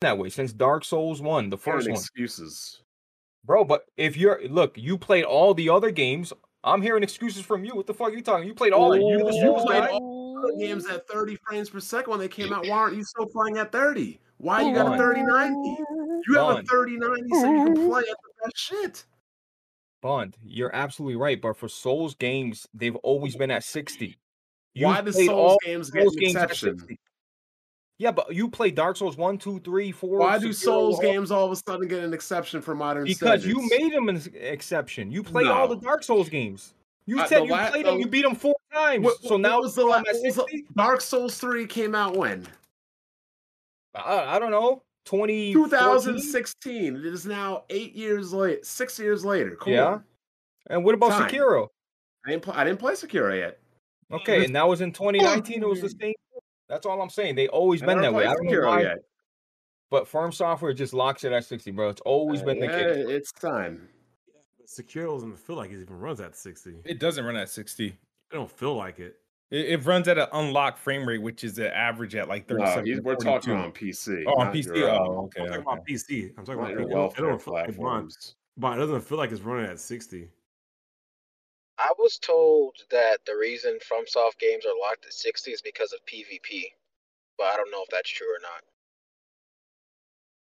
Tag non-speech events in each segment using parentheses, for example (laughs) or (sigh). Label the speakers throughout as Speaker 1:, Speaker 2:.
Speaker 1: that way since Dark Souls 1, the
Speaker 2: What
Speaker 1: first
Speaker 2: an
Speaker 1: one.
Speaker 2: excuses.
Speaker 1: Bro, but if you're look, you played all the other games. I'm hearing excuses from you. What the fuck are you talking? You played all
Speaker 2: You,
Speaker 1: you,
Speaker 2: you
Speaker 1: you
Speaker 2: played
Speaker 1: played all
Speaker 2: all the games at 30 frames per second when they came out. Why aren't you still playing at 30? Why you got
Speaker 1: Gone.
Speaker 2: a 3090? You have a
Speaker 1: Gone.
Speaker 2: 3090 so you can play at the best shit.
Speaker 1: Bond. You're absolutely right. But for Souls games, they've always been at 60. You
Speaker 2: Why the
Speaker 1: played
Speaker 2: Souls
Speaker 1: all
Speaker 2: games get
Speaker 1: Souls
Speaker 2: an
Speaker 1: games at
Speaker 2: exception?
Speaker 1: 60. Yeah, but you play Dark Souls 1, 2, 3, 4.
Speaker 2: Why do
Speaker 1: Sekiro,
Speaker 2: Souls
Speaker 1: all-
Speaker 2: games all of a sudden get an exception for modern
Speaker 1: Because you
Speaker 2: standards?
Speaker 1: made them an ex- exception. You played all the
Speaker 2: No.
Speaker 1: Dark Souls games. You
Speaker 2: Uh,
Speaker 1: said
Speaker 2: the
Speaker 1: you
Speaker 2: la-
Speaker 1: played
Speaker 2: the-
Speaker 1: them, you beat them four times.
Speaker 2: What-
Speaker 1: so
Speaker 2: what
Speaker 1: now
Speaker 2: was the
Speaker 1: I'm
Speaker 2: la-
Speaker 1: at
Speaker 2: what was the-
Speaker 1: 60?
Speaker 2: Dark Souls 3 came out when?
Speaker 1: I, I don't know. 20
Speaker 2: 2016. It is now eight years late, six years later. Cool.
Speaker 1: Yeah. And what about
Speaker 2: Time.
Speaker 1: Sekiro?
Speaker 2: I didn't, pl- I didn't play Sekiro yet.
Speaker 1: Okay,
Speaker 2: This-
Speaker 1: and that was in 2019. It was the same. That's all I'm saying. They always
Speaker 2: I
Speaker 1: been that
Speaker 2: never
Speaker 1: way. I
Speaker 2: played
Speaker 1: don't know
Speaker 2: Sekiro
Speaker 1: why,
Speaker 2: yet.
Speaker 1: but firm software just locks it at 60, bro. It's always been the
Speaker 2: Yeah,
Speaker 1: case.
Speaker 2: It's time.
Speaker 3: Sekiro doesn't feel like it even runs at 60. It
Speaker 4: It doesn't run at 60.
Speaker 3: don't feel like it.
Speaker 4: It, it runs at an unlocked frame rate, which is an average at like
Speaker 2: No,
Speaker 4: 37.
Speaker 2: he's- we're
Speaker 4: 42.
Speaker 2: talking on PC.
Speaker 4: Oh, on
Speaker 2: not
Speaker 4: PC,
Speaker 2: Your,
Speaker 4: oh,
Speaker 2: um,
Speaker 4: okay,
Speaker 3: I'm
Speaker 4: okay.
Speaker 3: talking about PC. I'm talking about
Speaker 2: not your
Speaker 3: PC. It
Speaker 2: welfare
Speaker 3: don't feel like it runs,
Speaker 2: platforms.
Speaker 3: but it doesn't feel like it's running at 60.
Speaker 5: I was told that the reason FromSoft games are locked at 60 is because of PvP, but I don't know if that's true or not.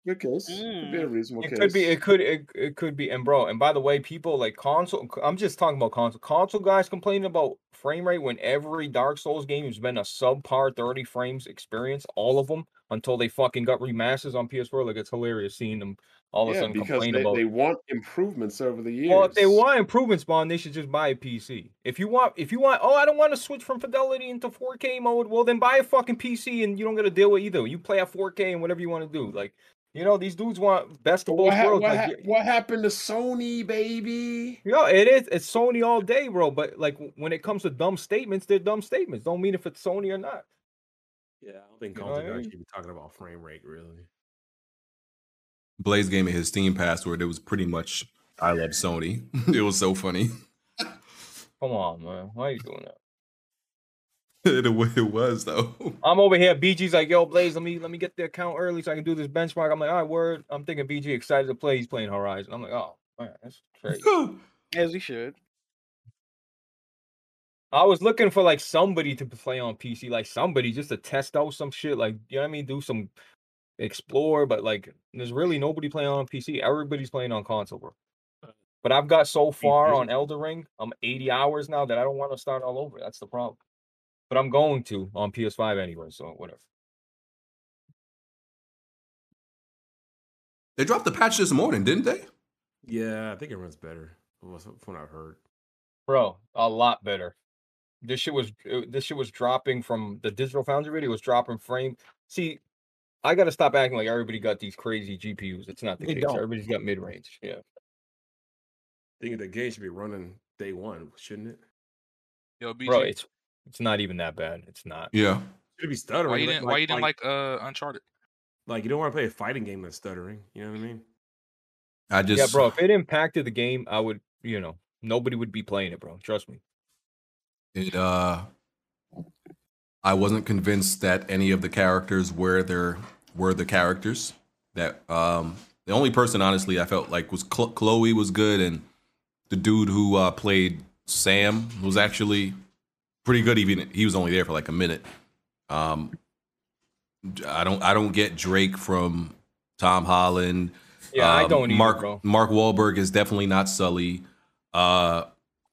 Speaker 2: Good case. Could be a reasonable
Speaker 1: Mm. It
Speaker 2: case.
Speaker 1: could be, it could, it, it could be, and bro, and by the way, people like console. I'm just talking about console. Console guys complaining about frame rate when every Dark Souls game has been a subpar 30 frames experience, all of them, until they fucking got remasters on PS4. Like it's hilarious seeing them all of a
Speaker 2: yeah,
Speaker 1: sudden
Speaker 2: because
Speaker 1: complain
Speaker 2: they,
Speaker 1: about.
Speaker 2: they want improvements over the years.
Speaker 1: Well, if they want improvements, Bond, they should just buy a PC. If you want, if you want, oh, I don't want to switch from fidelity into 4K mode. Well, then buy a fucking PC, and you don't got to deal with either. You play at 4K and whatever you want to do. Like, you know, these dudes want best
Speaker 2: But
Speaker 1: of both
Speaker 2: What, ha-
Speaker 1: worlds.
Speaker 2: what,
Speaker 1: Like,
Speaker 2: ha-
Speaker 1: y-
Speaker 2: what happened to Sony, baby?
Speaker 1: yo, it is. It's Sony all day, bro. But like, w- when it comes to dumb statements, they're dumb statements. Don't mean if it's Sony or not.
Speaker 3: Yeah, I don't think
Speaker 1: You know
Speaker 3: Console
Speaker 1: what I
Speaker 3: guys
Speaker 1: mean?
Speaker 3: should be talking about frame rate really.
Speaker 6: Blaze gave me his Steam password. It was pretty much I love Sony. (laughs) it was so funny. (laughs)
Speaker 1: Come on, man. Why are you doing that?
Speaker 6: it, wa- it was though.
Speaker 1: (laughs) I'm over here. BG's like, yo, Blaze, let me let me get the account early so I can do this benchmark. I'm like, all right, word. I'm thinking BG excited to play. He's playing Horizon. I'm like, oh, man, that's crazy.
Speaker 7: As we should.
Speaker 1: I was looking for like somebody to play on PC, like somebody just to test out some shit, like you know what I mean, do some explore, but like there's really nobody playing on PC. Everybody's playing on console, bro. But I've got so far on Elder Ring, I'm 80 hours now that I don't want to start all over. That's the problem. But I'm going to on PS5 anyway, so whatever.
Speaker 6: they dropped the patch this morning, didn't they?
Speaker 3: Yeah, I think it runs better. From what's- from what I've heard.
Speaker 1: Bro, a lot better. This shit was uh, this shit was dropping from the Digital Foundry video was dropping frame. See, I gotta stop acting like everybody got these crazy GPUs. It's not the
Speaker 3: They
Speaker 1: case.
Speaker 3: don't.
Speaker 1: Everybody's got mid range. Yeah.
Speaker 3: I think the game should be running day one, shouldn't it?
Speaker 8: Yo, BG,
Speaker 1: Bro, it's it's not even that bad. It's not.
Speaker 6: Yeah.
Speaker 3: Should it be stuttering?
Speaker 8: why you
Speaker 3: like-
Speaker 8: didn't why
Speaker 3: like-
Speaker 8: you didn't
Speaker 3: like,
Speaker 8: like uh Uncharted?
Speaker 3: like you don't want to play a fighting game that's stuttering? You know what I mean?
Speaker 6: I just
Speaker 1: Yeah, bro. If it impacted the game, I would, you know, nobody would be playing it, bro. Trust me.
Speaker 6: it uh I wasn't convinced that any of the characters were their were the characters that um the only person honestly I felt like was Cl- Chloe was good and the dude who uh played Sam was actually pretty good even he was only there for like a minute. Um I don't I don't get Drake from Tom Holland.
Speaker 1: Yeah, I
Speaker 6: Um,
Speaker 1: don't either,
Speaker 6: Mark
Speaker 1: bro.
Speaker 6: Mark Wahlberg is definitely not Sully. Uh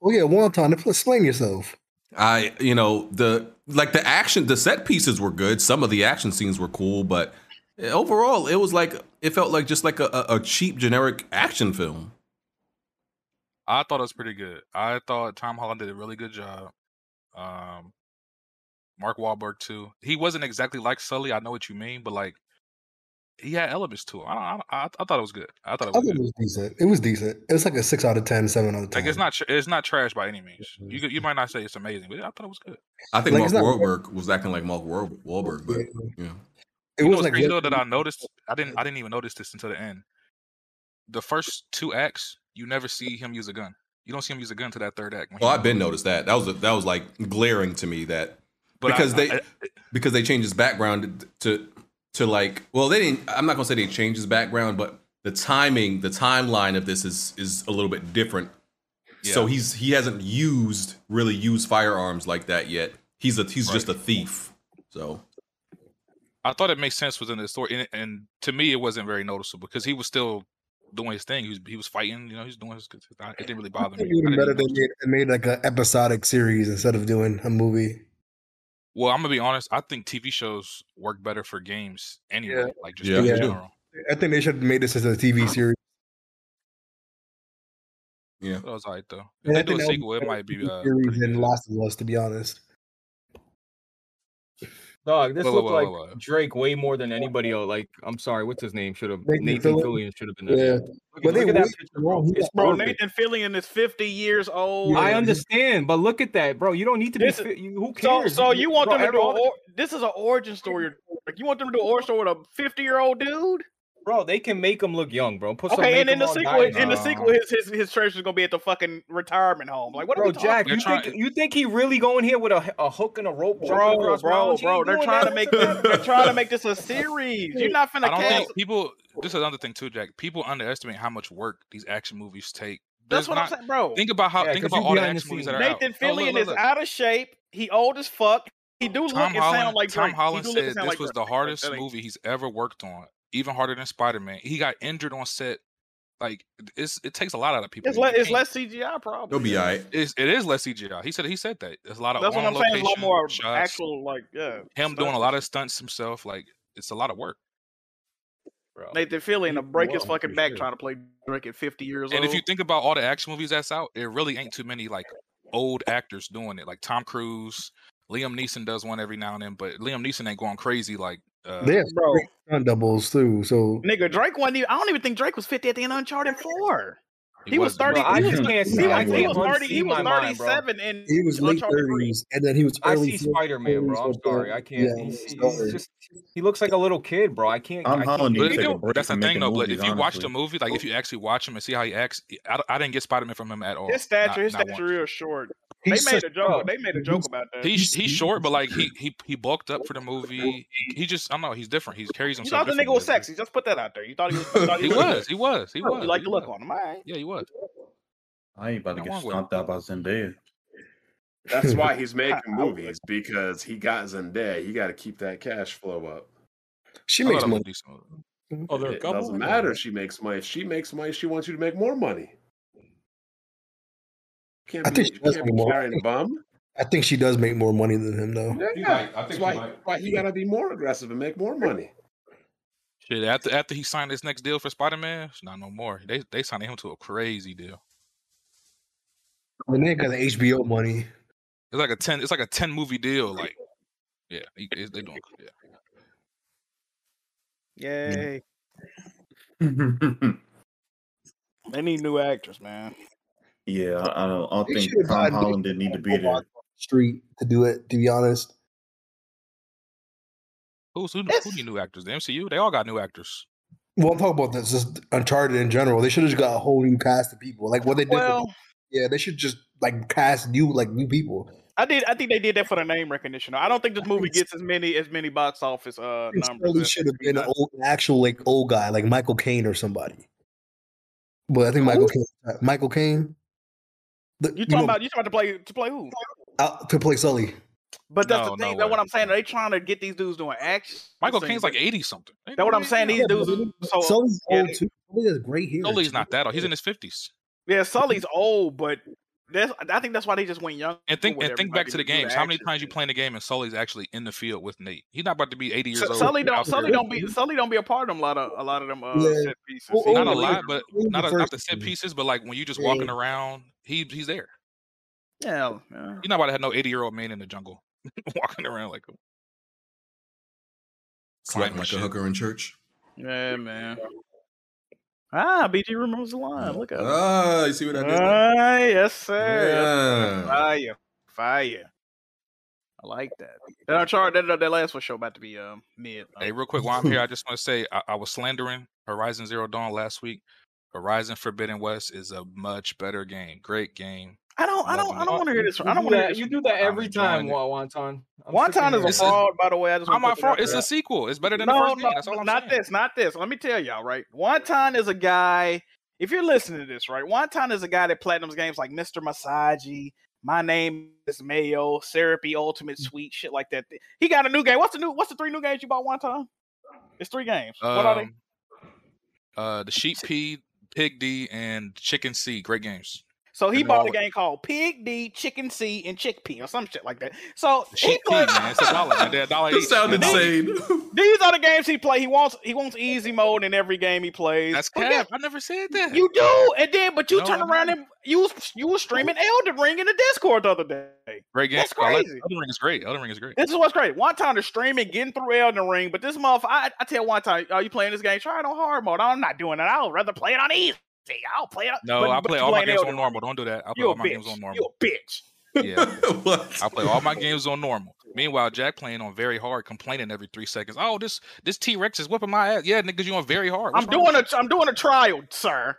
Speaker 9: Oh yeah, one time to pl- sling yourself.
Speaker 6: I you know the like the action the set pieces were good. Some of the action scenes were cool, but overall it was like it felt like just like a, a, a cheap generic action film.
Speaker 8: I thought it was pretty good. I thought Tom Holland did a really good job. Um, Mark Wahlberg too. He wasn't exactly like Sully. I know what you mean, but like he had elements to him. I don't, I, I, I thought it was good. I thought it
Speaker 9: I
Speaker 8: was
Speaker 9: thought it
Speaker 8: good.
Speaker 9: was decent. It was decent. It was like a six out of 10, 7 out of ten.
Speaker 8: Like it's not tr- it's not trash by any means. You could- you might not say it's amazing, but I thought it was good.
Speaker 6: I think
Speaker 9: Like,
Speaker 6: Mark
Speaker 9: it's not-
Speaker 6: Wahlberg was acting like Mark Wahl- Wahlberg, but yeah,
Speaker 9: It
Speaker 8: You know
Speaker 9: was
Speaker 8: what's
Speaker 9: like
Speaker 8: crazy though that I noticed I didn't I didn't even notice this until the end. The first two acts, you never see him use a gun. You don't see him use a gun to that third act.
Speaker 9: Oh,
Speaker 8: when he-
Speaker 6: well I've been noticed that that was a, that was like glaring to me that
Speaker 8: but I-
Speaker 6: because
Speaker 8: I-
Speaker 6: they-
Speaker 8: I-
Speaker 6: because they changed his background to to like well they didn't i'm not gonna say they changed his background but the timing the timeline of this is is a little bit different so
Speaker 8: Yeah.
Speaker 6: he's he hasn't used really used firearms like that yet he's a he's just a thief so
Speaker 8: I thought it made sense within the story, and, it- and to me, it wasn't very noticeable because he was still doing his thing. He was he was fighting. You know, he was doing his. his- I- It didn't really
Speaker 9: I
Speaker 8: bother me.
Speaker 9: think it would
Speaker 8: I
Speaker 9: have
Speaker 8: didn't
Speaker 9: better
Speaker 8: notice.
Speaker 9: than made, made like an episodic series instead of doing a movie.
Speaker 8: Well, I'm gonna be honest. I think TV shows work better for games anyway. Like just
Speaker 6: Yeah,
Speaker 8: in
Speaker 9: they do.
Speaker 8: general.
Speaker 9: I think they should have made this as a TV series.
Speaker 6: yeah
Speaker 8: That was alright though. If
Speaker 9: And I
Speaker 8: they do
Speaker 9: think
Speaker 8: a
Speaker 9: that
Speaker 8: sequel,
Speaker 9: would be
Speaker 8: it
Speaker 9: better
Speaker 8: might be.
Speaker 9: TV
Speaker 8: Uh,
Speaker 9: series
Speaker 8: pretty
Speaker 9: than
Speaker 8: good.
Speaker 9: Last of Us, to be honest.
Speaker 1: Dog, this
Speaker 8: Whoa, whoa,
Speaker 1: looked
Speaker 8: whoa,
Speaker 1: like
Speaker 8: whoa, whoa.
Speaker 1: Drake way more than anybody else. Like, I'm sorry, what's his name? Should have
Speaker 9: Nathan
Speaker 1: Nathan
Speaker 9: Fillion?
Speaker 1: Fillion should have been
Speaker 9: Yeah.
Speaker 1: there. Look,
Speaker 9: But
Speaker 1: at-
Speaker 9: they
Speaker 1: look at that
Speaker 9: waited
Speaker 1: picture,
Speaker 9: long.
Speaker 1: bro.
Speaker 9: He
Speaker 1: It's
Speaker 9: got- Bro,
Speaker 1: broken.
Speaker 10: Nathan Fillion is 50 years old.
Speaker 9: Yeah.
Speaker 1: I understand, but look at that, bro. You don't need to be.
Speaker 10: This is-
Speaker 1: Fi- you- who
Speaker 10: So,
Speaker 1: cares?
Speaker 10: so you want
Speaker 1: bro,
Speaker 10: them to do
Speaker 1: every- all the-
Speaker 10: or, this is an origin story? Like you want them to do an origin story with a fifty-year-old dude?
Speaker 1: bro? They can make him look young, bro. Put some
Speaker 10: Okay, and
Speaker 1: makeup
Speaker 10: in the
Speaker 1: on,
Speaker 10: sequel,
Speaker 1: dye his
Speaker 10: in the
Speaker 1: eyes.
Speaker 10: sequel, his his his church is gonna be at the fucking retirement home. Like what? are
Speaker 1: Bro,
Speaker 10: we talking
Speaker 1: Jack,
Speaker 8: They're
Speaker 1: you
Speaker 8: trying-
Speaker 1: think you think he really going here with a, a hook and a rope? jumping
Speaker 10: Bro,
Speaker 1: across
Speaker 10: bro,
Speaker 1: mountains? He
Speaker 10: bro,
Speaker 1: ain't
Speaker 10: they're
Speaker 1: doing
Speaker 10: trying
Speaker 1: that.
Speaker 10: to make
Speaker 1: That's a-
Speaker 10: they're trying to make
Speaker 1: (laughs)
Speaker 10: this a series. You're not
Speaker 8: I
Speaker 10: finna
Speaker 8: don't
Speaker 10: cast.
Speaker 8: think people. This is another thing too, Jack. People underestimate how much work these action movies take.
Speaker 10: That's
Speaker 8: There's
Speaker 10: what
Speaker 8: not,
Speaker 10: I'm saying, bro.
Speaker 8: Think about how.
Speaker 1: Yeah,
Speaker 8: think
Speaker 1: 'cause
Speaker 8: about
Speaker 1: you
Speaker 8: all the
Speaker 1: behind the
Speaker 8: action movies that
Speaker 1: scenes.
Speaker 8: are
Speaker 10: Nathan
Speaker 8: out. No, look,
Speaker 10: Fillion
Speaker 8: look,
Speaker 10: is
Speaker 8: look.
Speaker 10: out of shape. He old as fuck. He do look
Speaker 8: Tom
Speaker 10: and
Speaker 8: Holland,
Speaker 10: sound like
Speaker 8: Tom
Speaker 10: Drake. He
Speaker 8: Holland
Speaker 10: do look and
Speaker 8: said
Speaker 10: sound
Speaker 8: this
Speaker 10: like
Speaker 8: was the
Speaker 10: Drake.
Speaker 8: hardest
Speaker 10: That ain't-
Speaker 8: movie he's ever worked on, even harder than Spider Man. He got injured on set. Like it's it takes a lot out of people.
Speaker 10: It's,
Speaker 8: You
Speaker 10: le- it's
Speaker 8: can't-
Speaker 10: less CGI, probably.
Speaker 6: he'll be all right
Speaker 8: It's, it is less CGI. He said he said that. There's a lot of
Speaker 10: That's
Speaker 8: on
Speaker 10: what I'm saying.
Speaker 8: location
Speaker 10: It's a lot more
Speaker 8: shots.
Speaker 10: actual, like yeah.
Speaker 8: him
Speaker 10: stuff.
Speaker 8: doing a lot of stunts himself. Like it's a lot of work.
Speaker 1: bro.
Speaker 10: Nathan Fillion to break his
Speaker 3: Well,
Speaker 10: fucking
Speaker 3: for
Speaker 10: back
Speaker 3: sure.
Speaker 10: trying to play Drake at 50 years
Speaker 8: And
Speaker 10: old.
Speaker 8: if you think about all the action movies that's out, it really ain't too many like old actors doing it. Like Tom Cruise, Liam Neeson does one every now and then, but Liam Neeson ain't going crazy like. Uh,
Speaker 9: They have
Speaker 10: bro,
Speaker 9: great stunt doubles too. So
Speaker 10: nigga, Drake wasn't. Even, I don't even think Drake was 50 at the end of Uncharted 4. He, was
Speaker 8: wasn't.
Speaker 10: 30.
Speaker 1: Bro, I
Speaker 10: he
Speaker 1: just
Speaker 10: was,
Speaker 9: (laughs)
Speaker 1: can't
Speaker 10: he
Speaker 1: see.
Speaker 10: was-
Speaker 1: I
Speaker 10: he
Speaker 1: can't
Speaker 10: was 30. He
Speaker 1: unsee
Speaker 10: was
Speaker 1: my mind, bro.
Speaker 10: 37 in
Speaker 9: he was late
Speaker 10: Uncharted 3.
Speaker 9: thirties, and then he was
Speaker 1: I
Speaker 9: early.
Speaker 1: see Spider Man, bro. I'm
Speaker 9: 40s,
Speaker 1: sorry. I can't.
Speaker 9: yeah,
Speaker 1: he's,
Speaker 9: I'm sorry.
Speaker 1: he's just. He looks like a little kid, bro. I can't.
Speaker 5: Tom
Speaker 1: I
Speaker 5: Holland needs
Speaker 1: can't
Speaker 8: But
Speaker 5: to
Speaker 1: get
Speaker 5: take
Speaker 1: it.
Speaker 5: a
Speaker 8: it-
Speaker 5: break
Speaker 8: that's the
Speaker 5: from
Speaker 8: thing,
Speaker 5: making
Speaker 8: though. But
Speaker 5: movies,
Speaker 8: if you watch the
Speaker 5: honestly.
Speaker 8: movie, like if you actually watch him and see how he acts, I, I didn't get Spider Man from him at all.
Speaker 10: His stature,
Speaker 8: Oh, Not-
Speaker 10: his
Speaker 8: not
Speaker 10: stature uh,
Speaker 8: once.
Speaker 10: real short. They
Speaker 9: He's
Speaker 10: made
Speaker 9: such-
Speaker 10: a joke.
Speaker 9: up.
Speaker 10: They made a joke about that.
Speaker 8: He's he's short, but like
Speaker 5: (laughs)
Speaker 8: he he he bulked up for the movie. He, he just I don't know he's different. He carries
Speaker 10: You
Speaker 8: himself.
Speaker 10: thought the nigga
Speaker 8: differently
Speaker 10: was
Speaker 8: than-
Speaker 10: sexy. Just put that out there. You thought he was. you thought
Speaker 8: He was. He was. He
Speaker 10: You
Speaker 8: was.
Speaker 10: like
Speaker 8: he
Speaker 10: the look
Speaker 8: was.
Speaker 10: on him. All right.
Speaker 8: Yeah, he was.
Speaker 5: I ain't about to
Speaker 8: Come
Speaker 5: get
Speaker 8: on with it.
Speaker 5: stomped out by Zendaya.
Speaker 11: (laughs)
Speaker 3: That's
Speaker 10: (laughs)
Speaker 3: why he's making
Speaker 10: I would-
Speaker 3: movies because he got Zendaya. He got to keep that cash flow up.
Speaker 9: she
Speaker 8: I thought
Speaker 9: makes
Speaker 8: it was
Speaker 9: money.
Speaker 8: a decent movie.
Speaker 3: Oh, it (laughs) doesn't matter. If she makes money. If she makes money, she wants you to make more money. Can't
Speaker 9: I
Speaker 3: be,
Speaker 9: think she
Speaker 3: you
Speaker 9: does
Speaker 3: can't
Speaker 9: make
Speaker 3: be
Speaker 9: more.
Speaker 3: carrying bum.
Speaker 9: I think she does make more money than him though.
Speaker 3: Yeah, that's why, why he got to be more aggressive and make more money.
Speaker 8: Shit, after after he signed his next deal for Spider Man, it's not no more. They they signed him to a crazy deal.
Speaker 9: The nigga got the HBO money.
Speaker 8: It's like a ten. It's like a ten movie deal. Like, yeah, he, they they
Speaker 10: (laughs)
Speaker 8: doing. Yeah.
Speaker 10: Yay. They need new actors, man.
Speaker 5: yeah, I I don't, I don't
Speaker 9: They
Speaker 5: think
Speaker 9: should've
Speaker 5: Tom
Speaker 9: gotten
Speaker 5: Holland didn't need to be there.
Speaker 9: Street to do it. To be honest,
Speaker 8: Who's who?
Speaker 10: It's-
Speaker 8: Who need new actors? The MCU. They all got new actors.
Speaker 9: well, I'm talking about this just Uncharted in general. They should have just got a whole new cast of people. Like what they did. with-
Speaker 10: Well,
Speaker 9: yeah, they should just like cast new like new people.
Speaker 10: I did. I think they did that for the name recognition. I don't think this movie gets as many as many box office uh
Speaker 9: It
Speaker 10: numbers.
Speaker 9: probably
Speaker 10: as-
Speaker 9: should have
Speaker 10: as
Speaker 9: been an
Speaker 10: done.
Speaker 9: old, an actual like old guy, like Michael Caine or somebody. But I think Michael Caine, Michael Caine. the-
Speaker 10: You talking
Speaker 9: know,
Speaker 10: about you talking about to play to play who?
Speaker 9: out to play Sully?
Speaker 10: But
Speaker 8: No,
Speaker 10: that's the thing.
Speaker 8: no
Speaker 10: That's what
Speaker 8: way.
Speaker 10: I'm saying. They trying to get these dudes doing action.
Speaker 8: Michael
Speaker 10: scenes.
Speaker 8: Caine's like eighty something.
Speaker 10: That's what I'm saying. These
Speaker 9: Yeah,
Speaker 10: dudes. are
Speaker 9: but
Speaker 10: So uh,
Speaker 9: Sully's
Speaker 10: yeah,
Speaker 9: old too. Sully has great hair.
Speaker 8: Sully's
Speaker 9: too.
Speaker 8: not that old. He's in his fifties.
Speaker 10: yeah, Sully's old, but that's. I think that's why they just went young.
Speaker 8: And think
Speaker 10: with
Speaker 8: and think
Speaker 10: everybody
Speaker 8: back to the
Speaker 10: do
Speaker 8: games. How many
Speaker 10: action
Speaker 8: times you
Speaker 10: shit.
Speaker 8: playing the game and Sully's actually in the field with Nate? He's not about to be eighty years
Speaker 10: Su-
Speaker 8: old.
Speaker 10: Sully don't.
Speaker 8: out
Speaker 10: Sully
Speaker 8: there.
Speaker 10: don't be. Sully don't be a part of them, a lot of a lot of them. Uh,
Speaker 9: Yeah.
Speaker 10: set pieces.
Speaker 9: Well,
Speaker 10: He
Speaker 8: Not a
Speaker 10: really-
Speaker 9: Only
Speaker 8: lot,
Speaker 9: the-
Speaker 8: but
Speaker 9: only the
Speaker 8: not a, not
Speaker 9: first
Speaker 8: the set
Speaker 9: one.
Speaker 8: pieces. But like when you just
Speaker 9: Yeah.
Speaker 8: walking around, he he's there.
Speaker 10: Yeah, yeah.
Speaker 8: You're not about to have no (laughs) eighty year old man in the jungle walking around like.
Speaker 6: Slapping like a
Speaker 8: shit.
Speaker 6: hooker in church
Speaker 10: Yeah, man. Ah, BG remembers the line. Look at him.
Speaker 6: ah you see what i did there?
Speaker 10: Ah, yes, sir. Yes, sir.
Speaker 6: Yeah.
Speaker 10: Fire. Fire. I like that. That Uncharted, that, that last one show about to be um mid.
Speaker 8: Hey, real quick, while I'm
Speaker 10: (laughs)
Speaker 8: here, I just want to say I, I was slandering Horizon Zero Dawn last week. Horizon Forbidden West is a much better game. Great game.
Speaker 10: I don't. I don't. I don't want to hear this.
Speaker 1: You
Speaker 10: I don't
Speaker 1: do
Speaker 10: want to
Speaker 1: that-
Speaker 10: hear this.
Speaker 1: You
Speaker 10: from
Speaker 1: do that
Speaker 10: Wonton.
Speaker 1: every time, Wa- Wonton. I'm sick of
Speaker 10: Wonton
Speaker 1: hearing
Speaker 10: is a
Speaker 1: it.
Speaker 10: fraud, by the way. I just
Speaker 8: I'm
Speaker 10: wanna
Speaker 8: not
Speaker 10: put
Speaker 8: for
Speaker 10: that
Speaker 8: it's
Speaker 10: out
Speaker 8: a sequel. It's better
Speaker 10: there.
Speaker 8: than the
Speaker 10: No,
Speaker 8: first
Speaker 10: no,
Speaker 8: game. That's all I'm
Speaker 10: not
Speaker 8: saying.
Speaker 10: this, not this. Let me tell y'all, right? Wonton is a guy. If you're listening to this, right? Wonton is a guy that platinums games like Mr. Masagi, My Name is Mayo, Syrupy
Speaker 8: Mm.
Speaker 10: Ultimate Sweet, shit like that. He got a new game. What's the new? What's the three new games you bought one time? It's three games. what are they?
Speaker 8: Um, uh, the sheep P, pig D, and chicken C. Great games.
Speaker 10: So he
Speaker 8: and uh,
Speaker 10: bought a
Speaker 8: all-
Speaker 10: game called Pig D, Chicken C, and Chickpea or some shit like that. So he
Speaker 8: Sheep P,
Speaker 10: plays,
Speaker 8: man. It's a dollar. man. They're a
Speaker 10: (laughs)
Speaker 8: dollar
Speaker 6: That
Speaker 8: each.
Speaker 6: sounded
Speaker 8: They're a dollar each.
Speaker 6: insane.
Speaker 10: these are the games he play. He wants he wants easy mode in every game he plays.
Speaker 8: That's
Speaker 10: But yeah,
Speaker 8: cap. I never said that.
Speaker 10: You do, and then but you
Speaker 8: No,
Speaker 10: turn
Speaker 8: I
Speaker 10: around and you was- you were streaming Elden Ring in the Discord the other day.
Speaker 8: (laughs) great game.
Speaker 10: that's
Speaker 8: I like-
Speaker 10: crazy.
Speaker 8: Elden Ring is great. Elden Ring is great.
Speaker 10: This is what's great. One time to streaming, getting through Elden Ring, but this motherfucker, I, I tell one time, are you playing this game? Try it on hard mode. I'm not doing it. I would rather play it on easy. I'll play it. on-
Speaker 8: No,
Speaker 10: but-
Speaker 8: I
Speaker 10: but
Speaker 8: play
Speaker 10: you
Speaker 8: all my
Speaker 10: playing
Speaker 8: games on
Speaker 10: Elden Ring.
Speaker 8: normal. Don't do that. I play
Speaker 10: You a
Speaker 8: all my games on
Speaker 10: bitch. You
Speaker 8: normal.
Speaker 10: a bitch. (laughs)
Speaker 8: Yeah,
Speaker 6: what?
Speaker 8: I play all my games on normal. Meanwhile, Jack playing on very hard, complaining every three seconds. Oh, this this T Rex is whipping my ass. Yeah, niggas, you on very hard.
Speaker 10: I'm
Speaker 8: What's wrong with
Speaker 10: doing a I'm doing a trial, sir.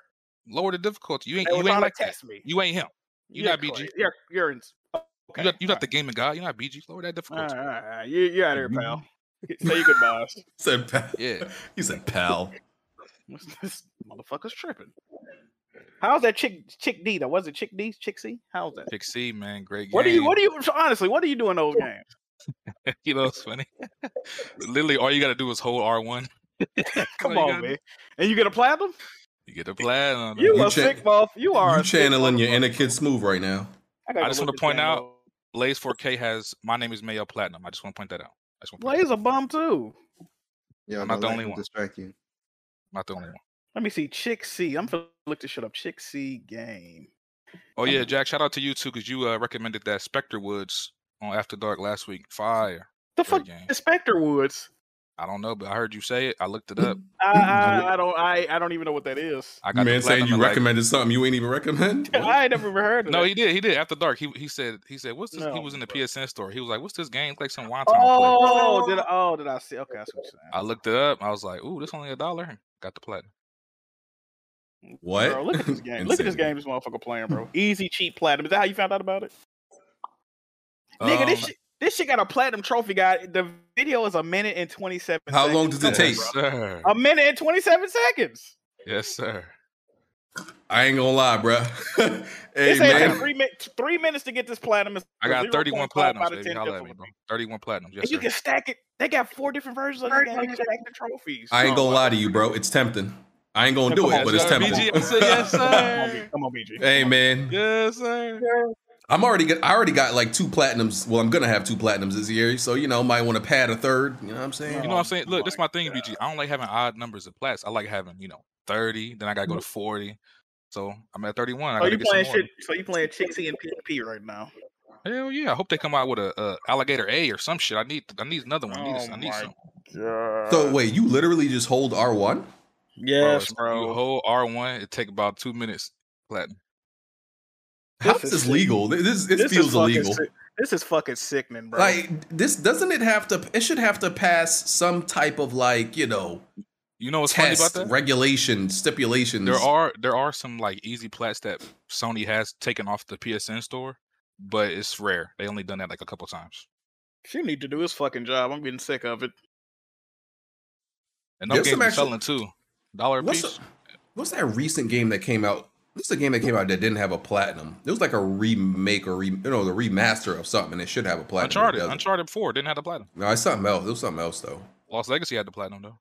Speaker 8: you? lower the difficulty. You ain't
Speaker 10: They were
Speaker 8: you ain't
Speaker 10: trying to
Speaker 8: like that.
Speaker 10: test me.
Speaker 8: You ain't him. You
Speaker 10: You're
Speaker 8: not BG.
Speaker 10: crazy. You're you're in. Okay.
Speaker 8: you not, you not the gaming guy. You're not BG. Lower that
Speaker 10: All right,
Speaker 8: difficulty.
Speaker 10: all right, all right. uh, You you out here,
Speaker 8: Mhm.
Speaker 10: pal. (laughs) Say your goodbyes.
Speaker 6: said pal.
Speaker 8: Yeah.
Speaker 6: He said pal.
Speaker 10: What's this motherfucker's tripping? How's that chick chick D though? Was it chick D? Chick C? How's that?
Speaker 8: Pick C, man. Great game.
Speaker 10: What do you what do you honestly, what do you do in those games?
Speaker 8: you? (laughs) you know what's funny? Literally, all you gotta do is hold R one.
Speaker 10: Come
Speaker 8: you
Speaker 10: on,
Speaker 8: gotta
Speaker 10: man. And you get a platinum?
Speaker 8: You get the platinum.
Speaker 10: You,
Speaker 6: You
Speaker 10: a
Speaker 6: cha-
Speaker 10: sick muff. You are
Speaker 6: You
Speaker 10: a sick
Speaker 6: channeling your
Speaker 10: motherfucker.
Speaker 6: inner kid smooth right now.
Speaker 10: gotta
Speaker 8: I
Speaker 10: go
Speaker 8: just
Speaker 10: look
Speaker 8: wanna
Speaker 10: this
Speaker 8: point
Speaker 10: game
Speaker 8: out-
Speaker 10: up.
Speaker 8: Blaze 4K has my name is Mayo Platinum. I just want to point that out. I just want to
Speaker 10: Blaze a bum too.
Speaker 12: Yo,
Speaker 8: I'm not
Speaker 12: don't
Speaker 8: the
Speaker 12: let
Speaker 8: only
Speaker 12: him
Speaker 8: one.
Speaker 12: Distract you.
Speaker 8: not the only one.
Speaker 10: Let me see. Chick C. I'm finna look this shit up. Chick C game.
Speaker 8: Oh yeah, Jack, shout out to you too because you uh, recommended that Spectre Woods on After Dark last week. Fire.
Speaker 10: The
Speaker 8: Great
Speaker 10: fuck
Speaker 8: game.
Speaker 10: is Spectre Woods?
Speaker 8: I don't know, but I heard you say it. I looked it
Speaker 10: (laughs)
Speaker 8: up. (laughs)
Speaker 10: I, I, I don't I, I don't even know what that is.
Speaker 8: I got
Speaker 6: You
Speaker 8: the
Speaker 6: man saying
Speaker 8: platinum
Speaker 6: you
Speaker 8: at, like-
Speaker 6: recommended something you ain't even recommend.
Speaker 10: I ain't never even heard of
Speaker 8: No,
Speaker 10: that.
Speaker 8: he did. He did. After Dark, he he said he said what's this? he
Speaker 10: No,
Speaker 8: was in the
Speaker 10: bro.
Speaker 8: PSN store. He was like, "What's this game? It's like some wonton play."
Speaker 10: Oh, did I, oh did I see? Okay, I see what you're
Speaker 8: I looked it up. I was like, "Ooh, this only a dollar." Got the platinum.
Speaker 10: saying.
Speaker 6: What?
Speaker 10: Bro, look
Speaker 8: (laughs)
Speaker 6: (laughs)
Speaker 10: at this game. look at this
Speaker 6: Insane.
Speaker 10: game this motherfucker playing, bro. Easy, cheap platinum. Is that how you found out about it? Nigga, this
Speaker 8: Um,
Speaker 10: shit, this shit got a platinum trophy, guy. The video is a minute and 27
Speaker 6: How
Speaker 10: seconds.
Speaker 6: long does it
Speaker 8: yes,
Speaker 6: take?
Speaker 8: sir.
Speaker 10: A minute and 27 seconds.
Speaker 8: Yes, sir.
Speaker 6: I ain't gonna lie, bruh. hey
Speaker 10: this ain't took
Speaker 6: man,
Speaker 10: three, min- three minutes to get this platinum. It's
Speaker 8: I got 31
Speaker 10: 0.5 out
Speaker 8: platinums,
Speaker 10: of
Speaker 8: baby.
Speaker 10: 10
Speaker 8: Holla at me,
Speaker 10: difficulty.
Speaker 8: bro. 31 platinums. Yes,
Speaker 10: and you
Speaker 8: sir.
Speaker 10: can stack it. They got four different versions of the game. You can stack the trophies.
Speaker 6: I ain't
Speaker 10: Come
Speaker 6: gonna
Speaker 10: on,
Speaker 6: lie to you, bro. It's tempting. I ain't gonna do
Speaker 10: Come
Speaker 6: it,
Speaker 10: on,
Speaker 6: but it's
Speaker 8: sir. BG, I said yes,
Speaker 10: (laughs) Come on,
Speaker 8: sir.
Speaker 6: tempting.
Speaker 10: B- come on,
Speaker 6: (laughs)
Speaker 10: BG.
Speaker 6: Hey man,
Speaker 8: Yes, sir.
Speaker 6: I'm already got, I already got like two platinums. Well, I'm gonna have two platinums this year, so you know, might want to pad a third. You know what I'm saying?
Speaker 8: You know what I'm
Speaker 10: Oh
Speaker 8: saying? Look, this is
Speaker 10: my
Speaker 8: my thing, BG. I don't like having odd numbers of plats. I like having, you know, 30, then I got to go to 40. So I'm at 31. I
Speaker 10: So
Speaker 8: got to
Speaker 10: Mm-hmm. Oh, you
Speaker 8: get some
Speaker 10: playing
Speaker 8: more.
Speaker 10: shit? So you playing Chixie and PvP right now?
Speaker 8: Hell yeah. I hope they come out with a, a alligator A or some shit. I need I need another one. I need,
Speaker 10: Oh
Speaker 8: this- I need
Speaker 10: my
Speaker 8: some.
Speaker 6: So wait, you literally just hold R1?
Speaker 10: Yes,
Speaker 8: You hold R1, it take about two minutes. Platinum.
Speaker 6: How is
Speaker 10: This is
Speaker 6: this
Speaker 10: sick.
Speaker 6: legal? Th- This this,
Speaker 10: This is
Speaker 6: feels
Speaker 10: fucking
Speaker 6: illegal.
Speaker 10: sick- This is fucking sickening, bro.
Speaker 6: Like this doesn't it have to? It should have to pass some type of like you know
Speaker 8: You know what's
Speaker 6: test
Speaker 8: funny about that?
Speaker 6: regulation stipulations.
Speaker 8: There are there are some like easy plats that Sony has taken off the PSN store, but it's rare. They only done that like a couple times.
Speaker 10: you need to do his fucking job. I'm getting sick of it.
Speaker 8: And those
Speaker 6: There's some
Speaker 8: games are selling
Speaker 6: actual-
Speaker 8: too. Dollar a
Speaker 6: What's
Speaker 8: piece.
Speaker 6: the- What's that recent game that came out? This is a game that came out that didn't have a platinum. It was like a remake or re, you know the remaster of something, and it should have a platinum. It
Speaker 8: Uncharted.
Speaker 6: doesn't.
Speaker 8: Uncharted 4 didn't have the platinum.
Speaker 6: No, it's something else. It was something else though.
Speaker 8: Lost Legacy had the platinum though.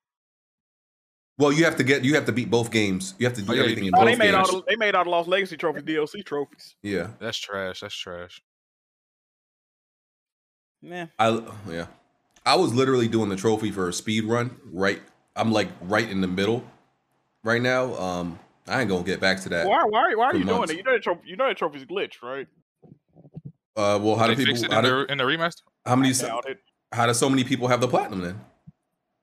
Speaker 6: Well, you have to get you have to beat both games. You have to do
Speaker 8: Oh, yeah, you
Speaker 6: everything
Speaker 8: beat
Speaker 6: in
Speaker 8: both
Speaker 10: Oh,
Speaker 6: both
Speaker 10: they
Speaker 6: games.
Speaker 10: made all the, they made all the Lost Legacy trophies, DLC trophies.
Speaker 6: yeah,
Speaker 8: That's trash. That's trash.
Speaker 10: Yeah,
Speaker 6: I yeah. I was literally doing the trophy for a speed run. Right, I'm like right in the middle right now. Um, I ain't gonna get back to that.
Speaker 10: why why why are
Speaker 6: for
Speaker 10: you doing
Speaker 6: months.
Speaker 10: it? You know that trophy, you know that trophy's glitched, right?
Speaker 6: Uh, well, how
Speaker 8: they
Speaker 6: do
Speaker 8: fixed it
Speaker 6: people? How,
Speaker 8: in
Speaker 6: do,
Speaker 8: the, in the remaster.
Speaker 6: how many?
Speaker 10: I doubt it.
Speaker 6: How do so many people have the platinum then?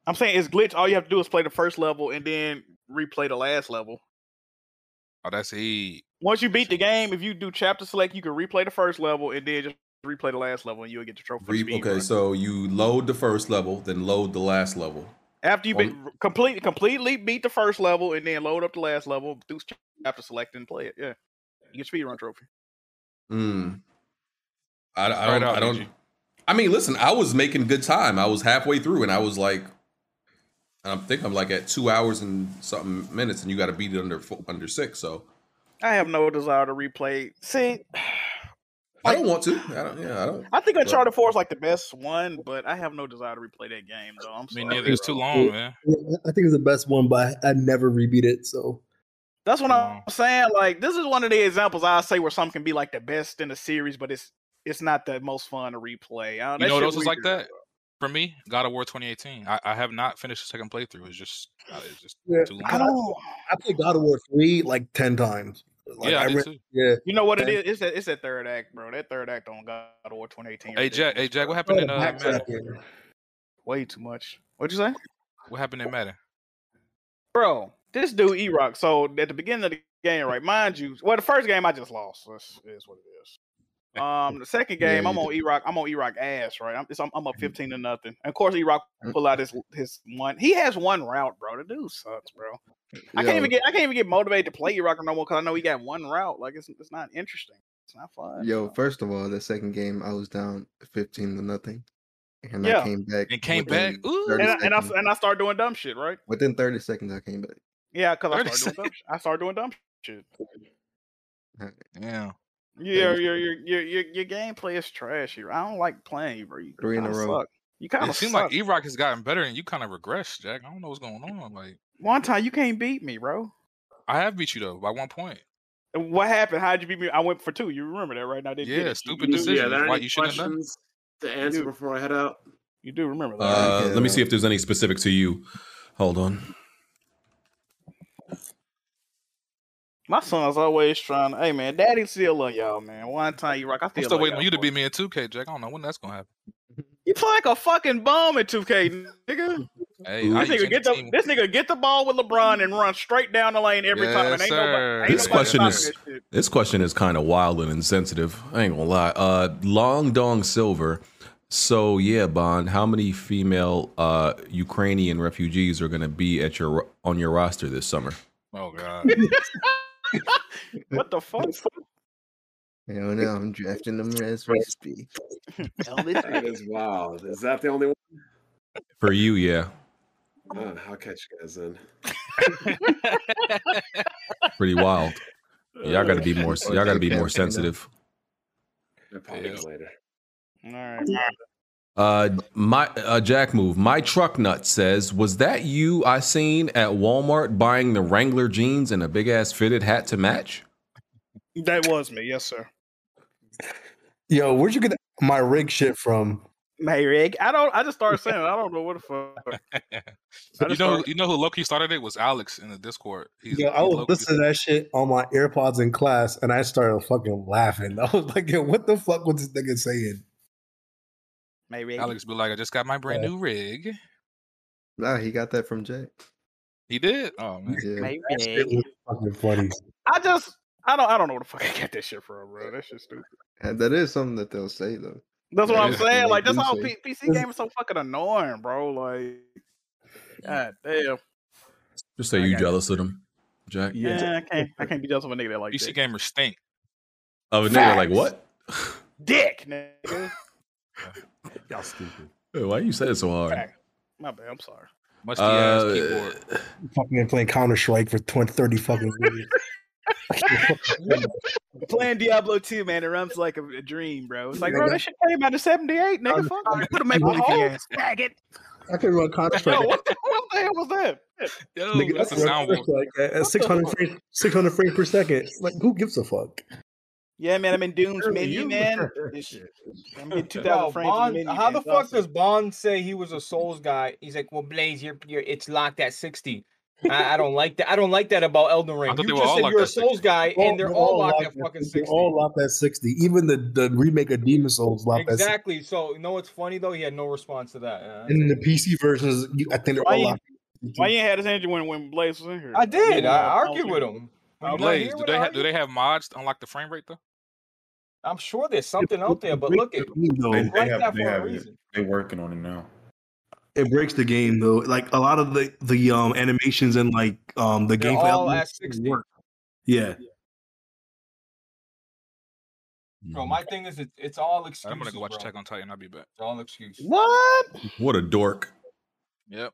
Speaker 10: I'm saying it's glitched. All you have to do is play the first level and then replay the last level.
Speaker 8: Oh, that's E.
Speaker 10: Once you beat the game, if you do chapter select, you can replay the first level and then just replay the last level, and you'll get the trophy. for the
Speaker 6: Re-
Speaker 10: speed
Speaker 6: okay,
Speaker 10: run.
Speaker 6: so you load the first level, then load the last level.
Speaker 10: after you beat,
Speaker 6: on-
Speaker 10: complete completely beat the first level and then load up the last level, do chapter select and play it. Yeah, you get speed run trophy.
Speaker 6: Mm. I, I
Speaker 8: Right
Speaker 6: don't.
Speaker 8: out,
Speaker 6: I don't.
Speaker 8: Luigi.
Speaker 6: I mean, listen. I was making good time. I was halfway through, and I was like, I think I'm like at two hours and something minutes, and you got to beat it under fo- under six. So
Speaker 10: I have no desire to replay. See,
Speaker 6: I don't want to. I don't, yeah, I don't.
Speaker 10: I think
Speaker 6: Right.
Speaker 10: Uncharted Four is like the best one, but I have no desire to replay that game though. I'm
Speaker 8: Me
Speaker 10: sorry.
Speaker 8: neither. It's too long, man.
Speaker 9: Yeah, I I think it's the best one, but I I never rebeat it. So
Speaker 10: That's what I'm
Speaker 8: Mm.
Speaker 10: saying. Like this is one of the examples I say where some can be like the best in the series, but it's it's not the most fun to replay. I don't,
Speaker 8: You know what
Speaker 10: Oh, shit
Speaker 8: else is like
Speaker 10: weird.
Speaker 8: that? For me, God of War 2018. I, I have not finished the second playthrough. It's just uh, it's just
Speaker 9: Yeah,
Speaker 8: too
Speaker 10: I
Speaker 8: long.
Speaker 10: don't.
Speaker 9: I played God of War three like ten times. Like,
Speaker 8: yeah, I, did
Speaker 9: re-
Speaker 8: too.
Speaker 9: yeah.
Speaker 10: You know what it is? It's that it's that third act, bro. That third act on God of War 2018.
Speaker 8: Hey Jack, hey
Speaker 10: ridiculous,
Speaker 8: Jack,
Speaker 10: bro.
Speaker 8: what happened in
Speaker 9: Oh,
Speaker 8: uh,
Speaker 9: Max
Speaker 8: Madden?
Speaker 9: Rathbun.
Speaker 10: Way too much. What'd you say,
Speaker 8: What happened in Madden?
Speaker 10: bro? This dude E Rock. So at the beginning of the game, right? Mind you, well, the first game I just lost. That's is what it is. Um,
Speaker 5: (laughs)
Speaker 10: the second
Speaker 6: Yeah,
Speaker 10: game,
Speaker 6: you
Speaker 10: I'm on E Rock. I'm on E Rock ass, right? I'm, it's, I'm,
Speaker 5: Mm-hmm.
Speaker 10: I'm up 15 to nothing. And of course, E Rock pull out his his one. He has one route, bro. The dude sucks, bro. I can't
Speaker 6: Yo,
Speaker 10: even get I can't even get motivated to play E Rock no more because I know he got one route. Like it's it's not interesting. It's not fun.
Speaker 5: Yo, first of all, the second game I was down fifteen to nothing, and
Speaker 10: Yeah.
Speaker 5: I came back
Speaker 8: And came
Speaker 5: within
Speaker 8: back? Ooh.
Speaker 5: 30
Speaker 10: and I, and I
Speaker 5: seconds.
Speaker 10: and I start doing dumb shit, right?
Speaker 5: within thirty seconds I came back.
Speaker 10: Yeah, because I
Speaker 8: 30
Speaker 10: started doing dumb shit. I started doing dumb shit.
Speaker 8: Yeah.
Speaker 10: Yeah,
Speaker 5: you
Speaker 10: your your your your your gameplay is trash. You, I don't like playing you, bro. You
Speaker 5: Three in a
Speaker 10: kinda
Speaker 5: row.
Speaker 10: Suck. You kind
Speaker 8: It
Speaker 10: of
Speaker 8: seems
Speaker 10: seem
Speaker 8: like E Rock has gotten better and you kind of regressed, Jack. I don't know what's going on. Like
Speaker 10: one time you can't beat me, bro.
Speaker 8: I have beat you though by one point.
Speaker 10: And What happened? How'd you beat me? I went for two. You remember that, right? Now didn't get
Speaker 8: Yeah,
Speaker 10: it. You-
Speaker 8: stupid
Speaker 10: you-
Speaker 8: decision.
Speaker 2: Yeah,
Speaker 8: Why
Speaker 2: there are any
Speaker 8: you shouldn't have done-
Speaker 2: questions to answer
Speaker 10: Dude.
Speaker 2: before I head out?
Speaker 10: You do remember that. right?
Speaker 6: Uh,
Speaker 5: Yeah.
Speaker 6: let me see if there's any specific to you. Hold on.
Speaker 10: My son's always trying. to, Hey man, daddy still love y'all, man. One time you rock, I
Speaker 8: I'm
Speaker 10: still,
Speaker 8: still
Speaker 10: love
Speaker 8: waiting on
Speaker 10: y'all,
Speaker 8: you to
Speaker 10: boy.
Speaker 8: beat me in 2K, Jack. I don't know when that's gonna happen.
Speaker 10: You play like a fucking bum at 2K, nigga.
Speaker 8: Hey,
Speaker 6: Ooh.
Speaker 8: I
Speaker 6: Nice,
Speaker 10: This
Speaker 8: use
Speaker 10: nigga,
Speaker 8: any
Speaker 10: get the,
Speaker 8: team-
Speaker 10: this nigga get the ball with LeBron and run straight down the lane every time. And
Speaker 8: Yes,
Speaker 10: ain't nobody, ain't
Speaker 8: sir.
Speaker 6: This
Speaker 10: nobody
Speaker 6: question
Speaker 10: stopping
Speaker 6: is-
Speaker 10: that shit.
Speaker 6: This question is kind of wild and insensitive. I ain't gonna lie. Uh, Long Dong Silver. So yeah, Bond. How many female uh, Ukrainian refugees are gonna be at your on your roster this summer?
Speaker 8: Oh god.
Speaker 10: (laughs) What the fuck?
Speaker 5: know, now I'm drafting them as we speak.
Speaker 2: That is wild. Is that the only one?
Speaker 6: For you, yeah,
Speaker 2: Uh, I'll catch you guys then.
Speaker 6: pretty wild. (laughs) Y'all gotta be
Speaker 3: (laughs)
Speaker 6: more. Y'all gotta
Speaker 2: (laughs)
Speaker 6: be more sensitive.
Speaker 2: I'll probably
Speaker 8: Yeah.
Speaker 2: get later.
Speaker 10: All right.
Speaker 6: Uh, my uh, Jack move. My truck nut says, "Was that you I seen at Walmart buying the Wrangler jeans and a big ass fitted hat to match?"
Speaker 10: That was me, yes, sir.
Speaker 9: Yo, where'd you get my rig shit from?
Speaker 10: Mayrig. I don't I just
Speaker 8: (laughs)
Speaker 10: started saying it. I don't know what the (laughs) fuck. I
Speaker 8: you
Speaker 10: just
Speaker 8: know,
Speaker 10: started-
Speaker 8: you know who Loki started it was Alex in the Discord. He's,
Speaker 9: Yo, I
Speaker 8: he
Speaker 9: was
Speaker 8: low-key-
Speaker 9: listening to that shit on my AirPods in class, and I started fucking laughing. (laughs) I was like, "Yo, what the fuck was this nigga saying?"
Speaker 10: Mayrig.
Speaker 8: Alex be like, I just got my brand new rig.
Speaker 5: Nah, he got that from Jack.
Speaker 8: He did. Oh man.
Speaker 5: Yeah.
Speaker 9: That shit was fucking funny.
Speaker 10: I just I don't I don't know where the fuck I got that shit from, bro. That shit stupid.
Speaker 5: And Uh, that is something that they'll say though.
Speaker 10: That's what I'm
Speaker 5: Yeah,
Speaker 10: saying.
Speaker 5: they
Speaker 10: Like that's
Speaker 5: do
Speaker 10: how
Speaker 5: say-
Speaker 10: P- PC games are so fucking annoying, bro. Like God damn.
Speaker 6: Just say you jealous of them, Jack.
Speaker 11: Yeah.
Speaker 10: Man, Eh, I can't I can't be jealous of a nigga that like
Speaker 8: PC
Speaker 10: that.
Speaker 8: gamers stink.
Speaker 6: Of a Oh, nigga, like
Speaker 10: Facts.
Speaker 6: what?
Speaker 10: Dick, (laughs) nigga.
Speaker 13: Y'all stupid.
Speaker 6: Why you say it so hard?
Speaker 10: Fact. My bad, I'm sorry.
Speaker 8: Musty ass
Speaker 6: Uh,
Speaker 8: keyboard.
Speaker 9: Fucking been playing Counter Strike for 20, 30 fucking
Speaker 10: (laughs)
Speaker 9: years. (laughs)
Speaker 10: Playing Diablo 2, man, it runs like a, a dream, bro. It's like, bro, that shit came out in 78, Oh, nigga. Fuck. Put a make believe faggot.
Speaker 9: I can run Counter
Speaker 10: Yo,
Speaker 9: Strike.
Speaker 10: what the, what the hell was that?
Speaker 8: Yo,
Speaker 9: Nigga,
Speaker 8: that's
Speaker 9: I
Speaker 8: a
Speaker 9: can run
Speaker 8: sound
Speaker 9: Counter
Speaker 8: wall.
Speaker 9: Strike at- at 600 frames, 600 frames per second. Like, who gives a fuck?
Speaker 10: Yeah, man, I'm in Doom's
Speaker 8: (laughs)
Speaker 10: menu, man. It's- I'm in 2,000
Speaker 1: Yo,
Speaker 10: frames. in
Speaker 1: Bond-
Speaker 10: menu,
Speaker 1: how
Speaker 10: man.
Speaker 1: the
Speaker 10: It's
Speaker 1: fuck
Speaker 10: awesome.
Speaker 1: does Bond say he was a Souls guy? He's like, well, Blaze, you're, you're it's locked at sixty. I, I don't like that. I don't like that about Elden Ring.
Speaker 8: thought
Speaker 1: You
Speaker 8: they were
Speaker 1: just
Speaker 8: all
Speaker 1: said
Speaker 8: locked
Speaker 1: you're a
Speaker 8: at
Speaker 1: Souls
Speaker 8: 60.
Speaker 1: guy, and they're all locked at
Speaker 9: 60.
Speaker 1: fucking
Speaker 9: They're
Speaker 1: sixty.
Speaker 9: all locked at 60. Even the, the remake of Demon Souls locked at 60.
Speaker 1: Exactly. So, you know what's funny though? He had no response to that. uh,
Speaker 9: And the PC versions, you, I think they're
Speaker 10: Why
Speaker 9: all
Speaker 10: you-
Speaker 9: locked at
Speaker 10: Why you ain't had this energy when, when Blaze was in here?
Speaker 1: I did. I
Speaker 10: was
Speaker 1: argued
Speaker 10: here.
Speaker 1: with him. When you're not
Speaker 8: Blaze,
Speaker 1: here
Speaker 8: do
Speaker 1: with
Speaker 8: they
Speaker 1: an
Speaker 8: have do
Speaker 1: argument,
Speaker 8: they have mods to unlock the frame rate though?
Speaker 1: I'm sure there's something out there, but look, it
Speaker 9: breaks the
Speaker 11: They, they
Speaker 9: game, though.
Speaker 1: like
Speaker 11: have,
Speaker 1: that
Speaker 11: they
Speaker 1: for a
Speaker 11: have it.
Speaker 1: reason.
Speaker 11: They working on it now.
Speaker 9: It breaks the game though. Like a lot of the the um animations and like um the
Speaker 1: They're
Speaker 9: gameplay
Speaker 1: all at
Speaker 9: elements
Speaker 1: 60.
Speaker 9: work. Yeah,
Speaker 8: Mm-hmm.
Speaker 1: Bro, my thing is it, it's all excuses.
Speaker 8: I'm gonna go watch
Speaker 1: bro.
Speaker 8: Attack on Titan. I'll be back.
Speaker 1: It's all excuses.
Speaker 10: What?
Speaker 6: Uh, What a dork.
Speaker 8: Yep.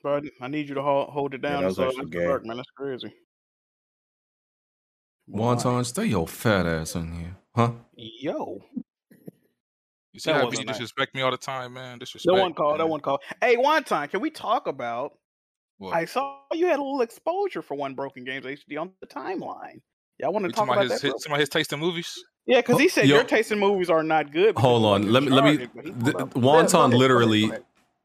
Speaker 10: Bro, I need you to hold, hold it
Speaker 6: Yeah,
Speaker 10: down.
Speaker 6: that
Speaker 10: Yeah,
Speaker 6: was
Speaker 10: so
Speaker 6: actually gay.
Speaker 10: dark, man. That's crazy.
Speaker 6: Wonton, stay your fat ass in here, huh?
Speaker 10: Yo,
Speaker 8: You see
Speaker 10: That
Speaker 8: how
Speaker 10: wasn't
Speaker 8: you
Speaker 10: nice.
Speaker 8: disrespect me all the time, man. Disrespect.
Speaker 10: that one call. That one call. Hey, one time, can we talk about?
Speaker 8: What?
Speaker 10: I saw you had a little exposure for one Broken Games HD on the timeline. Y'all want to
Speaker 8: You
Speaker 10: talk
Speaker 8: talking
Speaker 10: about
Speaker 8: about his,
Speaker 10: that?
Speaker 8: his,
Speaker 10: bro?
Speaker 8: talking about his taste in movies?
Speaker 10: Yeah, because
Speaker 8: (laughs)
Speaker 10: he said
Speaker 6: Yo.
Speaker 10: your taste in movies are not good. because
Speaker 6: Hold
Speaker 10: you
Speaker 6: on.
Speaker 10: like
Speaker 6: Let me. Let me.
Speaker 10: Uncharted, but he
Speaker 6: th-
Speaker 10: pulled out-
Speaker 6: Wonton literally.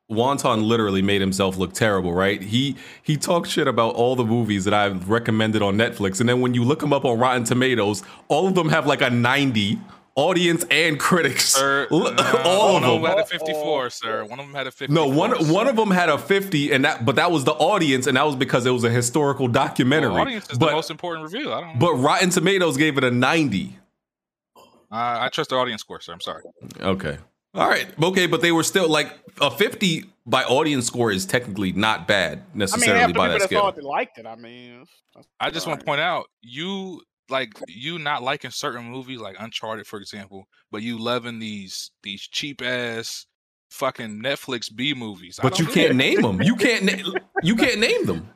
Speaker 6: Wonton literally made himself look terrible, right? He he talked shit about all the movies that I've recommended on Netflix, and then when you look them up on Rotten Tomatoes, all of them have like a ninety audience and critics. L- (laughs)
Speaker 10: (laughs)
Speaker 6: all
Speaker 8: one
Speaker 6: of
Speaker 8: of them
Speaker 6: them.
Speaker 8: had a 54,
Speaker 10: Oh.
Speaker 8: sir. One of them had a 54.
Speaker 6: No, one one of them had a fifty, and that but that was the audience, and that was because it was a historical documentary.
Speaker 8: Audience is the
Speaker 6: but
Speaker 8: most important review. I don't.
Speaker 6: but Rotten Tomatoes gave it a ninety.
Speaker 8: I I trust the audience score, sir. I'm sorry.
Speaker 6: Okay. All right. Okay, but they were still like a 50 by audience score is technically not bad
Speaker 10: I mean,
Speaker 6: necessarily
Speaker 10: half the
Speaker 6: by
Speaker 10: people
Speaker 6: that
Speaker 10: that
Speaker 6: scale.
Speaker 10: thought they liked it. I mean, that's-
Speaker 8: I just want to point out you like you not liking certain movies like Uncharted, for example, but you loving these these cheap ass fucking Netflix B movies. I
Speaker 6: But you
Speaker 8: don't get
Speaker 6: can't
Speaker 8: it.
Speaker 6: name them.
Speaker 8: (laughs)
Speaker 6: You can't na- you can't name them.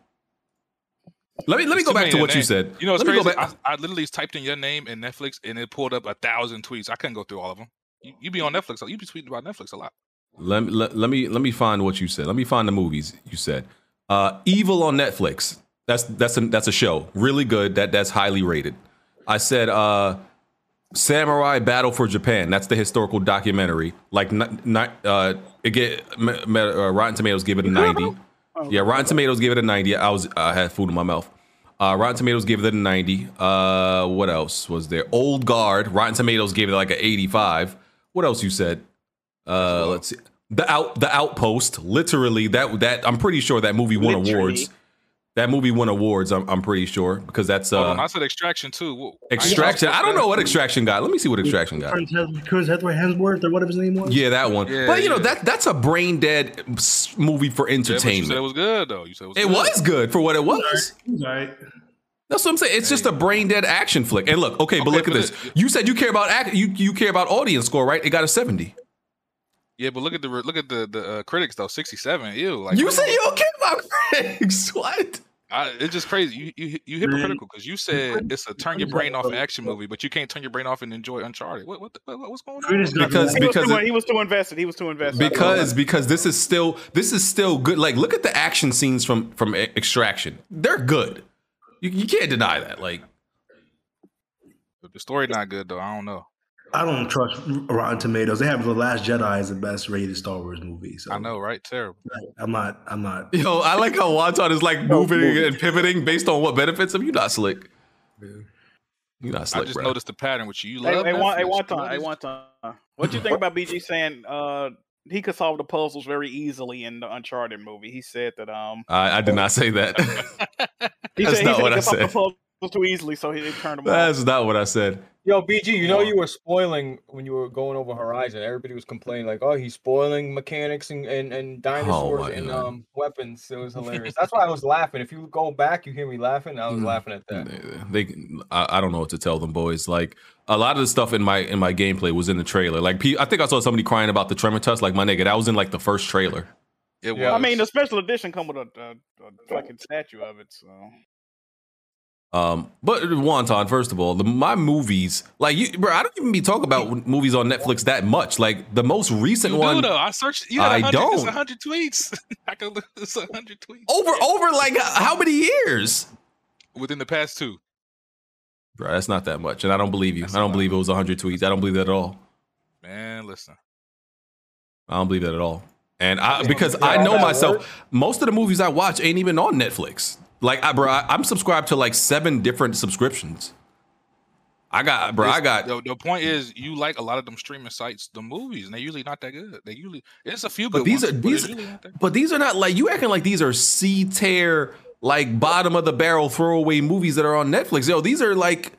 Speaker 6: Let me let me
Speaker 8: It's
Speaker 6: go
Speaker 8: too
Speaker 6: back
Speaker 8: many
Speaker 6: to what you
Speaker 8: name.
Speaker 6: said.
Speaker 8: You know, it's
Speaker 6: let me
Speaker 8: crazy.
Speaker 6: go back.
Speaker 8: I, I literally typed in your name in Netflix, and it pulled up a thousand tweets. I couldn't go through all of them. You, you be on Netflix. You be tweeting about Netflix a lot.
Speaker 6: Let, me- let, let me let me find what you said. Let me find the movies you said. Uh, Evil on Netflix. That's that's a, that's a show. Really good. That that's highly rated. I said uh, Samurai Battle for Japan. That's the historical documentary. Like not, not uh, it get m- m- uh, Rotten Tomatoes give it a ninety. Yeah, Rotten Tomatoes gave it a ninety. I was I had food in my mouth. Uh, Rotten Tomatoes gave it a ninety. Uh, what else was there? Old Guard. Rotten Tomatoes gave it like an eighty-five. What else you said? Uh, let's see. The out the outpost. Literally that that I'm pretty sure that movie won
Speaker 8: Literally.
Speaker 6: awards. That movie won awards. I'm I'm pretty sure because that's
Speaker 8: Hold on, I
Speaker 6: uh
Speaker 8: said Extraction too. Whoa, I ain't-
Speaker 6: extraction. I don't know what extraction got. Let me see what extraction got.
Speaker 14: Chris Hathaway Hemsworth or whatever his name was.
Speaker 6: Yeah, that one.
Speaker 14: Yeah,
Speaker 6: but you know
Speaker 14: yeah.
Speaker 6: that that's a brain dead s- movie for
Speaker 8: Yeah, but you said
Speaker 6: entertainment.
Speaker 8: it was good though. You said it was.
Speaker 6: It
Speaker 8: good.
Speaker 6: was good for what it was.
Speaker 14: right.
Speaker 6: That's what I'm saying. It's just a brain dead action flick. And look, okay, but
Speaker 8: Okay,
Speaker 6: look at
Speaker 8: but
Speaker 6: this. you said you care about act, you you care about audience score, right? It got a 70.
Speaker 8: Yeah, but look at the re- look at the the uh, critics though. Sixty seven. Ew. Like
Speaker 6: you say you don't care about critics. (laughs) What?
Speaker 8: I, it's just crazy. You you you hypocritical because you said it's a turn your brain off action movie, but you can't turn your brain off and enjoy Uncharted. What what, the, what what's going on?
Speaker 6: Because
Speaker 10: he was,
Speaker 6: because
Speaker 10: too,
Speaker 6: it-
Speaker 10: he was too invested. He was too invested.
Speaker 6: because because this is still this is still good. Like look at the action scenes from from E- Extraction. They're good. You, you can't deny that. Like (laughs)
Speaker 8: The story not good though. I don't know.
Speaker 9: I don't trust Rotten Tomatoes. They have The Last Jedi as the best rated Star Wars movie. So
Speaker 8: I know, right? Terrible.
Speaker 9: I'm not. I'm
Speaker 6: (laughs)
Speaker 9: not.
Speaker 6: yo, I like how Wonton is like moving and pivoting based on what benefits him. You not slick. You not
Speaker 8: I
Speaker 6: slick,
Speaker 8: just
Speaker 6: bro.
Speaker 8: noticed the pattern with you. You
Speaker 10: Hey,
Speaker 8: love
Speaker 10: hey, one, hey,
Speaker 8: Netflix.
Speaker 10: one
Speaker 8: You
Speaker 10: time,
Speaker 8: love
Speaker 10: hey,
Speaker 8: these-
Speaker 10: one time. What you think about BG saying uh, he could solve the puzzles very easily in the Uncharted movie? He said that um,
Speaker 6: I, I did not say that. (laughs)
Speaker 10: he
Speaker 6: That's
Speaker 10: said,
Speaker 6: not
Speaker 10: he said
Speaker 6: what
Speaker 10: he
Speaker 6: I
Speaker 10: could solve the
Speaker 6: said.
Speaker 10: puzzles too easily, so he it turned him off.
Speaker 6: That's not what I said.
Speaker 1: Yo, BG, you know you were spoiling when you were going over Horizon. Everybody was complaining like, "Oh, he's spoiling mechanics and and, and dinosaurs
Speaker 6: Oh my
Speaker 1: and
Speaker 6: God.
Speaker 1: um weapons." It was
Speaker 6: (laughs)
Speaker 1: hilarious. That's why I was laughing. If you go back, you hear me laughing. I was
Speaker 6: Mm.
Speaker 1: laughing at that.
Speaker 6: they I, I don't know what to tell them boys like a lot of the stuff in my in my gameplay was in the trailer like pe- i think i saw somebody crying about the tremor test like my nigga that was in like the first trailer
Speaker 8: It
Speaker 10: I mean, the special edition come with a, a, a fucking statue of it. So
Speaker 6: um but wonton first of all the, my movies like you bro i don't even be talking about movies on netflix that much like the most recent
Speaker 8: You
Speaker 6: one
Speaker 8: do though. I searched. You had
Speaker 6: I
Speaker 8: 100, It's
Speaker 6: don't.
Speaker 8: 100 tweets. (laughs) I could look. It's 100 tweets
Speaker 6: over over like h- how many years
Speaker 8: within the past two.
Speaker 6: bro that's not that much and i don't believe you i don't believe it was 100 tweets i don't believe that at all
Speaker 8: Man, listen.
Speaker 6: I don't believe that at all. And I because
Speaker 8: Yeah,
Speaker 6: I know
Speaker 8: that
Speaker 6: myself,
Speaker 8: works.
Speaker 6: most of the movies I watch ain't even on Netflix. Like I, bro, I, I'm subscribed to like seven different subscriptions. I got, bro,
Speaker 8: It's-
Speaker 6: I got.
Speaker 8: The, the point is, you like a lot of them streaming sites, the movies, and they're usually not that good. They usually it's a few good
Speaker 6: But these are
Speaker 8: ones, but it's
Speaker 6: these,
Speaker 8: usually not that-
Speaker 6: but these are not like you acting like these are C tier, like bottom of the barrel throwaway movies that are on Netflix. Yo, these are like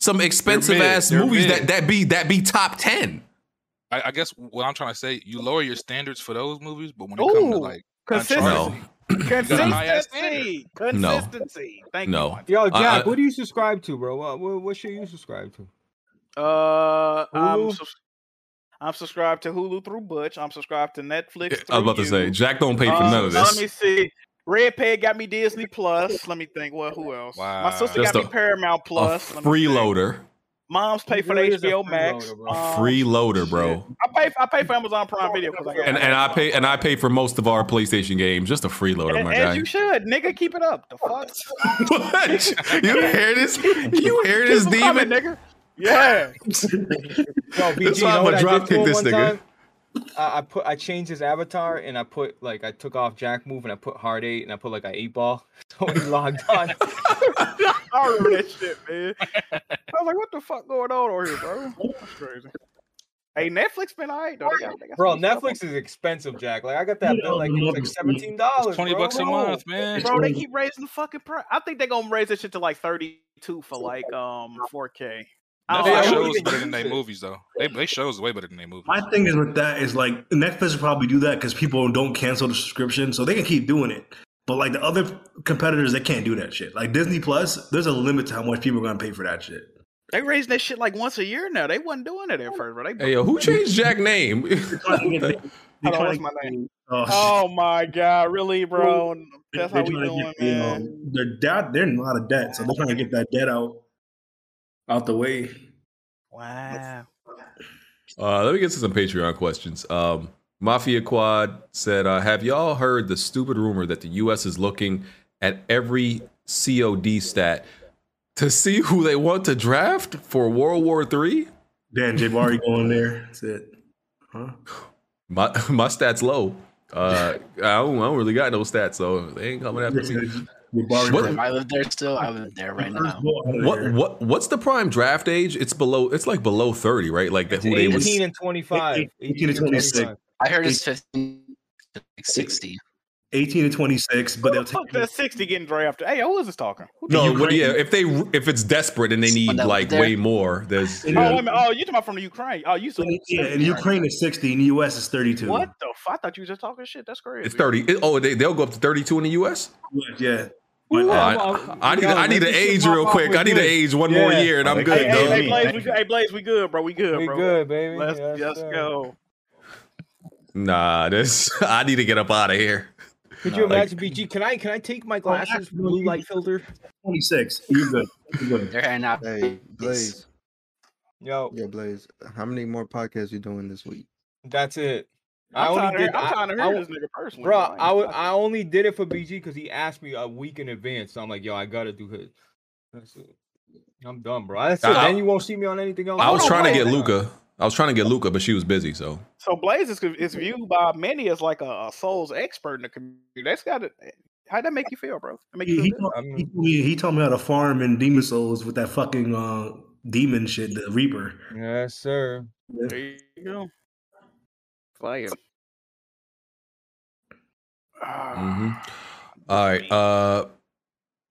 Speaker 6: some expensive
Speaker 8: mid,
Speaker 6: ass
Speaker 8: they're
Speaker 6: movies
Speaker 8: mid.
Speaker 6: that that be that be top ten.
Speaker 8: I, I guess what I'm trying to say, you lower your standards for those movies, but when it comes to
Speaker 10: Ooh,
Speaker 8: like
Speaker 10: consistency.
Speaker 8: Uncharted, you got a high ass standard.
Speaker 10: consistency,
Speaker 6: No.
Speaker 10: consistency. Thank you.
Speaker 6: No.
Speaker 10: Monty.
Speaker 1: Yo,
Speaker 6: I-
Speaker 1: Jack,
Speaker 6: I-
Speaker 1: what do you subscribe to, bro? What, what what shit you subscribe to?
Speaker 10: Uh, I'm, sus- I'm subscribed to Hulu through Butch. I'm subscribed to Netflix.
Speaker 6: I was
Speaker 10: through
Speaker 6: about to
Speaker 10: you.
Speaker 6: say, Jack don't pay for
Speaker 10: Uh,
Speaker 6: none of this.
Speaker 10: Let me see. Red Peg got me Disney Plus. Let me think. Well, who else? My sister
Speaker 6: Just
Speaker 10: got
Speaker 6: a-
Speaker 10: me Paramount
Speaker 6: A
Speaker 10: Plus. Let me-
Speaker 6: freeloader,
Speaker 10: Moms pay for the HBO Max. Um,
Speaker 6: freeloader, bro.
Speaker 10: I pay. I pay for Amazon Prime Video because I got.
Speaker 6: And and I pay and I pay for most of our PlayStation games. Just a freeloader,
Speaker 10: And-
Speaker 6: my
Speaker 10: as
Speaker 6: guy.
Speaker 10: you should, nigga. Keep it up.
Speaker 6: (laughs)
Speaker 10: The fuck. (laughs)
Speaker 6: You hear this? You hear this,
Speaker 10: Keep 'em coming,
Speaker 6: demon?
Speaker 10: nigga. Yeah.
Speaker 1: Yo, BG,
Speaker 6: That's
Speaker 1: you
Speaker 6: why
Speaker 1: know
Speaker 6: I'ma
Speaker 1: what I did
Speaker 6: dropkick
Speaker 1: to him
Speaker 6: this
Speaker 1: one
Speaker 6: nigga.
Speaker 1: time? I, I put I changed his avatar and I put like I took off Jack move and I put hard eight and I put like an eight ball. (laughs) So when he logged on.
Speaker 10: I remember that shit, man. I was like, what the fuck going on over here, bro? That's crazy. Hey, Netflix been alright though. They got- they got
Speaker 1: Bro,
Speaker 10: some stuff
Speaker 1: Netflix is expensive, Jack. Like I got that bill like it was like seventeen dollars.
Speaker 15: $20 bucks a month, man.
Speaker 10: Bro, they keep raising the fucking price. I think they're gonna raise that shit to like thirty-two for like um 4K. I don't
Speaker 15: Netflix
Speaker 10: know.
Speaker 15: shows better than they movies though. They they shows way better than they movies.
Speaker 9: My thing is with that is like Netflix will probably do that because people don't cancel the subscription, so they can keep doing it. But like the other competitors, they can't do that shit. Like Disney Plus, there's a limit to how much people are gonna pay for that shit.
Speaker 10: They raising that shit like once a year now. They wasn't doing it at first, bro. They
Speaker 6: Hey yo, who changed Jack name?
Speaker 10: Hold
Speaker 9: (laughs)
Speaker 10: on, what's my name? Oh my god, really, bro? That's how we doing,
Speaker 9: get,
Speaker 10: man.
Speaker 9: um, they're debt. They're in a lot of debt, so they're trying to get that debt out, out the way.
Speaker 10: Wow.
Speaker 6: Uh, let me get to some Patreon questions. Um, Mafia Quad said, uh, "Have y'all heard the stupid rumor that the U.S. is looking at every COD stat to see who they want to draft for World War III?"
Speaker 9: Dan Jabari going there. That's it. Huh?
Speaker 6: My (laughs) my stats low. Uh, I, don't, I don't really got no stats, so they ain't coming after me.
Speaker 2: If I live there still. I live there right now.
Speaker 6: What what what's the prime draft age? It's below. It's like below thirty, right? Like that. Who they would.
Speaker 1: Eighteen and twenty-five.
Speaker 9: 18 to 26.
Speaker 2: I heard it's 15 to like 60.
Speaker 9: 18 to 26, but they'll take
Speaker 10: Fuck that 60 getting drafted. Hey, who is this talking? Who
Speaker 6: No,
Speaker 10: the-
Speaker 6: what- yeah. If they if it's desperate and they need
Speaker 10: that was
Speaker 6: like
Speaker 10: there.
Speaker 6: way more, there's
Speaker 10: Oh,
Speaker 6: yeah.
Speaker 10: wait a minute. oh, you talking about from the Ukraine? Oh, you said
Speaker 9: Yeah, and Ukraine is 60, and the U.S. is 32.
Speaker 10: What the fuck? I thought you were just talking shit. That's crazy.
Speaker 6: It's thirty. it- oh, they they'll go up to thirty-two in the U.S.
Speaker 9: Yeah.
Speaker 6: Oh, I,
Speaker 10: I'm-
Speaker 6: I need
Speaker 10: I'm-
Speaker 6: I need an
Speaker 10: this shit
Speaker 6: age
Speaker 10: pop
Speaker 6: real
Speaker 10: off
Speaker 6: quick.
Speaker 10: with
Speaker 6: I need an
Speaker 10: this.
Speaker 6: age one more
Speaker 10: Yeah.
Speaker 6: year and I'm
Speaker 10: Hey,
Speaker 6: good.
Speaker 10: Hey, hey,
Speaker 6: dog.
Speaker 10: Blaze, we, hey, Blaze, we good, bro. We good, bro. We good,
Speaker 1: baby.
Speaker 10: Let's just go.
Speaker 6: Nah, this (laughs) I need to get up out of here.
Speaker 1: Could you
Speaker 6: Like,
Speaker 1: imagine BG? Can I can I take my glasses blue light filter?
Speaker 9: 26. You're good. You're good.
Speaker 2: They're not.
Speaker 16: Hey, Blaze.
Speaker 1: Yo.
Speaker 16: Yo, Blaze. How many more podcasts you doing this week?
Speaker 1: That's it.
Speaker 10: I'm
Speaker 1: only
Speaker 10: trying to hear- I'm trying to hear
Speaker 1: w-
Speaker 10: this nigga personally,
Speaker 1: Bro,
Speaker 10: like,
Speaker 1: I would- I only did it for BG because he asked me a week in advance. So I'm like, yo, I gotta do his. That's it. I'm done, bro. That's it.
Speaker 6: I-
Speaker 1: then you won't see me on anything else.
Speaker 6: I was
Speaker 1: Hold on,
Speaker 6: trying to get
Speaker 1: wait.
Speaker 6: Luca. I was trying to get Luca, but she was busy. So
Speaker 10: So Blaze is, is viewed by many as like a, a Souls expert in the community. That's got to. How'd that make you feel, bro? That make you
Speaker 9: He,
Speaker 10: feel
Speaker 9: he,
Speaker 10: good?
Speaker 9: told, he, told me, he told me how to farm in Demon Souls with that fucking uh, demon shit, the Reaper.
Speaker 1: Yes, sir.
Speaker 10: There you go. Fire.
Speaker 6: Mhm. All right. Uh,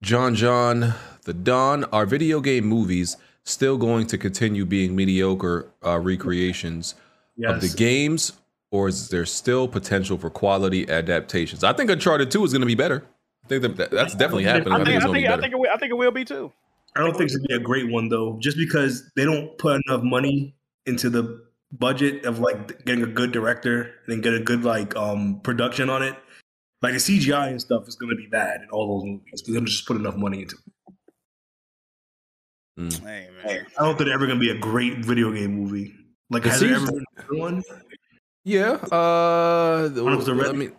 Speaker 6: John John, the Don, are video game movies still going to continue being mediocre uh, recreations of
Speaker 9: Yes.
Speaker 6: the games, or is there still potential for quality adaptations? I think Uncharted 2 is going to be better. I think that- that, that's definitely happening. I think it's
Speaker 9: I
Speaker 6: going to be
Speaker 9: think-
Speaker 10: I
Speaker 6: better.
Speaker 10: think it will, I think it will be too.
Speaker 9: I don't think it's gonna be a great one though, just because they don't put enough money into the budget of like getting a good director and then get a good like um production on it. Like the CGI and stuff is gonna be bad in all those movies because they don't just put enough money into it.
Speaker 6: Mm.
Speaker 10: Hey, man.
Speaker 9: I don't think they're ever gonna be a great video game movie. Like
Speaker 6: It
Speaker 9: has there
Speaker 6: seems-
Speaker 9: ever been a good one?
Speaker 6: Yeah. Uh, the,
Speaker 9: One was the
Speaker 6: let
Speaker 9: red-
Speaker 6: me-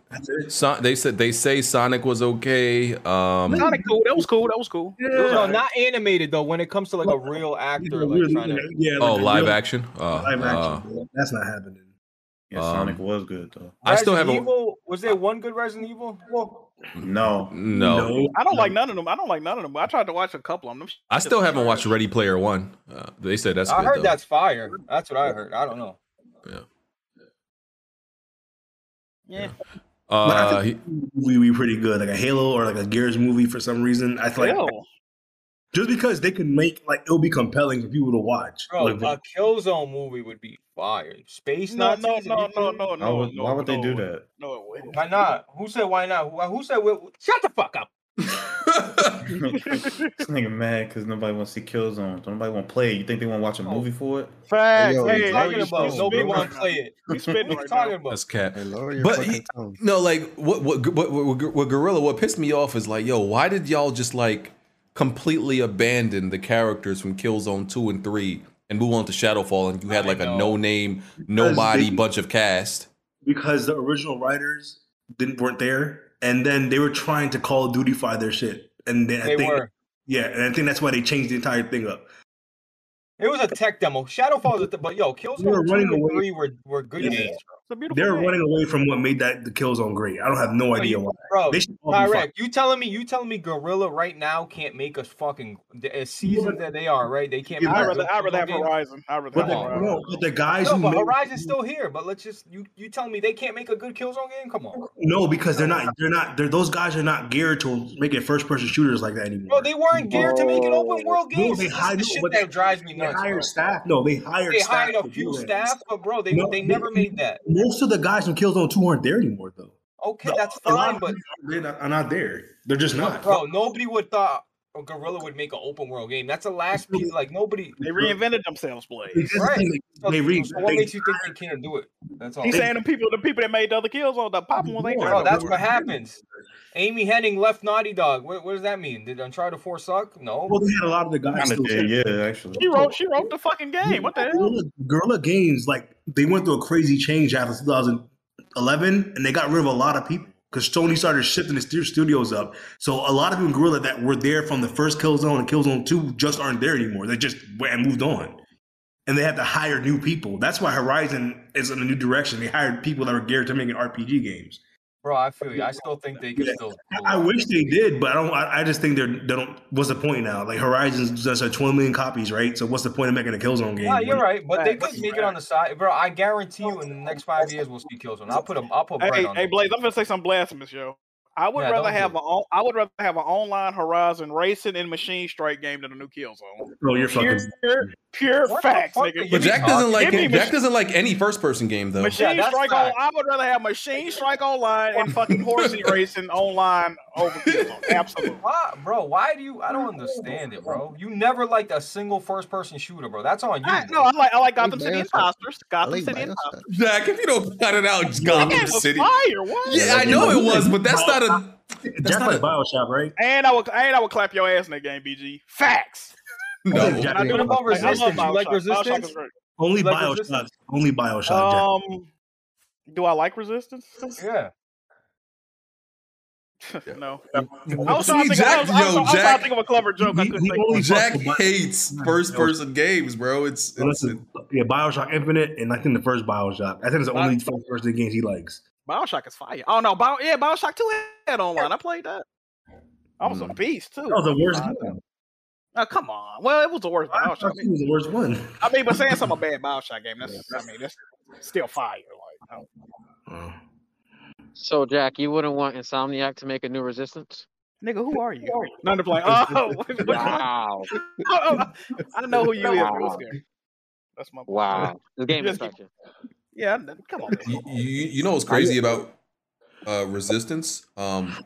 Speaker 6: Son- they said they say Sonic was okay. Um,
Speaker 10: Kinda cool. That was cool. That was cool. It was
Speaker 1: No,
Speaker 10: alright.
Speaker 1: not animated though. When it comes to like
Speaker 10: (laughs)
Speaker 1: a real actor, like trying to
Speaker 6: oh, live action. Uh,
Speaker 9: Live
Speaker 6: uh,
Speaker 9: action. bro. That's not happening.
Speaker 11: Yeah,
Speaker 6: Um,
Speaker 11: Sonic was good though.
Speaker 6: I still
Speaker 1: Resident
Speaker 6: haven't.
Speaker 1: Evil was there one good Resident Evil?
Speaker 11: No,
Speaker 6: No.
Speaker 10: I don't like none of them. I don't like none of them. I tried to watch a couple of them.
Speaker 6: I still haven't watched Ready Player One. Uh, they said that's.
Speaker 1: I
Speaker 6: good,
Speaker 1: heard
Speaker 6: though.
Speaker 1: that's fire. That's what I heard. I don't know.
Speaker 10: Yeah.
Speaker 9: Like,
Speaker 6: Uh,
Speaker 9: I think we be pretty good, like a Halo or like a Gears movie for some reason. I feel like
Speaker 1: Hell.
Speaker 9: just because they can make like it'll be compelling for people to watch.
Speaker 1: Bro,
Speaker 9: Like,
Speaker 1: a Killzone movie would be fire. Space
Speaker 10: No,
Speaker 1: Nazis.
Speaker 10: no,
Speaker 1: it'd
Speaker 10: no,
Speaker 1: be
Speaker 10: no, no,
Speaker 1: cool.
Speaker 11: Why
Speaker 10: no,
Speaker 11: would, why would they do that? (laughs)
Speaker 10: no. it wouldn't.
Speaker 1: Why not? Who said why not? Who, who said wh- shut the fuck up?
Speaker 11: this nigga mad because nobody wants to see Killzone. Nobody want to play. it. You think they want to watch a movie for it?
Speaker 10: Facts.
Speaker 11: Yo,
Speaker 10: Hey,
Speaker 11: you
Speaker 10: talking
Speaker 11: already
Speaker 10: about
Speaker 11: spoke,
Speaker 10: nobody
Speaker 11: bro.
Speaker 10: wanna play it. We spitting right now.
Speaker 6: That's cat.
Speaker 16: your
Speaker 6: but
Speaker 16: fucking
Speaker 6: he- no, like what what what what, what gorilla? What pissed me off is like, yo, why did y'all just like completely abandon the characters from Killzone two and three and move on to Shadowfall? And you had like a no name, nobody
Speaker 9: they-
Speaker 6: bunch of cast.
Speaker 9: because the original writers didn't weren't there, and then they were trying to Call of Dutyfy their shit, and they,
Speaker 1: They
Speaker 9: I think,
Speaker 1: were.
Speaker 9: yeah, and I think that's why they changed the entire thing up.
Speaker 1: It was a tech demo. Shadowfall, is a th- but yo,
Speaker 9: We were
Speaker 1: Killzone two
Speaker 9: running
Speaker 1: and
Speaker 9: away.
Speaker 1: three were, were good
Speaker 9: Yeah.
Speaker 1: games,
Speaker 9: They're running away from what made that the Killzone great. I don't have no idea why.
Speaker 1: bro.
Speaker 9: They should all be
Speaker 1: Tyrek, you telling me you telling me Gorilla right now can't make us fucking the as seasoned that they are, right? They can't.
Speaker 9: Yeah,
Speaker 1: make
Speaker 9: I'd
Speaker 1: a
Speaker 9: rather-
Speaker 1: good
Speaker 10: I'd rather
Speaker 1: Killzone
Speaker 10: have
Speaker 1: game?
Speaker 10: Horizon. I'd rather
Speaker 9: But
Speaker 10: have
Speaker 9: the,
Speaker 10: Horizon.
Speaker 9: no, but the guys
Speaker 1: No,
Speaker 9: who
Speaker 1: but
Speaker 9: made,
Speaker 1: Horizon's still here. But let's just you you tell me they can't make a good Killzone game? Come on,
Speaker 9: no, because they're not, they're not, they're those guys are not geared to making first person shooters like that anymore.
Speaker 1: bro. They weren't geared to make an open world
Speaker 9: No,
Speaker 1: game.
Speaker 9: they
Speaker 1: This is
Speaker 9: hired-
Speaker 1: the
Speaker 9: no,
Speaker 1: shit
Speaker 9: but
Speaker 1: that drives me nuts.
Speaker 9: hired
Speaker 1: bro.
Speaker 9: staff. No, they hired
Speaker 1: They
Speaker 9: staff
Speaker 1: hired a
Speaker 9: to
Speaker 1: few
Speaker 9: do that.
Speaker 1: staff, but bro, they
Speaker 9: No,
Speaker 1: they never made that.
Speaker 9: Most of the guys from Killzone Two aren't there anymore, though.
Speaker 1: Okay, that's
Speaker 9: a lot
Speaker 1: fine,
Speaker 9: of
Speaker 1: but
Speaker 9: They're not, are not there. They're just not.
Speaker 1: bro, nobody would thought a Gorilla would make an open world game. That's the last piece. Like nobody,
Speaker 10: They reinvented themselves, Blade.
Speaker 9: This is the
Speaker 1: right?
Speaker 9: thing,
Speaker 1: So,
Speaker 9: they re-
Speaker 1: so what
Speaker 9: they-
Speaker 1: makes you think they can't do it? That's all.
Speaker 10: He's saying the people, the people that made the other kills on the popping ones ain't there.
Speaker 1: Bro, that's what happens. Amy Henning left Naughty Dog. What, what does that mean? Did Uncharted 4 suck? No.
Speaker 9: Well, they had a lot of the guys.
Speaker 11: Kinda
Speaker 9: Still
Speaker 11: did, yeah, actually.
Speaker 10: She wrote, she wrote the fucking game. What the hell?
Speaker 9: Gorilla, Gorilla Games, like they went through a crazy change after 2011, and they got rid of a lot of people because Sony started shifting the stu- studios up. So a lot of people in Gorilla that were there from the first Killzone and Killzone Two just aren't there anymore. They just went and moved on, and they had to hire new people. That's why Horizon is in a new direction. They hired people that were geared to making RPG games.
Speaker 1: Bro, I feel you. I still think they could
Speaker 9: Yeah.
Speaker 1: (laughs) still.
Speaker 9: I I wish they did, but I don't. I, I just think they're they don't. What's the point now? Like Horizon's just at 20 million copies, right? So what's the point of making a Killzone game?
Speaker 1: Nah, you're
Speaker 9: when-
Speaker 1: right, but they could make it on the side, bro. I guarantee you, in the next five years, we'll see Killzone. I'll put a, I'll put bread
Speaker 10: Hey,
Speaker 1: on
Speaker 10: hey,
Speaker 1: it.
Speaker 10: Blaze, I'm gonna say something blasphemous, yo. I would
Speaker 1: Yeah,
Speaker 10: rather
Speaker 1: don't do
Speaker 10: have
Speaker 1: it.
Speaker 10: an on, I would rather have an online Horizon racing and machine strike game than a new Killzone.
Speaker 9: Oh, you're
Speaker 10: Pure,
Speaker 6: fucking.
Speaker 10: pure
Speaker 1: What the
Speaker 10: facts,
Speaker 1: fuck are
Speaker 10: nigga.
Speaker 1: you
Speaker 6: But
Speaker 10: Give me-
Speaker 6: Jack doesn't like
Speaker 10: give me
Speaker 6: Jack
Speaker 10: mach-
Speaker 6: doesn't like any first person game though.
Speaker 10: Machine
Speaker 1: that's
Speaker 10: Strike on. I would rather have Machine Strike online
Speaker 6: (laughs)
Speaker 10: and fucking horsey racing online over Killzone. Absolutely.
Speaker 1: (laughs) Why, bro? Why do you? I don't understand it, bro. You never liked a single first-person shooter, bro. That's on you.
Speaker 10: I, no, I like I like Gotham
Speaker 16: like
Speaker 10: City
Speaker 16: Bioshock.
Speaker 10: Imposters. Gotham
Speaker 16: like
Speaker 10: City
Speaker 16: Bioshock.
Speaker 10: Imposters.
Speaker 6: Jack, if you don't cut it out,
Speaker 10: That
Speaker 6: Gotham
Speaker 10: game was
Speaker 6: City.
Speaker 10: fire. What?
Speaker 6: Yeah, I know it was, but that's not a.
Speaker 9: Jack like Bioshock, right?
Speaker 10: And I would and I would clap your ass in that game, BG. Facts.
Speaker 6: No,
Speaker 9: Jack-
Speaker 1: I mean, what about
Speaker 10: Like, I love
Speaker 1: Resistance? You like
Speaker 10: Bioshock. Bioshock
Speaker 1: Resistance?
Speaker 10: is great.
Speaker 9: Only
Speaker 1: Like
Speaker 9: Bioshock.
Speaker 1: Resistance? Oh.
Speaker 9: Only Bioshock. Oh, Jack.
Speaker 10: Um, do I like Resistance?
Speaker 1: Yeah.
Speaker 10: (laughs) no. I was trying
Speaker 6: See,
Speaker 10: to think. I
Speaker 6: Jack,
Speaker 10: was, I was, I
Speaker 6: yo,
Speaker 10: was trying to
Speaker 6: Jack,
Speaker 10: think of a clever joke. I couldn't think. of one.
Speaker 6: Jack hates first person games, bro. It's, it's
Speaker 9: Listen, yeah, Bioshock Infinite, and I think the first Bioshock. I think it's the only first person games he likes.
Speaker 10: Bioshock is fire. Oh no, Bio, yeah, Bioshock Two had online. I played that. I was a beast too.
Speaker 9: Mm. That was the worst.
Speaker 10: Uh,
Speaker 9: one.
Speaker 10: Oh, come on. Well, it was the worst Bioshock. I
Speaker 9: He
Speaker 10: mean,
Speaker 9: was the worst one.
Speaker 10: I mean, but saying something about bad Bioshock game, that's I mean, that's still fire. Like, I don't-
Speaker 17: So, Jack, you wouldn't want Insomniac to make a new Resistance?
Speaker 10: nigga, who are you? No, they're playing. Oh, (laughs) what-
Speaker 17: Wow.
Speaker 10: I I know who you is. but it's
Speaker 17: Wow.
Speaker 10: scary. That's my
Speaker 17: Wow. This game is
Speaker 10: Just keep-
Speaker 17: such a-
Speaker 10: Yeah, I know. come on. man.
Speaker 6: you, you you know what's crazy about uh resistance um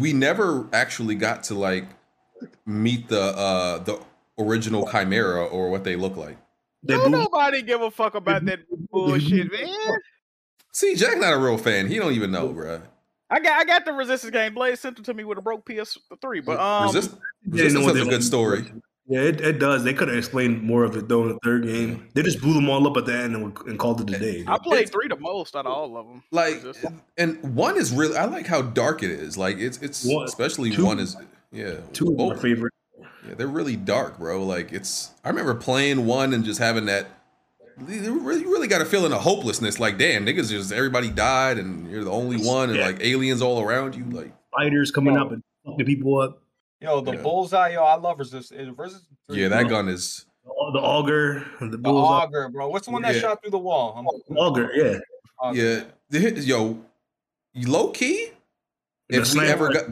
Speaker 6: we never actually got to like meet the uh the original chimera or what they look like
Speaker 9: They
Speaker 10: Don't nobody give a fuck about that bullshit, man.
Speaker 6: see jack not a real fan he don't even know bro
Speaker 10: I got I got the Resistance game. Blaze sent it to me with a broke PS3, but um,
Speaker 6: Resist-
Speaker 9: They didn't know
Speaker 6: resistance
Speaker 9: what
Speaker 6: has
Speaker 9: they
Speaker 6: a good
Speaker 9: wanted.
Speaker 6: story
Speaker 9: Yeah, it, it does. They could have explained more of it though in the third game. They just blew them all up at the end and, and called it a day.
Speaker 10: I played three the most out of all of them.
Speaker 6: like and one is really i like how dark it is like it's it's
Speaker 9: One-
Speaker 6: especially
Speaker 9: two-
Speaker 6: one is yeah
Speaker 9: Two of my
Speaker 6: both-
Speaker 9: favorite.
Speaker 6: Yeah, they're really dark, bro. Like it's. I remember playing one and just having that. You really, you really got a feeling of hopelessness. Like, damn, niggas, just everybody died, and you're the only one, and
Speaker 9: Yeah.
Speaker 6: like aliens all around you. Like,
Speaker 9: Fighters coming up and fucking people up.
Speaker 1: Yo, the bullseye, yo, I love eh, Resistance. Resistance
Speaker 6: yeah, that gun is.
Speaker 9: The auger, the
Speaker 1: the
Speaker 9: bulls,
Speaker 1: auger, bro. What's the one that
Speaker 6: Yeah.
Speaker 1: shot through the wall? I'm-
Speaker 9: auger. Yeah,
Speaker 6: Yeah, the hit- yo, low key.
Speaker 9: The
Speaker 6: If we
Speaker 9: sniper-
Speaker 6: ever got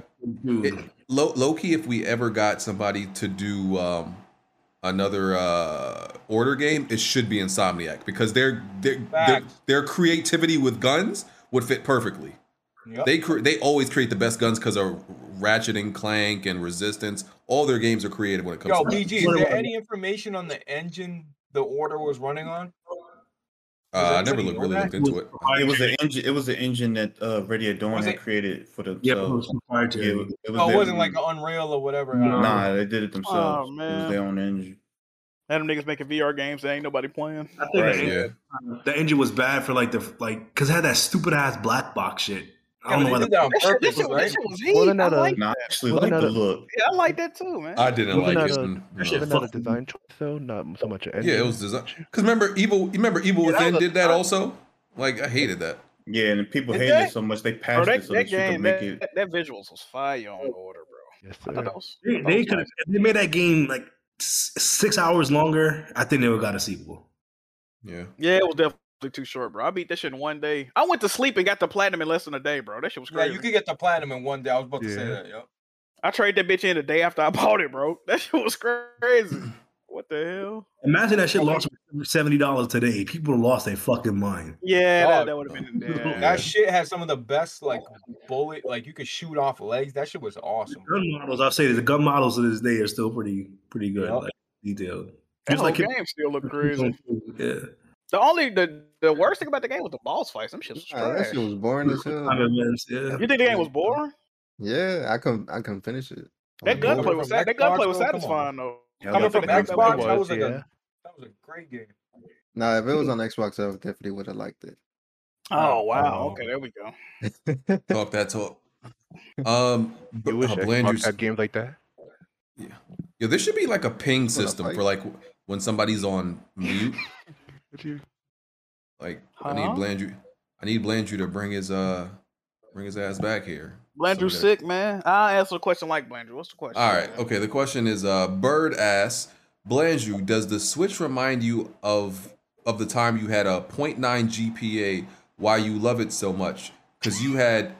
Speaker 6: it- low low key, if we ever got somebody to do um another uh order game, it should be Insomniac because their their their,
Speaker 1: Facts.
Speaker 6: their creativity with guns would fit perfectly. They cre- they always create the best guns because of Ratchet and Clank and Resistance. All their games are creative when it comes.
Speaker 1: Yo,
Speaker 6: to
Speaker 1: BG, is there any information on the engine the order was running on?
Speaker 6: Uh, I never looked, really looked into it.
Speaker 11: It was the engine. It was the engine that uh, Red Dead Dawn
Speaker 1: Was
Speaker 11: had
Speaker 1: it-
Speaker 11: created for the.
Speaker 9: Yeah, but it was proprietary.
Speaker 11: yeah, it was
Speaker 1: oh, it
Speaker 11: their-
Speaker 1: wasn't like an Unreal or whatever. I don't
Speaker 11: Nah,
Speaker 1: know.
Speaker 11: they did it themselves.
Speaker 10: uh, Oh,
Speaker 11: It
Speaker 10: man.
Speaker 11: was their own engine.
Speaker 10: Let them niggas making VR games that ain't nobody playing.
Speaker 9: I think the, engine, the engine was bad for like the like because it had that stupid ass black box shit. I don't know why the-
Speaker 10: That shit- that shit- that shit was heat.
Speaker 9: Wasn't
Speaker 10: I
Speaker 9: that a-
Speaker 10: like
Speaker 11: Nah,
Speaker 10: that.
Speaker 11: I actually like the look.
Speaker 10: Yeah, I like that too, man.
Speaker 6: I didn't
Speaker 5: Wasn't
Speaker 6: like
Speaker 5: that
Speaker 6: it.
Speaker 5: a-
Speaker 6: Mm, no.
Speaker 5: Wasn't that a design choice though? Not so much an
Speaker 6: Yeah, it
Speaker 5: engine.
Speaker 6: was designed. Because remember, Evil. Remember, Evil
Speaker 5: Yeah, that
Speaker 6: Within
Speaker 5: was a-
Speaker 6: did that also. Like I hated that.
Speaker 11: Yeah, and people
Speaker 10: Did
Speaker 11: hated
Speaker 10: they?
Speaker 11: it so much they
Speaker 10: Bro,
Speaker 11: patched
Speaker 10: that,
Speaker 11: it so
Speaker 10: that
Speaker 11: that you could
Speaker 10: game,
Speaker 11: make
Speaker 10: that,
Speaker 11: it.
Speaker 10: that- that visuals was fire on order, bro. I thought that was. I
Speaker 9: They,
Speaker 10: thought
Speaker 9: they
Speaker 10: it was
Speaker 9: could have they made that game like s- six hours longer. I think they would got a sequel.
Speaker 6: Yeah.
Speaker 10: Yeah, it was definitely too short, bro. I beat that shit in one day. I went to sleep and got the platinum in less than a day, bro. That shit was
Speaker 1: Yeah,
Speaker 10: crazy.
Speaker 1: you could get the platinum in one day. I was about to say
Speaker 10: Yeah.
Speaker 1: that. Yep.
Speaker 10: I traded that bitch in the day after I (laughs) bought it, bro. That shit was crazy. what the hell?
Speaker 9: Imagine that shit lost seventy dollars today. People lost their fucking mind.
Speaker 10: Yeah,
Speaker 1: Dog,
Speaker 10: that, that would have been. Oh, Yeah.
Speaker 1: That shit had some of the best like bullet, like you could shoot off legs. That shit was awesome.
Speaker 9: Gun models, I'll say that the gun models to this day are still pretty pretty good, like detailed.
Speaker 10: That whole
Speaker 9: it- (laughs)
Speaker 10: game still looked crazy.
Speaker 9: Yeah.
Speaker 10: The only the, the worst thing about the game was the boss fights. Them shit was
Speaker 16: Nah, that
Speaker 10: trash.
Speaker 16: shit was boring as hell.
Speaker 9: I mean, it's- yeah.
Speaker 10: You think the game was boring?
Speaker 16: Yeah, I couldn't I couldn't finish it.
Speaker 10: That
Speaker 16: I was
Speaker 10: gunplay was
Speaker 16: bored.
Speaker 10: that gunplay was
Speaker 16: Xbox, bro, come on.
Speaker 10: satisfying though.
Speaker 16: Yeah,
Speaker 10: Coming
Speaker 16: that-
Speaker 10: from
Speaker 16: that
Speaker 10: Xbox,
Speaker 16: was-
Speaker 10: that
Speaker 16: it
Speaker 10: was
Speaker 16: was,
Speaker 10: like
Speaker 16: yeah.
Speaker 10: a. That was a great game.
Speaker 16: Nah, if it
Speaker 10: (laughs)
Speaker 16: was on Xbox, I definitely would have liked it. (laughs)
Speaker 10: Oh wow! Okay, there we go.
Speaker 6: Talk that talk. Um,
Speaker 5: You wish
Speaker 6: uh,
Speaker 5: Xbox
Speaker 6: Blandrews-
Speaker 5: had games like that.
Speaker 6: Yeah, there should be like a ping
Speaker 5: Wanna
Speaker 6: system
Speaker 5: fight?
Speaker 6: for like w- when somebody's on mute. Like I need
Speaker 10: Huh?
Speaker 6: Blandrew. I need Blandrew to bring his uh bring his ass back here.
Speaker 10: Blandrew
Speaker 6: Somebody-
Speaker 10: sick man. I'll answer the question like Blandrew. What's the question?
Speaker 6: All right. Okay. The question is, uh, Bird asks, Blandrew, does the Switch remind you of of the time you had a 0.9 GPA? Why you love it so much? Because you had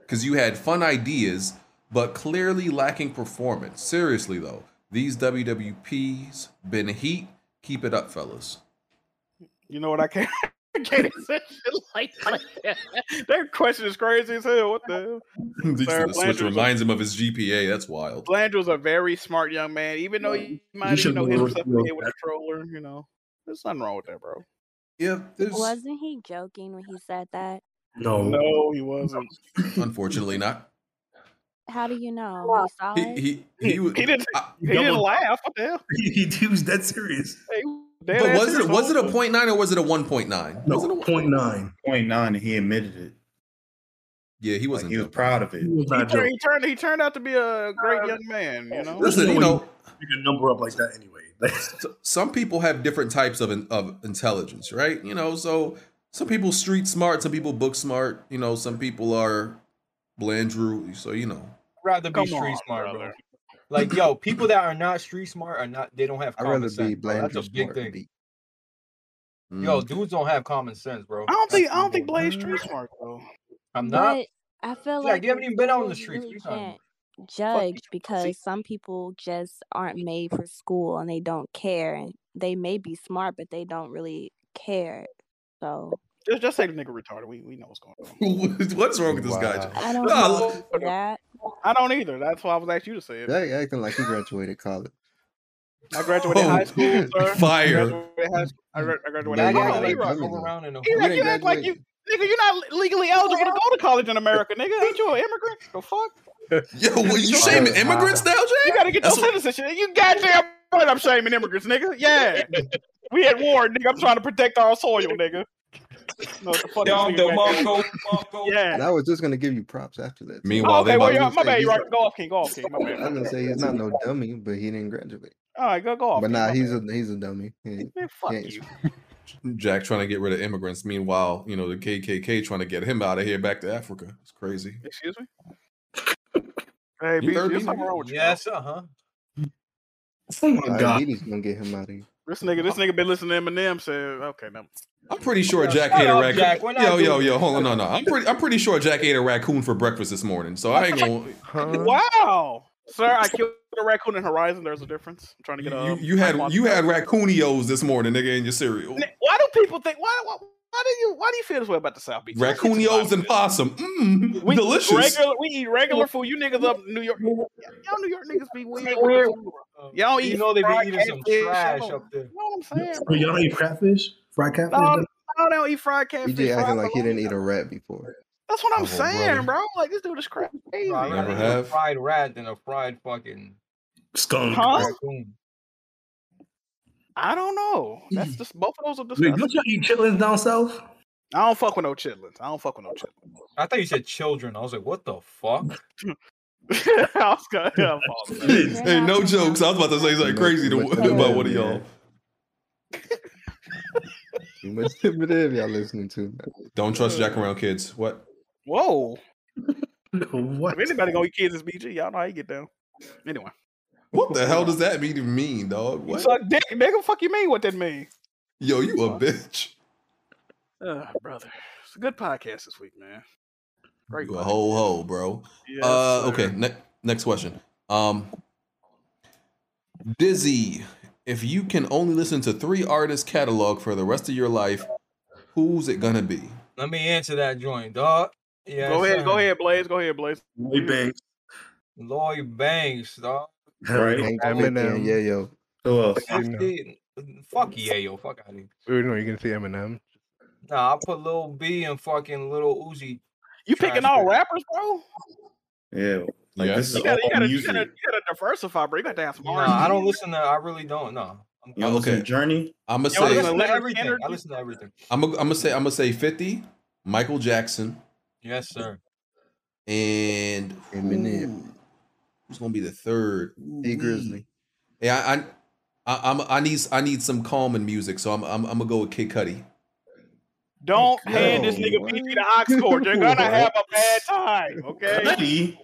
Speaker 6: because you had fun ideas, but clearly lacking performance. Seriously though, these WWPs been heat. Keep it up, (laughs) fellas.
Speaker 10: You know what I can't. (laughs) I can't answer shit like, like that. (laughs) That question is crazy as hell. What the hell?
Speaker 6: He
Speaker 10: (laughs)
Speaker 6: said
Speaker 10: Sir,
Speaker 6: the Switch
Speaker 10: Blandrew's a-
Speaker 6: reminds him of his GPA. That's wild.
Speaker 10: Blandrew's a very smart young man, even though he might you
Speaker 6: should
Speaker 10: know
Speaker 6: be
Speaker 10: hit
Speaker 6: able to
Speaker 10: himself in
Speaker 6: do
Speaker 10: the head
Speaker 6: that.
Speaker 10: with a stroller. You know, there's nothing wrong with that, bro.
Speaker 6: Yeah,
Speaker 18: Wasn't he joking when he said that?
Speaker 6: No.
Speaker 10: no, Oh, he wasn't.
Speaker 6: Unfortunately, not.
Speaker 18: How do you know? You saw
Speaker 6: He
Speaker 18: it?
Speaker 6: he he, was.
Speaker 10: didn't.
Speaker 18: he didn't
Speaker 10: laugh. What
Speaker 6: (laughs)
Speaker 10: the hell?
Speaker 9: He, he was that serious.
Speaker 6: But was it was it a point nine or was it a one point nine?
Speaker 11: No, point nine. Point nine, and he admitted it.
Speaker 6: Yeah, he
Speaker 11: wasn't. he was proud of it. He was
Speaker 10: He turned, he turned. He turned out to be a great young man. You know.
Speaker 6: Listen, you know,
Speaker 9: pick a number up like that anyway. (laughs) S-
Speaker 6: some people have different types of in- of intelligence, right? You know, so some people street smart, some people book smart. You know, some people are Blandrew. So you know,
Speaker 1: rather be
Speaker 6: Come
Speaker 1: street
Speaker 6: on,
Speaker 1: smart, bro. Like
Speaker 10: (laughs)
Speaker 1: yo, people that are not street smart are not. They don't have.
Speaker 16: I'd
Speaker 1: Common
Speaker 16: rather
Speaker 1: sense,
Speaker 16: be
Speaker 1: bro. That's
Speaker 16: Blandrew
Speaker 1: a big
Speaker 16: smart
Speaker 1: thing. Yo,
Speaker 16: Mm.
Speaker 1: dudes don't have common sense, bro.
Speaker 10: I don't think. I don't think Blaze street smart though.
Speaker 1: I'm not.
Speaker 18: But I feel
Speaker 1: Yeah,
Speaker 18: like
Speaker 1: you haven't even been out on the
Speaker 18: you
Speaker 1: streets. What
Speaker 18: really
Speaker 1: you talking
Speaker 18: can't judge because some people just aren't made for school and they don't care. And they may be smart, but they don't really care. So
Speaker 10: Just, just say the nigga retarded. We we know what's going
Speaker 6: (laughs)
Speaker 10: on.
Speaker 6: what's wrong with this guy?
Speaker 18: I don't
Speaker 6: Nah,
Speaker 18: know that.
Speaker 10: I don't either. That's why I was asking you to say it.
Speaker 16: Yeah, he acting like he graduated college.
Speaker 10: I graduated
Speaker 6: (laughs)
Speaker 16: Oh,
Speaker 10: high school, sir.
Speaker 16: fire.
Speaker 10: I graduated high school. I gra- I graduated
Speaker 16: No,
Speaker 10: high
Speaker 16: you
Speaker 10: school.
Speaker 16: didn't
Speaker 10: Leroy,
Speaker 16: graduate.
Speaker 10: go around in a-
Speaker 16: You
Speaker 10: Leroy,
Speaker 16: didn't
Speaker 10: you act like you, nigga, you're not legally eligible to go to college in America, nigga. Ain't you an immigrant? The fuck?
Speaker 6: Yo, well, you shaming immigrants now, Jay?
Speaker 10: You gotta get your
Speaker 6: That's what-
Speaker 10: citizenship. You goddamn right, I'm shaming immigrants, nigga. Yeah. we at war, nigga. I'm trying to protect our soil, nigga. No, the fuck
Speaker 16: Y'all
Speaker 10: nigga
Speaker 16: the
Speaker 10: back there.
Speaker 16: Mongo,
Speaker 10: Yeah. Oh,
Speaker 16: And I was just gonna give you props after that.
Speaker 6: Meanwhile,
Speaker 10: okay, well, yeah,
Speaker 16: I was
Speaker 10: my
Speaker 16: gonna say
Speaker 10: bad.
Speaker 16: he's
Speaker 10: You're right.
Speaker 16: not-
Speaker 10: Go off, King. Go off, King. My
Speaker 16: I
Speaker 10: bad.
Speaker 16: was gonna say he's not no dummy, but he didn't graduate.
Speaker 10: All right, go, go off.
Speaker 16: But
Speaker 10: King.
Speaker 16: nah,
Speaker 10: My
Speaker 16: he's
Speaker 10: bad.
Speaker 16: a he's a dummy. He-
Speaker 10: Man, fuck
Speaker 16: he ain't
Speaker 10: you.
Speaker 6: Jack trying to get rid of immigrants. Meanwhile, you know the KKK trying to get him out of here back to Africa. It's crazy.
Speaker 10: Excuse me? Hey,
Speaker 6: You
Speaker 10: BG,
Speaker 6: heard
Speaker 10: there's
Speaker 6: me?
Speaker 10: something wrong with you.
Speaker 1: Yes, sir,
Speaker 6: uh-huh.
Speaker 1: huh?
Speaker 16: Oh
Speaker 9: my
Speaker 6: God.
Speaker 16: Diddy's gonna get him out of here.
Speaker 10: This nigga, this nigga been listening to Eminem. Said, okay, no.
Speaker 6: I'm pretty sure Jack
Speaker 10: shut
Speaker 6: ate a
Speaker 10: up,
Speaker 6: raccoon.
Speaker 10: Jack. We're not
Speaker 6: Yo, yo,
Speaker 10: doing
Speaker 6: yo,
Speaker 10: this.
Speaker 6: hold on, no, no. I'm pretty, I'm pretty sure Jack ate a raccoon for breakfast this morning. So I ain't
Speaker 10: (laughs)
Speaker 16: (laughs)
Speaker 6: gonna.
Speaker 10: Wow, sir, I killed a raccoon in Horizon. There's a difference. I'm trying to get a.
Speaker 6: You had you had raccoonios this morning, nigga, in your cereal.
Speaker 10: Why do people think? Why, why, Why do you Why do you feel this way about the South Beach?
Speaker 6: Raccoonios and possum. Mmm,
Speaker 10: We eat
Speaker 6: delicious.
Speaker 10: Regular, we eat regular food. You niggas up in New York. Y'all New York niggas be weird. Um, with the food, bro. Y'all eat.
Speaker 1: You know they be
Speaker 10: fried
Speaker 1: eating some
Speaker 10: catfish.
Speaker 1: trash
Speaker 10: Y'all-
Speaker 1: up there.
Speaker 10: You know what I'm saying?
Speaker 9: Bro, Oh, y'all eat catfish? Fried catfish?
Speaker 10: No, no, they don't eat fried catfish.
Speaker 16: EJ
Speaker 10: fried
Speaker 16: acting like he
Speaker 10: bologna.
Speaker 16: didn't eat a rat before.
Speaker 10: That's what I'm
Speaker 16: Oh, brother.
Speaker 10: saying, bro. Like this dude is crazy.
Speaker 1: I'd rather
Speaker 16: Never
Speaker 1: eat
Speaker 16: have.
Speaker 1: a fried rat than a fried fucking
Speaker 16: (laughs)
Speaker 9: skunk.
Speaker 10: Huh?
Speaker 1: Raccoon.
Speaker 10: I don't know. That's just both of those are
Speaker 9: Wait,
Speaker 10: disgusting.
Speaker 9: don't y'all eat chitlins down south?
Speaker 10: I don't fuck with no chitlins. I don't fuck with no chitlins.
Speaker 1: I thought you said children. I was like, what the fuck?
Speaker 10: (laughs) I was gonna have
Speaker 6: hey, hey, no jokes. I was about to say something crazy to, (laughs) about one of y'all.
Speaker 16: Too much Eminem y'all listening to.
Speaker 6: Don't trust Jack around kids. What?
Speaker 9: (laughs)
Speaker 10: Whoa.
Speaker 9: what?
Speaker 10: If anybody gonna eat kids, it's BG. Y'all know how you get down. Anyway,
Speaker 6: What the hell does that even mean, dog?
Speaker 10: you
Speaker 6: What?
Speaker 10: suck dick, nigga. Fuck you mean what that mean?
Speaker 6: Yo, you a bitch.
Speaker 10: Uh, brother, it's a good podcast this week, man. Great.
Speaker 6: You a whole hoe, bro.
Speaker 10: Yes,
Speaker 6: uh,
Speaker 10: sir.
Speaker 6: okay, ne- next question. Um, Dizzy, if you can only listen to three artists' catalog for the rest of your life, who's it gonna be?
Speaker 1: Let me answer that joint, dog. Yeah.
Speaker 10: go ahead, go ahead, Blaze. Go ahead, Blaze.
Speaker 9: Lloyd Banks.
Speaker 1: Lloyd Banks, dog.
Speaker 9: Right.
Speaker 16: Hank Smith and Yayo.
Speaker 9: Who else?
Speaker 1: Fifty- Fuck yeah, yo. Fuck out of here.
Speaker 5: We know you're gonna say Eminem.
Speaker 1: Nah, I put Lil B and fucking Little Uzi.
Speaker 10: You picking all rappers, bro?
Speaker 11: Yeah. Like
Speaker 6: Yeah.
Speaker 11: this is
Speaker 10: You gotta,
Speaker 11: all
Speaker 10: you gotta, you
Speaker 11: music.
Speaker 10: gotta, you gotta diversify, bro. You gotta have some.
Speaker 1: Nah, I don't listen to. I really don't. No, I'm,
Speaker 11: Y'all listen to Journey.
Speaker 6: I'm gonna
Speaker 1: I
Speaker 6: say
Speaker 1: listen to everything. I listen to everything.
Speaker 6: I'm gonna I'm gonna say I'm gonna say Fifty, Michael Jackson,
Speaker 1: Yes, sir.
Speaker 6: and
Speaker 16: Eminem.
Speaker 6: Ooh, who's gonna be the third?
Speaker 16: D Grizzly.
Speaker 6: Yeah, I, I, I, I'm, I need I need some calm in music, so I'm I'm, I'm gonna go with Kid Cudi.
Speaker 10: Don't hand this
Speaker 6: Yo,
Speaker 10: nigga BG the ox
Speaker 6: (laughs)
Speaker 10: cord. You're gonna have (laughs) a bad time, okay?
Speaker 11: Cuddy.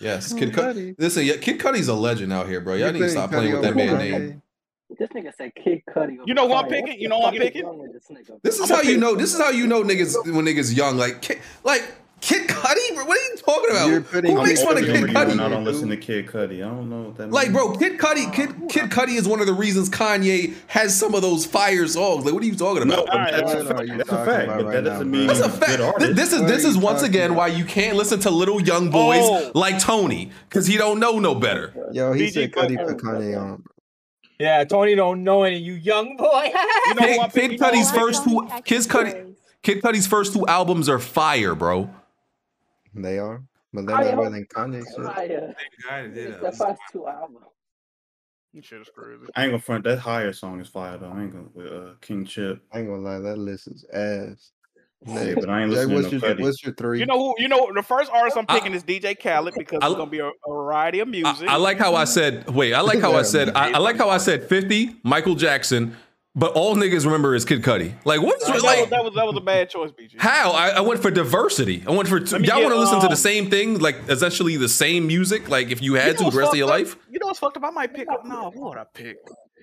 Speaker 6: Yes, Kid Cudi. Listen, yeah, Kid Cudi's a legend out here, bro. Y'all
Speaker 16: You
Speaker 6: need to
Speaker 16: think
Speaker 6: stop
Speaker 16: Cudi
Speaker 6: playing with that
Speaker 16: over
Speaker 6: man
Speaker 16: Kanye?
Speaker 6: name.
Speaker 19: (laughs) This nigga said Kid Cudi.
Speaker 10: You know who I'm picking? You know who I'm picking?
Speaker 6: This is how you know. This is how you know niggas when niggas young. Like, Kid, like Kid Cudi. Bro, what are you talking about? Who makes fun of Kid
Speaker 11: And I
Speaker 6: Cudi?
Speaker 11: don't listen to Kid Cudi. I don't know what that
Speaker 6: Like,
Speaker 11: means.
Speaker 6: bro, Kid Cudi. Kid Kid Cudi is one of the reasons Kanye has some of those fire songs. Like, what are you talking
Speaker 11: No,
Speaker 6: about?
Speaker 11: but that's, a fact. That's a fact. But that doesn't mean
Speaker 6: That's a
Speaker 11: he's
Speaker 6: fact.
Speaker 11: good artist.
Speaker 6: Th- This is this is once again why you can't listen to little young boys
Speaker 16: Oh.
Speaker 6: like Tony because he don't know no better.
Speaker 16: Yo, he said Cuddy put Kanye on.
Speaker 1: Yeah, Tony don't know any. You young boy. (laughs) you know
Speaker 6: Kid, Kid Cudi's first two Kid Cudi,
Speaker 1: Boys.
Speaker 6: Kid Cudi's first two albums are fire, bro.
Speaker 16: They are. But they're not
Speaker 19: Kanye.
Speaker 16: better than Kanye shit.
Speaker 19: Fire. It's the first two albums.
Speaker 10: Shit is crazy.
Speaker 11: I ain't gonna front that higher song is fire though. I ain't gonna with uh, King Chip.
Speaker 16: I ain't gonna lie, that list is ass.
Speaker 11: Yeah, but I ain't
Speaker 16: Jay,
Speaker 11: listening
Speaker 16: what's
Speaker 11: to
Speaker 16: your,
Speaker 11: Cudi.
Speaker 16: what's your three? (laughs)
Speaker 10: You know who? You know the first artist I'm picking is DJ Khaled because
Speaker 6: I-
Speaker 10: it's gonna be a, a variety of music.
Speaker 6: I like how I said. Wait, I like how I said. I, I like how I said fifty Michael Jackson, but all niggas remember is Kid Cudi. Like what is
Speaker 10: that, was,
Speaker 6: like
Speaker 10: that was that was a bad choice, BG.
Speaker 6: how I, I went for diversity. I went for two,
Speaker 10: Let me
Speaker 6: y'all
Speaker 10: get,
Speaker 6: want to listen to
Speaker 10: um,
Speaker 6: the same thing, like essentially the same music. Like if you
Speaker 10: You know
Speaker 6: had to
Speaker 10: what's
Speaker 6: the rest of
Speaker 10: fucked
Speaker 6: your
Speaker 10: up?
Speaker 6: life.
Speaker 10: You know what's fucked up? I might pick up. No, who would I pick?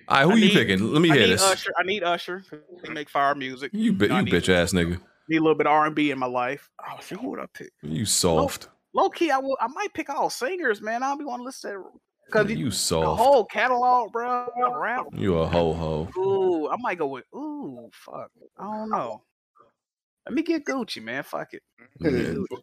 Speaker 6: All right, who
Speaker 10: I
Speaker 6: you
Speaker 10: need-
Speaker 6: picking? Let me
Speaker 10: I uh,
Speaker 6: hear
Speaker 10: need
Speaker 6: this.
Speaker 10: Usher. I need Usher. 'cause They make fire music.
Speaker 6: You, bi-
Speaker 10: And I
Speaker 6: you
Speaker 10: need,
Speaker 6: bitch ass nigga.
Speaker 10: need a little bit of R and B in my life. Oh, shit, who would I pick?
Speaker 6: You soft.
Speaker 10: Low key, I will. I might pick all singers, man. I'll be want to listen to because
Speaker 6: You
Speaker 10: the
Speaker 6: soft.
Speaker 10: whole catalog, bro. Rap.
Speaker 6: You a ho ho.
Speaker 10: Ooh, I might go with. Ooh, fuck. I don't know. Let me get Gucci, man. Fuck it.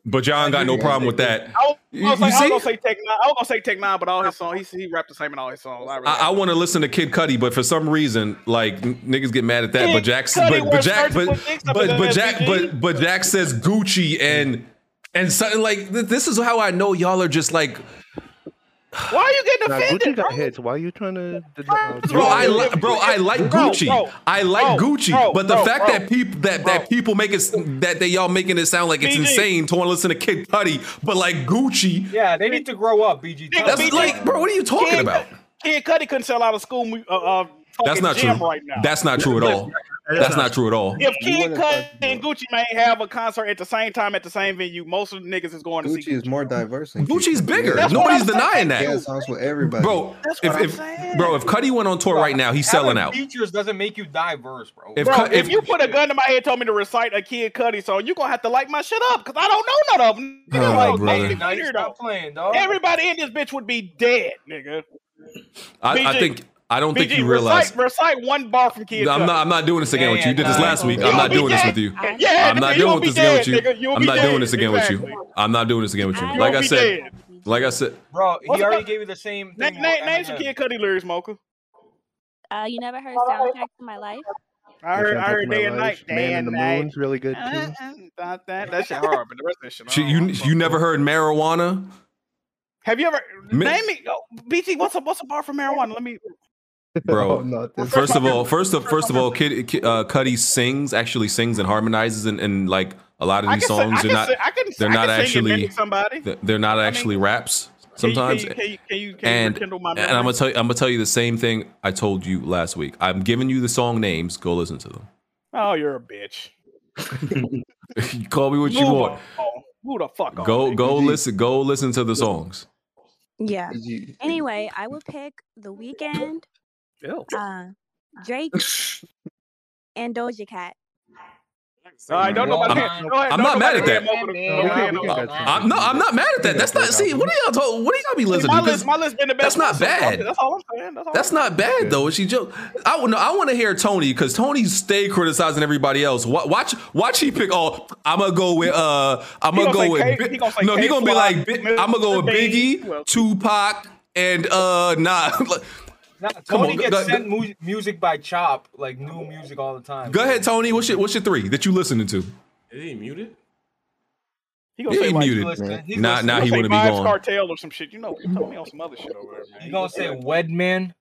Speaker 6: But y'all ain't got no problem with that.
Speaker 10: I was, I
Speaker 6: You-
Speaker 10: was,
Speaker 6: you
Speaker 10: like, I
Speaker 6: see?
Speaker 10: was gonna say Tech Nine. I was gonna say Tech Nine, but all his songs, he, he rapped the same in all his songs. I, really
Speaker 6: I, I want to listen to Kid Cudi, but for some reason, like n- niggas get mad at that.
Speaker 10: Kid
Speaker 6: but Jackson,
Speaker 10: Cudi
Speaker 6: but, but
Speaker 10: wears
Speaker 6: Jack, but
Speaker 10: surgical dicks up
Speaker 6: but,
Speaker 10: his
Speaker 6: but
Speaker 10: ass,
Speaker 6: Jack,
Speaker 10: BG.
Speaker 6: but but Jack says Gucci and and something like th- this is how I know y'all are just like.
Speaker 10: Why are you getting
Speaker 5: Now,
Speaker 10: offended?
Speaker 5: Gucci got hits. Why are you trying to?
Speaker 6: Bro, I li- bro, I like
Speaker 5: Bro,
Speaker 6: Gucci.
Speaker 5: bro,
Speaker 6: I like
Speaker 5: bro,
Speaker 6: Gucci,
Speaker 5: bro,
Speaker 6: but the
Speaker 5: bro,
Speaker 6: fact
Speaker 5: bro,
Speaker 6: that people that, that people make it s- that they y'all making it sound like it's
Speaker 1: BG.
Speaker 6: insane to want to listen to Kid Cudi, but like Gucci,
Speaker 1: Yeah, they need to grow up, BG.
Speaker 10: Nigga,
Speaker 6: that's
Speaker 10: BG.
Speaker 6: like, bro, what are you talking
Speaker 10: Kid-
Speaker 6: about?
Speaker 10: Kid Cudi couldn't sell out of school. mu- Uh, uh,
Speaker 6: That's
Speaker 10: fucking
Speaker 6: not true.
Speaker 10: gym Right now.
Speaker 6: That's not true at all. That's not true at all.
Speaker 10: If Kid Cudi and Gucci may have a concert at the same time at the same venue, most of the niggas is going to see.
Speaker 16: Gucci is more diverse. Than
Speaker 6: Gucci's bigger.
Speaker 16: That's what
Speaker 6: Nobody's
Speaker 16: I'm saying.
Speaker 6: denying
Speaker 16: He
Speaker 6: that.
Speaker 16: has songs with everybody.
Speaker 6: Bro,
Speaker 10: That's
Speaker 6: if,
Speaker 10: what I'm
Speaker 6: if
Speaker 10: saying.
Speaker 6: bro, if Cuddy went on tour right now, he's selling out.
Speaker 1: Features doesn't make you diverse, bro.
Speaker 6: If
Speaker 10: bro,
Speaker 6: Cud-
Speaker 10: if,
Speaker 6: if-
Speaker 10: you put a gun to my head and told me to recite a Kid Cudi song, you're going to have to light my shit up because I don't know none of them. Nigga,
Speaker 6: Oh,
Speaker 10: like,
Speaker 6: brother.
Speaker 10: David
Speaker 6: Now
Speaker 10: Gutter, though. Everybody in this bitch would be dead, nigga.
Speaker 6: I, I
Speaker 10: BG.
Speaker 6: think I don't think
Speaker 10: BG,
Speaker 6: you realize.
Speaker 10: recite, recite one bar from Kid.
Speaker 6: No, I'm
Speaker 10: Cudi.
Speaker 6: not. I'm not doing this again with you. You did this
Speaker 10: nah.
Speaker 6: last week.
Speaker 10: You
Speaker 6: I'm
Speaker 10: gonna
Speaker 6: not
Speaker 10: be
Speaker 6: doing this with
Speaker 10: dead.
Speaker 6: you.
Speaker 10: Yeah,
Speaker 6: I'm not
Speaker 10: nigga, you
Speaker 6: doing
Speaker 10: gonna be
Speaker 6: this again with
Speaker 10: dead, nigga.
Speaker 6: you.
Speaker 10: You gonna
Speaker 6: I'm
Speaker 10: be
Speaker 6: not doing
Speaker 10: dead.
Speaker 6: this again with
Speaker 10: Exactly.
Speaker 6: you. I'm not doing this again with you.
Speaker 10: You
Speaker 6: Like
Speaker 10: gonna
Speaker 6: I
Speaker 10: be
Speaker 6: said. Like I said.
Speaker 1: Bro, he
Speaker 10: What's
Speaker 1: already
Speaker 10: up?
Speaker 1: gave you the same
Speaker 10: Name,
Speaker 1: thing.
Speaker 10: name, name some Kid Cudi lyrics, Mocha.
Speaker 18: Uh, you never heard soundtrack to my life?
Speaker 10: I heard, I heard
Speaker 5: My
Speaker 10: day and night,
Speaker 5: Life,
Speaker 10: day
Speaker 5: Man in
Speaker 10: and
Speaker 5: the
Speaker 10: night.
Speaker 5: Moon's really good too.
Speaker 10: (laughs) Not that. That shit hard, but the rest of that shit.
Speaker 6: She, you you never heard marijuana?
Speaker 10: Have you ever
Speaker 6: Mi-
Speaker 10: name me? Oh, BT, what's a what's a bar for marijuana? Let me.
Speaker 16: Oh,
Speaker 6: bro.
Speaker 10: this-
Speaker 6: first of all, first of first of all, Kid, Kid- uh, Cuddy sings actually sings and harmonizes and, and like a lot of
Speaker 10: I
Speaker 6: these
Speaker 10: can sing-
Speaker 6: songs.
Speaker 10: I
Speaker 6: they're
Speaker 10: can
Speaker 6: not.
Speaker 10: sing- I can-
Speaker 6: they're
Speaker 10: I can
Speaker 6: not
Speaker 10: sing and
Speaker 6: actually.
Speaker 10: mimic somebody.
Speaker 6: th- They're not actually raps sometimes.
Speaker 10: Can you, can you, can you, can you
Speaker 6: and
Speaker 10: rekindle my
Speaker 6: and
Speaker 10: memory?
Speaker 6: I'm gonna tell you, I'm gonna tell you the same thing I told you last week. I'm giving you the song names. Go listen to them.
Speaker 10: Oh, you're a bitch.
Speaker 6: You (laughs) Call me what you
Speaker 10: Move
Speaker 6: want.
Speaker 10: on. Who the fuck? on,
Speaker 6: Go
Speaker 10: nigga?
Speaker 6: go listen. Go listen to the songs.
Speaker 18: Yeah. Anyway, I would pick The Weeknd, uh, Drake, and Doja Cat.
Speaker 10: All right, don't nobody.
Speaker 6: I'm-
Speaker 10: go ahead,
Speaker 6: I'm not
Speaker 10: don't
Speaker 6: mad
Speaker 10: nobody
Speaker 6: at that.
Speaker 10: hand Mocha the-
Speaker 6: No,
Speaker 10: don't
Speaker 6: we
Speaker 10: hand
Speaker 6: can- we
Speaker 10: him
Speaker 6: can
Speaker 10: up.
Speaker 6: go I'm not. I'm not mad at that. That's not. See, what do y'all told? What do y'all be
Speaker 10: See,
Speaker 6: listening
Speaker 10: My
Speaker 6: to?
Speaker 10: list,
Speaker 6: 'Cause
Speaker 10: my list been the
Speaker 6: that's
Speaker 10: best.
Speaker 6: not
Speaker 10: list so far.
Speaker 6: bad.
Speaker 10: That's all I'm saying. That's all.
Speaker 6: That's
Speaker 10: I'm
Speaker 6: not bad though. She joke. I want. I want to hear Tony because Tony stay criticizing everybody else. Wa- Watch. Watch. He pick all. I'm gonna go with. uh I'm
Speaker 10: He
Speaker 6: gonna
Speaker 10: gonna
Speaker 6: go
Speaker 10: say
Speaker 6: with.
Speaker 10: K-
Speaker 6: Bi-
Speaker 10: he gonna say
Speaker 6: no, he gonna be
Speaker 10: K-Fly,
Speaker 6: like. I'm gonna go with
Speaker 10: Mr. Bean.
Speaker 6: Biggie, Tupac, and uh nah. (laughs)
Speaker 1: Nah,
Speaker 6: Come
Speaker 1: Tony
Speaker 6: on,
Speaker 1: gets
Speaker 6: go-
Speaker 1: sent mu- music by Chop, like new music all the time.
Speaker 6: go ahead, Tony. What's your What's your three that you listening to?
Speaker 3: Is he muted?
Speaker 10: He
Speaker 6: Yeah, he muted. Nah, nah, he wouldn't be
Speaker 10: Vibes
Speaker 6: gone.
Speaker 10: Cartel or some shit. You know, he told me on some other shit over there, man.
Speaker 1: You gonna say (laughs) Wedman?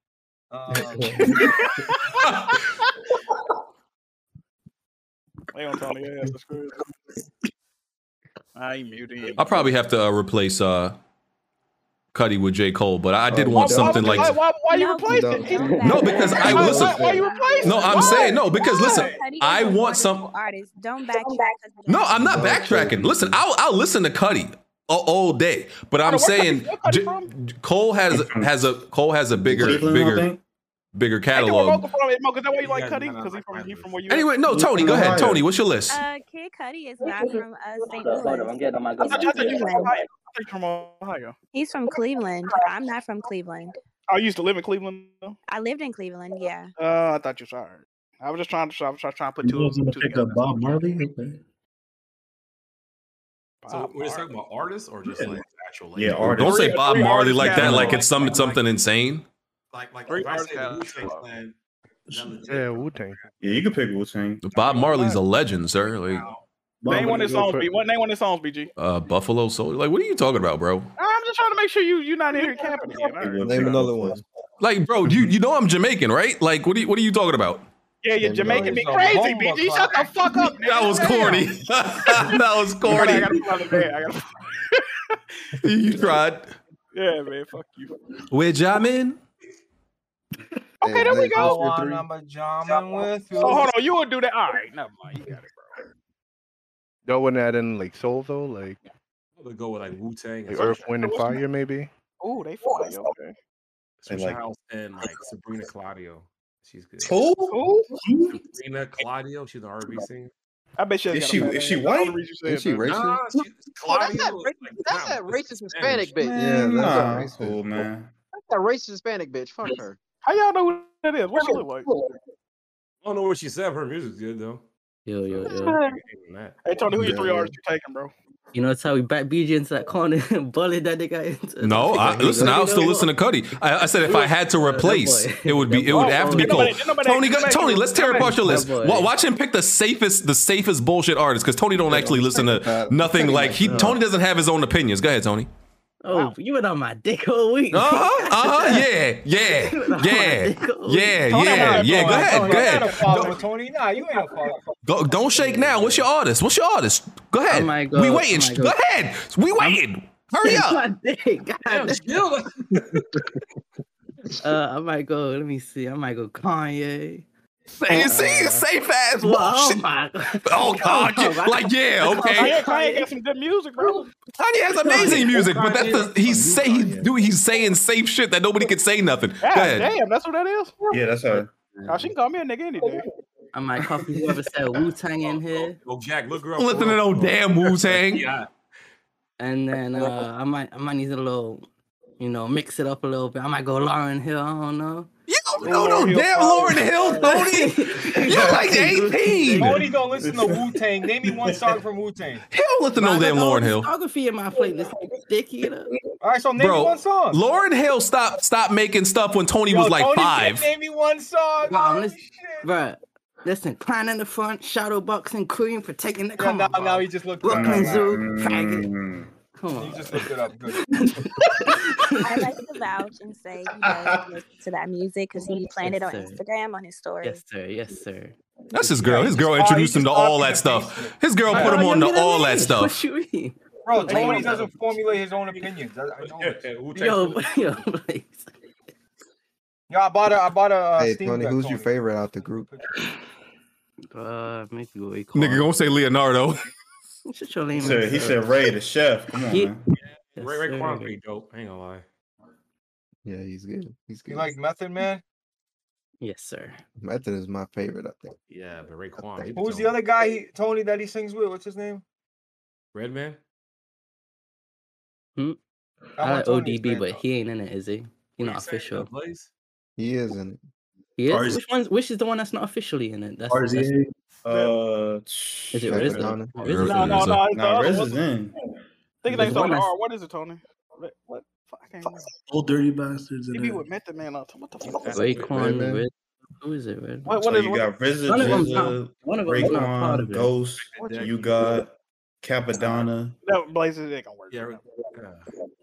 Speaker 1: Um,
Speaker 6: (laughs)
Speaker 10: They don't tell me ass. That's crazy. I ain't muted.
Speaker 6: I probably have to uh, replace uh Cuddy with J Cole, but I did want
Speaker 10: Uh, Why-
Speaker 6: something
Speaker 10: why,
Speaker 6: like.
Speaker 10: Why, why, why you replace it? He's-
Speaker 6: No, because I
Speaker 10: Why-
Speaker 6: listen.
Speaker 10: Why, why you replace
Speaker 6: No,
Speaker 10: it?
Speaker 6: I'm
Speaker 10: Why?
Speaker 6: saying no because listen,
Speaker 18: Cudi is
Speaker 6: I
Speaker 18: a
Speaker 6: want some.
Speaker 18: wonderful Artist, don't backtrack.
Speaker 6: No, I'm not backtracking. Listen, I'll, I'll listen to Cuddy all, all day, but I'm saying J- Cole has has a Cole has a bigger
Speaker 11: Cleveland, I
Speaker 6: bigger
Speaker 11: think?
Speaker 6: bigger
Speaker 10: Ain't that where
Speaker 6: catalog.
Speaker 10: Mocha from? Is Mocha- is that why you like Cuddy? Because he from, he from where you
Speaker 6: Anyway, no, Tony, go ahead. Tony, what's your list?
Speaker 18: Uh, Kid Cudi is not from uh, St. Louis.
Speaker 19: I'm getting on my
Speaker 10: I
Speaker 19: good.
Speaker 10: thought, you- I thought you from Ohio.
Speaker 18: Cleveland.
Speaker 10: I thought you from Ohio.
Speaker 18: He's from Cleveland. I'm not from Cleveland.
Speaker 10: I used to live in Cleveland. though.
Speaker 18: I lived in Cleveland, yeah.
Speaker 10: Uh, I thought you sorry. I was just trying to. I was just trying to put
Speaker 9: You
Speaker 10: two of
Speaker 9: was
Speaker 10: them
Speaker 9: gonna
Speaker 10: two
Speaker 9: pick
Speaker 10: together.
Speaker 9: up Bob Marley. Okay.
Speaker 3: So we're just talking about artists or just like actual like
Speaker 9: Yeah, artists.
Speaker 6: Don't say
Speaker 9: Three-
Speaker 6: Bob
Speaker 9: three
Speaker 6: Marley
Speaker 9: artists
Speaker 6: like that.
Speaker 9: now.
Speaker 6: Like it's some it's something insane.
Speaker 3: like like if I say the Wu-Tang Clan,
Speaker 5: Yeah, Wu Tang.
Speaker 11: Yeah, you could pick Wu Tang.
Speaker 6: Bob Marley's a legend, sir. Like
Speaker 10: Name one of his songs, B. What name one of his songs, BG?
Speaker 6: uh, Buffalo Soldier. Like, what are you talking about, bro?
Speaker 10: I'm just trying to make sure you you're not in
Speaker 6: (laughs)
Speaker 10: here capping again. all right.
Speaker 6: Name another one. Like, bro, you you know I'm Jamaican, right? Like, what are you, what are you talking about? (laughs)
Speaker 10: Yeah, you're Jamaican. Be
Speaker 1: It's a
Speaker 10: crazy,
Speaker 1: homo
Speaker 10: BG. Shut the fuck up.
Speaker 6: That was corny. that was corny.
Speaker 10: I gotta pull out of there. I gotta.
Speaker 6: you tried.
Speaker 10: Yeah, man. Fuck you.
Speaker 6: We're jamming.
Speaker 10: Okay, there we
Speaker 1: I
Speaker 10: go.
Speaker 1: want I'm a jamming with you.
Speaker 10: So hold on, you would do that. All right, never mind. You got it.
Speaker 5: Y'all wouldn't add in like soul though, like
Speaker 3: I would go with like Wu Tang,
Speaker 5: like Earth, Wind, and Fire maybe.
Speaker 10: Oh, they fly. Okay.
Speaker 5: like-
Speaker 3: House,
Speaker 1: (laughs)
Speaker 3: and like Sabrina Claudio. She's good.
Speaker 11: Who?
Speaker 3: Sabrina Claudio. She's an R&B singer.
Speaker 10: I bet she.
Speaker 11: Is she is she white?
Speaker 3: Is she
Speaker 11: Nah,
Speaker 3: racist?
Speaker 11: she-
Speaker 20: Oh, that's that, ra- that's that racist Hispanic bitch.
Speaker 11: nah, that's cool, man.
Speaker 20: That's that racist Hispanic bitch. Fuck her.
Speaker 10: How y'all know who that is? What she look like?
Speaker 3: I don't know what she said. Her music's good though.
Speaker 21: Yo, yo, yo.
Speaker 3: yo.
Speaker 10: (laughs) Hey Tony, who your
Speaker 21: Yeah.
Speaker 10: three artists you taking, bro?
Speaker 21: You know, that's how we back BG into that corner (laughs) and bullied that nigga into.
Speaker 6: No, I, listen. I'll still
Speaker 21: You know,
Speaker 6: listen to Cuddy. I, I said if I had to (laughs) replace, it would be it would have to be
Speaker 21: Ain't nobody-
Speaker 6: Cole.
Speaker 21: ain't nobody-
Speaker 6: Tony,
Speaker 21: ain't
Speaker 6: go-
Speaker 21: nobody-
Speaker 6: Tony, let's tear apart your list.
Speaker 21: That
Speaker 6: Wa-
Speaker 21: boy.
Speaker 6: Watch him pick the safest the safest bullshit artist because Tony don't actually listen to nothing. Like he Tony doesn't have his own opinions. Go ahead, Tony.
Speaker 21: Oh, you been on my dick all week.
Speaker 6: Uh
Speaker 21: (laughs)
Speaker 6: huh. Uh huh. Yeah. Yeah. Yeah. Yeah.
Speaker 21: Tony,
Speaker 6: Yeah.
Speaker 21: I'm
Speaker 6: Yeah. Go
Speaker 21: not a
Speaker 6: ahead. Go
Speaker 21: follower. I'm
Speaker 1: Not a
Speaker 6: ahead.
Speaker 1: follower, Tony. Nah, you ain't a follower.
Speaker 6: Go, don't shake now. What's your artist? What's your artist? Go ahead.
Speaker 21: God,
Speaker 6: we
Speaker 21: oh
Speaker 6: waiting.
Speaker 21: my
Speaker 6: Go
Speaker 21: God.
Speaker 6: ahead. We waiting. Hurry
Speaker 21: (laughs)
Speaker 6: up.
Speaker 21: my dick. God.
Speaker 20: still.
Speaker 21: Uh, I might go. Let me see. I might go Kanye.
Speaker 6: Say, say,
Speaker 21: Uh,
Speaker 6: safe ass
Speaker 21: well, oh
Speaker 6: bullshit.
Speaker 21: my (laughs)
Speaker 6: Oh God! yeah, like yeah,
Speaker 10: um,
Speaker 6: okay.
Speaker 10: Kanye, Kanye got some good music, bro.
Speaker 6: Kanye has amazing music, but that's the, he's say he's, dude, he's saying safe shit that nobody could say nothing. Go
Speaker 10: God,
Speaker 6: ahead.
Speaker 10: damn, that's what that is.
Speaker 11: that's her.
Speaker 10: Oh, she can call me a nigga any day.
Speaker 21: I might copy whoever said Wu Tang "Oh, in here.
Speaker 3: Oh, Jack, look her
Speaker 6: I'm listening to no damn Wu Tang.
Speaker 21: And then uh, I might I might need a little, you know, mix it up a little bit. I might go Lauren Hill. I don't know.
Speaker 6: You
Speaker 1: no, no,
Speaker 6: damn Lauren
Speaker 1: (laughs)
Speaker 6: Hill, Tony. You're like 18.
Speaker 1: Tony don't listen to Wu Tang. Name me one song from Wu Tang.
Speaker 6: Hell, listen to no damn Lauren Hill.
Speaker 21: Photography in my playlist. Sticky it up.
Speaker 1: All right, so name me
Speaker 6: Bro,
Speaker 1: one song.
Speaker 6: Lauren Hill stopped stop making stuff when Tony was like
Speaker 1: Tony
Speaker 6: five.
Speaker 1: Name me one song.
Speaker 21: Nah, listen, bruh, listen, clown in the front, shadow boxing queen for taking the come on. Now
Speaker 1: he just looked
Speaker 21: Brooklyn
Speaker 1: it up.
Speaker 21: Zoo, faggot. Come on.
Speaker 10: (laughs)
Speaker 1: You just looked it up. Good.
Speaker 21: (laughs)
Speaker 18: I like to vouch and say he does listen to that music because he planned it on
Speaker 21: Yes, sir.
Speaker 18: Instagram on his story.
Speaker 21: Yes, sir. Yes, sir.
Speaker 6: That's his girl. His girl introduced him to all that stuff. His girl put
Speaker 21: oh,
Speaker 6: him on to all that stuff.
Speaker 21: you mean?
Speaker 1: Bro, Tony doesn't formulate his own opinions. I, I know it.
Speaker 21: Yo, yo,
Speaker 1: Yo, I bought a, I bought a uh,
Speaker 16: Hey
Speaker 1: Steam
Speaker 16: Tony,
Speaker 1: Deck,
Speaker 16: who's your favorite out the group?
Speaker 21: Uh, maybe we call.
Speaker 6: Nigga, don't say Leonardo.
Speaker 21: Shut your
Speaker 11: He
Speaker 21: lame
Speaker 11: said,
Speaker 21: ass
Speaker 11: he
Speaker 21: up.
Speaker 11: said Ray the chef. Come on,
Speaker 21: Yeah.
Speaker 11: man.
Speaker 3: Ray Ray
Speaker 21: sir.
Speaker 3: Kwan pretty dope. I ain't gonna lie.
Speaker 16: Yeah, he's good. He's
Speaker 1: You
Speaker 16: good.
Speaker 1: like Method Man?
Speaker 21: Yes, sir.
Speaker 16: Method is my favorite, I think.
Speaker 3: Yeah, but Ray Kwan. he
Speaker 1: Who's
Speaker 3: dope.
Speaker 1: the other guy, he, Tony, that he sings with? What's his name?
Speaker 3: Red man?
Speaker 21: Hmm?
Speaker 1: I
Speaker 21: I
Speaker 1: want
Speaker 21: like
Speaker 1: Tony's
Speaker 21: ODB, but he ain't in it, is he? He's not official.
Speaker 16: He is in it.
Speaker 21: He is?
Speaker 16: Or is-
Speaker 21: which one's which is the one that's not officially in it? That's,
Speaker 16: Or is he
Speaker 21: that's
Speaker 16: in
Speaker 11: Uh,
Speaker 21: Is
Speaker 16: Shaq
Speaker 21: it RZA?
Speaker 16: Madonna.
Speaker 21: Oh,
Speaker 6: RZA.
Speaker 21: RZA.
Speaker 10: No, no, no. it's the
Speaker 11: Nah,
Speaker 10: other
Speaker 11: Riz
Speaker 10: one.
Speaker 11: is in.
Speaker 10: Think
Speaker 21: There's
Speaker 10: it's on
Speaker 21: one that's-
Speaker 10: R. What is it, Tony? What? what? Fuck, I can't remember.
Speaker 9: Old dirty bastards.
Speaker 10: He
Speaker 9: And
Speaker 10: be
Speaker 9: that.
Speaker 10: with Method Man. all the time. What the fuck? is it?
Speaker 21: Raekwon,
Speaker 9: Redman.
Speaker 21: Red- who is it? Red?
Speaker 10: What-
Speaker 11: So
Speaker 10: what is-
Speaker 11: you
Speaker 10: what-
Speaker 11: got RZA,
Speaker 21: One of them's not-
Speaker 11: Jizza,
Speaker 21: one of them's not part of
Speaker 11: Raekwon,
Speaker 21: it.
Speaker 11: Ghost. You got Capadonna.
Speaker 10: No, Blazers ain't gonna work.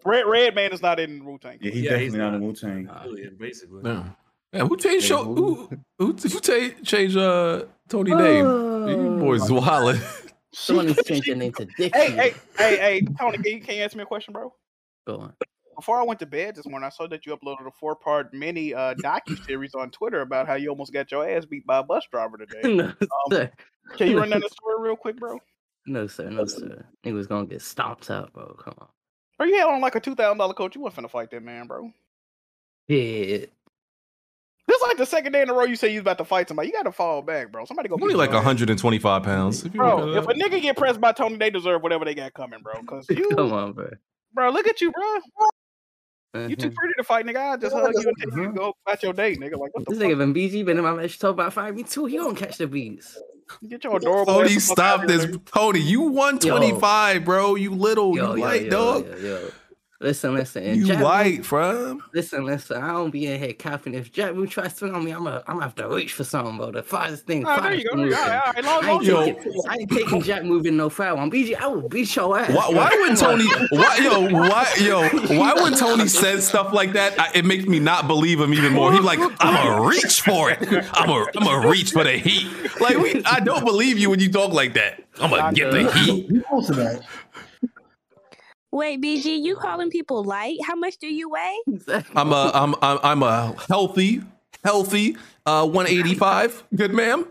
Speaker 10: Red Red Man is not in Wu Tang.
Speaker 11: Yeah, he
Speaker 3: Yeah, he's
Speaker 11: definitely not in Wu Tang.
Speaker 3: basically.
Speaker 6: Damn. Yeah, who changed show? Who who, who ta- changed uh, Tony
Speaker 21: Oh.
Speaker 6: name? You boys wildin'.
Speaker 21: (laughs) The one who's changed their name to Dick.
Speaker 10: Hey, hey, hey, hey, Tony, can you, can you ask me a question, bro?
Speaker 21: Go on.
Speaker 10: Before I went to bed this morning, I saw that you uploaded a four-part mini uh,
Speaker 21: (laughs)
Speaker 10: docu-series on Twitter about how you almost got your ass beat by a bus driver today.
Speaker 21: (laughs) No,
Speaker 10: Um,
Speaker 21: sir.
Speaker 10: can you
Speaker 21: (laughs)
Speaker 10: run down the story real quick, bro?
Speaker 21: No, sir. No, sir. Nigga was gonna get stomped out, bro. Come on.
Speaker 10: Bro, you had on like a two thousand dollar coat. You wasn't finna fight that man, bro.
Speaker 21: Yeah.
Speaker 10: This is like the second day in a row you say you was about to fight somebody. You got to fall back, bro. Somebody go.
Speaker 6: Only
Speaker 10: beat
Speaker 6: like
Speaker 10: your ass.
Speaker 6: 125 pounds. If you look
Speaker 10: Bro,
Speaker 6: it
Speaker 10: if a nigga get pressed by Tony, they deserve whatever they got coming, bro. Cause you,
Speaker 21: Come on, bro. Uh-huh.
Speaker 10: bro, look at you, bro. You
Speaker 21: Mm-hmm.
Speaker 10: too pretty to fight, nigga. I just hug you and take
Speaker 6: Mm-hmm.
Speaker 10: you to go about your day, nigga. Like, what the
Speaker 21: This nigga been BG been in my match talk about five me too. He don't catch the beats.
Speaker 10: Get your
Speaker 6: up.
Speaker 10: adorable.
Speaker 6: Tony, stop this. Tony, you 125, bro. You little.
Speaker 21: Yo,
Speaker 6: you
Speaker 21: yo,
Speaker 6: light,
Speaker 21: yo,
Speaker 6: dog.
Speaker 21: yo, yo. Listen, listen. and
Speaker 6: You
Speaker 21: Jack Moon-
Speaker 6: light, fam.
Speaker 21: Listen, listen. I don't be in here capping. If Jack Moon tries to swing on me, I'm gonna I'm gonna have to reach for something, bro. The farthest thing.
Speaker 10: Oh, there
Speaker 21: farthest
Speaker 10: you go.
Speaker 21: move,
Speaker 10: All right, all right,
Speaker 21: man.
Speaker 10: long,
Speaker 21: I ain't,
Speaker 10: long, long.
Speaker 21: taking, I ain't taking Jack moving no foul. I'm BG. I will beat your ass.
Speaker 6: Why,
Speaker 21: bro. (laughs)
Speaker 6: why would
Speaker 21: Come on.
Speaker 6: Tony? Why yo? Why yo?
Speaker 21: (laughs)
Speaker 6: Why when Tony said stuff like that, I, it makes me not believe him even more. He's like, I'm gonna reach for it. I'm gonna I'm gonna reach for the heat. Like we, I don't believe you when you talk like that. I'm gonna get the heat.
Speaker 9: You close to that.
Speaker 18: Wait, BG, you calling people light? How much do you weigh?
Speaker 6: I'm a I'm I'm, I'm a healthy healthy uh 185. Good ma'am.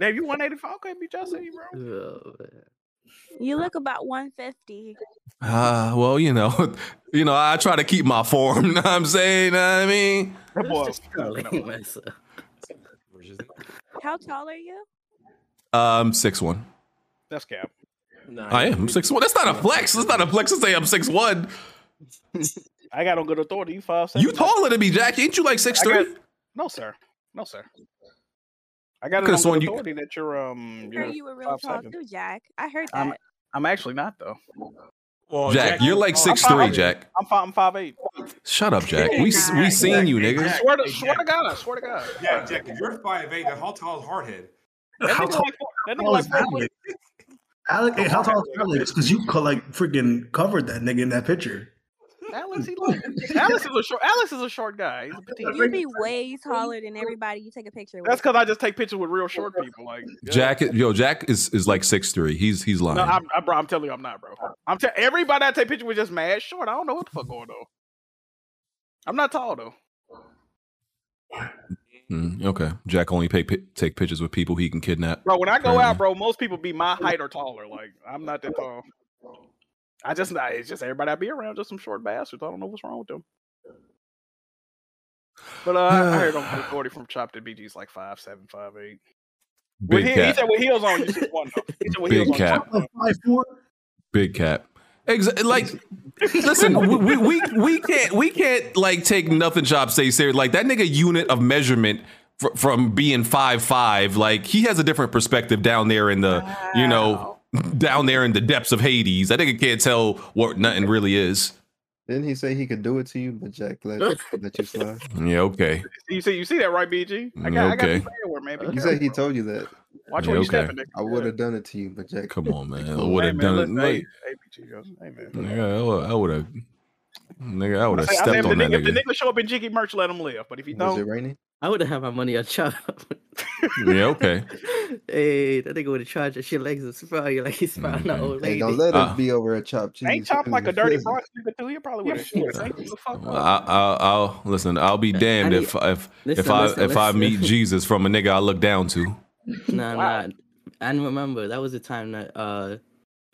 Speaker 10: Damn, you 185? Okay, beat y'all city, bro.
Speaker 18: You look about 150.
Speaker 6: Uh well, you know, (laughs) you know, I try to keep my form. (laughs) Know what I'm saying, know what I mean,
Speaker 10: That boy.
Speaker 21: Lame ass uh. up.
Speaker 18: How tall are you?
Speaker 6: um, six one.
Speaker 10: That's cap.
Speaker 6: I am six one. That's not a flex. That's not a flex to say I'm six one.
Speaker 10: I got on good authority. You five seven.
Speaker 6: You taller than me, Jack. Ain't you like six
Speaker 10: I got-
Speaker 6: three?
Speaker 10: No, sir. No, sir. I got it
Speaker 6: Could've
Speaker 10: on
Speaker 6: sworn
Speaker 10: good
Speaker 6: you-
Speaker 10: authority that you're um.
Speaker 18: I
Speaker 10: You're
Speaker 18: heard you were real tall
Speaker 10: 5'7".
Speaker 18: too, Jack. I heard that.
Speaker 10: I'm I'm actually not though.
Speaker 6: Jack, you're like
Speaker 10: I'm
Speaker 6: six
Speaker 10: five-
Speaker 6: three,
Speaker 10: I'm-
Speaker 6: Jack.
Speaker 10: I'm five. I'm five eight.
Speaker 6: Shut up, Jack. We we seen you, nigga.
Speaker 10: Swear to, swear to God, I swear to God.
Speaker 3: Yeah, Jack, if you're 5'8, then how tall is Hardhead?
Speaker 10: That nigga like four- that nigga
Speaker 9: tall
Speaker 10: like
Speaker 9: is
Speaker 10: four
Speaker 9: Alex?
Speaker 10: foot.
Speaker 9: Alex, hey, how tall is Alex? Because you co- like freaking covered that nigga in that picture.
Speaker 21: (laughs)
Speaker 10: Alex, he like Alex is a short. Alex is a short guy. He's a petite.
Speaker 18: You be way taller than everybody you take a picture with.
Speaker 10: That's because I just take pictures with real short people. Like,
Speaker 6: Jack, yo, Jack is is like six three. He's he's lying.
Speaker 10: no, I'm, I, bro, I'm telling you, I'm not, bro. I'm telling everybody I take pictures with just mad short. I don't know what the fuck going on. I'm not tall though.
Speaker 6: Mm, okay, Jack only pay, pi take pictures with people he can kidnap.
Speaker 10: Bro, when I go
Speaker 6: Apparently.
Speaker 10: out, bro, most people be my height or taller. Like I'm not that tall. I just not. It's just everybody I be around, just some short bastards. I don't know what's wrong with them. But uh, I heard on forty from Chopped at BG's like five seven, five eight.
Speaker 6: Big
Speaker 10: With he, he
Speaker 6: cap.
Speaker 10: said with heels on, you see one though. He said with
Speaker 6: Big
Speaker 10: heels on, you
Speaker 6: cap.
Speaker 10: see one.
Speaker 9: Five four.
Speaker 6: Big cap. Exa- like, listen, we, we, we we can't we can't like take nothing job say serious. Like that nigga unit of measurement fr- from being five five, like he has a different perspective down there in the you know down there in the depths of Hades. That nigga can't tell what nothing really is.
Speaker 16: Didn't he say he could do it to you, but Jack
Speaker 21: (laughs)
Speaker 16: let, let you slide?
Speaker 6: Yeah, okay.
Speaker 10: You see, you see that right, BG? I got, I got
Speaker 6: Okay.
Speaker 10: to play man. Be
Speaker 16: You
Speaker 10: careful.
Speaker 16: said he told you that.
Speaker 10: Watch
Speaker 6: Yeah,
Speaker 10: where you
Speaker 6: okay.
Speaker 10: stepping. nigga.
Speaker 16: I would have done it to you, but Jack.
Speaker 6: Come on, man. I would have done it.
Speaker 10: Listen, hey,
Speaker 6: Like,
Speaker 10: hey, BG, yo. hey, man.
Speaker 6: nigga, I would- I would have. Nigga, I would have
Speaker 10: Hey, I
Speaker 6: stepped
Speaker 10: mean,
Speaker 6: on that
Speaker 10: if the nigga, if the
Speaker 6: nigga.
Speaker 10: nigga show up in Jiggy merch, let him live. But if he
Speaker 16: Was it
Speaker 10: don't,
Speaker 16: raining?
Speaker 21: I would have had my money on Chubb.
Speaker 6: Yeah, okay.
Speaker 21: (laughs) hey, that nigga would have charged that shit legs and sprouted you like he sprouted an old
Speaker 16: Mm-hmm. Hey,
Speaker 21: lady.
Speaker 16: don't let
Speaker 6: Uh.
Speaker 16: us be over at Chop Cheese.
Speaker 10: ain't chop like a dirty
Speaker 16: Listen,
Speaker 10: Bronx nigga too. He probably would have.
Speaker 16: (laughs)
Speaker 6: I, I, I'll listen. I'll be damned
Speaker 21: need-
Speaker 6: if if if
Speaker 21: listen,
Speaker 6: I
Speaker 21: listen,
Speaker 6: if I
Speaker 21: listen.
Speaker 6: meet Jesus from a nigga I look down to.
Speaker 21: Nah, nah. And remember, that was the time that uh,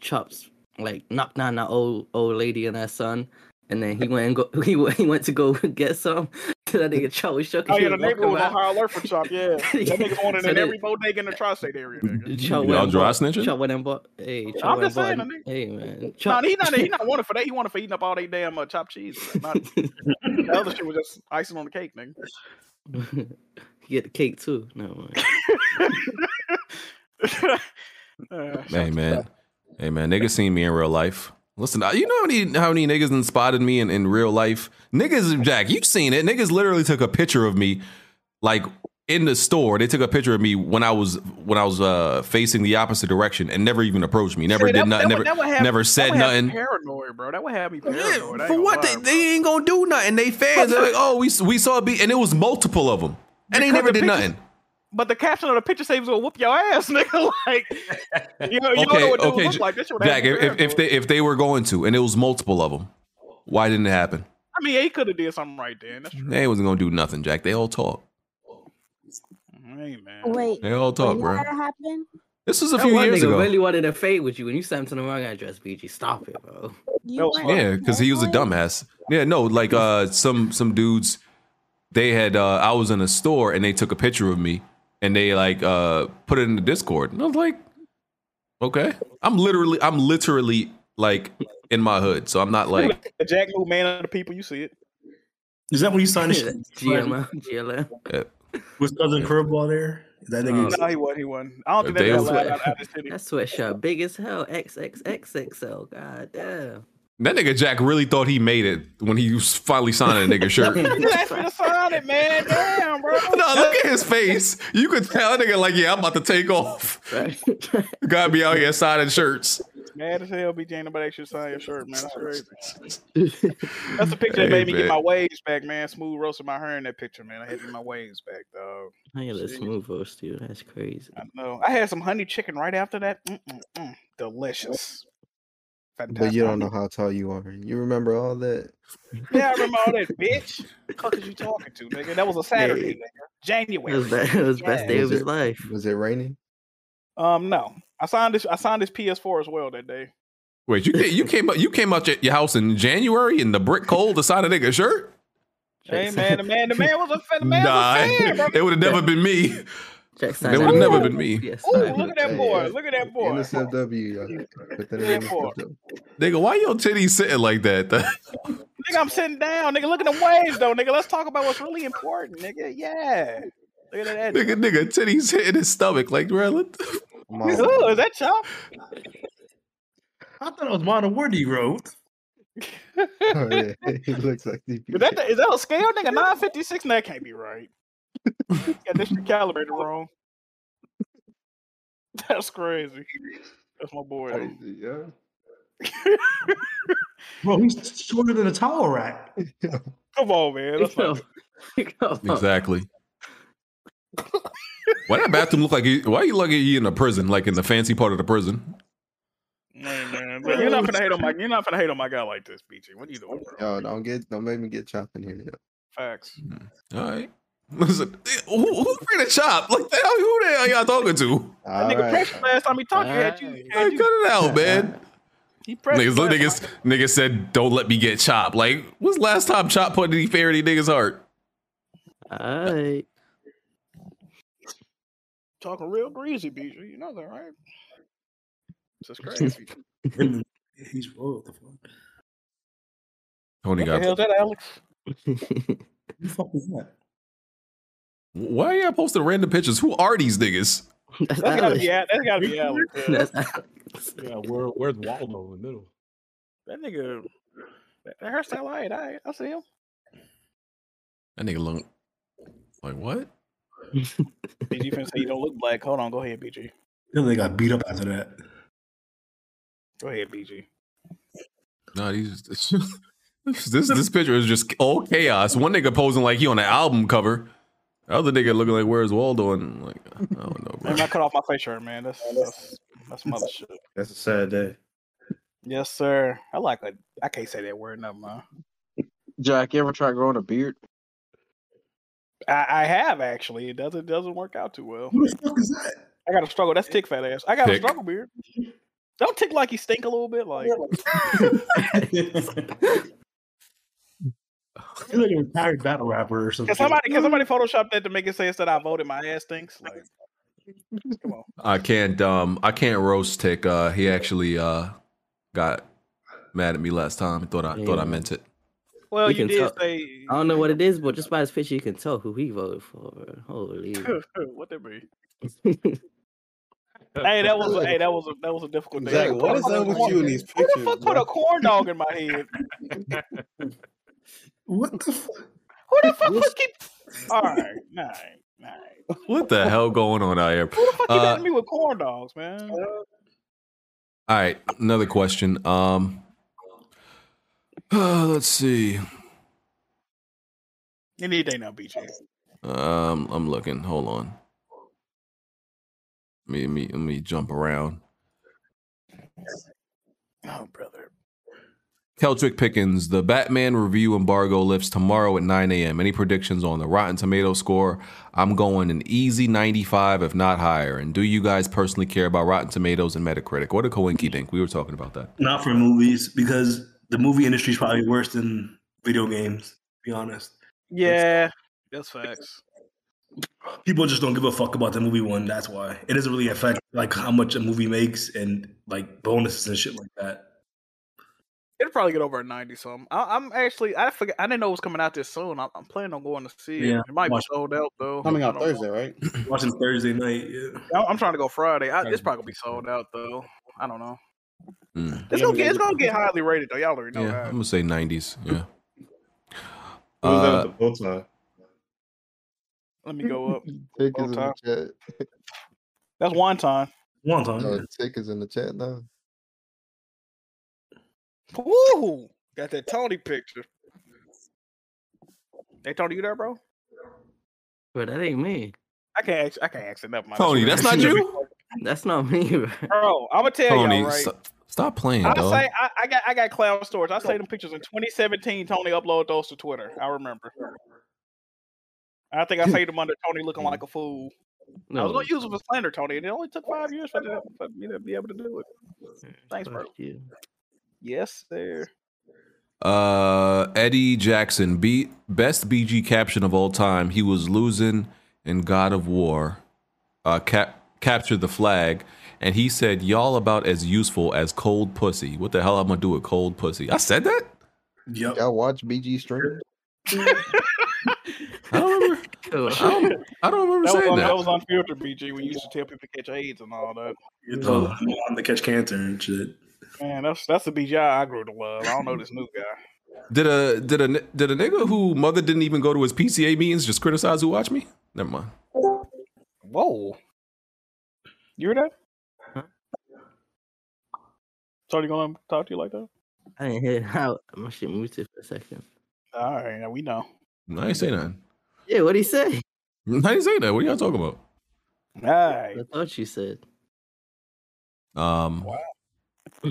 Speaker 21: Chops like knocked down that old old lady and her son, and then he went and go (laughs) he went, he went to go (laughs) get some. So that nigga Chop was shook.
Speaker 10: Oh
Speaker 21: he
Speaker 10: yeah, the
Speaker 21: was walking
Speaker 10: neighborhood was on
Speaker 21: around.
Speaker 10: high alert for
Speaker 6: (laughs)
Speaker 10: chop. Yeah, that nigga wanted
Speaker 21: So
Speaker 10: in
Speaker 21: they-
Speaker 10: every bodega in the tri-state area. Nigga.
Speaker 21: Chop went
Speaker 6: Y'all
Speaker 21: and
Speaker 6: dry
Speaker 21: bought-
Speaker 6: snitching?
Speaker 21: Chop went and bought. Hey, Chop
Speaker 10: I'm
Speaker 21: went
Speaker 10: just saying,
Speaker 21: and bought- Hey man,
Speaker 10: Nah,
Speaker 21: Chop.
Speaker 10: he not
Speaker 21: (laughs)
Speaker 10: he not wanted for that. He wanted for eating up all they damn uh, chopped cheese. man. Not-
Speaker 6: (laughs)
Speaker 10: the other shit was just icing on the cake, nigga.
Speaker 21: he get the cake too. No. man.
Speaker 10: Uh,
Speaker 6: Hey man, hey man, niggas seen me in real life. Listen, I- you know how many how many niggas done spotted me in, in real life? Niggas, Jack, you seen it. Niggas literally took a picture of me, like in the store. They took a picture of me when I was when I was uh facing the opposite direction and never even approached me. Never
Speaker 10: See,
Speaker 6: did
Speaker 10: that- that
Speaker 6: nothing. Never
Speaker 10: would- that would have-
Speaker 6: never
Speaker 10: that
Speaker 6: said
Speaker 10: would have me
Speaker 6: nothing.
Speaker 10: Paranoid, bro. That would have me paranoid. I ain't
Speaker 6: For
Speaker 10: gonna
Speaker 6: what?
Speaker 10: lie,
Speaker 6: They, they ain't gonna do nothing. They fans. They're like, oh, we we saw a beat, and it was multiple of them, and they
Speaker 10: Because
Speaker 6: never
Speaker 10: the
Speaker 6: did
Speaker 10: pictures-
Speaker 6: nothing.
Speaker 10: But the caption of the picture says will whoop your ass, (laughs) nigga. Like, you know, you don't know
Speaker 6: Okay,
Speaker 10: what dude
Speaker 6: okay,
Speaker 10: look like. This shit would have
Speaker 6: Jack.
Speaker 10: me
Speaker 6: If, if, if
Speaker 10: paranoid.
Speaker 6: they if they were going to, and it was multiple of them, why didn't it happen?
Speaker 10: I mean, he could have did something right then. That's true.
Speaker 6: They wasn't gonna do nothing, Jack. They all talk.
Speaker 10: Hey man.
Speaker 18: Wait.
Speaker 6: They all talk,
Speaker 18: when
Speaker 6: bro.
Speaker 18: That happened.
Speaker 6: This was a
Speaker 21: That
Speaker 6: few
Speaker 21: one
Speaker 6: years
Speaker 21: nigga
Speaker 6: ago.
Speaker 21: Really wanted to fade with you, and you sent him to the wrong address. BG, stop it, bro.
Speaker 18: You were
Speaker 6: Yeah, because he was a dumbass. Yeah, no, like uh, some some dudes, they had uh, I was in a store and they took a picture of me and they like uh put it in the Discord and I was like, okay, I'm literally I'm literally like in my hood, so I'm not like
Speaker 10: The Jack move man of the people. You see it.
Speaker 9: Is that when
Speaker 10: (laughs)
Speaker 9: you (laughs) signed the
Speaker 21: Yeah, (laughs) GLM,
Speaker 9: shit?
Speaker 21: GLM.
Speaker 6: eh,
Speaker 9: Was cousin Curveball there? Is that nigga?
Speaker 10: No, he wasn't. He wasn't. I don't think
Speaker 6: They
Speaker 10: that's
Speaker 6: was-
Speaker 10: allowed out, out of the city.
Speaker 21: That sweatshirt big as hell. XXXXL. God damn.
Speaker 6: that nigga Jack really thought he made it when he was finally signing a nigga shirt. (laughs)
Speaker 10: You
Speaker 21: (laughs)
Speaker 10: asked me to sign it, man. Damn, bro.
Speaker 6: No, look at his face. You could tell that nigga like, yeah, I'm about to take off. Gotta be out here signing shirts.
Speaker 10: Mad as hell, BJ. Nobody actually signed your shirt, man. That's crazy.
Speaker 6: (laughs)
Speaker 10: That's the picture that
Speaker 6: Hey,
Speaker 10: made me get
Speaker 6: man.
Speaker 10: my waves back, man. Smooth roasted my hair in that picture, man. I had to get my waves back, dog.
Speaker 21: I got a
Speaker 10: Shit.
Speaker 21: smooth roast, dude. That's crazy.
Speaker 10: I know. I had some honey chicken right after that. Mm-mm-mm. Delicious. Fantastic.
Speaker 16: But you don't know how tall you are. You remember all that?
Speaker 10: Yeah, I
Speaker 21: (laughs)
Speaker 10: remember all that, bitch. The fuck is you talking to, nigga? That was a Saturday, nigga. January.
Speaker 21: It was, be- it was best
Speaker 10: Yeah.
Speaker 21: day of
Speaker 16: Was
Speaker 21: his
Speaker 16: it-
Speaker 21: life.
Speaker 16: Was it raining?
Speaker 10: Um, no, I signed this. I signed this PS4 as well that day.
Speaker 6: Wait, you came, you came out you came out your, your house in January in the brick cold to sign a nigga shirt?
Speaker 10: Hey man, the man, the man was a fan. The man
Speaker 6: Nah, (laughs)
Speaker 10: was a fan, bro.
Speaker 6: it would have never been me.
Speaker 21: Jack signed
Speaker 6: It would have
Speaker 21: that
Speaker 6: never
Speaker 21: shit.
Speaker 6: been me.
Speaker 21: Yes,
Speaker 10: Ooh,
Speaker 21: I
Speaker 10: look
Speaker 21: know.
Speaker 10: at that boy. Look at that boy.
Speaker 16: NSFW. y'all. Put that in
Speaker 10: Four.
Speaker 16: NSFW.
Speaker 6: Nigga, why your titties sitting like that? (laughs)
Speaker 10: Nigga, I'm sitting down. Nigga, look at them waves, though. Nigga, let's talk about what's really important, nigga. Yeah. Look at that.
Speaker 6: nigga, nigga, titties hitting his stomach like bro, what the-
Speaker 16: Mom,
Speaker 10: Ooh, is that chop?
Speaker 9: I thought it was Modern War Negro. What the
Speaker 6: (laughs)
Speaker 16: oh, yeah. (laughs) He looks like he-
Speaker 10: Is that, the, is that a scale, nigga? 956? That can't be right. Got this shit calibrated wrong. (laughs) That's crazy. That's my boy. though.
Speaker 16: crazy, yeah.
Speaker 9: Bro, he's shorter than a
Speaker 10: (laughs)
Speaker 9: towel rack.
Speaker 10: Come on, man. That's not
Speaker 6: Exactly. Why that bathroom look like you, why you look like you in a prison, like in the fancy part of the prison?
Speaker 10: Hey, (laughs) man. Look, You're not gonna hate on my. You're not gonna hate on my guy like this, BG. What are you doing, bro?
Speaker 16: Yo, don't get, don't make me get chopped in here. yo.
Speaker 10: Facts.
Speaker 6: All right. (laughs) Listen, who, who free to chop? Like, the hell, who the hell y'all talking to?
Speaker 16: All
Speaker 10: nigga
Speaker 16: right.
Speaker 10: pressed you last time he talked. You had you.
Speaker 6: Like, cut it out, man.
Speaker 10: He pressed. you
Speaker 6: Niggas,
Speaker 10: last time.
Speaker 6: niggas, niggas said, don't let me get chopped. Like, what's the last time Chop put any fair in any niggas' heart?
Speaker 21: All right.
Speaker 10: talking real greasy, BG. You know that, right? This is crazy.
Speaker 9: And (laughs) He's oh, what the fuck?
Speaker 6: Tony
Speaker 10: What the
Speaker 6: got.
Speaker 10: hell is that, Alex?
Speaker 9: Who the fuck is that?
Speaker 6: Why are y'all posting random pictures? Who are these niggas?
Speaker 10: That's gotta be Al- that's gotta be Alex. yeah.
Speaker 1: yeah, where, where's Waldo in the middle?
Speaker 10: That nigga, that that hairstyle, all right, all right, I see him.
Speaker 6: That nigga look like what?
Speaker 10: BG finna say you don't look black. Hold on, go ahead, BG.
Speaker 9: (laughs) Then they got beat up after that.
Speaker 10: Go ahead, BG.
Speaker 6: No, these (laughs) this this picture is just all chaos. One nigga posing like he on an album cover. The other nigga looking like where's Waldo and like I don't know, bro.
Speaker 10: (laughs) Man, I cut off my face shirt, man. That's that's, that's mother (laughs) shit.
Speaker 11: That's a sad day.
Speaker 10: Yes, sir. I like a. I can't say that word no more.
Speaker 20: Jack, you ever try growing a beard?
Speaker 10: I, I have actually. It doesn't doesn't work out too well.
Speaker 9: Who the fuck is that?
Speaker 10: I got to struggle. That's tick fat ass. I got to
Speaker 6: Tick.
Speaker 10: struggle beard. Don't tick like you stink a little bit. Like
Speaker 9: I feel like a retired battle rapper or something.
Speaker 10: can somebody can
Speaker 9: (laughs)
Speaker 10: somebody Photoshop that to make it say that I voted my ass stinks. Like
Speaker 6: I can't um I can't roast Tick. Uh he actually uh got mad at me last time and thought I thought I meant it.
Speaker 10: Well,
Speaker 21: We
Speaker 10: you
Speaker 21: can
Speaker 10: did
Speaker 21: tell-
Speaker 10: say.
Speaker 21: I don't know what it is, but just by his picture, you can tell who he voted for. bro.
Speaker 10: (laughs)
Speaker 21: Holy.
Speaker 10: what that be? Hey, that was hey, that was a, that was a difficult day.
Speaker 22: Zach, what is
Speaker 10: Who the
Speaker 22: up with
Speaker 10: fuck-
Speaker 22: you in these
Speaker 10: Who
Speaker 22: pictures,
Speaker 10: the fuck
Speaker 22: bro?
Speaker 10: put a corn dog in my head?
Speaker 9: what the fuck?
Speaker 10: Who the fuck was keep? All right, all right, all right.
Speaker 6: What the hell going on out here?
Speaker 10: Who the fuck you
Speaker 6: Uh,
Speaker 10: hitting me with corn dogs,
Speaker 22: Uh,
Speaker 10: man?
Speaker 6: All right, another question. Um, (sighs) uh, let's see.
Speaker 10: Any day now, BJ.
Speaker 6: Um, I'm looking. Hold on. Let me, let me, let me jump around.
Speaker 10: Oh, brother.
Speaker 6: Keltrick Pickens, the Batman review embargo lifts tomorrow at 9 a.m. Any predictions on the Rotten Tomato score? I'm going an easy 95, if not higher. And do you guys personally care about Rotten Tomatoes and Metacritic? What did Coinky think? We were talking about that.
Speaker 9: Not for movies because the movie industry is probably worse than video games. To be honest,
Speaker 10: Yeah, that's facts.
Speaker 9: people just don't give a fuck about the movie one. That's why it doesn't really affect like how much a movie makes and like bonuses and shit like that.
Speaker 10: It'll probably get over a ninety something. I, I'm actually I forgot I didn't know it was coming out this soon. I'm, I'm planning on going to see it.
Speaker 9: Yeah,
Speaker 10: it might be
Speaker 9: watch-
Speaker 10: sold out though.
Speaker 9: Coming out
Speaker 10: I don't know.
Speaker 9: Thursday, right? Watching Thursday night. Yeah.
Speaker 10: I'm, I'm trying to go Friday. I, it's
Speaker 9: Thursday.
Speaker 10: probably gonna be sold out though. I don't know.
Speaker 6: Mm.
Speaker 10: It's gonna get it's gonna get highly rated though. Y'all already know
Speaker 6: Yeah, I'm gonna say 90s. Yeah.
Speaker 11: Who was
Speaker 6: Uh,
Speaker 11: that with the bow tie?
Speaker 10: Let me
Speaker 16: (laughs)
Speaker 10: go up.
Speaker 16: Tick
Speaker 10: Bow
Speaker 16: is in
Speaker 10: tie.
Speaker 16: the chat.
Speaker 10: That's one time.
Speaker 9: One time.
Speaker 16: No, Tick is in Oh, the chat now.
Speaker 10: Woo! Got that Tony picture. Hey Tony, you there, bro?
Speaker 21: But that ain't me.
Speaker 10: I can't ask, I can't ask it up, my
Speaker 6: Tony, that's not you?
Speaker 21: That's not me, bro.
Speaker 10: (laughs) Bro, I'ma tell
Speaker 6: Tony,
Speaker 10: y'all right.
Speaker 6: st- stop playing,
Speaker 10: I
Speaker 6: dog.
Speaker 10: say I, I got I got cloud storage. I saved them pictures in 2017. Tony uploaded those to Twitter. I remember. I think I
Speaker 6: (laughs)
Speaker 10: saved them under Tony looking like a fool. I was
Speaker 21: No.
Speaker 10: gonna use them for slander, Tony, and it only took five years for, them, for me to be able to do it. Thanks, bro. Yes, sir.
Speaker 6: Uh, Eddie Jackson, B- best BG caption of all time. He was losing in God of War, uh, cap- captured the flag, and he said, "Y'all about as useful as cold pussy." What the hell am I gonna do with cold pussy? I said that.
Speaker 9: Yep.
Speaker 16: Y'all watch BG stream?
Speaker 6: (laughs) I don't
Speaker 21: (laughs)
Speaker 6: remember. I don't, I don't remember
Speaker 10: That was,
Speaker 6: saying
Speaker 10: on,
Speaker 6: that.
Speaker 10: that was on filter BG when you used to tell people to catch AIDS and all that.
Speaker 9: You
Speaker 6: Oh.
Speaker 21: Oh.
Speaker 9: told them on to catch cancer and shit.
Speaker 10: Man, that's that's the BG I grew to love. I don't know this new guy.
Speaker 6: Did a did a did a nigga who mother didn't even go to his PCA meetings just criticize who watched me? Never mind.
Speaker 10: Whoa. You hear that? Tony gonna talk to you like that?
Speaker 21: I didn't hear (laughs) how my shit muted for a second.
Speaker 10: All right, now we know.
Speaker 6: I ain't say nothing. (laughs)
Speaker 21: Yeah, what would he say?
Speaker 6: I didn't say that. What are y'all talking about?
Speaker 10: Ah.
Speaker 21: I thought you said.
Speaker 6: Um,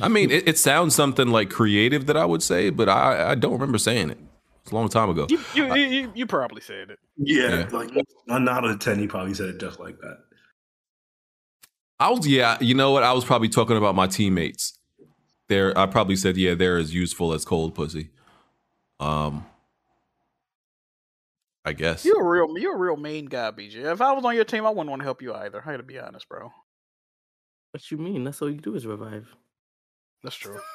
Speaker 6: I mean, it, it sounds something like creative that I would say, but I, I don't remember saying it. It's a long time ago.
Speaker 10: You you, you- you you probably said it.
Speaker 9: Yeah, like nine out of ten, he probably said it just like that.
Speaker 6: I was, yeah, you know what? I was probably talking about my teammates. There, I probably said, yeah, they're as useful as cold pussy. Um, I guess.
Speaker 10: You a real you a real mean guy, BJ. If I was on your team, I wouldn't want to help you either. I gotta be honest, bro.
Speaker 21: What you mean? That's all you do is revive.
Speaker 10: That's true. (laughs)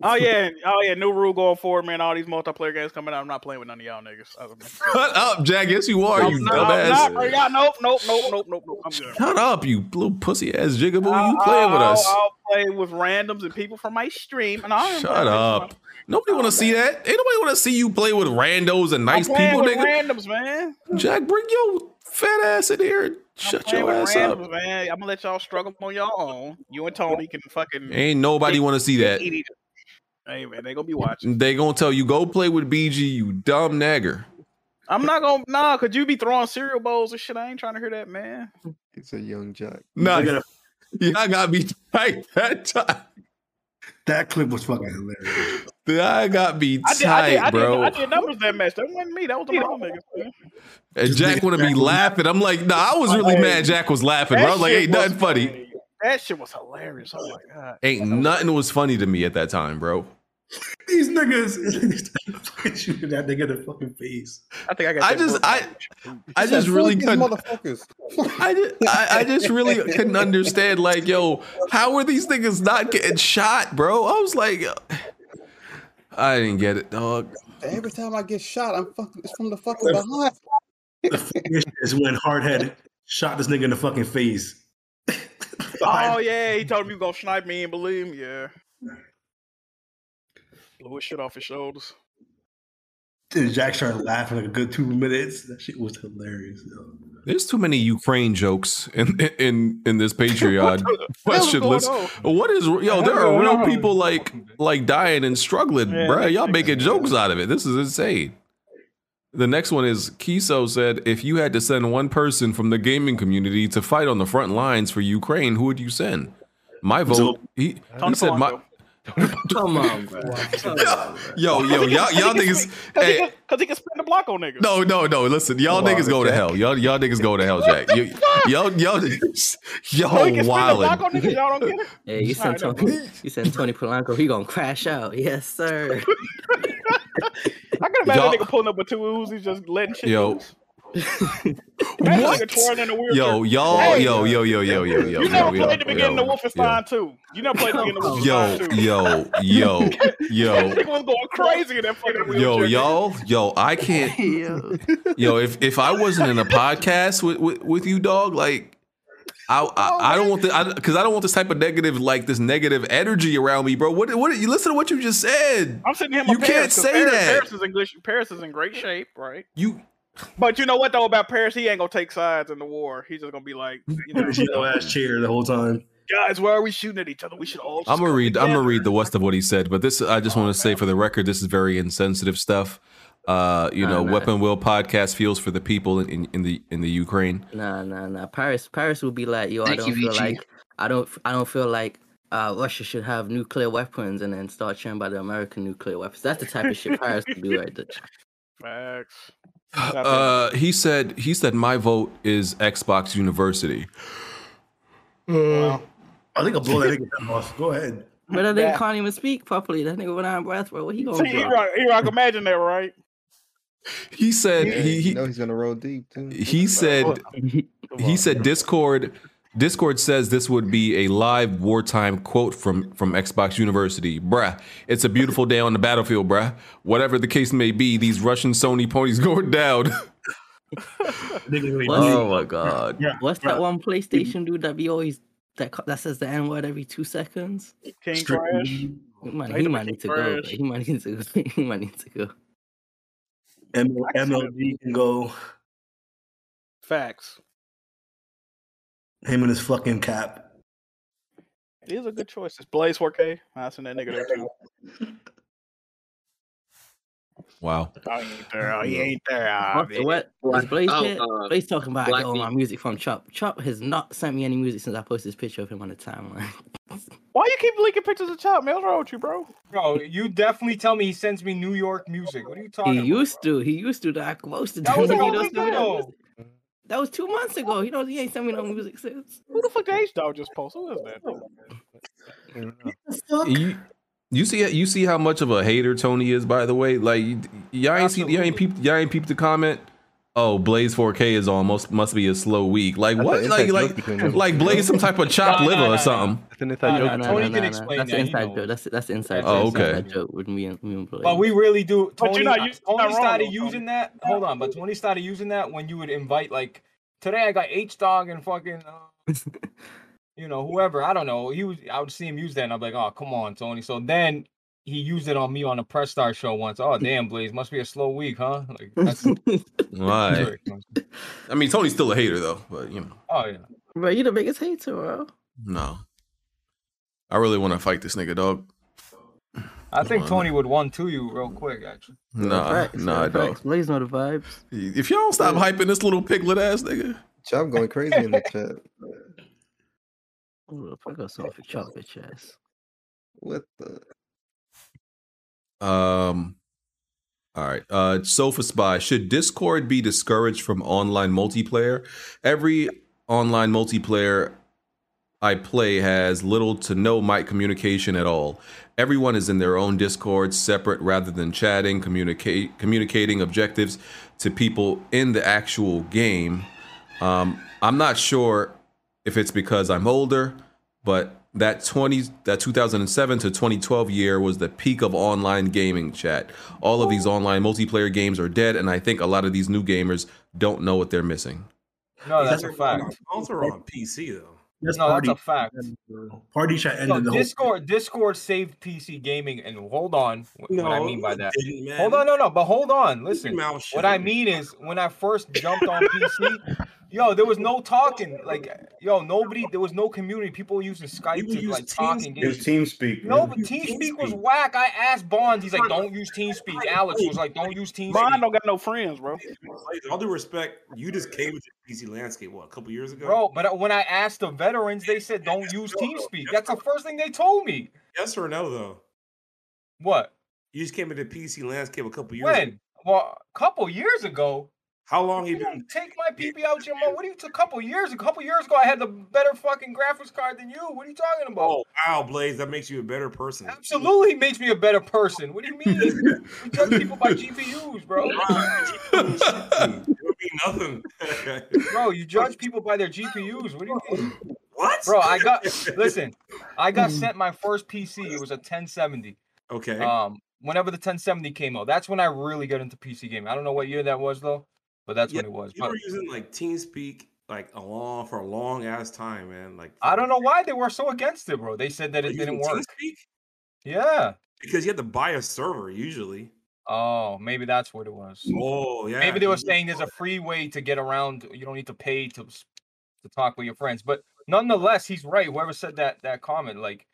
Speaker 10: Oh yeah, oh yeah. New rule going forward, man. All these multiplayer games coming out. I'm not playing with none of y'all niggas.
Speaker 6: (laughs) Shut up, Oh, Jack. Yes, you are, you
Speaker 10: No, I'm not, bro.
Speaker 6: dumbass.
Speaker 10: Y'all, nope, nope, nope, nope, nope, nope. I'm good.
Speaker 6: Shut up, you little pussy ass jigaboo.
Speaker 10: Oh,
Speaker 6: You playing with
Speaker 10: I'll-
Speaker 6: us.
Speaker 10: I'll play with randoms and people from my stream. And I
Speaker 6: Shut up. Nobody want to see that. Ain't nobody want to see you play with randos and nice
Speaker 10: I'm playing
Speaker 6: people,
Speaker 10: with
Speaker 6: nigga.
Speaker 10: randoms, man.
Speaker 6: Jack, bring your fat ass in here and shut
Speaker 10: Playing
Speaker 6: your
Speaker 10: with
Speaker 6: ass
Speaker 10: randoms,
Speaker 6: up.
Speaker 10: man. I'm gonna let y'all struggle on your own. You and Tony can fucking
Speaker 6: Ain't nobody want to see that.
Speaker 10: eat each other. Hey man, they gonna be watching.
Speaker 6: They gonna tell you go play with BG, you dumb nagger.
Speaker 10: I'm not gonna nah, cause you be throwing cereal bowls and shit. I ain't trying to hear that, man.
Speaker 16: It's a young Jack.
Speaker 6: Nah, (laughs) yeah, I got me (laughs) tight that time.
Speaker 9: That clip was fucking (laughs) hilarious.
Speaker 6: I got me
Speaker 10: I did, I, did, I,
Speaker 6: tight,
Speaker 10: did,
Speaker 6: bro.
Speaker 10: I did numbers that match. That wasn't me. That was the wrong niggas. Man.
Speaker 6: And Jack want to be laughing. I'm like, nah, I was really mad. Jack was laughing. Bro. I was like, ain't nothing funny.
Speaker 10: That shit was hilarious. Oh my god.
Speaker 6: Ain't nothing was funny to me at that time, bro.
Speaker 9: These niggas shooting that nigga in the fucking face.
Speaker 10: I think I
Speaker 9: got.
Speaker 6: I
Speaker 9: that
Speaker 6: just,
Speaker 9: book.
Speaker 6: I, I
Speaker 9: He said,
Speaker 6: just really
Speaker 9: "Fuck
Speaker 6: couldn't.
Speaker 16: motherfuckers.
Speaker 6: I, just, I, I just really couldn't understand. Like, yo, how are these niggas not getting shot, bro? I was like, I didn't get it, dog.
Speaker 22: Every time I get shot, I'm fucking. It's from the fucking behind.
Speaker 9: The funniest shit is when Hardhead shot this nigga in the fucking face.
Speaker 10: Oh yeah, he told me you gonna snipe me and believe him. Yeah. Blew his shit off his
Speaker 6: (laughs)
Speaker 10: shoulders.
Speaker 9: And Jack started laughing like a good two minutes. That shit was hilarious. yo.
Speaker 6: There's too many Ukraine jokes in in in this Patreon
Speaker 9: (laughs) What the hell's
Speaker 6: question
Speaker 9: going
Speaker 6: list.
Speaker 9: on?
Speaker 6: What is yo?
Speaker 9: hell's
Speaker 6: There are
Speaker 9: going
Speaker 6: real
Speaker 9: on?
Speaker 6: people like like dying and struggling,
Speaker 9: Yeah,
Speaker 6: bruh.
Speaker 9: that
Speaker 6: Y'all making jokes out of it. This is insane. The next one is Kiso said, if you had to send one person from the gaming community to fight on the front lines for Ukraine, who would you send? My vote. He, he
Speaker 10: Tony
Speaker 6: said my.
Speaker 21: Come on,
Speaker 10: bro.
Speaker 6: Yo,
Speaker 9: (laughs)
Speaker 6: yo, y'all, y'all niggas. Hey,
Speaker 10: (laughs) Cause he can spin the block on niggas.
Speaker 6: no, no, no. Listen, y'all
Speaker 10: Come on,
Speaker 6: niggas go to
Speaker 10: Jack.
Speaker 6: hell. Y'all, y'all niggas go to hell, Jack. You,
Speaker 10: (laughs)
Speaker 6: y'all, (laughs) y'all,
Speaker 10: No, he
Speaker 6: y'all
Speaker 10: can spin the block on
Speaker 6: wildin'.
Speaker 10: niggas. Y'all don't get it.
Speaker 21: (laughs) Yeah, you sent
Speaker 10: Alright,
Speaker 21: Tony. You sent Tony Polanco. He gonna crash out.
Speaker 10: (laughs)
Speaker 21: Yes, sir.
Speaker 10: I can imagine
Speaker 21: Y'all-
Speaker 10: a nigga pulling up with two Uzis, just letting shit.
Speaker 6: Yo, (laughs)
Speaker 10: Imagine a nigga twirling in the wheelchair.
Speaker 6: yo, y'all,
Speaker 10: Hey,
Speaker 6: yo, yo, yo, yo, yo, yo.
Speaker 10: You never
Speaker 6: yo,
Speaker 10: played the
Speaker 6: yo,
Speaker 10: beginning
Speaker 6: yo,
Speaker 10: of Wolfenstein 2. You never played the
Speaker 6: (laughs)
Speaker 10: beginning of
Speaker 6: Yo,
Speaker 10: Wolfenstein 2.
Speaker 6: yo,
Speaker 10: (laughs)
Speaker 6: yo, yo,
Speaker 10: That nigga was going crazy in that fucking wheelchair.
Speaker 6: yo, y'all, yo. I can't. Yo, if if I wasn't in a podcast with with, with you, dog, like. I,
Speaker 10: Oh,
Speaker 6: I, I don't want the because I, don't want this type of negative like this negative energy around me, bro. What what you listen to what you just said?
Speaker 10: I'm sitting here. in my
Speaker 6: You can't
Speaker 10: Paris, 'cause
Speaker 6: say
Speaker 10: Paris,
Speaker 6: that.
Speaker 10: Paris is in good. Paris is in great shape, right?
Speaker 6: You.
Speaker 10: But you know what though about Paris? He ain't gonna take sides in the war. He's just gonna be like, you
Speaker 6: (laughs)
Speaker 10: know,
Speaker 9: Yellow ass chair the whole time.
Speaker 10: guys, why are we shooting at each other? We should all.
Speaker 6: I'm gonna read. I'm gonna read the rest of what he said, but this I just want to say for the record, this is very insensitive stuff. Uh, you
Speaker 21: Nah,
Speaker 6: know,
Speaker 21: nah.
Speaker 6: Weapon Will podcast feels for the people in, in, in the in the Ukraine.
Speaker 21: Nah, nah, nah. Paris, Paris will be like, yo, I
Speaker 2: Thank you,
Speaker 21: don't feel
Speaker 2: VG.
Speaker 21: like, I don't, I don't feel like uh, Russia should have nuclear weapons, and then start cheering about the American nuclear weapons. That's the type of shit Paris would
Speaker 10: (laughs)
Speaker 21: do right there.
Speaker 10: Facts.
Speaker 6: Uh, he said he said my vote is Xbox University.
Speaker 9: Wow. Uh, I think I'll blow that nigga head off. Go ahead.
Speaker 21: But that nigga can't even speak properly. That nigga went out of breath, bro. What he
Speaker 10: See,
Speaker 21: gonna do?
Speaker 10: E-Rock, E-Rock, imagine that, right?
Speaker 6: He said
Speaker 16: Yeah,
Speaker 6: he, he
Speaker 16: you know he's gonna roll deep too.
Speaker 6: he said he said discord discord says this would be a live wartime quote from from xbox university bruh it's a beautiful day on the battlefield bruh whatever the case may be these russian sony ponies (laughs) going down oh my god
Speaker 21: What's that one PlayStation dude that be always that ca- that says the N word every two seconds?
Speaker 10: King Crash.
Speaker 21: Man,
Speaker 10: They
Speaker 21: he
Speaker 10: the
Speaker 21: might
Speaker 10: King
Speaker 21: need to go. bro.
Speaker 10: Crash.
Speaker 21: He might need to. Go. (laughs) he might need to go.
Speaker 9: M- MLD can go.
Speaker 10: Facts.
Speaker 9: Him and his fucking cap.
Speaker 10: These are good choices. Blaze 4K. I seen that nigga there too.
Speaker 6: wow
Speaker 10: Oh, he ain't there. Oh, he ain't there. Ah,
Speaker 21: What?
Speaker 10: man.
Speaker 21: What? Is Blaze
Speaker 10: Oh,
Speaker 21: here?
Speaker 10: uh,
Speaker 21: Blaze talking about I
Speaker 10: Black
Speaker 21: (laughs) got all my
Speaker 10: Beat.
Speaker 21: music from Chop. Chop has not sent me any music since I posted this picture of him on the timeline. (laughs)
Speaker 10: Why you keep leaking pictures of Chop? Man, what's wrong with you, bro?
Speaker 1: Bro, you definitely tell me he sends me New York music. What are you talking
Speaker 21: he
Speaker 1: about?
Speaker 21: used to. He used to. That I posted.
Speaker 1: That was
Speaker 21: him,
Speaker 1: a
Speaker 21: and he
Speaker 1: long
Speaker 21: don't send me that
Speaker 1: ago.
Speaker 21: music. That was two months ago. You know he ain't sent me no music since.
Speaker 10: Who the fuck did H Dog just post? Who is that?
Speaker 6: you, you see you see how much of a hater tony is by the way like y- y'all ain't see y'all ain't peeped y'all ain't peeped the comment Oh, Blaze 4K is on. Must must be a slow week. Like
Speaker 5: That's
Speaker 6: what?
Speaker 5: an inside
Speaker 6: Like
Speaker 5: joke
Speaker 6: like
Speaker 5: between them.
Speaker 6: like Blaze some type of chopped
Speaker 21: Nah, nah,
Speaker 6: liver
Speaker 21: nah, nah.
Speaker 6: or something.
Speaker 5: That's an
Speaker 21: No,
Speaker 5: inside
Speaker 21: no,
Speaker 5: joke.
Speaker 21: no,
Speaker 5: between
Speaker 21: no,
Speaker 5: them.
Speaker 21: no, no.
Speaker 1: explain
Speaker 21: That's
Speaker 1: that,
Speaker 21: an
Speaker 1: he
Speaker 21: inside
Speaker 1: knows.
Speaker 21: joke. That's that's an inside
Speaker 1: That's
Speaker 21: joke. That's
Speaker 1: inside
Speaker 21: not a joke with me and me and Blake.
Speaker 1: But we really do.
Speaker 10: But
Speaker 1: Tony,
Speaker 10: you're not- you're not
Speaker 1: Tony
Speaker 10: wrong,
Speaker 1: started
Speaker 10: though,
Speaker 1: using that. Hold on, but Tony started using that when you would invite like today. I got H Dog and fucking, uh, you know, whoever. I don't know. He was. I would see him use that, and I'm like, oh, come on, Tony. So then he used it on me on a press star show once. Oh, damn, Blaze, must be a slow week, huh?
Speaker 9: (laughs)
Speaker 1: Like, that's,
Speaker 21: (laughs)
Speaker 6: Why? I mean, Tony's still a hater though, but you know,
Speaker 1: oh yeah.
Speaker 21: Bro, you the biggest hater, bro.
Speaker 6: no. I really want to fight this nigga, dog.
Speaker 1: I think Tony would one to you real quick, actually.
Speaker 6: Nah,
Speaker 21: Facts,
Speaker 6: nah,
Speaker 21: man,
Speaker 6: dog.
Speaker 21: facts. Blaze know the vibes.
Speaker 6: If y'all don't stop hyping this little piglet ass nigga,
Speaker 16: Chop going crazy in the chat.
Speaker 21: Ooh, if I got something for chocolate chest.
Speaker 16: What the?
Speaker 6: Um. All right. Uh, Sofa Spy. Should Discord be discouraged from online multiplayer? Every online multiplayer I play has little to no mic communication at all. Everyone is in their own Discord, separate rather than chatting, communicate communicating objectives to people in the actual game. Um, I'm not sure if it's because I'm older, but that 20 that 2007 to 2012 year was the peak of online gaming chat. All of these online multiplayer games are dead, and I think a lot of these new gamers don't know what they're missing.
Speaker 1: No, that's a
Speaker 3: Hold on,
Speaker 1: fact.
Speaker 3: Phones are on PC though.
Speaker 9: That's
Speaker 1: no, that's
Speaker 9: party.
Speaker 1: a fact.
Speaker 9: Party chat ended
Speaker 1: No,
Speaker 9: the whole.
Speaker 1: Discord Discord saved PC gaming, and hold on. wh- what I
Speaker 9: No,
Speaker 1: mean by
Speaker 9: it
Speaker 1: that,
Speaker 9: didn't, man.
Speaker 1: hold on, no, no, but hold on. Listen,
Speaker 9: mouth
Speaker 1: what I mean is when I first jumped on PC, yo, there was no talking. Like, yo, nobody. There was no community. People were using Skype to like talk and
Speaker 11: It was
Speaker 1: get.
Speaker 11: TeamSpeak.
Speaker 1: No,
Speaker 11: man.
Speaker 1: but TeamSpeak was whack. I asked Bonds. He's like, "Don't use TeamSpeak." Alex was like, "Don't use TeamSpeak."
Speaker 10: Bond don't got no friends, bro.
Speaker 3: Like, all due respect, you just came into the PC landscape what a couple years ago.
Speaker 1: Bro, but uh, when I asked the veterans, they said don't use TeamSpeak. That's the first thing they told me.
Speaker 3: Yes or no though?
Speaker 1: What?
Speaker 3: You just came into the PC landscape a couple years. ago.
Speaker 1: When? Well, a couple years ago.
Speaker 3: How long have
Speaker 1: You
Speaker 3: you been?
Speaker 1: don't take my PP out your mom. What do you? A couple years, a couple years ago, I had the better fucking graphics card than you. What are you talking about?
Speaker 3: Oh wow, Blaze, that makes you a better person.
Speaker 1: Absolutely makes me a better person. What do you mean? we judge people by GPUs, bro.
Speaker 3: Nothing.
Speaker 1: Bro, you judge people by their GPUs. What do you mean? What? Bro,
Speaker 3: (laughs)
Speaker 1: I got listen. I got sent my first PC. It was a 1070.
Speaker 3: Hmm. Okay.
Speaker 1: Um, whenever the 1070 came out, that's when I really got into PC gaming. I don't know what year that was though, but that's
Speaker 3: Yeah,
Speaker 1: when it was.
Speaker 3: You
Speaker 1: But
Speaker 3: were using like TeamSpeak like a long for a long ass time, man. Like
Speaker 1: I don't know why they were so against it, bro. They said that it
Speaker 3: using
Speaker 1: didn't work.
Speaker 3: TeamSpeak?
Speaker 1: Yeah.
Speaker 3: Because you had to buy a server usually.
Speaker 1: Oh, maybe that's what it was.
Speaker 3: Oh yeah.
Speaker 1: Maybe they
Speaker 3: you
Speaker 1: were
Speaker 3: did.
Speaker 1: saying there's a free way to get around. You don't need to pay to s- to talk with your friends. But nonetheless, he's right. Whoever said that that comment, like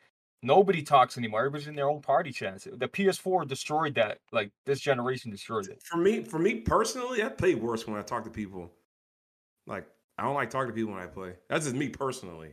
Speaker 1: nobody talks anymore. Everybody's in their own party chats. The PS4 destroyed that. Like this generation destroyed it.
Speaker 3: for me, for me personally, I play worse when I talk to people. Like I don't like talking to people when I play. That's just me personally.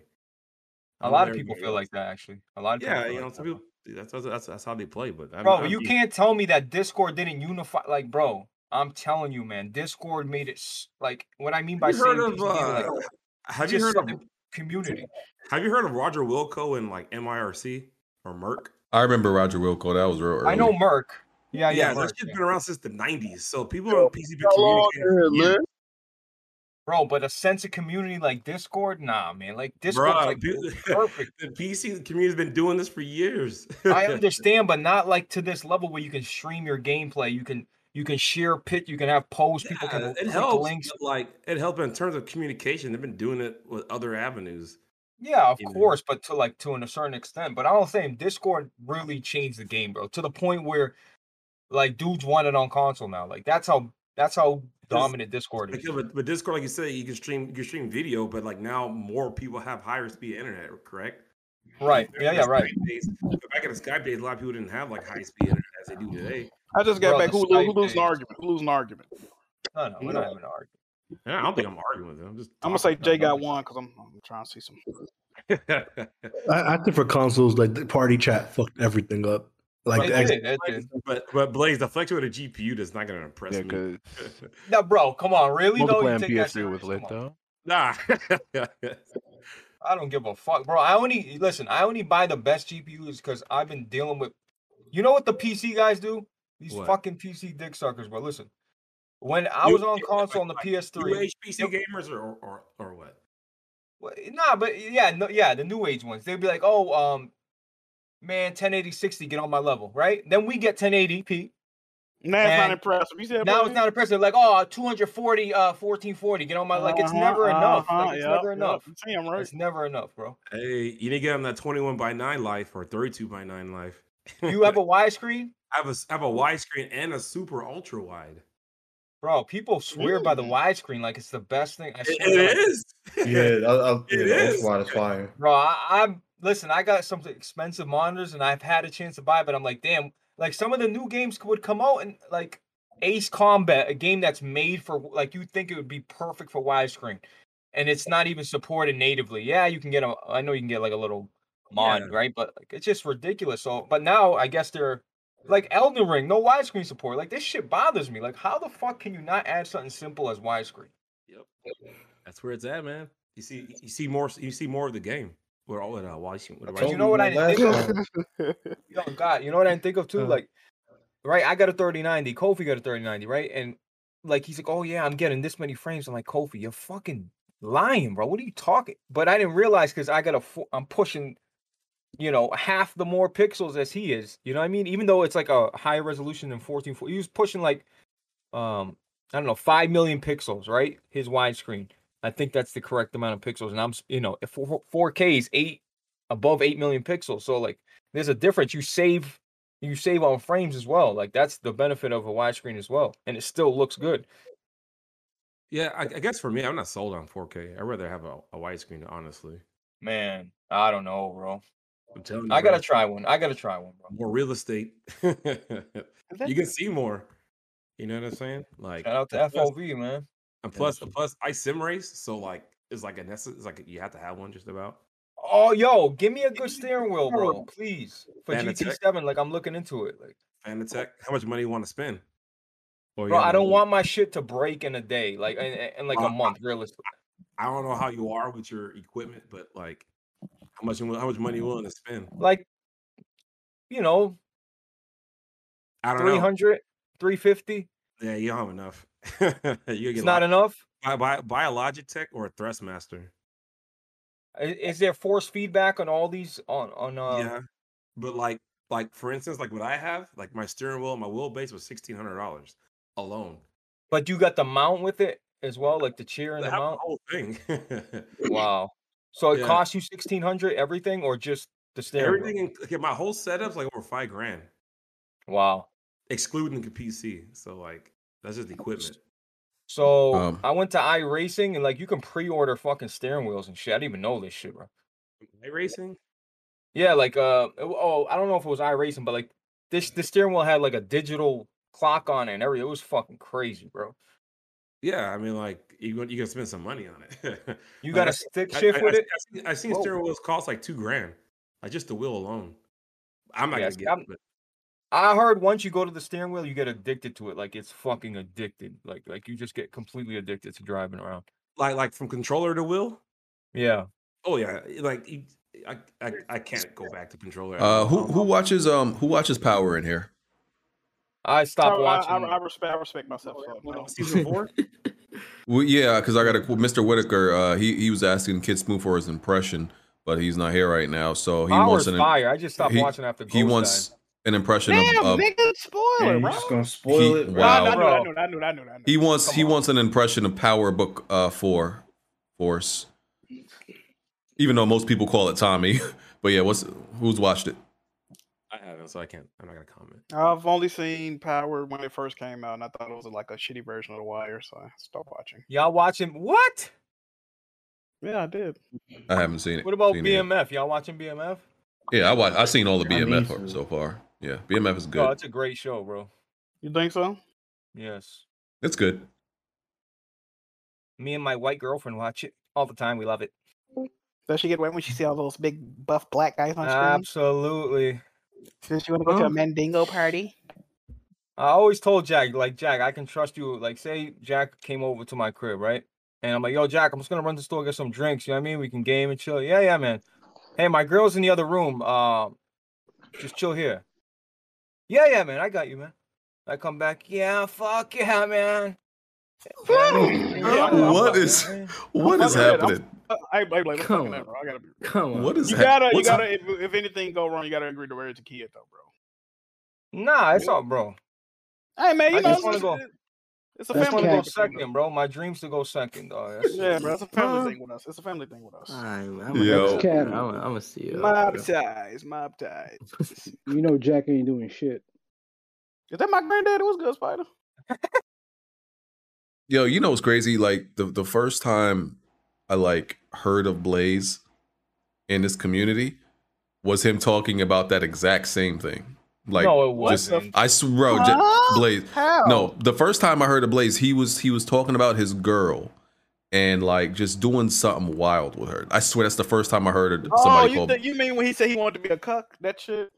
Speaker 3: I
Speaker 1: A
Speaker 3: don't
Speaker 1: lot
Speaker 3: know
Speaker 1: of people
Speaker 3: everybody
Speaker 1: feel
Speaker 3: else.
Speaker 1: like that actually. A lot of people.
Speaker 3: Yeah,
Speaker 1: feel
Speaker 3: you
Speaker 1: like
Speaker 3: know, some people that's that's, that's, that's how they play. But I'm,
Speaker 1: bro
Speaker 3: I'm
Speaker 1: you
Speaker 3: being-
Speaker 1: can't tell me that discord didn't unify like bro i'm telling you man discord made it s- like what i mean by
Speaker 3: Have you
Speaker 1: saying
Speaker 3: heard of?
Speaker 1: PC gaming, like,
Speaker 3: Uh, have you
Speaker 1: just
Speaker 3: heard of?
Speaker 1: community
Speaker 3: Have you heard of Roger Wilco and like MIRC or Merck?
Speaker 6: I remember Roger Wilco. That was real early.
Speaker 1: i know merc yeah yeah,
Speaker 3: that
Speaker 1: Merc,
Speaker 3: shit's
Speaker 1: yeah.
Speaker 3: been around since the '90s. So people on PC been communicating. for years.
Speaker 1: bro but a sense of community like discord nah man like discord
Speaker 3: Bruh,
Speaker 1: like
Speaker 3: dude,
Speaker 1: perfect
Speaker 3: (laughs) the PC community's been doing this for years. (laughs)
Speaker 1: i understand but not like to this level where you can stream your gameplay you can you can share pit you can have posts people
Speaker 3: Yeah,
Speaker 1: can
Speaker 3: it
Speaker 1: click
Speaker 3: helps.
Speaker 1: links
Speaker 3: but, Like it helped in terms of communication. They've been doing it with other avenues.
Speaker 1: Yeah, of
Speaker 3: you know?
Speaker 1: course, but to like to an- a certain extent. But I don't think Discord really changed the game, bro. To the point where like dudes want it on console now. Like that's how that's how dominant Discord
Speaker 3: Like,
Speaker 1: is.
Speaker 3: yeah, but, but Discord, like you said, you can stream you can stream video, but like now more people have higher speed internet, correct?
Speaker 1: Right.
Speaker 3: Back
Speaker 1: Yeah,
Speaker 3: in
Speaker 1: yeah,
Speaker 3: the
Speaker 1: right.
Speaker 3: Skype days- but back in the Skype days, a lot of people didn't have like high speed internet as they do today.
Speaker 10: I just got
Speaker 3: Bro,
Speaker 10: back.
Speaker 3: the
Speaker 10: Who, lo- who
Speaker 3: Skype
Speaker 10: loses an
Speaker 3: days.
Speaker 10: argument? Who loses an argument?
Speaker 1: No, no, we're not having an argument.
Speaker 3: Yeah, I don't think I'm arguing with them. I'm just
Speaker 10: I'm gonna say Jay got one because I'm, I'm trying to see
Speaker 3: (laughs)
Speaker 10: some.
Speaker 22: I, I think for consoles, like the party chat fucked everything up. Like the
Speaker 3: but,
Speaker 22: X-
Speaker 3: but but Blaze, the flex with a GPU is not gonna impress
Speaker 5: Yeah,
Speaker 3: (laughs) me.
Speaker 1: No, bro, come on, really though?
Speaker 5: Multiplayer
Speaker 1: You
Speaker 5: on
Speaker 1: take that
Speaker 5: PS3
Speaker 1: serious?
Speaker 5: was lit though.
Speaker 3: nah.
Speaker 1: I don't give a fuck, bro. I only listen. I only buy the best GPUs because I've been dealing with. You know what the PC guys do? These
Speaker 3: What?
Speaker 1: fucking PC dick suckers, bro. Listen, When I was on console on the PS3,
Speaker 3: HPC gamers or, or or what?
Speaker 1: Well, eh, Nah, but yeah, no, yeah, the new age ones. They'd be like, "Oh, um, man, 1080 60, get on my level, right?" Then we get 1080p.
Speaker 10: Now it's not
Speaker 1: And
Speaker 10: impressive. You said
Speaker 1: Now it's not impressive. Like, oh, 240, uh, 1440, get on my like. It's
Speaker 10: Uh-huh,
Speaker 1: never enough.
Speaker 10: uh-huh,
Speaker 1: Like, it's
Speaker 10: yep,
Speaker 1: never
Speaker 10: yep.
Speaker 1: enough.
Speaker 10: Damn right.
Speaker 1: It's never enough, bro.
Speaker 3: Hey, you need to get on that 21 by 9 life or 32 by 9 life.
Speaker 1: You
Speaker 3: (laughs)
Speaker 1: have a widescreen?
Speaker 3: I have a I have a widescreen and a super ultra wide.
Speaker 1: Bro, people swear by the widescreen like it's the best thing. I swear
Speaker 3: it
Speaker 1: to God.
Speaker 3: is.
Speaker 11: Yeah, I, I,
Speaker 1: It
Speaker 11: yeah,
Speaker 1: is.
Speaker 11: that's why it's fire.
Speaker 1: Bro, I, I'm listen. I got some expensive monitors, and I've had a chance to buy, but I'm like, damn. Like some of the new games would come out, and like Ace Combat, a game that's made for like you think it would be perfect for widescreen, and it's not even supported natively. Yeah, you can get a. I know you can get like a little mod, right? But like, it's just ridiculous. So, but now I guess they're like Elden Ring, no widescreen support. Like this shit bothers me. Like, how the fuck can you not add something simple as widescreen?
Speaker 3: That's where it's at, man. You see you see more you see more of the game with all that uh, widescreen. With the
Speaker 1: But
Speaker 3: widescreen.
Speaker 1: you know what I didn't think
Speaker 10: (laughs)
Speaker 1: of? Yo, God, you know what I didn't think of too? Like, right, I got a 3090, Kofi got a 3090, right? And like he's like, Oh yeah, I'm getting this many frames. I'm like, Kofi, you're fucking lying, bro. What are you talking? But I didn't realize because I got a fu- I'm pushing, you know, half the more pixels as he is. You know what I mean? Even though it's like a higher resolution than 14 he was pushing like um I don't know, five million pixels, right? His widescreen. I think that's the correct amount of pixels. And I'm, s- you know, if 4K is eight above eight million pixels, so like there's a difference. You save, you save on frames as well. Like that's the benefit of a widescreen as well, and it still looks good.
Speaker 3: Yeah, I, I guess for me, I'm not sold on 4K. I'd rather have a, a widescreen, honestly.
Speaker 1: Man, I don't know, bro.
Speaker 3: I'm telling you,
Speaker 1: I gotta
Speaker 3: bro.
Speaker 1: try one. I gotta try one, bro.
Speaker 3: More real estate. (laughs) you can see more. You know what I'm saying? Like
Speaker 1: Shout out to
Speaker 3: and plus-
Speaker 1: FOV, man.
Speaker 3: And plus, and plus, I sim race, so like it's like a necess- it's like you have to have one just about.
Speaker 1: Oh, yo, give me a good steering wheel, bro, please. For
Speaker 3: Fanatec.
Speaker 1: GT7, like I'm looking into it. Like,
Speaker 3: Fanatec, how much money you want to spend? Or
Speaker 1: bro,
Speaker 3: you
Speaker 1: I
Speaker 3: wanna-
Speaker 1: don't want my shit to break in a day, like in, in- in like
Speaker 3: Well,
Speaker 1: a
Speaker 3: I-
Speaker 1: month, realistically.
Speaker 3: I don't know how you are with your equipment, but like how much you wi- how much (laughs) money you willing to spend?
Speaker 1: Like, you know,
Speaker 3: I don't know.
Speaker 1: 300, 350.
Speaker 3: Yeah, you don't have enough. (laughs) you
Speaker 1: It's not enough.
Speaker 3: Buy, buy buy a Logitech or a Thrustmaster.
Speaker 1: I- Is there force feedback on all these on on uh
Speaker 3: yeah, but like like for instance, like what I have, like my steering wheel, and my wheelbase was sixteen hundred dollars alone.
Speaker 1: but you got the mount with it as well, like the chair and
Speaker 3: I
Speaker 1: the
Speaker 3: have the
Speaker 1: mount?
Speaker 3: whole thing. (laughs)
Speaker 1: Wow. So it
Speaker 3: Yeah.
Speaker 1: costs you 1600 everything or just the steering wheel?
Speaker 3: Everything, in, okay, my whole setup's like over five grand.
Speaker 1: Wow.
Speaker 3: Excluding the PC, so like that's just the equipment.
Speaker 1: So
Speaker 6: Um,
Speaker 1: I went to iRacing and like you can pre-order fucking steering wheels and shit. I didn't even know this shit, bro.
Speaker 3: iRacing?
Speaker 1: Yeah, like uh it w- oh, I don't know if it was iRacing, but like this the steering wheel had like a digital clock on it and everything. It was fucking crazy, bro.
Speaker 3: Yeah, I mean, like you gon- you can spend some money on it. (laughs)
Speaker 1: You
Speaker 3: Like,
Speaker 1: got
Speaker 3: I
Speaker 1: a
Speaker 3: see-
Speaker 1: stick
Speaker 3: I-
Speaker 1: shift
Speaker 3: I-
Speaker 1: with
Speaker 3: I see-
Speaker 1: it?
Speaker 3: I've seen, I've seen
Speaker 1: Whoa.
Speaker 3: steering wheels cost like two grand, like just the wheel alone. I'm not
Speaker 1: Yeah,
Speaker 3: gonna
Speaker 1: see,
Speaker 3: get.
Speaker 1: I'm-
Speaker 3: it, but
Speaker 1: I heard once you go to the steering wheel, you get addicted to it. Like it's fucking addicted. Like like you just get completely addicted to driving around.
Speaker 3: like like from controller to wheel.
Speaker 1: Yeah.
Speaker 3: Oh yeah, it- like you- I I, I can't go back to controller. at
Speaker 6: uh,
Speaker 3: all.
Speaker 6: who who watches um who watches Power in here?
Speaker 1: I
Speaker 10: I,
Speaker 1: stopped
Speaker 10: I,
Speaker 1: watching.
Speaker 10: I, respect, I respect myself. So, you know.
Speaker 3: Season four?
Speaker 6: Well, yeah, because I got a Mr. Whitaker. Uh, he he was asking Kid Smooth for his impression, but he's not here right now, so Oh, he wants
Speaker 1: Power's
Speaker 6: an.
Speaker 1: fire. I just stopped
Speaker 6: he,
Speaker 1: watching after
Speaker 6: He
Speaker 1: Ghost
Speaker 6: wants an impression
Speaker 10: Damn,
Speaker 6: of. of
Speaker 10: nigga, (laughs) spoiler, bro.
Speaker 11: just gonna
Speaker 6: he,
Speaker 11: spoil it.
Speaker 10: Nah, I
Speaker 6: wow.
Speaker 10: knew, I knew, I knew, I knew, I knew.
Speaker 6: He wants he wants an impression of Power Book uh, Four, Force. Even though most people call it Tommy, (laughs) but yeah, what's who's watched it?
Speaker 3: I haven't, so I can't. I'm not gonna
Speaker 10: (laughs)
Speaker 3: comment.
Speaker 10: I've only seen Power when it first came out, and I thought it was like a shitty version of The Wire, so I stopped watching.
Speaker 1: Y'all watching what?
Speaker 10: Yeah, I did.
Speaker 6: I haven't seen it.
Speaker 1: What about
Speaker 6: seen it yet.
Speaker 1: BMF? Y'all watching BMF?
Speaker 6: Yeah, I watch. I seen all the
Speaker 1: I need
Speaker 6: BMF so far. Yeah, BMF is
Speaker 1: Oh,
Speaker 6: good.
Speaker 1: it's a great show, bro.
Speaker 10: You think so?
Speaker 1: Yes.
Speaker 6: It's good.
Speaker 1: Me and my white girlfriend watch it all the time. We love it.
Speaker 10: Does she get wet when she see all those big buff black guys on screen?
Speaker 1: Absolutely.
Speaker 10: Does she want to go to
Speaker 1: Huh?
Speaker 10: a mandingo party?
Speaker 1: I always told Jack, like, Jack, I can trust you. Like, say Jack came over to my crib, right? And I'm like, yo, Jack, I'm just gonna run to the store, get some drinks. You know what I mean? We can game and chill. Yeah, yeah, man. Hey, my girl's in the other room. Um, just chill here.
Speaker 10: (laughs)
Speaker 1: Yeah, yeah, man. I got you, man. I come back. Yeah, fuck yeah, man.
Speaker 6: What is what is happening?
Speaker 10: Uh, I, I, like,
Speaker 6: Come
Speaker 10: come
Speaker 6: on.
Speaker 10: I gotta be.
Speaker 6: Come on. What is
Speaker 10: you
Speaker 6: hap-
Speaker 10: gotta, you
Speaker 6: what's
Speaker 10: gotta.
Speaker 6: hap-
Speaker 10: If, if anything go wrong, you gotta agree to wear it to Kia though,
Speaker 1: bro. Nah, it's all, bro.
Speaker 10: bro. Hey man, you
Speaker 1: I
Speaker 10: know
Speaker 1: just want to go.
Speaker 10: it's
Speaker 1: I
Speaker 10: a
Speaker 1: just want
Speaker 10: family
Speaker 1: to go
Speaker 10: thing.
Speaker 1: second, bro. My dreams to go second, dog. That's-
Speaker 10: Yeah, bro, it's a
Speaker 1: (laughs)
Speaker 10: family thing with us. It's a family thing with us.
Speaker 6: Ah,
Speaker 21: I'm,
Speaker 6: a- Yo.
Speaker 21: I'm, a- I'm a CEO.
Speaker 10: Mob ties, mob
Speaker 6: (laughs)
Speaker 10: ties.
Speaker 23: You know Jack ain't doing shit.
Speaker 10: Is that my granddaddy? What's good, Spider?
Speaker 6: Yo, you know what's crazy? Like the the first time I like heard of Blaze in this community was him talking about that exact same thing. Like
Speaker 1: No, it
Speaker 6: just-
Speaker 1: wasn't.
Speaker 6: I swear, bro,
Speaker 1: Huh?
Speaker 6: Blaze.
Speaker 1: How?
Speaker 6: No, the first time I heard of Blaze, he was he was talking about his girl and like just doing something wild with her. I swear that's the first time I heard of
Speaker 10: Oh,
Speaker 6: somebody
Speaker 10: you,
Speaker 6: called.
Speaker 10: th- you mean when he said he wanted to be a cuck? That shit.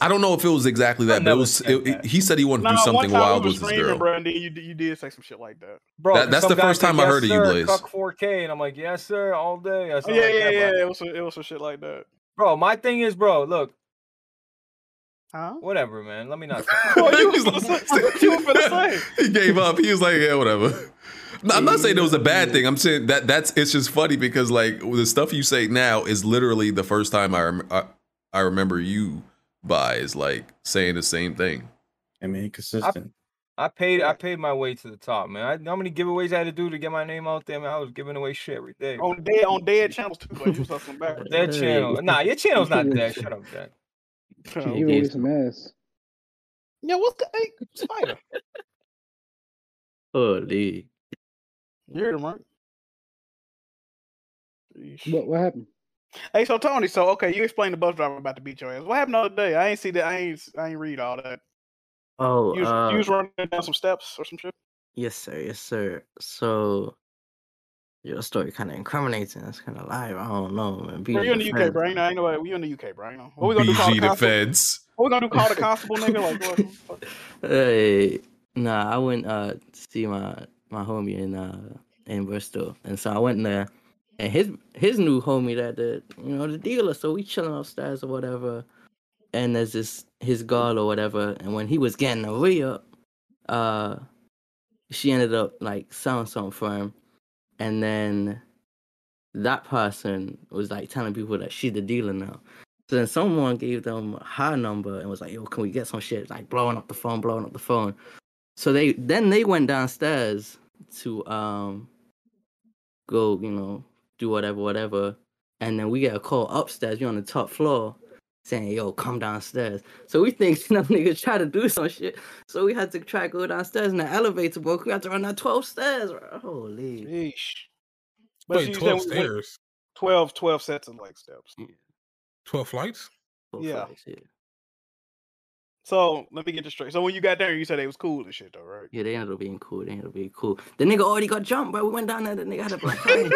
Speaker 6: I don't know if it was exactly that, but it was. It, He said he wanted to do
Speaker 10: one
Speaker 6: something
Speaker 10: time we
Speaker 6: wild
Speaker 10: were
Speaker 6: with his
Speaker 10: streaming,
Speaker 6: girl.
Speaker 10: Bro, and then you, d- you did say some shit like that.
Speaker 6: Bro, That- that's
Speaker 1: some
Speaker 6: the
Speaker 1: guy
Speaker 6: first
Speaker 1: said,
Speaker 6: time I
Speaker 1: "Yes,
Speaker 6: heard of you,
Speaker 1: sir,
Speaker 6: Blaze."
Speaker 1: Cuck 4K, and I'm like, yes, sir, all day. or
Speaker 10: Oh,
Speaker 1: something
Speaker 10: yeah,
Speaker 1: like
Speaker 10: yeah,
Speaker 1: that, bro.
Speaker 10: yeah. It was some, it was some shit like that.
Speaker 1: Bro, my thing is, bro, look,
Speaker 10: Huh?
Speaker 1: whatever, man. Let
Speaker 10: (laughs)
Speaker 1: me not.
Speaker 10: Well, you was gonna say- what you were finna say.
Speaker 6: he gave up. He was like, yeah, whatever. No, I'm not saying it was a bad thing. I'm saying that that's it's just funny because like the stuff you say now is literally the first time I rem- I, I remember you by is like saying the same thing.
Speaker 11: I mean, consistent.
Speaker 1: (laughs) I paid. I paid my way to the top, man. I, how many giveaways I had to do to get my name out there? Man, I was giving away shit every day.
Speaker 10: On dead, on dead channels too. But you was hustling back.
Speaker 1: That channel. Nah, your channel's not dead. Shut up,
Speaker 10: (laughs)
Speaker 1: Jack.
Speaker 10: Oh,
Speaker 23: He even with some ass.
Speaker 10: Yo, what's the hey,
Speaker 6: (laughs)
Speaker 10: Spider?
Speaker 21: Holy.
Speaker 10: You heard him right?
Speaker 23: What what happened?
Speaker 10: Hey, so Tony, so okay, you explained the bus driver about to beat your ass. What happened the other day? I ain't see that. I ain't. I ain't read all that.
Speaker 21: Oh,
Speaker 10: You was,
Speaker 21: uh,
Speaker 10: you was running down some steps or some shit.
Speaker 21: yes, sir, yes, sir. So, your story kind of incriminating. That's kind of live. I don't know, man.
Speaker 10: Bro,
Speaker 21: Being
Speaker 10: you in the UK,
Speaker 21: defense-
Speaker 10: bro? Ain't no, ain't no, we in the UK, bro? Ain't no. What we gonna do? Call the
Speaker 6: BG
Speaker 10: constable?
Speaker 6: defense.
Speaker 10: What we gonna do?
Speaker 6: (laughs)
Speaker 10: Call the constable, nigga? Like, what?
Speaker 21: Hey, Uh, nah, I went uh to see my my homie in uh in Bristol, and so I went there, and his his new homie that the you know the dealer. So we chilling upstairs or whatever, and there's this his girl or whatever, and when he was getting a re up, uh, she ended up like selling something for him, and then that person was like telling people that she the dealer now. So then someone gave them her number and was like, "Yo, can we get some shit?" Like blowing up the phone, blowing up the phone. So they then they went downstairs to um go, you know, do whatever, whatever. And then we get a call upstairs. You're on the top floor saying, "Yo, come downstairs." So we think (laughs) some niggas try to do some shit. So we had to try to go downstairs in the elevator, but we had to run that twelve stairs. bro. Holy.
Speaker 10: But Wait, she said 12 we- we-
Speaker 21: stairs.
Speaker 10: 12, 12 sets of like steps.
Speaker 21: Twelve flights.
Speaker 10: Yeah. So let me get this straight. So when you got there, you said it was cool and shit, though, right?
Speaker 6: (laughs)
Speaker 21: Yeah, they ended up being cool. They ended up being cool. The nigga already got jumped, but we went down there. The nigga had a black
Speaker 6: (laughs)
Speaker 21: eye.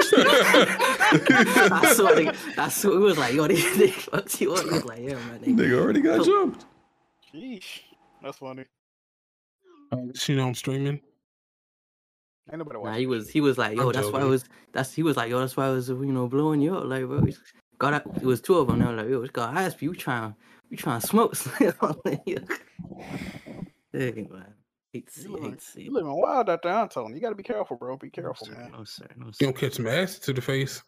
Speaker 21: I swear, to, I swear, we was like, yo, they, they fucked you up. We was like, yeah, man. They,
Speaker 6: Nigga already got jumped.
Speaker 10: Sheesh, that's funny.
Speaker 11: Oh,
Speaker 21: You know I'm streaming.
Speaker 10: Ain't nobody
Speaker 21: Nah, he was he was like,
Speaker 10: I'm
Speaker 21: yo, that's why I
Speaker 10: joking.
Speaker 21: was that's he was like, yo, that's why I was you know blowing you up, like bro. we just Got out, it was two of them. They were like, yo, got ass, you trying you trying to smoke? (laughs)
Speaker 6: (laughs)
Speaker 21: Dang, man. Hate to see,
Speaker 10: You
Speaker 21: hate
Speaker 10: living,
Speaker 21: to see.
Speaker 10: you living wild out there, Tony. You gotta be careful, bro. Be careful, man.
Speaker 21: No sir, no sir.
Speaker 5: You don't catch some ass to the face.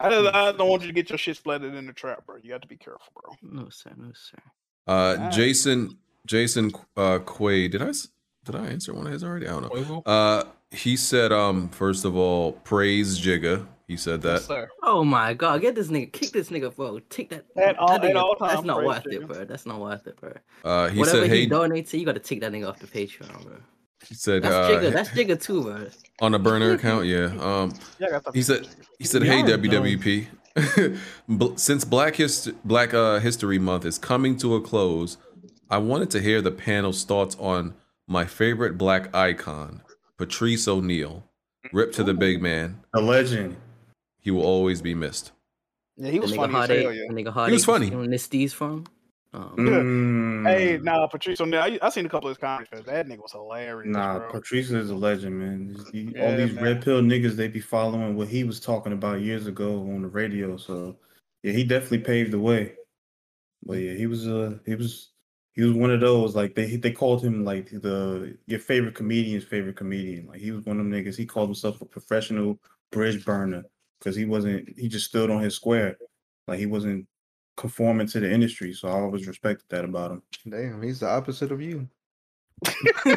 Speaker 10: I, just, I don't want you to get your shit splattered in the trap, bro. You got to be careful, bro.
Speaker 21: No sir, no sir.
Speaker 6: Uh,
Speaker 10: Alright.
Speaker 6: Jason Jason uh, Quay. Did I s- did I answer one of his already? I don't know.
Speaker 21: Quavo?
Speaker 6: Uh, he said, um, first of all, praise Jigga. He said that.
Speaker 21: Oh my god, get this nigga, kick this nigga, bro. Take that.
Speaker 10: At all-
Speaker 21: that
Speaker 10: at all
Speaker 21: that's
Speaker 10: time,
Speaker 21: not
Speaker 10: praise
Speaker 21: worth
Speaker 10: Jigga.
Speaker 21: it, bro. That's not worth it, bro.
Speaker 6: Uh, he
Speaker 21: Whatever
Speaker 6: said,
Speaker 21: he
Speaker 6: "Hey,"
Speaker 21: donates to, you gotta take that nigga off the Patreon, bro.
Speaker 6: he said,
Speaker 21: That's
Speaker 6: uh,
Speaker 21: Jigga. That's Jigga too, bro.
Speaker 6: on a burner account. Yeah. Um,
Speaker 21: Yeah, I got that
Speaker 6: he said, he said,
Speaker 21: Yeah,
Speaker 6: "Hey
Speaker 21: I know.
Speaker 6: WWP, (laughs) Bl- since Black Hist- Black uh, History Month is coming to a close, I wanted to hear the panel's thoughts on my favorite black icon, Patrice O'Neal. Rip to the big man,
Speaker 11: a legend.
Speaker 6: He will always be missed.
Speaker 10: Yeah, he was
Speaker 21: the nigga
Speaker 10: funny as
Speaker 21: heartache.
Speaker 10: hell, yeah.
Speaker 21: The nigga
Speaker 6: He was funny.
Speaker 21: You know, Nisty's from.
Speaker 11: Um,
Speaker 21: Oh,
Speaker 10: Yeah.
Speaker 11: Mm.
Speaker 10: Hey, nah, Patrice O'Neal. I, I seen a couple of his comedy shows. That nigga was hilarious.
Speaker 11: Nah,
Speaker 10: bro.
Speaker 11: Patrice is a legend, man. He- all
Speaker 10: Yeah,
Speaker 11: these
Speaker 10: man.
Speaker 11: red pill niggas, they be following what he was talking about years ago on the radio. So yeah, he definitely paved the way. But yeah, he was uh he was he was one of those like they they called him like the your favorite comedian's favorite comedian. Like he was one of them niggas. He called himself a professional bridge burner because he wasn't. He just stood on his square. Like he wasn't conforming to the industry. So I always respected that about him.
Speaker 5: Damn, he's the opposite of you.
Speaker 11: (laughs) Yo,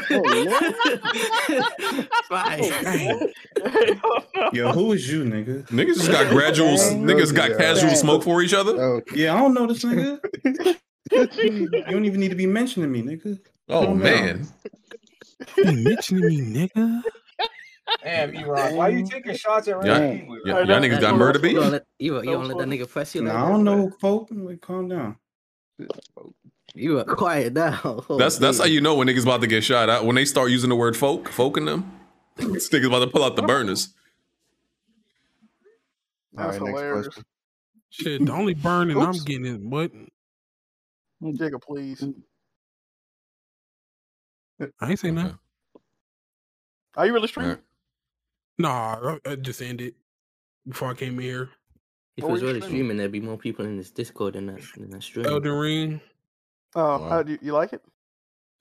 Speaker 11: who is you, nigga?
Speaker 6: Niggas just got gradual. niggas got casual smoke for each other.
Speaker 11: Oh, Yeah, I don't know this nigga. (laughs) you don't even need to be mentioning me, nigga.
Speaker 6: Oh man,
Speaker 1: mentioning me, nigga. Damn, E-Rock, why you taking shots at
Speaker 6: y'all,
Speaker 1: Randy?
Speaker 6: y'all- y'all niggas got murder beat.
Speaker 21: You don't let, you, you don't let that nigga press you.
Speaker 11: Nah,
Speaker 21: Like
Speaker 11: I don't know, folk. Like, calm down.
Speaker 21: You are quiet now. (laughs) Oh,
Speaker 6: That's that's
Speaker 21: man.
Speaker 6: how you know when niggas about to get shot. I, when they start using the word folk, folk in them, (laughs) this niggas about to pull out the burners.
Speaker 5: That's
Speaker 6: All right, next
Speaker 5: hilarious.
Speaker 11: Shit, the only burning I'm
Speaker 5: Oops.
Speaker 11: getting is what?
Speaker 10: Jacob, please.
Speaker 11: I ain't say nothing.
Speaker 10: Are you really streaming?
Speaker 11: Nah, I, I just ended before I came here.
Speaker 21: If it was really streaming, there'd be more people in this Discord than that than that stream.
Speaker 11: Elden Ring.
Speaker 10: Oh,
Speaker 24: uh,
Speaker 10: how do you, you like it?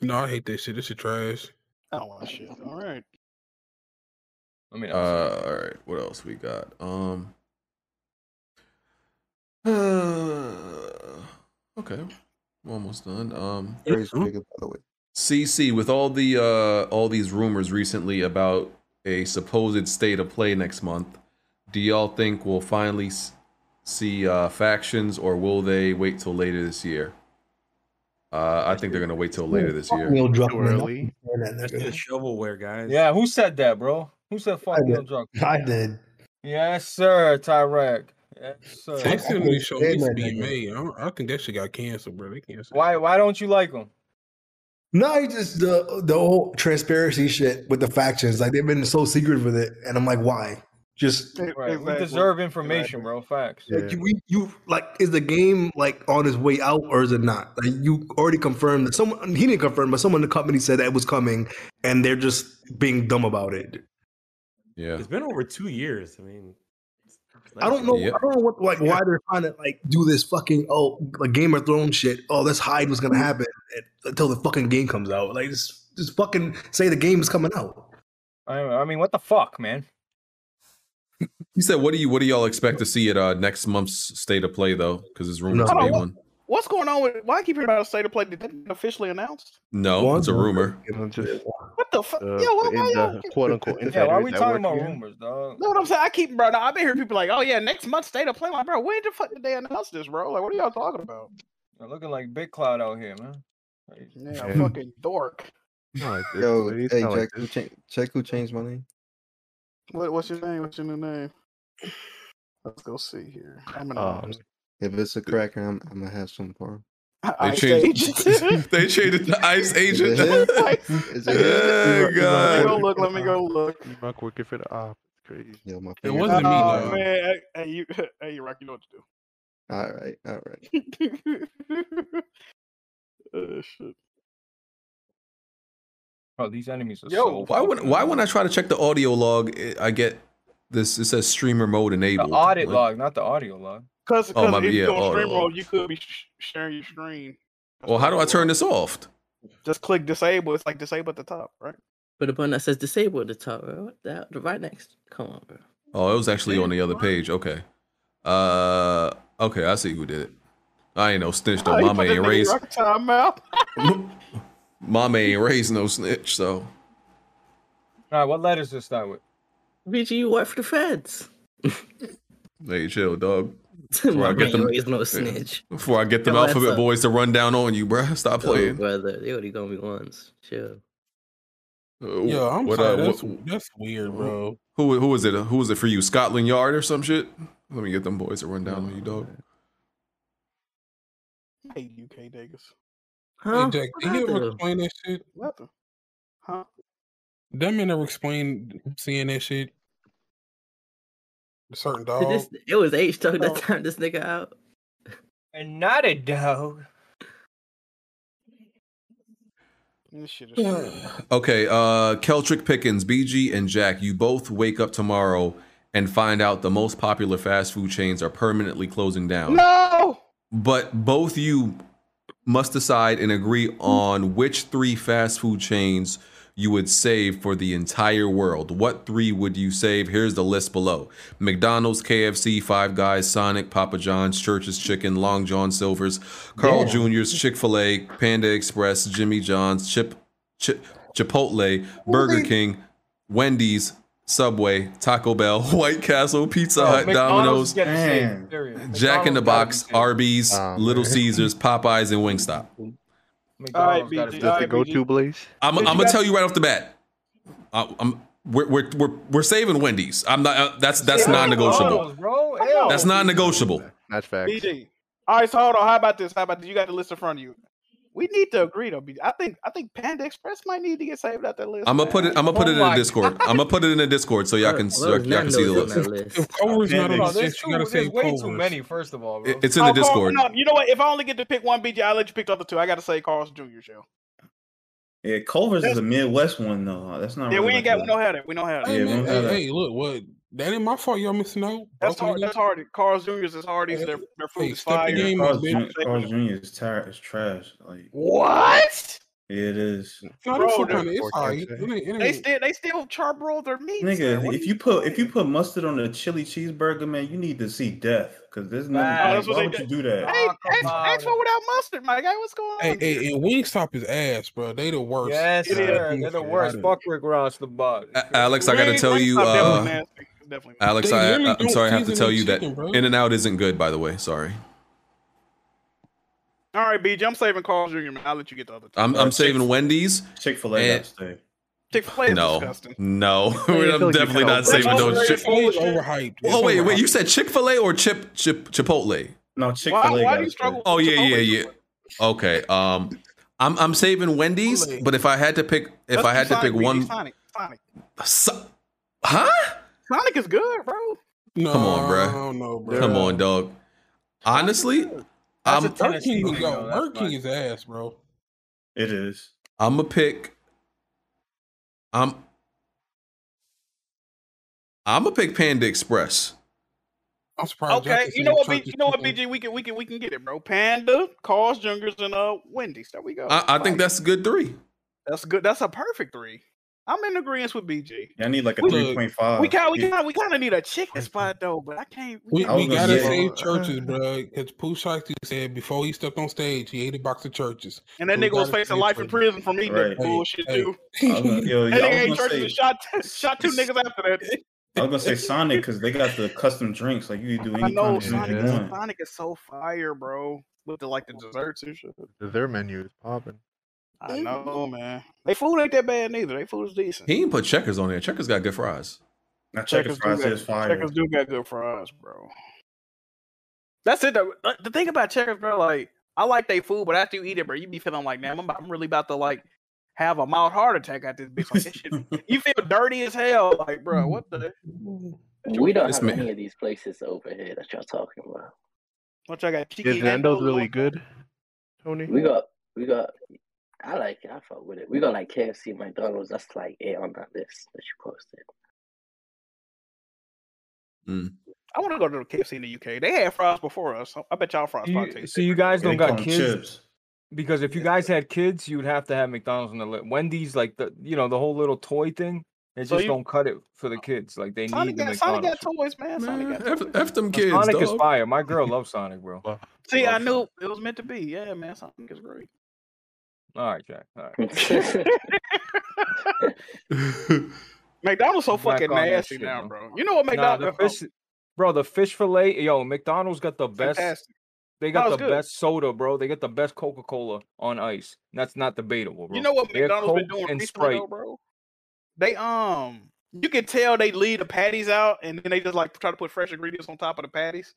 Speaker 11: No, I hate that shit. This shit trash.
Speaker 10: Oh shit! All right.
Speaker 1: I mean,
Speaker 6: uh, all right. What else we got? Um. uh, okay, I'm almost done. Um,
Speaker 5: Praise Jacob, by the way.
Speaker 6: CC with all the uh all these rumors recently about a supposed state of play next month. Do y'all think we'll finally s- see uh factions or will they wait till later this year? Uh I think they're going to wait till later this year.
Speaker 9: Neil Druckmann.
Speaker 3: It's shovelware, guys.
Speaker 1: Yeah, who said that, bro? Who said fuck Neil Druckmann?
Speaker 9: I did.
Speaker 1: Yes, sir, Tyrek. Yes, sir.
Speaker 11: They still need to show needs to be made. I, don't, I think that shit got canceled, bro. They canceled.
Speaker 1: Why? Why don't you like him?
Speaker 9: No, it's just the the whole transparency shit with the factions. Like they've been so secret with it, and I'm like, why? Just
Speaker 1: Right, We deserve information, bro. Facts.
Speaker 9: like,
Speaker 18: (laughs)
Speaker 9: we you like is the game like on its way out or is it not? Like you already confirmed that someone he didn't confirm, but someone in the company said that it was coming, and they're just being dumb about it.
Speaker 6: Yeah,
Speaker 3: it's been over two years. I mean,
Speaker 9: I don't know. I don't know what like why they're trying to like do this fucking oh like Game of Thrones shit. Oh, let's hide what's gonna happen until the fucking game comes out. Like just just fucking say the game is coming out.
Speaker 1: I, I mean, what the fuck, man?
Speaker 6: You said what do you what do y'all expect to see at uh next month's state of play though cuz it's
Speaker 24: No.
Speaker 6: rumored to be
Speaker 24: Hold on,
Speaker 6: one.
Speaker 24: What's going on with? Why I keep hearing about a state of play? Did that get officially announced?
Speaker 6: No, it's a rumor.
Speaker 24: What the fuck?
Speaker 23: Uh,
Speaker 24: Yo, what,
Speaker 23: in
Speaker 24: why y'all
Speaker 23: the quote
Speaker 5: (laughs)
Speaker 10: (laughs)
Speaker 23: unquote
Speaker 1: Yeah, why are we
Speaker 23: insiders that
Speaker 1: talking
Speaker 23: work
Speaker 1: about
Speaker 23: here.
Speaker 1: rumors, dog?
Speaker 24: No, what I'm saying, I keep, bro. I've been hearing people like, "Oh yeah, next month state of play." Like, bro, when the fuck did they announce this, bro? Like, what are y'all talking about?
Speaker 1: They're looking like Big Cloud out here, man. Crazy.
Speaker 10: (laughs)
Speaker 6: (laughs)
Speaker 24: Yeah,
Speaker 5: Yeah.
Speaker 24: fucking dork.
Speaker 5: Yo,
Speaker 23: it's
Speaker 5: hey
Speaker 23: not like
Speaker 5: Jack, who cha- check who changed my name.
Speaker 10: What, what's your name? What's your new name? Let's go see here. I'm an
Speaker 6: Oh,
Speaker 5: Um,
Speaker 11: (laughs)
Speaker 5: if it's a cracker, I'm, I'm gonna have some for him.
Speaker 6: They changed, they changed it
Speaker 5: (laughs)
Speaker 6: to Ice (laughs) Agent.
Speaker 10: (laughs) Oh,
Speaker 6: Eh,
Speaker 10: Let me go
Speaker 6: God.
Speaker 10: look. Let me
Speaker 5: uh,
Speaker 10: go look.
Speaker 23: Mark working for the
Speaker 5: ah,
Speaker 23: op. Crazy.
Speaker 5: Yo, my
Speaker 23: It
Speaker 5: finger-
Speaker 23: wasn't me,
Speaker 10: Oh
Speaker 23: though.
Speaker 10: man, hey, hey, you, (laughs) hey, you rock. You know what to do.
Speaker 5: All right, all right.
Speaker 10: Uh, shit.
Speaker 1: Bro, these enemies are (laughs) so.
Speaker 6: Why
Speaker 1: fucking-
Speaker 6: when why when I try to check the audio log, it, I get this. It says streamer mode
Speaker 1: the
Speaker 6: enabled.
Speaker 1: audit
Speaker 6: Like,
Speaker 1: log, not the audio log?
Speaker 10: Because
Speaker 6: Oh, my-
Speaker 10: if you
Speaker 6: yeah,
Speaker 10: go
Speaker 6: oh,
Speaker 10: on stream
Speaker 6: oh.
Speaker 10: mode, you could be sh- sharing your screen.
Speaker 6: Well, how do I turn this off?
Speaker 10: Just click disable. It's like disable at the top, right?
Speaker 21: But the button that says disable at the top, bro. What the, the right next. Come on, bro.
Speaker 6: Oh, it was actually on the other page. Okay. Uh, okay, I see who did it. I ain't no snitch though.
Speaker 10: Oh, (laughs) you
Speaker 6: Mama
Speaker 10: put that
Speaker 6: ain't
Speaker 10: nigga
Speaker 6: raised.
Speaker 10: Rock time out.
Speaker 6: (laughs) Mama ain't raised no snitch. So
Speaker 1: All right, what letters to start with?
Speaker 21: BG, you work for the feds.
Speaker 6: hey, chill, dog.
Speaker 21: (laughs) Mama ain't
Speaker 6: (laughs)
Speaker 21: raised no snitch.
Speaker 6: Before I get them
Speaker 21: Yo, that's
Speaker 6: alphabet
Speaker 21: a-
Speaker 6: boys to run down on you, bruh. Stop
Speaker 21: Yo,
Speaker 6: playing.
Speaker 21: brother, they already gonna be once. Chill.
Speaker 6: Uh,
Speaker 11: Yo, I'm
Speaker 6: what,
Speaker 11: sorry.
Speaker 6: uh,
Speaker 11: that's,
Speaker 6: what-
Speaker 11: that's weird, bro.
Speaker 6: Who who was it? Who was it for you? Scotland Yard or some shit? Let me get them boys to run down on you, dog.
Speaker 10: Hey, UK niggas.
Speaker 11: Hey, Jack,
Speaker 10: What
Speaker 11: did he ever
Speaker 10: happened?
Speaker 11: explain that shit?
Speaker 10: Nothing. Huh?
Speaker 11: That man never explained seeing that shit. A certain dog.
Speaker 21: Did (laughs) this, it was H Talk
Speaker 1: Oh.
Speaker 21: that timed this nigga out.
Speaker 1: And not a dog.
Speaker 10: This shit is
Speaker 6: Okay, uh Keltrick Pickens, BG, and Jack, you both wake up tomorrow and find out the most popular fast food chains are permanently closing down.
Speaker 10: No.
Speaker 6: But both you must decide and agree on which three fast food chains you would save for the entire world. What three would you save? Here's the list below McDonald's, KFC, Five Guys, Sonic, Papa John's, Church's Chicken, Long John Silver's, Carl
Speaker 25: Damn.
Speaker 6: Jr.'s, Chick fil A, Panda Express, Jimmy John's, Chip, Chip Chipotle, Burger King, Wendy's, Subway, Taco Bell, (laughs) White Castle, Pizza
Speaker 1: Bro,
Speaker 6: Hut,
Speaker 1: McDonald's
Speaker 6: Domino's,
Speaker 1: gotta save, Damn. period.
Speaker 6: Jack in the
Speaker 1: McDonald's gotta
Speaker 6: Box,
Speaker 1: be saved.
Speaker 6: Arby's,
Speaker 1: Oh,
Speaker 6: Little
Speaker 1: man.
Speaker 6: Caesars, Popeyes, and Wingstop.
Speaker 1: McDonald's gotta be
Speaker 5: Does it
Speaker 1: saved.
Speaker 5: go to Blaze?
Speaker 6: I'm, I'm
Speaker 1: Did you
Speaker 6: gonna
Speaker 1: guys-
Speaker 6: tell you right off the bat. I, I'm we're, we're we're we're saving Wendy's. I'm not. Uh, that's that's
Speaker 10: Yeah, Oh,
Speaker 6: non-negotiable.
Speaker 10: McDonald's, bro. Ew.
Speaker 6: That's non-negotiable.
Speaker 5: That's fact.
Speaker 10: BD. All right, so hold on. How about this? How about this? You got the list in front of you. We need to agree though. BD. I think I think Panda Express might need to get saved out that list.
Speaker 6: I'm gonna put it. I'm gonna put
Speaker 10: Oh
Speaker 6: it in the
Speaker 10: my
Speaker 6: Discord. I'm gonna put it in the Discord so y'all can
Speaker 10: Look,
Speaker 6: so y'all can see the
Speaker 10: Nando's on
Speaker 6: list.
Speaker 10: that
Speaker 6: If
Speaker 1: Cobra's
Speaker 6: not on
Speaker 1: Bro,
Speaker 6: the
Speaker 1: there's
Speaker 6: list,
Speaker 1: too-
Speaker 6: you gotta
Speaker 1: there's
Speaker 6: save
Speaker 1: way too
Speaker 6: Culver's.
Speaker 1: many. First of all, bro.
Speaker 6: It- it's in the
Speaker 10: Carl-
Speaker 6: Discord.
Speaker 10: Oh, no, you know what? If I only get to pick one BG, I'll let you pick the other two. I gotta say Carl's Jr. Show.
Speaker 11: Yeah, Culver's is a Midwest one though. That's not.
Speaker 10: Yeah,
Speaker 11: really
Speaker 10: we ain't
Speaker 11: like
Speaker 10: got we don't have that. We don't have that.
Speaker 11: Yeah, we don't have that.
Speaker 26: Hey, look, what? That ain't my fault. Y'all missing out.
Speaker 10: That's hard. That's hard. Carl's Jr.'s is hard. He's their their food is fire.
Speaker 11: Yeah, Carl's, Jun- Carl's Jr. is tired. It's trash. Like
Speaker 10: What?
Speaker 11: Yeah, it is.
Speaker 26: No,
Speaker 10: Bro,
Speaker 26: that's
Speaker 10: they're-
Speaker 26: fine. It's all right. It ain't, it ain't.
Speaker 10: They still they still charbroil their meat.
Speaker 11: Nigga, if you put if you put mustard on a chili cheeseburger, man, you need to see death. Cause there's nothing.
Speaker 10: Wow.
Speaker 11: like,
Speaker 10: Oh, That's what
Speaker 11: why
Speaker 10: they
Speaker 11: would you
Speaker 10: do.
Speaker 11: do that?
Speaker 10: Hey, ask, ask for without mustard, Mike. Hey, what's going on?
Speaker 26: Hey, hey, and Wingstop is ass, bro. They the worst.
Speaker 1: Yes, sir. They're the worst. Fuck Rick Ross, the buck.
Speaker 6: A- Alex, I gotta tell you. Uh, Alex,
Speaker 1: They
Speaker 6: I,
Speaker 1: literally
Speaker 6: I, I'm
Speaker 1: don't
Speaker 6: sorry. I have to
Speaker 1: season
Speaker 6: tell
Speaker 1: their
Speaker 6: you that
Speaker 1: chicken, bro.
Speaker 6: In and Out isn't good. By the way, sorry.
Speaker 10: All right, BG, I'm saving Carl's Jr. Man, I'll let you get the other.
Speaker 6: I'm I'm saving Wendy's.
Speaker 11: Chick Fil A.
Speaker 10: Chick Fil A is
Speaker 6: No,
Speaker 10: disgusting.
Speaker 6: (laughs) no,
Speaker 26: I feel
Speaker 6: I'm
Speaker 26: like you
Speaker 6: definitely
Speaker 26: can
Speaker 6: not
Speaker 26: overhype
Speaker 6: saving
Speaker 26: it.
Speaker 6: those. Chick-
Speaker 26: It's overhyped.
Speaker 6: Oh wait, wait. You said Chick Fil A or Chip Chip Chipotle?
Speaker 11: No, Chick
Speaker 26: Why- why do
Speaker 10: you struggle?
Speaker 6: Oh yeah, yeah, yeah. Okay. Um, I'm I'm saving Wendy's, but if I had to pick, if
Speaker 10: Let's
Speaker 6: I
Speaker 10: do
Speaker 6: had to
Speaker 10: Sonic,
Speaker 6: pick
Speaker 10: BG,
Speaker 6: one,
Speaker 10: Sonic, Sonic,
Speaker 6: So- huh?
Speaker 10: Sonic is good, bro.
Speaker 26: No,
Speaker 6: Come on, bro.
Speaker 26: bro.
Speaker 6: Come on, dog. Honestly, I'm
Speaker 26: Burger King is yo, Burger King is ass, bro.
Speaker 11: It is.
Speaker 6: I'm gonna pick. I'm. I'm gonna pick Panda Express.
Speaker 26: I'm surprised.
Speaker 10: Okay, you know what, BG, you know what, BG, we can we can we can get it, bro. Panda, Carl's Jr.'s, and uh Wendy's. There we go.
Speaker 6: I, I think that's a good three.
Speaker 10: That's good. That's a perfect three. I'm in agreement with BG.
Speaker 11: I need like a
Speaker 10: We-
Speaker 11: three point five.
Speaker 10: We kind we kind we kind of need a chicken spot though, but I can't.
Speaker 26: We,
Speaker 11: I
Speaker 26: we
Speaker 11: was gonna
Speaker 26: gotta
Speaker 11: say- uh,
Speaker 26: save churches, bro. Because Pooh Shiesty said before he stepped on stage, he ate a box of churches.
Speaker 10: And that
Speaker 26: So we
Speaker 10: nigga was
Speaker 26: gotta
Speaker 10: facing
Speaker 26: save
Speaker 10: life in
Speaker 26: churches.
Speaker 10: prison from eating that bullshit
Speaker 26: hey.
Speaker 10: too.
Speaker 11: I
Speaker 10: (laughs)
Speaker 11: was gonna- yo,
Speaker 10: that
Speaker 11: yeah, I
Speaker 10: nigga
Speaker 11: was
Speaker 10: ate
Speaker 11: gonna
Speaker 10: churches
Speaker 11: say-
Speaker 10: and shot shot two niggas after that.
Speaker 11: I was
Speaker 10: (laughs)
Speaker 11: gonna say Sonic because they got the custom drinks. Like you can do
Speaker 10: I
Speaker 11: any kind
Speaker 10: know
Speaker 11: of drink
Speaker 10: Sonic,
Speaker 11: you
Speaker 10: is,
Speaker 11: want.
Speaker 10: Sonic is so fire, bro. With the like the desserts and shit.
Speaker 5: Their menu is popping.
Speaker 10: I know, man. They food ain't that bad neither. They food is decent.
Speaker 6: He ain't put Checkers on there. Checkers got good fries.
Speaker 11: Now
Speaker 10: Checkers do got- Checkers do got good fries, bro. That's it. Though. Like, The thing about Checkers, bro, like I like they food, but after you eat it, bro, you be feeling like, man, I'm, about, I'm really about to like have a mild heart attack at this bitch. Like, this shit, you feel dirty as hell, like, bro, what the?
Speaker 19: (laughs) We don't
Speaker 26: This
Speaker 19: have
Speaker 26: man-
Speaker 19: any of these places over here that y'all talking about.
Speaker 10: What y'all got? Tiki
Speaker 5: Is Nando's really good, Tony?
Speaker 19: We got, we got. I like it. I fuck with it. We got like KFC, McDonald's. That's like it on that list that you posted.
Speaker 10: I want to go to the KFC in the UK. They had fries before us. I bet y'all fries. probably
Speaker 1: You,
Speaker 10: taste
Speaker 1: so you
Speaker 10: different.
Speaker 1: guys don't
Speaker 10: They
Speaker 1: got
Speaker 10: call 'em
Speaker 1: kids
Speaker 10: chips.
Speaker 1: because if you guys had kids, you'd have to have McDonald's on the list. Wendy's, like the you know the whole little toy thing, it
Speaker 10: So
Speaker 1: just
Speaker 10: you-
Speaker 1: don't cut it for the kids. Like they
Speaker 10: Sonic
Speaker 1: need the
Speaker 10: got, Sonic
Speaker 1: McDonald's.
Speaker 10: got toys, man. Sonic got toys.
Speaker 6: F them
Speaker 1: But
Speaker 6: kids,
Speaker 1: Sonic is
Speaker 6: dog.
Speaker 1: fire. My girl loves Sonic, bro.
Speaker 10: See, I knew it was meant to be. Yeah, man. Sonic is great.
Speaker 1: All right, Jack. All
Speaker 27: (laughs)
Speaker 1: right.
Speaker 10: McDonald's so fucking
Speaker 1: on that
Speaker 10: nasty
Speaker 1: shit,
Speaker 10: now,
Speaker 1: man.
Speaker 10: bro. You know what uh,
Speaker 1: Nah,
Speaker 10: McDonald's?
Speaker 1: the fish, bro, the fish fillet. Yo, McDonald's got the best.
Speaker 10: Fantastic.
Speaker 1: They
Speaker 10: No,
Speaker 1: got
Speaker 10: it's
Speaker 1: the
Speaker 10: good.
Speaker 1: best soda, bro. They got the best Coca Cola on ice. and That's not debatable, bro.
Speaker 10: You know what
Speaker 1: Their
Speaker 10: McDonald's been
Speaker 1: Coke
Speaker 10: doing
Speaker 1: and
Speaker 10: recently,
Speaker 1: Sprite.
Speaker 10: though, bro? They um, you can tell they leave the patties out, and then they just like try to put fresh ingredients on top of the patties,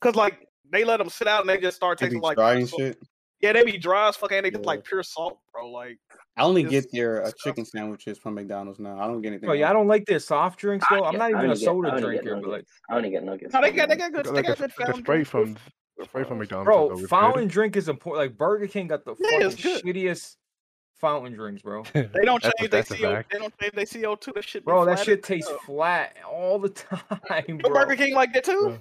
Speaker 10: cause like they let them sit out and they just start
Speaker 27: They be
Speaker 10: tasting like
Speaker 27: dry
Speaker 10: pure
Speaker 27: and
Speaker 10: salt.
Speaker 27: shit.
Speaker 10: Yeah, they be dry as fuck, and they just
Speaker 27: Yeah.
Speaker 10: like pure salt, bro. Like
Speaker 27: I only get their uh, chicken sandwiches from McDonald's now. I don't get anything.
Speaker 1: Bro, yeah, I
Speaker 27: else.
Speaker 1: don't like their soft drinks though. I'm
Speaker 27: yeah,
Speaker 1: not
Speaker 27: I
Speaker 1: even a
Speaker 27: only get- I
Speaker 1: soda
Speaker 27: only get
Speaker 1: drinker, but like
Speaker 19: I only get nuggets.
Speaker 10: no, they got they got good, they
Speaker 5: Like
Speaker 10: got
Speaker 5: a,
Speaker 10: good
Speaker 5: like a
Speaker 10: fountain.
Speaker 5: spray from spray from McDonald's. is
Speaker 1: Bro,
Speaker 5: always good.
Speaker 1: fountain drink is important. Like Burger King got the
Speaker 10: Yeah, it's
Speaker 1: fucking shittiest fountain drinks, bro. they
Speaker 10: They don't change they CO. They don't change they CO two. That shit, be
Speaker 1: Bro, that
Speaker 10: flat as
Speaker 1: shit tastes
Speaker 10: hell.
Speaker 1: flat all the time,
Speaker 10: Your
Speaker 1: bro.
Speaker 10: Burger King like that too.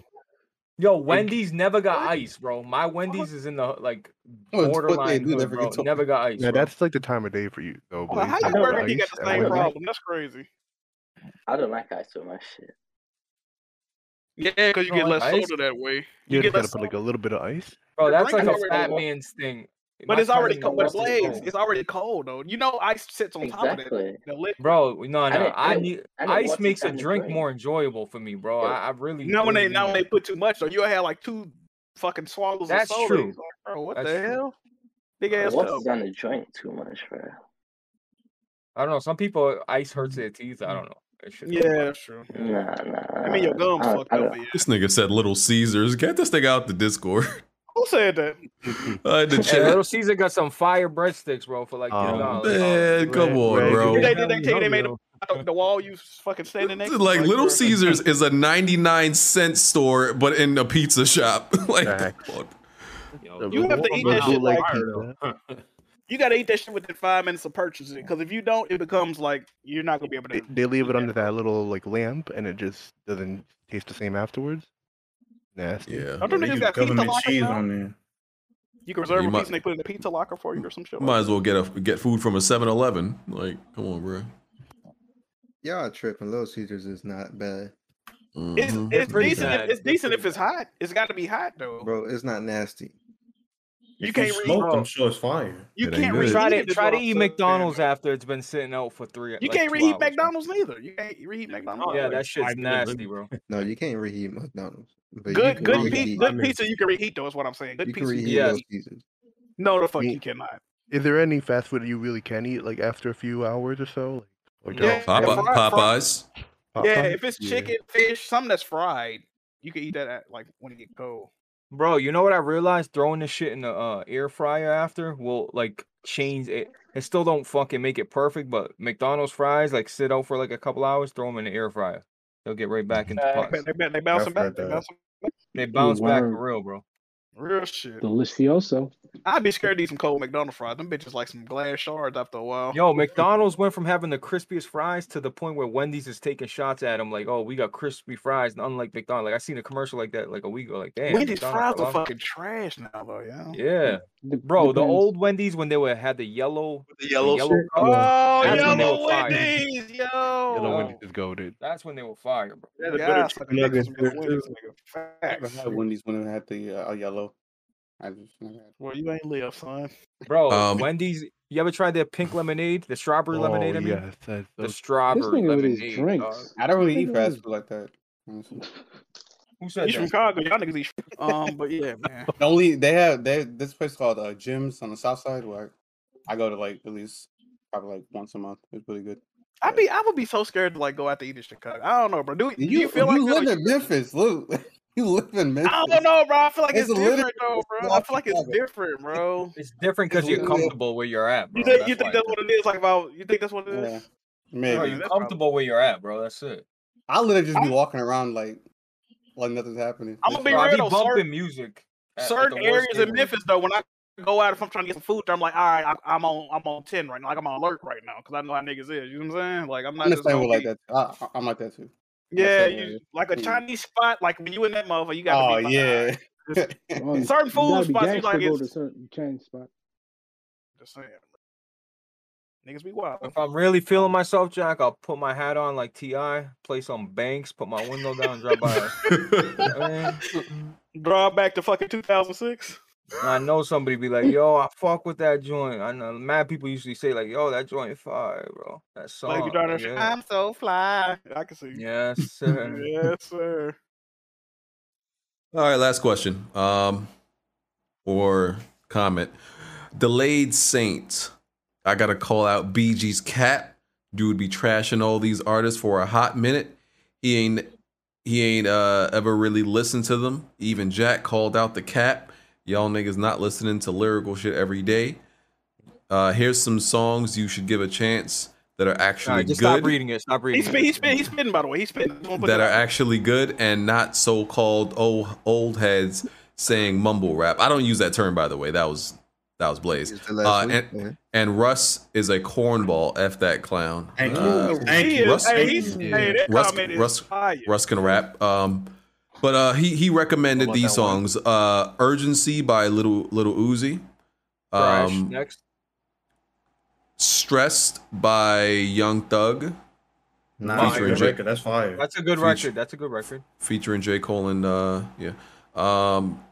Speaker 1: Yo, Wendy's never got ice, bro. My Wendy's is in the like
Speaker 5: Well, it's what they
Speaker 1: borderline.
Speaker 5: do, they
Speaker 1: hood,
Speaker 5: forget
Speaker 1: bro.
Speaker 5: to-
Speaker 1: Never got ice.
Speaker 5: Yeah,
Speaker 1: bro.
Speaker 5: that's like the time of day for you, though.
Speaker 10: Well, how
Speaker 5: Blaze.
Speaker 10: you
Speaker 5: don't
Speaker 10: Burger
Speaker 5: like
Speaker 10: King got
Speaker 5: ice
Speaker 10: the
Speaker 5: at
Speaker 10: same
Speaker 5: Wendy's.
Speaker 10: problem? That's crazy.
Speaker 19: I don't like ice with my shit.
Speaker 10: Yeah, because you
Speaker 19: You
Speaker 10: get
Speaker 19: don't
Speaker 10: less
Speaker 19: like ice?
Speaker 10: soda that way.
Speaker 5: You
Speaker 10: You
Speaker 5: just
Speaker 10: get
Speaker 5: gotta
Speaker 10: less.
Speaker 5: put like a little bit of ice.
Speaker 1: Bro, that's
Speaker 10: drink
Speaker 1: like a
Speaker 10: is
Speaker 1: fat
Speaker 10: already-
Speaker 1: man's thing.
Speaker 10: But
Speaker 1: My
Speaker 10: it's already
Speaker 1: cousin
Speaker 10: cold. With
Speaker 1: loves it,
Speaker 10: Blaze,
Speaker 1: bro.
Speaker 10: it's already cold though. You know, ice sits on top of
Speaker 19: Exactly.
Speaker 10: it. The liquid.
Speaker 1: Bro, no, no.
Speaker 10: didn't- I
Speaker 1: I,
Speaker 10: didn't-
Speaker 1: need
Speaker 10: I didn't
Speaker 1: ice
Speaker 10: want to
Speaker 1: makes a
Speaker 10: down the
Speaker 1: drink
Speaker 10: drain.
Speaker 1: more enjoyable for me, bro. I, I really
Speaker 10: Not when they
Speaker 1: really
Speaker 10: not when
Speaker 1: need
Speaker 10: they put too much though. You'll have like two fucking swallows
Speaker 1: That's
Speaker 10: of soda.
Speaker 1: true.
Speaker 10: It's Like, bro, what
Speaker 1: That's
Speaker 10: the
Speaker 1: true.
Speaker 10: hell? Big
Speaker 19: I
Speaker 10: ass
Speaker 19: was
Speaker 10: cup.
Speaker 19: on the joint too much, bro.
Speaker 1: I don't know. Some people ice hurts their teeth. I don't know. It's just-
Speaker 10: Yeah, that's true.
Speaker 19: Nah, nah.
Speaker 10: I mean, your gums
Speaker 19: I-
Speaker 10: fucked
Speaker 19: I
Speaker 10: up.
Speaker 19: don't-
Speaker 10: but yeah.
Speaker 6: This nigga said Little Caesars. Get this thing out the Discord.
Speaker 10: Who said that?
Speaker 6: I had to
Speaker 1: Hey,
Speaker 6: check.
Speaker 1: Little Caesar got some fire breadsticks, bro, for like
Speaker 6: Oh,
Speaker 1: ten
Speaker 10: uh,
Speaker 1: dollars.
Speaker 6: man, come on, bro.
Speaker 10: Did (laughs) they, did they tell you they made a, the wall you fucking standing next? to?
Speaker 6: Like Little
Speaker 10: bro.
Speaker 6: Caesars is a 99 cent store, but in a pizza shop. (laughs) like, come
Speaker 10: You have to eat that shit like you gotta eat that shit within five minutes of purchasing. Because if you don't, it becomes like you're not gonna be able to.
Speaker 5: They leave it under that little like lamp, and it just doesn't taste the same afterwards. Nasty.
Speaker 6: Yeah.
Speaker 10: Don't them niggas got pizza lockers now?
Speaker 5: there.
Speaker 10: You can reserve
Speaker 6: You
Speaker 10: a
Speaker 6: might-
Speaker 10: pizza and they put it in a pizza locker for you or some shit.
Speaker 6: on. Might as well get a get food from a 7-Eleven. Like, come on, bro.
Speaker 16: Y'all tripping. Little Caesars is not bad. Mm-hmm.
Speaker 10: It's
Speaker 6: Mhm.
Speaker 10: it's
Speaker 16: pretty
Speaker 10: decent.
Speaker 16: bad.
Speaker 10: If, it's decent if it's hot. It's got to be hot though.
Speaker 16: Bro, it's not nasty.
Speaker 10: You If you can't read- smoke, I'm
Speaker 16: sure it's fire.
Speaker 10: You
Speaker 16: It ain't
Speaker 10: can't
Speaker 16: good.
Speaker 10: reheat
Speaker 1: Try to
Speaker 10: it as
Speaker 1: try to
Speaker 10: well,
Speaker 1: eat
Speaker 10: so-
Speaker 1: McDonald's after it's been sitting out for three.
Speaker 10: You
Speaker 1: like,
Speaker 10: can't
Speaker 1: two
Speaker 10: reheat
Speaker 1: hours.
Speaker 10: McDonald's neither. You can't reheat McDonald's.
Speaker 1: Yeah,
Speaker 10: like,
Speaker 1: that shit's
Speaker 10: five minutes.
Speaker 1: nasty, bro.
Speaker 16: No, you can't reheat McDonald's. But you
Speaker 10: Good
Speaker 16: can
Speaker 10: good
Speaker 16: reheat-
Speaker 10: pizza. Good pizza you can reheat though. Is what I'm saying. Good
Speaker 16: You can
Speaker 10: pizza.
Speaker 16: reheat
Speaker 10: you
Speaker 16: Little
Speaker 10: can reheat.
Speaker 16: Caesars.
Speaker 10: No, the fuck
Speaker 5: Me-
Speaker 10: you cannot.
Speaker 5: Is there any fast food you really can eat like after a few hours or so? Like, or
Speaker 10: Yeah, Pope- fried- fried-
Speaker 6: Popeyes.
Speaker 10: Yeah, if it's
Speaker 5: Yeah.
Speaker 10: chicken, fish, something that's fried, you can eat that at like when it get cold.
Speaker 1: Bro, you know what I realized? Throwing this shit in the uh, air fryer after will like change it. It still don't fucking make it perfect, but McDonald's fries like sit out for like a couple hours. Throw them in the air fryer. They'll get right back into
Speaker 10: Uh,
Speaker 1: pots.
Speaker 10: they, they, they bouncing back. They bouncing
Speaker 1: They bounce back for
Speaker 10: word.
Speaker 1: real, bro.
Speaker 10: Real shit.
Speaker 28: Delicioso.
Speaker 10: I'd be scared to eat some cold McDonald's fries. Them bitches like some glass shards after a while.
Speaker 1: Yo, McDonald's went from having the crispiest fries to the point where Wendy's is taking shots at them, like, "Oh, we got crispy fries," and unlike McDonald's. Like I seen a commercial like that like a week ago. Like, damn,
Speaker 10: Wendy's
Speaker 1: McDonald's
Speaker 10: fries
Speaker 1: fell
Speaker 10: are
Speaker 1: off."
Speaker 10: fucking trash now, though. Yeah.
Speaker 1: Yeah, bro, the old Wendy's when they were had the yellow, the
Speaker 10: yellow shit?
Speaker 1: cup,
Speaker 10: Oh,
Speaker 1: that's when they
Speaker 10: yellow
Speaker 1: were fire.
Speaker 10: Wendy's, yo.
Speaker 5: Yellow Wendy's is goaded.
Speaker 1: That's when they were fire, bro.
Speaker 10: That
Speaker 27: Better
Speaker 10: guy
Speaker 27: chicken
Speaker 10: fucking niggas
Speaker 27: nuggets
Speaker 10: been
Speaker 27: there,
Speaker 10: Wendy's,
Speaker 27: too.
Speaker 10: nigga.
Speaker 27: I never
Speaker 10: Facts.
Speaker 27: had Wendy's when I had the uh, yellow. I just never had.
Speaker 10: Well, you ain't live, son.
Speaker 1: Bro,
Speaker 6: Um,
Speaker 1: Wendy's. You ever tried their pink lemonade, the strawberry
Speaker 5: oh,
Speaker 1: lemonade? I mean,
Speaker 5: that's
Speaker 1: the
Speaker 27: This
Speaker 1: strawberry
Speaker 27: nigga with his
Speaker 1: lemonade. dog.
Speaker 27: drinks. I don't really eat fast food like that. honestly.
Speaker 1: Who said
Speaker 10: You from
Speaker 1: that?
Speaker 10: Chicago? Y'all niggas eat.
Speaker 1: (laughs)
Speaker 10: Um, but yeah, man.
Speaker 27: (laughs) The only they have they this place called uh, Jim's on the South Side where I go to like at least probably like once a month. It's really good.
Speaker 10: I'd be, I would be so scared to like go out to eat in Chicago. I don't know, Oh, bro. Do, do
Speaker 27: You
Speaker 10: you feel like
Speaker 27: you
Speaker 10: that, or
Speaker 27: live in Memphis, look. (laughs) You live in Memphis.
Speaker 10: I don't know, bro. I feel like
Speaker 27: It's
Speaker 10: it's,
Speaker 27: literally-
Speaker 10: different, though, bro. I feel like it's different, bro.
Speaker 1: It's different because you're comfortable where you're at, bro.
Speaker 10: You think,
Speaker 1: that's
Speaker 10: you
Speaker 1: why
Speaker 10: think
Speaker 1: it's
Speaker 10: that's what it is? Like, about you think that's what it is?
Speaker 1: Bro,
Speaker 27: Maybe.
Speaker 1: you're comfortable where you're at, bro. That's it.
Speaker 27: I literally just be walking around like like nothing's happening.
Speaker 10: I'm gonna be
Speaker 1: Bro, I
Speaker 10: real
Speaker 1: be
Speaker 10: though.
Speaker 1: bumping
Speaker 10: Certain,
Speaker 1: music. at- at the
Speaker 10: certain
Speaker 1: worst
Speaker 10: areas in
Speaker 1: neighborhood.
Speaker 10: Memphis, though, when I go out if I'm trying to get some food, I'm like, all right, I'm, I'm on, I'm on ten right now. Like I'm on alert right now because I know how niggas is. You know what I'm saying? Like I'm
Speaker 27: I
Speaker 10: not just
Speaker 27: understand
Speaker 10: gonna
Speaker 27: what like
Speaker 10: be-
Speaker 27: that. I, I- I'm like that too.
Speaker 10: Yeah,
Speaker 27: Understand
Speaker 10: you,
Speaker 27: what-
Speaker 10: like a
Speaker 27: Mm.
Speaker 10: Chinese spot. Like when you in that motherfucker, you gotta
Speaker 27: Oh
Speaker 10: be. Like,
Speaker 27: yeah. (laughs)
Speaker 28: Oh, you-
Speaker 10: Certain
Speaker 28: you
Speaker 10: food
Speaker 28: gotta be
Speaker 10: spots, you
Speaker 28: gangster
Speaker 10: like
Speaker 28: to go
Speaker 10: it's-
Speaker 28: to certain chain spot.
Speaker 10: Just saying. Niggas be wild.
Speaker 1: If I'm really feeling myself, Jack, I'll put my hat on like Ti, play some banks, put my window down, and drive (laughs) by. I,
Speaker 10: Draw back to fucking 2006.
Speaker 1: I know somebody be like, "Yo, I fuck with that joint." I know mad people usually say like, "Yo, that joint fire, bro." That song.
Speaker 10: Like you down there, I'm so fly. I can see. you. (laughs)
Speaker 1: Yes, sir.
Speaker 10: Yes, sir.
Speaker 6: All right, last question. Um, or comment. Delayed Saint. I gotta call out BG's cat. Dude be trashing all these artists for a hot minute. He ain't he ain't uh ever really listened to them. Even Jack called out the cat. Y'all niggas not listening to lyrical shit every day. Uh here's some songs you should give a chance that are
Speaker 1: All
Speaker 6: actually
Speaker 1: right, just
Speaker 6: good
Speaker 1: stop reading it. Stop
Speaker 10: He
Speaker 1: reading
Speaker 10: spin,
Speaker 1: it.
Speaker 10: he spin, he spin. By the way, he spin. Don't put
Speaker 6: that
Speaker 10: that
Speaker 6: are
Speaker 10: out.
Speaker 6: actually good and not so-called old old heads saying mumble rap. I don't use that term by the way. That was that was Blaze. Uh,
Speaker 16: week,
Speaker 6: and, and Russ is a cornball. F that clown.
Speaker 27: Thank you.
Speaker 6: Uh,
Speaker 27: Thank you.
Speaker 6: Russ,
Speaker 27: Hey, he's-
Speaker 10: hey, that
Speaker 6: Russ,
Speaker 10: comment is
Speaker 6: Russ,
Speaker 10: fire.
Speaker 6: Russ can rap. Um, But uh, he he recommended
Speaker 1: What
Speaker 6: these
Speaker 1: about that
Speaker 6: songs: uh, "Urgency" by Little Little Uzi,
Speaker 1: Crash
Speaker 6: um,
Speaker 1: next.
Speaker 6: "Stressed" by Young Thug,
Speaker 11: Nah,
Speaker 6: featuring
Speaker 11: good
Speaker 6: J-
Speaker 11: record. That's fire.
Speaker 1: That's a good record. That's a good record.
Speaker 6: featuring J Cole and uh, yeah, um,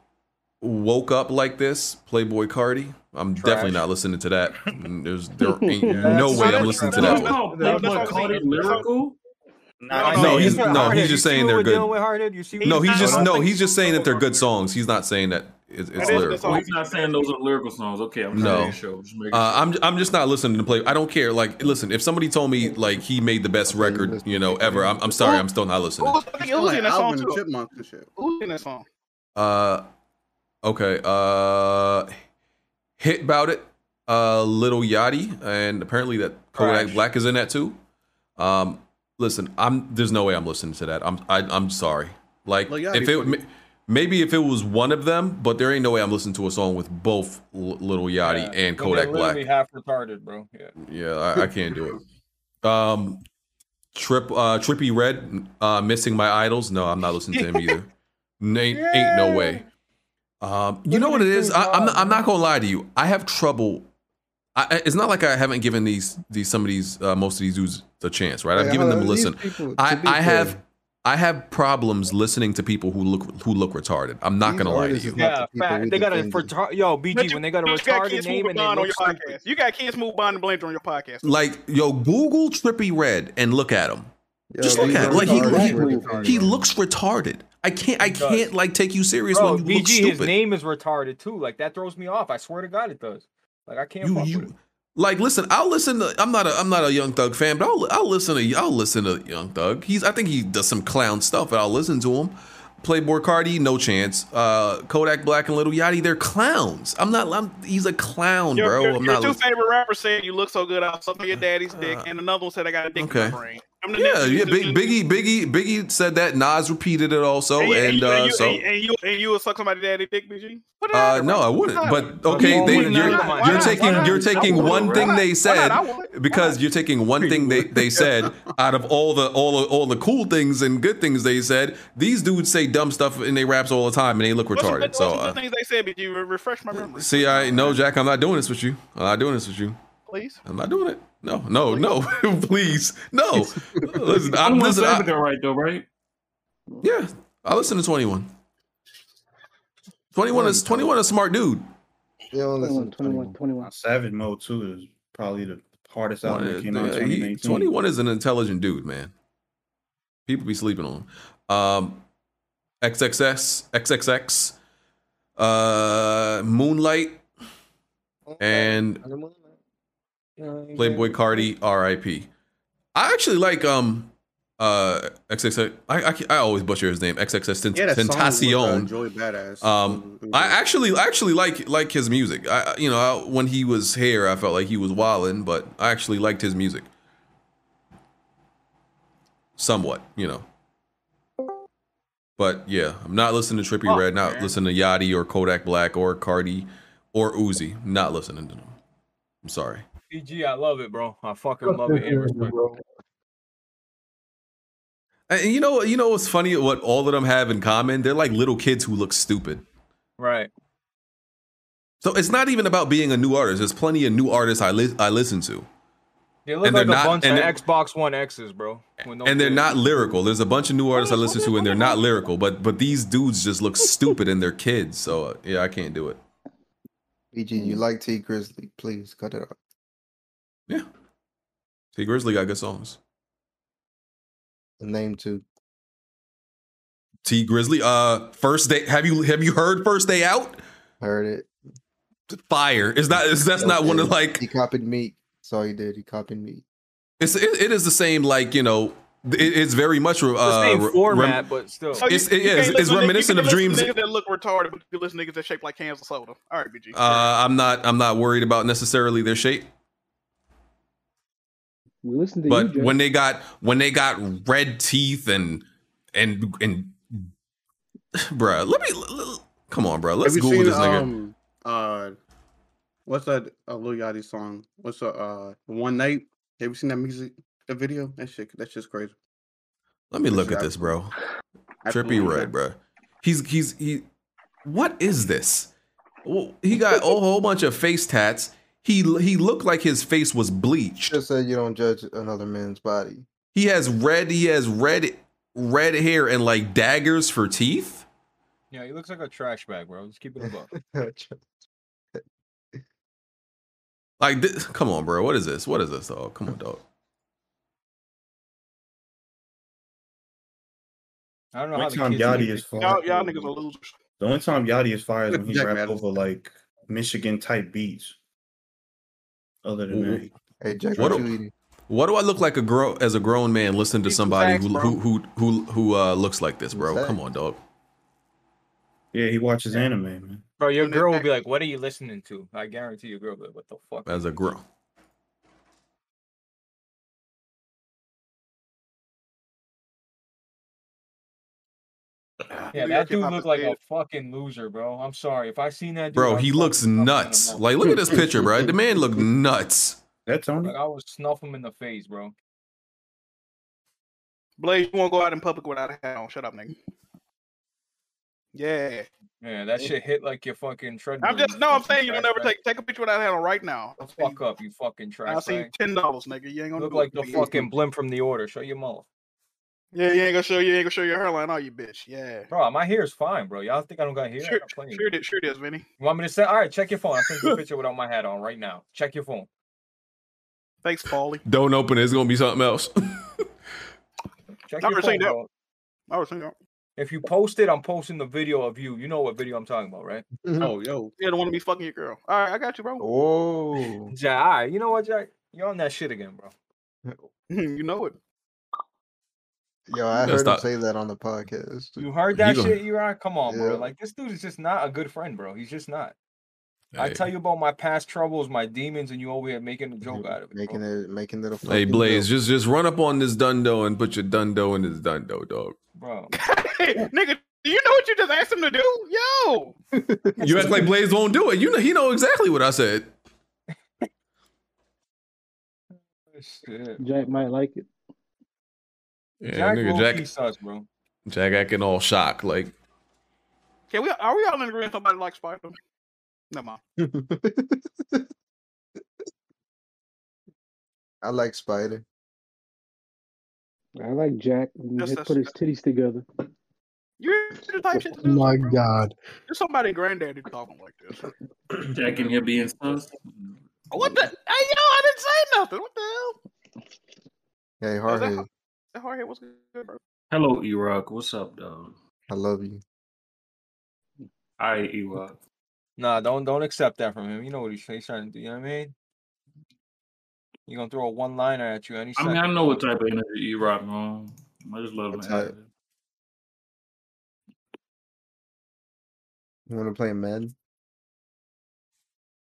Speaker 6: "Woke Up Like This" Playboy Cardi. I'm definitely not listening to that. Mm, (laughs) There's there ain't no way I'm listening to that. one.
Speaker 3: lyrical.
Speaker 6: No, he's no, he's just saying they're good.
Speaker 1: Hardhead, you see
Speaker 6: No, he's just no, he's just saying that they're good songs. He's not saying that it's, it's lyrical.
Speaker 29: Oh, he's not saying those are lyrical songs. Okay, I'm
Speaker 6: No.
Speaker 29: trying to show. Just making
Speaker 6: Uh, I'm I'm just not listening to play. I don't care. Like, listen, if somebody told me like he made the best record, you know, ever, I'm, I'm sorry, I'm still not listening.
Speaker 10: Who's Uzi in that song
Speaker 27: Alvin and
Speaker 10: too?
Speaker 27: Chipmunk and shit.
Speaker 10: Uzi in that song?
Speaker 6: Uh, okay. Uh, hit about it. Uh, little Yachty, and apparently that Kodak Black is in that too. Um, listen, I'm there's no way I'm listening to that. I'm I, I'm sorry. Like,
Speaker 27: Lil Yachty
Speaker 6: if it
Speaker 27: funny.
Speaker 6: ma- maybe if it was one of them, but there ain't no way I'm listening to a song with both L- Little Yachty and
Speaker 1: But they're
Speaker 6: Kodak Black.
Speaker 1: literally half retarded, bro. Yeah.
Speaker 6: Yeah, I, I can't do it. Um, trip, uh, trippy red, uh, missing my idols. No, I'm not listening to
Speaker 16: (laughs)
Speaker 6: him either. Ain't, ain't no way. Um, you know what it is? I, I'm, not, I'm not gonna lie to you. I have trouble. I, I- it's not like I haven't given these these some of these uh, most of these dudes a chance, right? I've
Speaker 16: Wait,
Speaker 6: given
Speaker 16: hold
Speaker 6: them a
Speaker 16: on, these
Speaker 6: listen.
Speaker 16: people, to
Speaker 6: I,
Speaker 16: be
Speaker 6: I have
Speaker 16: fair.
Speaker 6: I have problems listening to people who look who look retarded. I'm not
Speaker 16: These
Speaker 6: gonna lie to
Speaker 16: artists
Speaker 6: you.
Speaker 16: is
Speaker 1: Yeah, fact. They got a retar- yo BG when they got a
Speaker 10: You got
Speaker 1: retarded
Speaker 10: kids
Speaker 1: name
Speaker 10: moving
Speaker 1: and they
Speaker 10: on
Speaker 1: look
Speaker 10: your podcast. You got kids moving on and blamed on your podcast.
Speaker 6: Like, yo, Google Trippy Red and look at him. Just look
Speaker 10: he's
Speaker 6: at him. Like he,
Speaker 10: retarded.
Speaker 6: he, he looks retarded. I can't I can't like take you serious
Speaker 1: Bro,
Speaker 6: when you look
Speaker 1: BG, his
Speaker 6: stupid.
Speaker 1: name is retarded too. Like that throws me off. I swear to God, it does. Like I can't.
Speaker 6: You
Speaker 1: fuck
Speaker 6: you like listen. I'll listen. To, I'm not a I'm not a Young Thug fan, but I'll I'll listen to I'll listen to Young Thug. He's I think he does some clown stuff, and I'll listen to him. Playboy Cardi, no chance. Uh, Kodak Black and Little Yachty, they're clowns. I'm not. I'm, he's a clown,
Speaker 10: Your,
Speaker 6: bro.
Speaker 10: your,
Speaker 6: I'm
Speaker 10: your
Speaker 6: not.
Speaker 10: two
Speaker 6: lis- Uh,
Speaker 10: favorite rappers said you look so good. I suck your daddy's dick, and another one said I got a dick in
Speaker 6: Okay.
Speaker 10: my brain.
Speaker 6: Yeah, yeah. Big, Biggie, Biggie, Biggie said that. Nas repeated it also, and
Speaker 10: and
Speaker 6: uh,
Speaker 10: you,
Speaker 6: so
Speaker 10: and, and you and you would suck somebody daddy dick, BG.
Speaker 6: Uh, no, I wouldn't. But okay, they,
Speaker 10: wouldn't.
Speaker 6: you're,
Speaker 10: Why not?
Speaker 6: you're
Speaker 10: Why
Speaker 6: taking
Speaker 10: not?
Speaker 6: you're
Speaker 10: I
Speaker 6: taking
Speaker 10: would.
Speaker 6: one
Speaker 10: Why
Speaker 6: thing
Speaker 10: not?
Speaker 6: they
Speaker 10: Why
Speaker 6: said
Speaker 10: not? I would.
Speaker 6: because you're taking one thing they,
Speaker 10: (laughs)
Speaker 6: they said out of all the all all the cool things and good things they said. These dudes say dumb stuff in their raps all the time and they look
Speaker 10: What's some good-
Speaker 6: retarded.
Speaker 10: what's
Speaker 6: So
Speaker 10: some good
Speaker 6: uh,
Speaker 10: things they said, BG. Re- Refresh my memory,
Speaker 6: see, I no Jack, I'm not doing this with you. I'm not doing this with you.
Speaker 10: please.
Speaker 6: I'm not doing it. No, no, no, please, no. (laughs) Listen, I,
Speaker 29: I'm
Speaker 6: listen, I,
Speaker 29: listening. Right though, right?
Speaker 6: yeah, I listen to 21. 21 is 21 is a smart dude.
Speaker 16: They don't listen.
Speaker 11: 21, 21. Savage Mode 2 is probably the hardest
Speaker 6: One
Speaker 11: album that
Speaker 6: is-
Speaker 11: came out in
Speaker 6: yeah, he-
Speaker 11: 2019.
Speaker 6: 21 is an intelligent dude, man. People be sleeping on him. Um, XXX, XXX, uh, Moonlight, and
Speaker 1: with it.
Speaker 6: Playboy Cardi, RIP. I actually like um uh XXX. I I, I always butcher his name. XXX Tent-
Speaker 27: Yeah, that song was, uh,
Speaker 6: Tentacion.
Speaker 27: Joey Badass.
Speaker 6: Um, I actually I actually like like his music. I I- you know I, when he was here, I felt like he was wilding, but I actually liked his music somewhat. You know. But yeah, I'm not listening to Trippy Red, not listening to Yachty or Kodak Black or Cardi or Uzi. Not listening to them. I'm sorry.
Speaker 1: BG, I love it, bro. I fucking love it. and respect.
Speaker 6: And and you know, you know what's funny? What all of them have in common? They're like little kids who look stupid.
Speaker 1: Right.
Speaker 6: So it's not even about being a new artist. There's plenty of new artists I li- I listen to,
Speaker 1: They look
Speaker 6: And they're
Speaker 1: like a
Speaker 6: not-
Speaker 1: bunch of
Speaker 6: and they're-
Speaker 1: Xbox One X's, bro. With no
Speaker 6: and they're
Speaker 1: kids.
Speaker 6: not lyrical. There's a bunch of new artists I listen to, and they're not lyrical. But but these dudes just look stupid, and they're kids. So uh, yeah, I can't do it.
Speaker 16: BG, you like T Grizzly? Please cut it out.
Speaker 6: T Grizzly got good songs.
Speaker 16: The name too.
Speaker 6: T Grizzly, uh, first day. Have you have you heard First Day Out?
Speaker 16: Heard it.
Speaker 6: Fire. Is not. Is that's not one of like.
Speaker 16: He copied me. That's all he did. He copied me.
Speaker 6: It's it, it is the same like you know. It, it's very much uh,
Speaker 16: same
Speaker 6: rem-
Speaker 16: format, but
Speaker 1: still.
Speaker 10: So you-
Speaker 6: it's, it-
Speaker 10: you
Speaker 6: yeah, it's,
Speaker 10: can't listen
Speaker 6: it's
Speaker 10: to niggas-
Speaker 6: reminiscent
Speaker 10: you
Speaker 6: of
Speaker 10: can listen
Speaker 6: dreams.
Speaker 10: to Niggas that look retarded, but you listen to niggas that shape like cans of soda. All right, BG.
Speaker 6: Uh, I'm not. I'm not worried about necessarily their shape.
Speaker 28: We listen to
Speaker 6: But
Speaker 28: you, Jack.
Speaker 6: when they got when they got red teeth and and and (sighs) bruh, let me l- l- come on, bruh. Let's
Speaker 27: Have you
Speaker 6: Google
Speaker 27: seen,
Speaker 6: this nigga.
Speaker 27: Um, uh, what's that uh, Lil Yachty song? What's the uh, One Night? Have you seen that music? The video? That shit. That's just crazy.
Speaker 6: let me look at this, bro. Trippy Red, bro. He's he's he. What is this? Well, He got a whole bunch of face tats. He he looked like his face was bleached.
Speaker 16: Just said you don't judge another man's body.
Speaker 6: He has red. He has red red hair and like daggers for teeth.
Speaker 1: (laughs) Yeah, he looks like a trash bag, bro. Let's keep it above.
Speaker 6: Like, this, come on, bro. What is this? What is this, dog? Come on, dog.
Speaker 1: I don't know
Speaker 11: Only
Speaker 1: how the
Speaker 11: time
Speaker 1: kids
Speaker 11: Yachty
Speaker 1: make
Speaker 11: is
Speaker 1: it.
Speaker 11: fired.
Speaker 10: Y'all, y'all niggas are losers.
Speaker 11: The only time Yachty is fired is when he
Speaker 16: Jack
Speaker 11: rap over like Michigan type beats. Other than that, he-
Speaker 16: Hey, Jack,
Speaker 6: What
Speaker 16: what,
Speaker 6: do-
Speaker 16: you eating?
Speaker 6: What do I look like a grow as a grown man listening to somebody who who who who, who uh, looks like this, bro? Come on, dog.
Speaker 11: Yeah, he watches anime, man.
Speaker 1: Bro, your girl will be like, "What are you listening to?" I guarantee your girl will be like, "What the fuck?"
Speaker 6: As a grown.
Speaker 10: Ah,
Speaker 1: Yeah,
Speaker 20: New
Speaker 1: that
Speaker 20: York
Speaker 1: dude
Speaker 20: hip-hop
Speaker 1: looked
Speaker 20: is
Speaker 1: like
Speaker 20: dead.
Speaker 1: a fucking loser, bro. I'm sorry if I seen that. Dude,
Speaker 6: Bro,
Speaker 1: I
Speaker 6: he
Speaker 1: fucking
Speaker 6: looks
Speaker 1: snuff him in the
Speaker 6: nuts.
Speaker 1: mouth.
Speaker 6: Like, look at this picture, bro. The man looked nuts.
Speaker 11: That's Tony.
Speaker 1: Like I would snuff him in the face, bro.
Speaker 10: Blaze, you won't go out in public without a hat on. Shut up, nigga. Yeah.
Speaker 1: Yeah, that shit hit like your fucking treadmill.
Speaker 10: I'm just
Speaker 1: you
Speaker 10: no. I'm
Speaker 1: fucking
Speaker 10: saying you will
Speaker 1: trash
Speaker 10: never
Speaker 1: bag.
Speaker 10: take take a picture without a hat on right now.
Speaker 1: Fuck up, you fucking trash.
Speaker 10: I'll see you
Speaker 1: bag.
Speaker 10: ten dollars, nigga. You ain't gonna
Speaker 1: Look
Speaker 10: do
Speaker 1: like
Speaker 10: it.
Speaker 1: the fucking blimp from the order. Show your mouth,
Speaker 10: Yeah, you ain't gonna show you ain't gonna show your hairline, are you, bitch? Yeah.
Speaker 1: bro. My hair is fine, bro. Y'all think I don't got hair? I
Speaker 10: Sure,
Speaker 1: got plenty.
Speaker 10: sure it is, sure it is, Vinny.
Speaker 1: You want me to say? All right, check your phone. I sent
Speaker 10: (laughs)
Speaker 1: you a picture without my hat on right now. Check your phone.
Speaker 10: Thanks, Paulie.
Speaker 6: Don't open it. It's gonna be something else.
Speaker 1: Check
Speaker 10: I
Speaker 1: your
Speaker 10: already
Speaker 1: phone,
Speaker 10: seen that.
Speaker 1: bro.
Speaker 10: I uh, already seen that.
Speaker 1: If you post it, I'm posting the video of you. You know what video I'm talking about, right?
Speaker 16: Mm-hmm.
Speaker 6: Oh, yo.
Speaker 10: You don't want to be fucking your girl. All right, I got you, bro.
Speaker 16: (laughs)
Speaker 1: Oh. Jack, all right. You know what, Jack? You're on that shit again, bro.
Speaker 10: (laughs) you know it.
Speaker 16: Yo, I
Speaker 1: That's
Speaker 16: heard him
Speaker 1: not-
Speaker 16: say that on the podcast.
Speaker 1: You heard that
Speaker 16: shit?
Speaker 1: shit, Eron? Come on, bro.
Speaker 16: Yeah.
Speaker 1: Like this dude is just not a good friend, bro. He's just not. I tell you about my past troubles, my demons, and you over here making a joke out of it.
Speaker 16: making it making it a
Speaker 6: (laughs) hey,
Speaker 16: fucking
Speaker 6: Blaze,
Speaker 16: joke.
Speaker 6: just just run up on this dundo and put your dundo in this dundo, dog.
Speaker 1: Bro.
Speaker 10: (laughs) Hey, nigga, do you know what you just asked him to do? Yo.
Speaker 6: You act like Blaze won't do it. You know he know exactly what I said.
Speaker 28: Jack might like it.
Speaker 6: Yeah,
Speaker 1: Jack
Speaker 6: nigga,
Speaker 1: low-key
Speaker 6: Jack,
Speaker 1: sucks, bro.
Speaker 6: Jack acting all shocked. Like,
Speaker 10: Can we are we all in agreement somebody likes Spider? Never mind.
Speaker 16: I like Spider.
Speaker 28: I like Jack when
Speaker 10: That's-
Speaker 28: he put his titties together.
Speaker 10: You're the type shit to do.
Speaker 28: my God.
Speaker 10: There's somebody granddaddy talking like this.
Speaker 29: Jack in here being sus.
Speaker 10: "Oh, What the? Hey, yo, I didn't say nothing. What the hell?
Speaker 16: Hey,
Speaker 10: Is that
Speaker 16: Jorge,
Speaker 10: Har- that hardhead was good, bro.
Speaker 29: Hello, Iraq. What's up, dog?
Speaker 16: I love you.
Speaker 29: I Iraq.
Speaker 1: Nah, don't don't accept that from him. You know what he's, he's trying to do. You know what I mean? He gonna throw a one liner at you any
Speaker 29: I
Speaker 1: second.
Speaker 29: mean, I know what type of energy Iraq on. I just let him have it.
Speaker 16: You want to play Madden?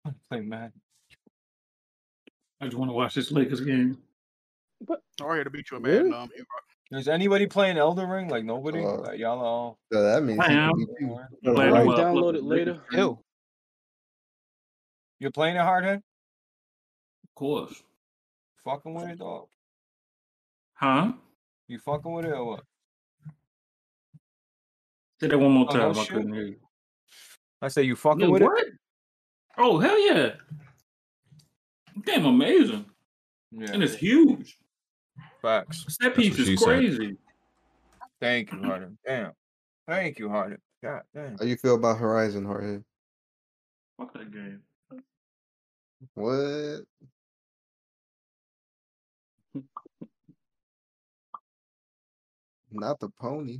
Speaker 1: (laughs) Play Madden.
Speaker 29: I just want to watch this Lakers game.
Speaker 10: Hardhead to beat you, man. Um,
Speaker 1: Is anybody playing Elden Ring? Like nobody? Like, y'all all.
Speaker 16: So that means
Speaker 29: I
Speaker 16: he
Speaker 29: am.
Speaker 16: can beat Uh, you.
Speaker 29: Playing
Speaker 1: Right,
Speaker 29: while I
Speaker 1: download
Speaker 29: plug
Speaker 1: it
Speaker 29: the
Speaker 1: later.
Speaker 29: Lakers
Speaker 1: Ew.
Speaker 29: in. Of
Speaker 1: You're playing it hardhead?
Speaker 29: course.
Speaker 1: Fucking with it, dog.
Speaker 29: Huh?
Speaker 1: You fucking with it or what?
Speaker 29: Say that one more
Speaker 1: Oh, no
Speaker 29: time. I
Speaker 1: shit?
Speaker 29: couldn't hear you.
Speaker 1: I say you fucking
Speaker 29: Yeah,
Speaker 1: with
Speaker 29: what?
Speaker 1: it.
Speaker 29: Oh hell yeah! Damn amazing.
Speaker 1: Yeah.
Speaker 29: And it's huge.
Speaker 1: Facts.
Speaker 29: That piece is crazy.
Speaker 1: Thank you, Harden. Damn. Thank you, Harden. God damn.
Speaker 16: How you feel about Horizon, Jorge?
Speaker 29: Fuck that game.
Speaker 16: What? Not the pony.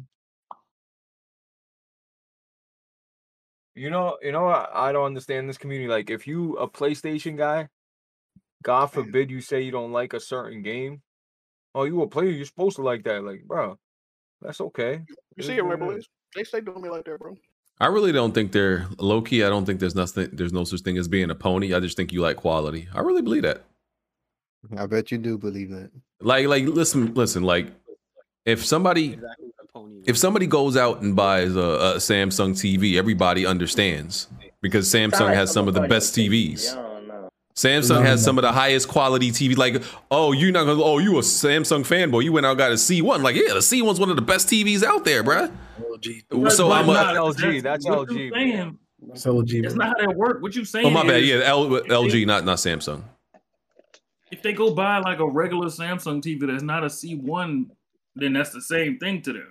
Speaker 1: You know, you know, what? I don't understand this community. Like, if you a PlayStation guy,
Speaker 16: Mm.
Speaker 1: God forbid you say you don't like a certain game. Oh, you a player? You're supposed to like that. Like, bro, that's okay.
Speaker 10: you see it, right, boys? They stay doing me like that, bro.
Speaker 6: I really don't think they're low key. I don't think there's nothing. There's no such thing as being a pony. I just think you like quality. I really believe that.
Speaker 16: I bet you do believe that.
Speaker 6: Like, like, listen, listen. Like, if somebody, if somebody goes out and buys a, a Samsung TV, everybody understands because Samsung has some of the best TVs. Samsung
Speaker 1: No,
Speaker 6: has
Speaker 1: no.
Speaker 6: some of the highest quality TV. Like, oh, you're not gonna. Oh, you a Samsung fanboy? You went out and got a C1. Like, yeah, the C1's one of the best TVs out there, bruh. So I'm
Speaker 29: not
Speaker 6: a.
Speaker 1: LG, that's
Speaker 29: what you
Speaker 1: LG,
Speaker 29: Saying.
Speaker 6: It's LG.
Speaker 29: That's not how that work. What you saying?
Speaker 6: Oh my bad.
Speaker 29: is
Speaker 6: Yeah, L, LG, not not Samsung.
Speaker 29: If they go buy like a regular Samsung TV that's not a C1, then that's the same thing to them.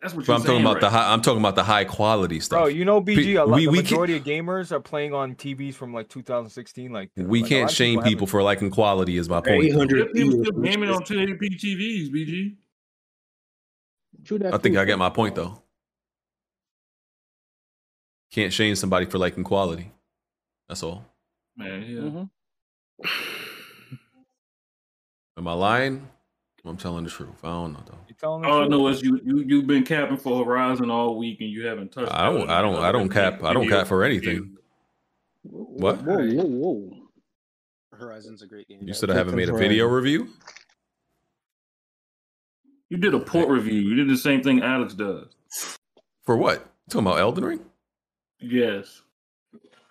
Speaker 29: That's what
Speaker 6: But
Speaker 29: you're
Speaker 6: I'm talking
Speaker 29: saying,
Speaker 6: about the
Speaker 29: right?
Speaker 6: high, I'm talking about the high quality stuff.
Speaker 1: Bro, you know BG. A lot,
Speaker 6: we
Speaker 1: the
Speaker 6: we can't,
Speaker 1: majority of gamers are playing on TVs from like 2016. Like
Speaker 6: we
Speaker 29: oh,
Speaker 1: like, a lot
Speaker 6: can't
Speaker 1: of
Speaker 6: shame people, for liking quality. Is my point.
Speaker 29: Good people still gaming on 1080p TVs, BG.
Speaker 6: I think I get my point though. Can't shame somebody for liking quality. That's all.
Speaker 29: Man, yeah.
Speaker 1: Mm-hmm.
Speaker 6: Am I lying? I'm telling the truth. I don't know though.
Speaker 1: All
Speaker 29: Oh, I know is you you you've been capping for Horizon all week and you haven't touched.
Speaker 6: I don't. I don't. I don't cap. I don't cap for anything. What?
Speaker 28: Whoa, whoa.
Speaker 15: Horizon's a great game.
Speaker 6: You said I haven't made a video review.
Speaker 29: You did a port review. You did the same thing Alex does.
Speaker 6: For what? You talking about Elden Ring?
Speaker 29: Yes.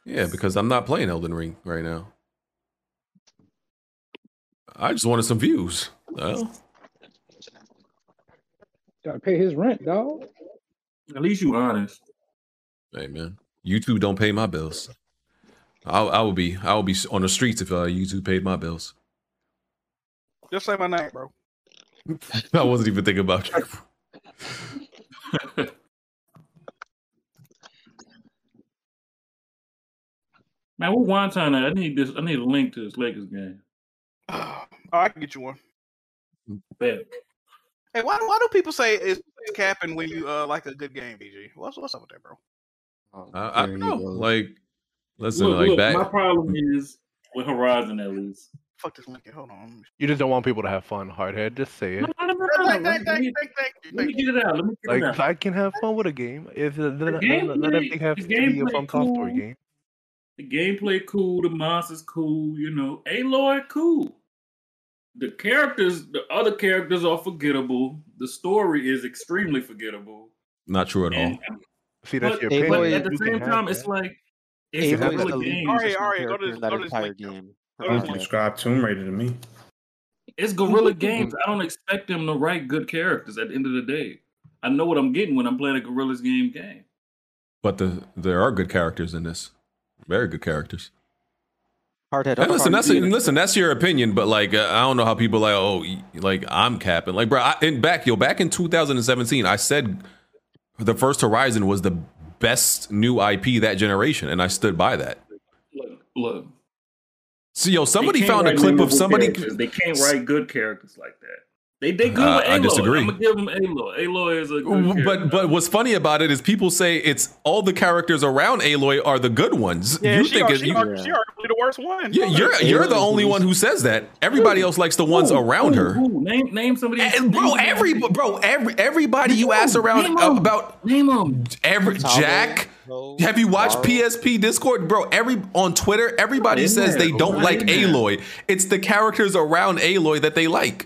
Speaker 6: Yeah, because I'm not playing Elden Ring right now. I just wanted some views. Well,
Speaker 28: Gotta pay his rent, dog.
Speaker 29: At least you honest.
Speaker 6: hey man, YouTube don't pay my bills. I I would be I would be on the streets if uh, YouTube paid my bills. (laughs)
Speaker 10: Just say my name, bro.
Speaker 6: (laughs) I wasn't even thinking about you.
Speaker 29: Man, what wonton? at? I need this. I need a link to this Lakers game.
Speaker 10: Oh, I can get you one.
Speaker 29: Bet.
Speaker 10: Hey, why, why do people say it's capping when you uh, like a good game, BG? What's what's up with that, bro?
Speaker 6: I, I don't know. Like, listen,
Speaker 29: Look,
Speaker 6: like
Speaker 29: look,
Speaker 6: back.
Speaker 29: my problem is with Horizon at least.
Speaker 10: Fuck this Lincoln. Hold on.
Speaker 5: You just don't want people to have fun, hardhead. Just say it.
Speaker 29: No, no, no, no,
Speaker 10: Thank-
Speaker 29: no,
Speaker 10: thank- thank- thank- thank you,
Speaker 29: Let
Speaker 10: thank
Speaker 29: me
Speaker 10: you.
Speaker 29: get it out. Let me get
Speaker 5: Like,
Speaker 29: it out.
Speaker 5: if I can have fun with a game, if let, let, let, let
Speaker 29: gameplay-
Speaker 5: everything have
Speaker 29: the
Speaker 5: to be a
Speaker 29: gameplay
Speaker 5: fun console
Speaker 29: cool.
Speaker 5: game.
Speaker 29: The gameplay cool, the monsters cool, you know. Aloy cool. The characters, the other characters are forgettable. The story is extremely forgettable.
Speaker 6: Not true at all.
Speaker 5: See,
Speaker 29: But, but at the same time, it's like it's a
Speaker 11: Aloy is
Speaker 29: real
Speaker 11: the
Speaker 29: game.
Speaker 11: least Alright, alright,
Speaker 10: go to this-
Speaker 29: that
Speaker 10: go to this
Speaker 29: entire
Speaker 15: game.
Speaker 11: Subscribe Tomb Raider to me.
Speaker 29: It's Gorilla Games. I don't expect them to write good characters at the end of the day. I know what I'm getting when I'm playing a Gorilla's game game.
Speaker 6: But the there are good characters in this. Very good characters.
Speaker 15: Hardhead.
Speaker 6: And listen, that's
Speaker 15: Hardhead.
Speaker 6: listen, that's your opinion, but like uh, I don't know how people like oh y- like I'm capping. Like bro, I, in back yo back in 2017, I said the first Horizon was the best new IP that generation, and I stood by that.
Speaker 29: Look, look.
Speaker 6: So yo, somebody
Speaker 29: They can't
Speaker 6: found a
Speaker 29: write
Speaker 6: clip of
Speaker 29: memorable
Speaker 6: somebody.
Speaker 29: characters. They can't write good characters like that. They they good
Speaker 6: Uh,
Speaker 29: with Aloy.
Speaker 6: I disagree.
Speaker 29: I'm gonna give them Aloy. Aloy is a good character.
Speaker 6: But but what's funny about it is people say it's all the characters around Aloy are the good ones. you
Speaker 10: she,
Speaker 6: think
Speaker 10: ar-
Speaker 6: it,
Speaker 10: she,
Speaker 6: you,
Speaker 10: ar- she arguably the worst one.
Speaker 6: Yeah, you're you're the only one who says that. Everybody else likes the ones around her. Eh,
Speaker 29: Name name somebody.
Speaker 6: bro, every bro, every everybody you ask around about
Speaker 29: name them.
Speaker 6: Every Jack. Have you watched PSP Discord, bro? Every on Twitter, everybody
Speaker 29: Right
Speaker 6: says they
Speaker 29: there,
Speaker 6: don't
Speaker 29: right
Speaker 6: like
Speaker 29: there.
Speaker 6: Aloy. It's the characters around Aloy that they like.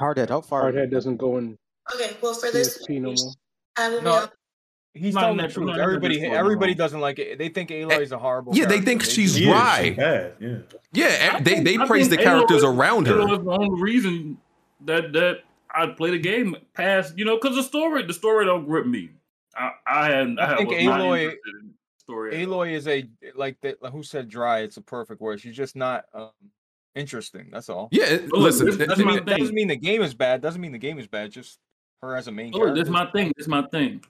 Speaker 15: Hardhead, how far?
Speaker 28: Hardhead doesn't go in
Speaker 8: Okay, well, for this,
Speaker 28: PSP no more.
Speaker 1: No, he's
Speaker 28: Not
Speaker 1: telling
Speaker 28: in
Speaker 1: the
Speaker 28: that-
Speaker 1: truth.
Speaker 28: not in that
Speaker 1: Everybody,
Speaker 28: Discord,
Speaker 1: everybody doesn't like it. They think Aloy is a horrible.
Speaker 6: Yeah, they
Speaker 1: character.
Speaker 6: think she's
Speaker 1: do.
Speaker 6: right.
Speaker 11: yeah.
Speaker 6: Yeah,
Speaker 29: I
Speaker 6: they
Speaker 29: think-
Speaker 6: they
Speaker 29: I
Speaker 6: praise the
Speaker 29: think
Speaker 6: characters
Speaker 29: Aloy-
Speaker 6: around her.
Speaker 29: Aloy is the only reason that that I play the game past, you know, because the story the story don't grip me. I I, had, I,
Speaker 1: I think
Speaker 29: was not
Speaker 1: Aloy,
Speaker 29: interested in the story. at all.
Speaker 1: Aloy is a like that. Like who said dry? It's a perfect word. She's just not um, interesting. That's all.
Speaker 6: Yeah,
Speaker 29: Oh,
Speaker 6: it- But look, listen, this- th-
Speaker 1: doesn't
Speaker 6: my
Speaker 1: mean, doesn't
Speaker 29: thing.
Speaker 1: mean the game is bad. Doesn't mean the game is bad. Just her as a main
Speaker 29: Look,
Speaker 1: character.
Speaker 29: Oh, that's my thing. That's my thing.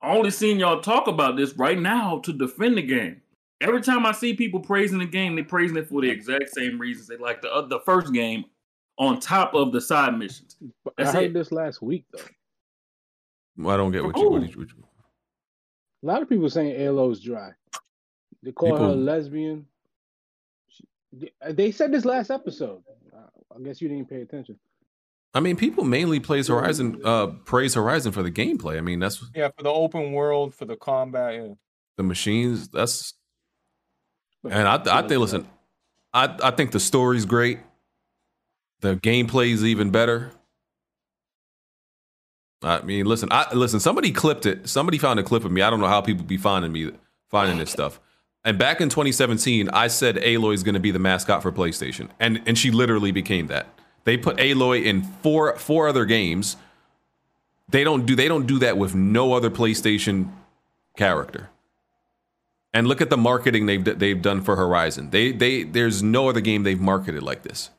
Speaker 29: I only seen y'all talk about this right now to defend the game. Every time I see people praising the game, they praising it for the exact same reasons they like the oth- the first game, on top of the side missions.
Speaker 28: I
Speaker 29: That's
Speaker 28: heard
Speaker 29: it.
Speaker 28: this last week though.
Speaker 6: Well, I don't get what you. What you, what you
Speaker 28: A lot of people saying Alo's dry. They call her a
Speaker 6: People-
Speaker 28: lesbian. She- they- uh, They said this last episode. I- I guess you didn't pay attention.
Speaker 6: I mean, people mainly plays Horizon, uh, praise Horizon for the gameplay. I mean, that's
Speaker 1: Yeah, for the open world, for the combat. Yeah.
Speaker 6: the machines. That's and I, I think listen, I, I think the story's great. The gameplay's even better. I mean, listen, I listen. Somebody clipped it. Somebody found a clip of me. I don't know how people be finding me, finding this stuff. And back in 2017, I said Aloy's going to be the mascot for PlayStation, and and she literally became that. They put Aloy in four four other games. They don't do they don't do that with no other PlayStation character. And look at the marketing they've they've done for Horizon. They they there's no other game they've marketed like this.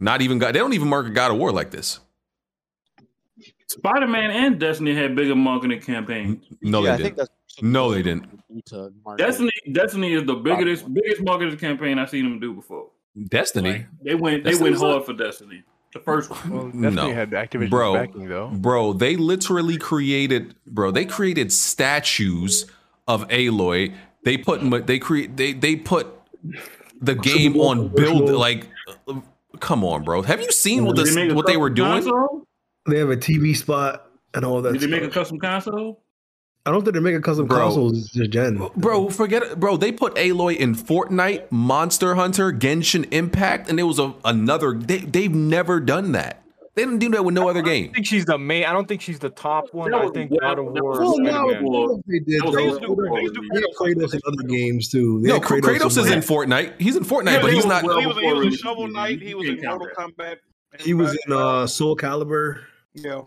Speaker 6: Not even God. They don't even market God of War like this.
Speaker 29: Spider Man and Destiny had bigger marketing campaigns.
Speaker 6: No,
Speaker 29: Yeah, I
Speaker 6: they
Speaker 29: think
Speaker 6: didn't. no, they didn't.
Speaker 29: Destiny, Destiny is the biggest biggest marketing campaign I've seen them do before.
Speaker 6: Destiny.
Speaker 29: They went they went
Speaker 6: Destiny's
Speaker 29: hard for Destiny. The first
Speaker 6: (laughs)
Speaker 29: one.
Speaker 6: no. bro, Bro, they literally created bro, they created statues of Aloy. They put ma- they create they they put the game on build like uh, come on, bro. Have you seen what
Speaker 9: Did they
Speaker 6: the,
Speaker 9: make a
Speaker 6: what they were
Speaker 9: custom
Speaker 6: doing?
Speaker 29: console?
Speaker 9: They have a TV spot and all that.
Speaker 29: Did they make a
Speaker 9: stuff.
Speaker 29: custom console?
Speaker 9: I don't think they're making custom
Speaker 6: Bro.
Speaker 9: consoles. It's just Gen.
Speaker 6: Bro, forget it. Bro, they put Aloy in Fortnite, Monster Hunter, Genshin Impact, and it was a, another. They, they've never done that. They didn't do that with no other
Speaker 1: I
Speaker 6: game.
Speaker 1: think she's the main. I don't think she's the top one. I think God of War.
Speaker 9: Well,
Speaker 1: is
Speaker 9: no,
Speaker 1: Spider-Man.
Speaker 9: Kratos they did.
Speaker 1: That was
Speaker 9: though.
Speaker 1: used to-
Speaker 9: They used to- they had Kratos in other games too. They
Speaker 6: No,
Speaker 9: had
Speaker 6: Kratos, is in
Speaker 9: like-
Speaker 6: Fortnite. He's in Fortnite,
Speaker 9: Yeah,
Speaker 6: but
Speaker 9: he
Speaker 6: he's
Speaker 9: was
Speaker 6: not.
Speaker 9: well
Speaker 10: He was, he was in Shovel Knight. He was in Mortal Kombat.
Speaker 9: He was in uh, Soul Calibur.
Speaker 10: Yeah.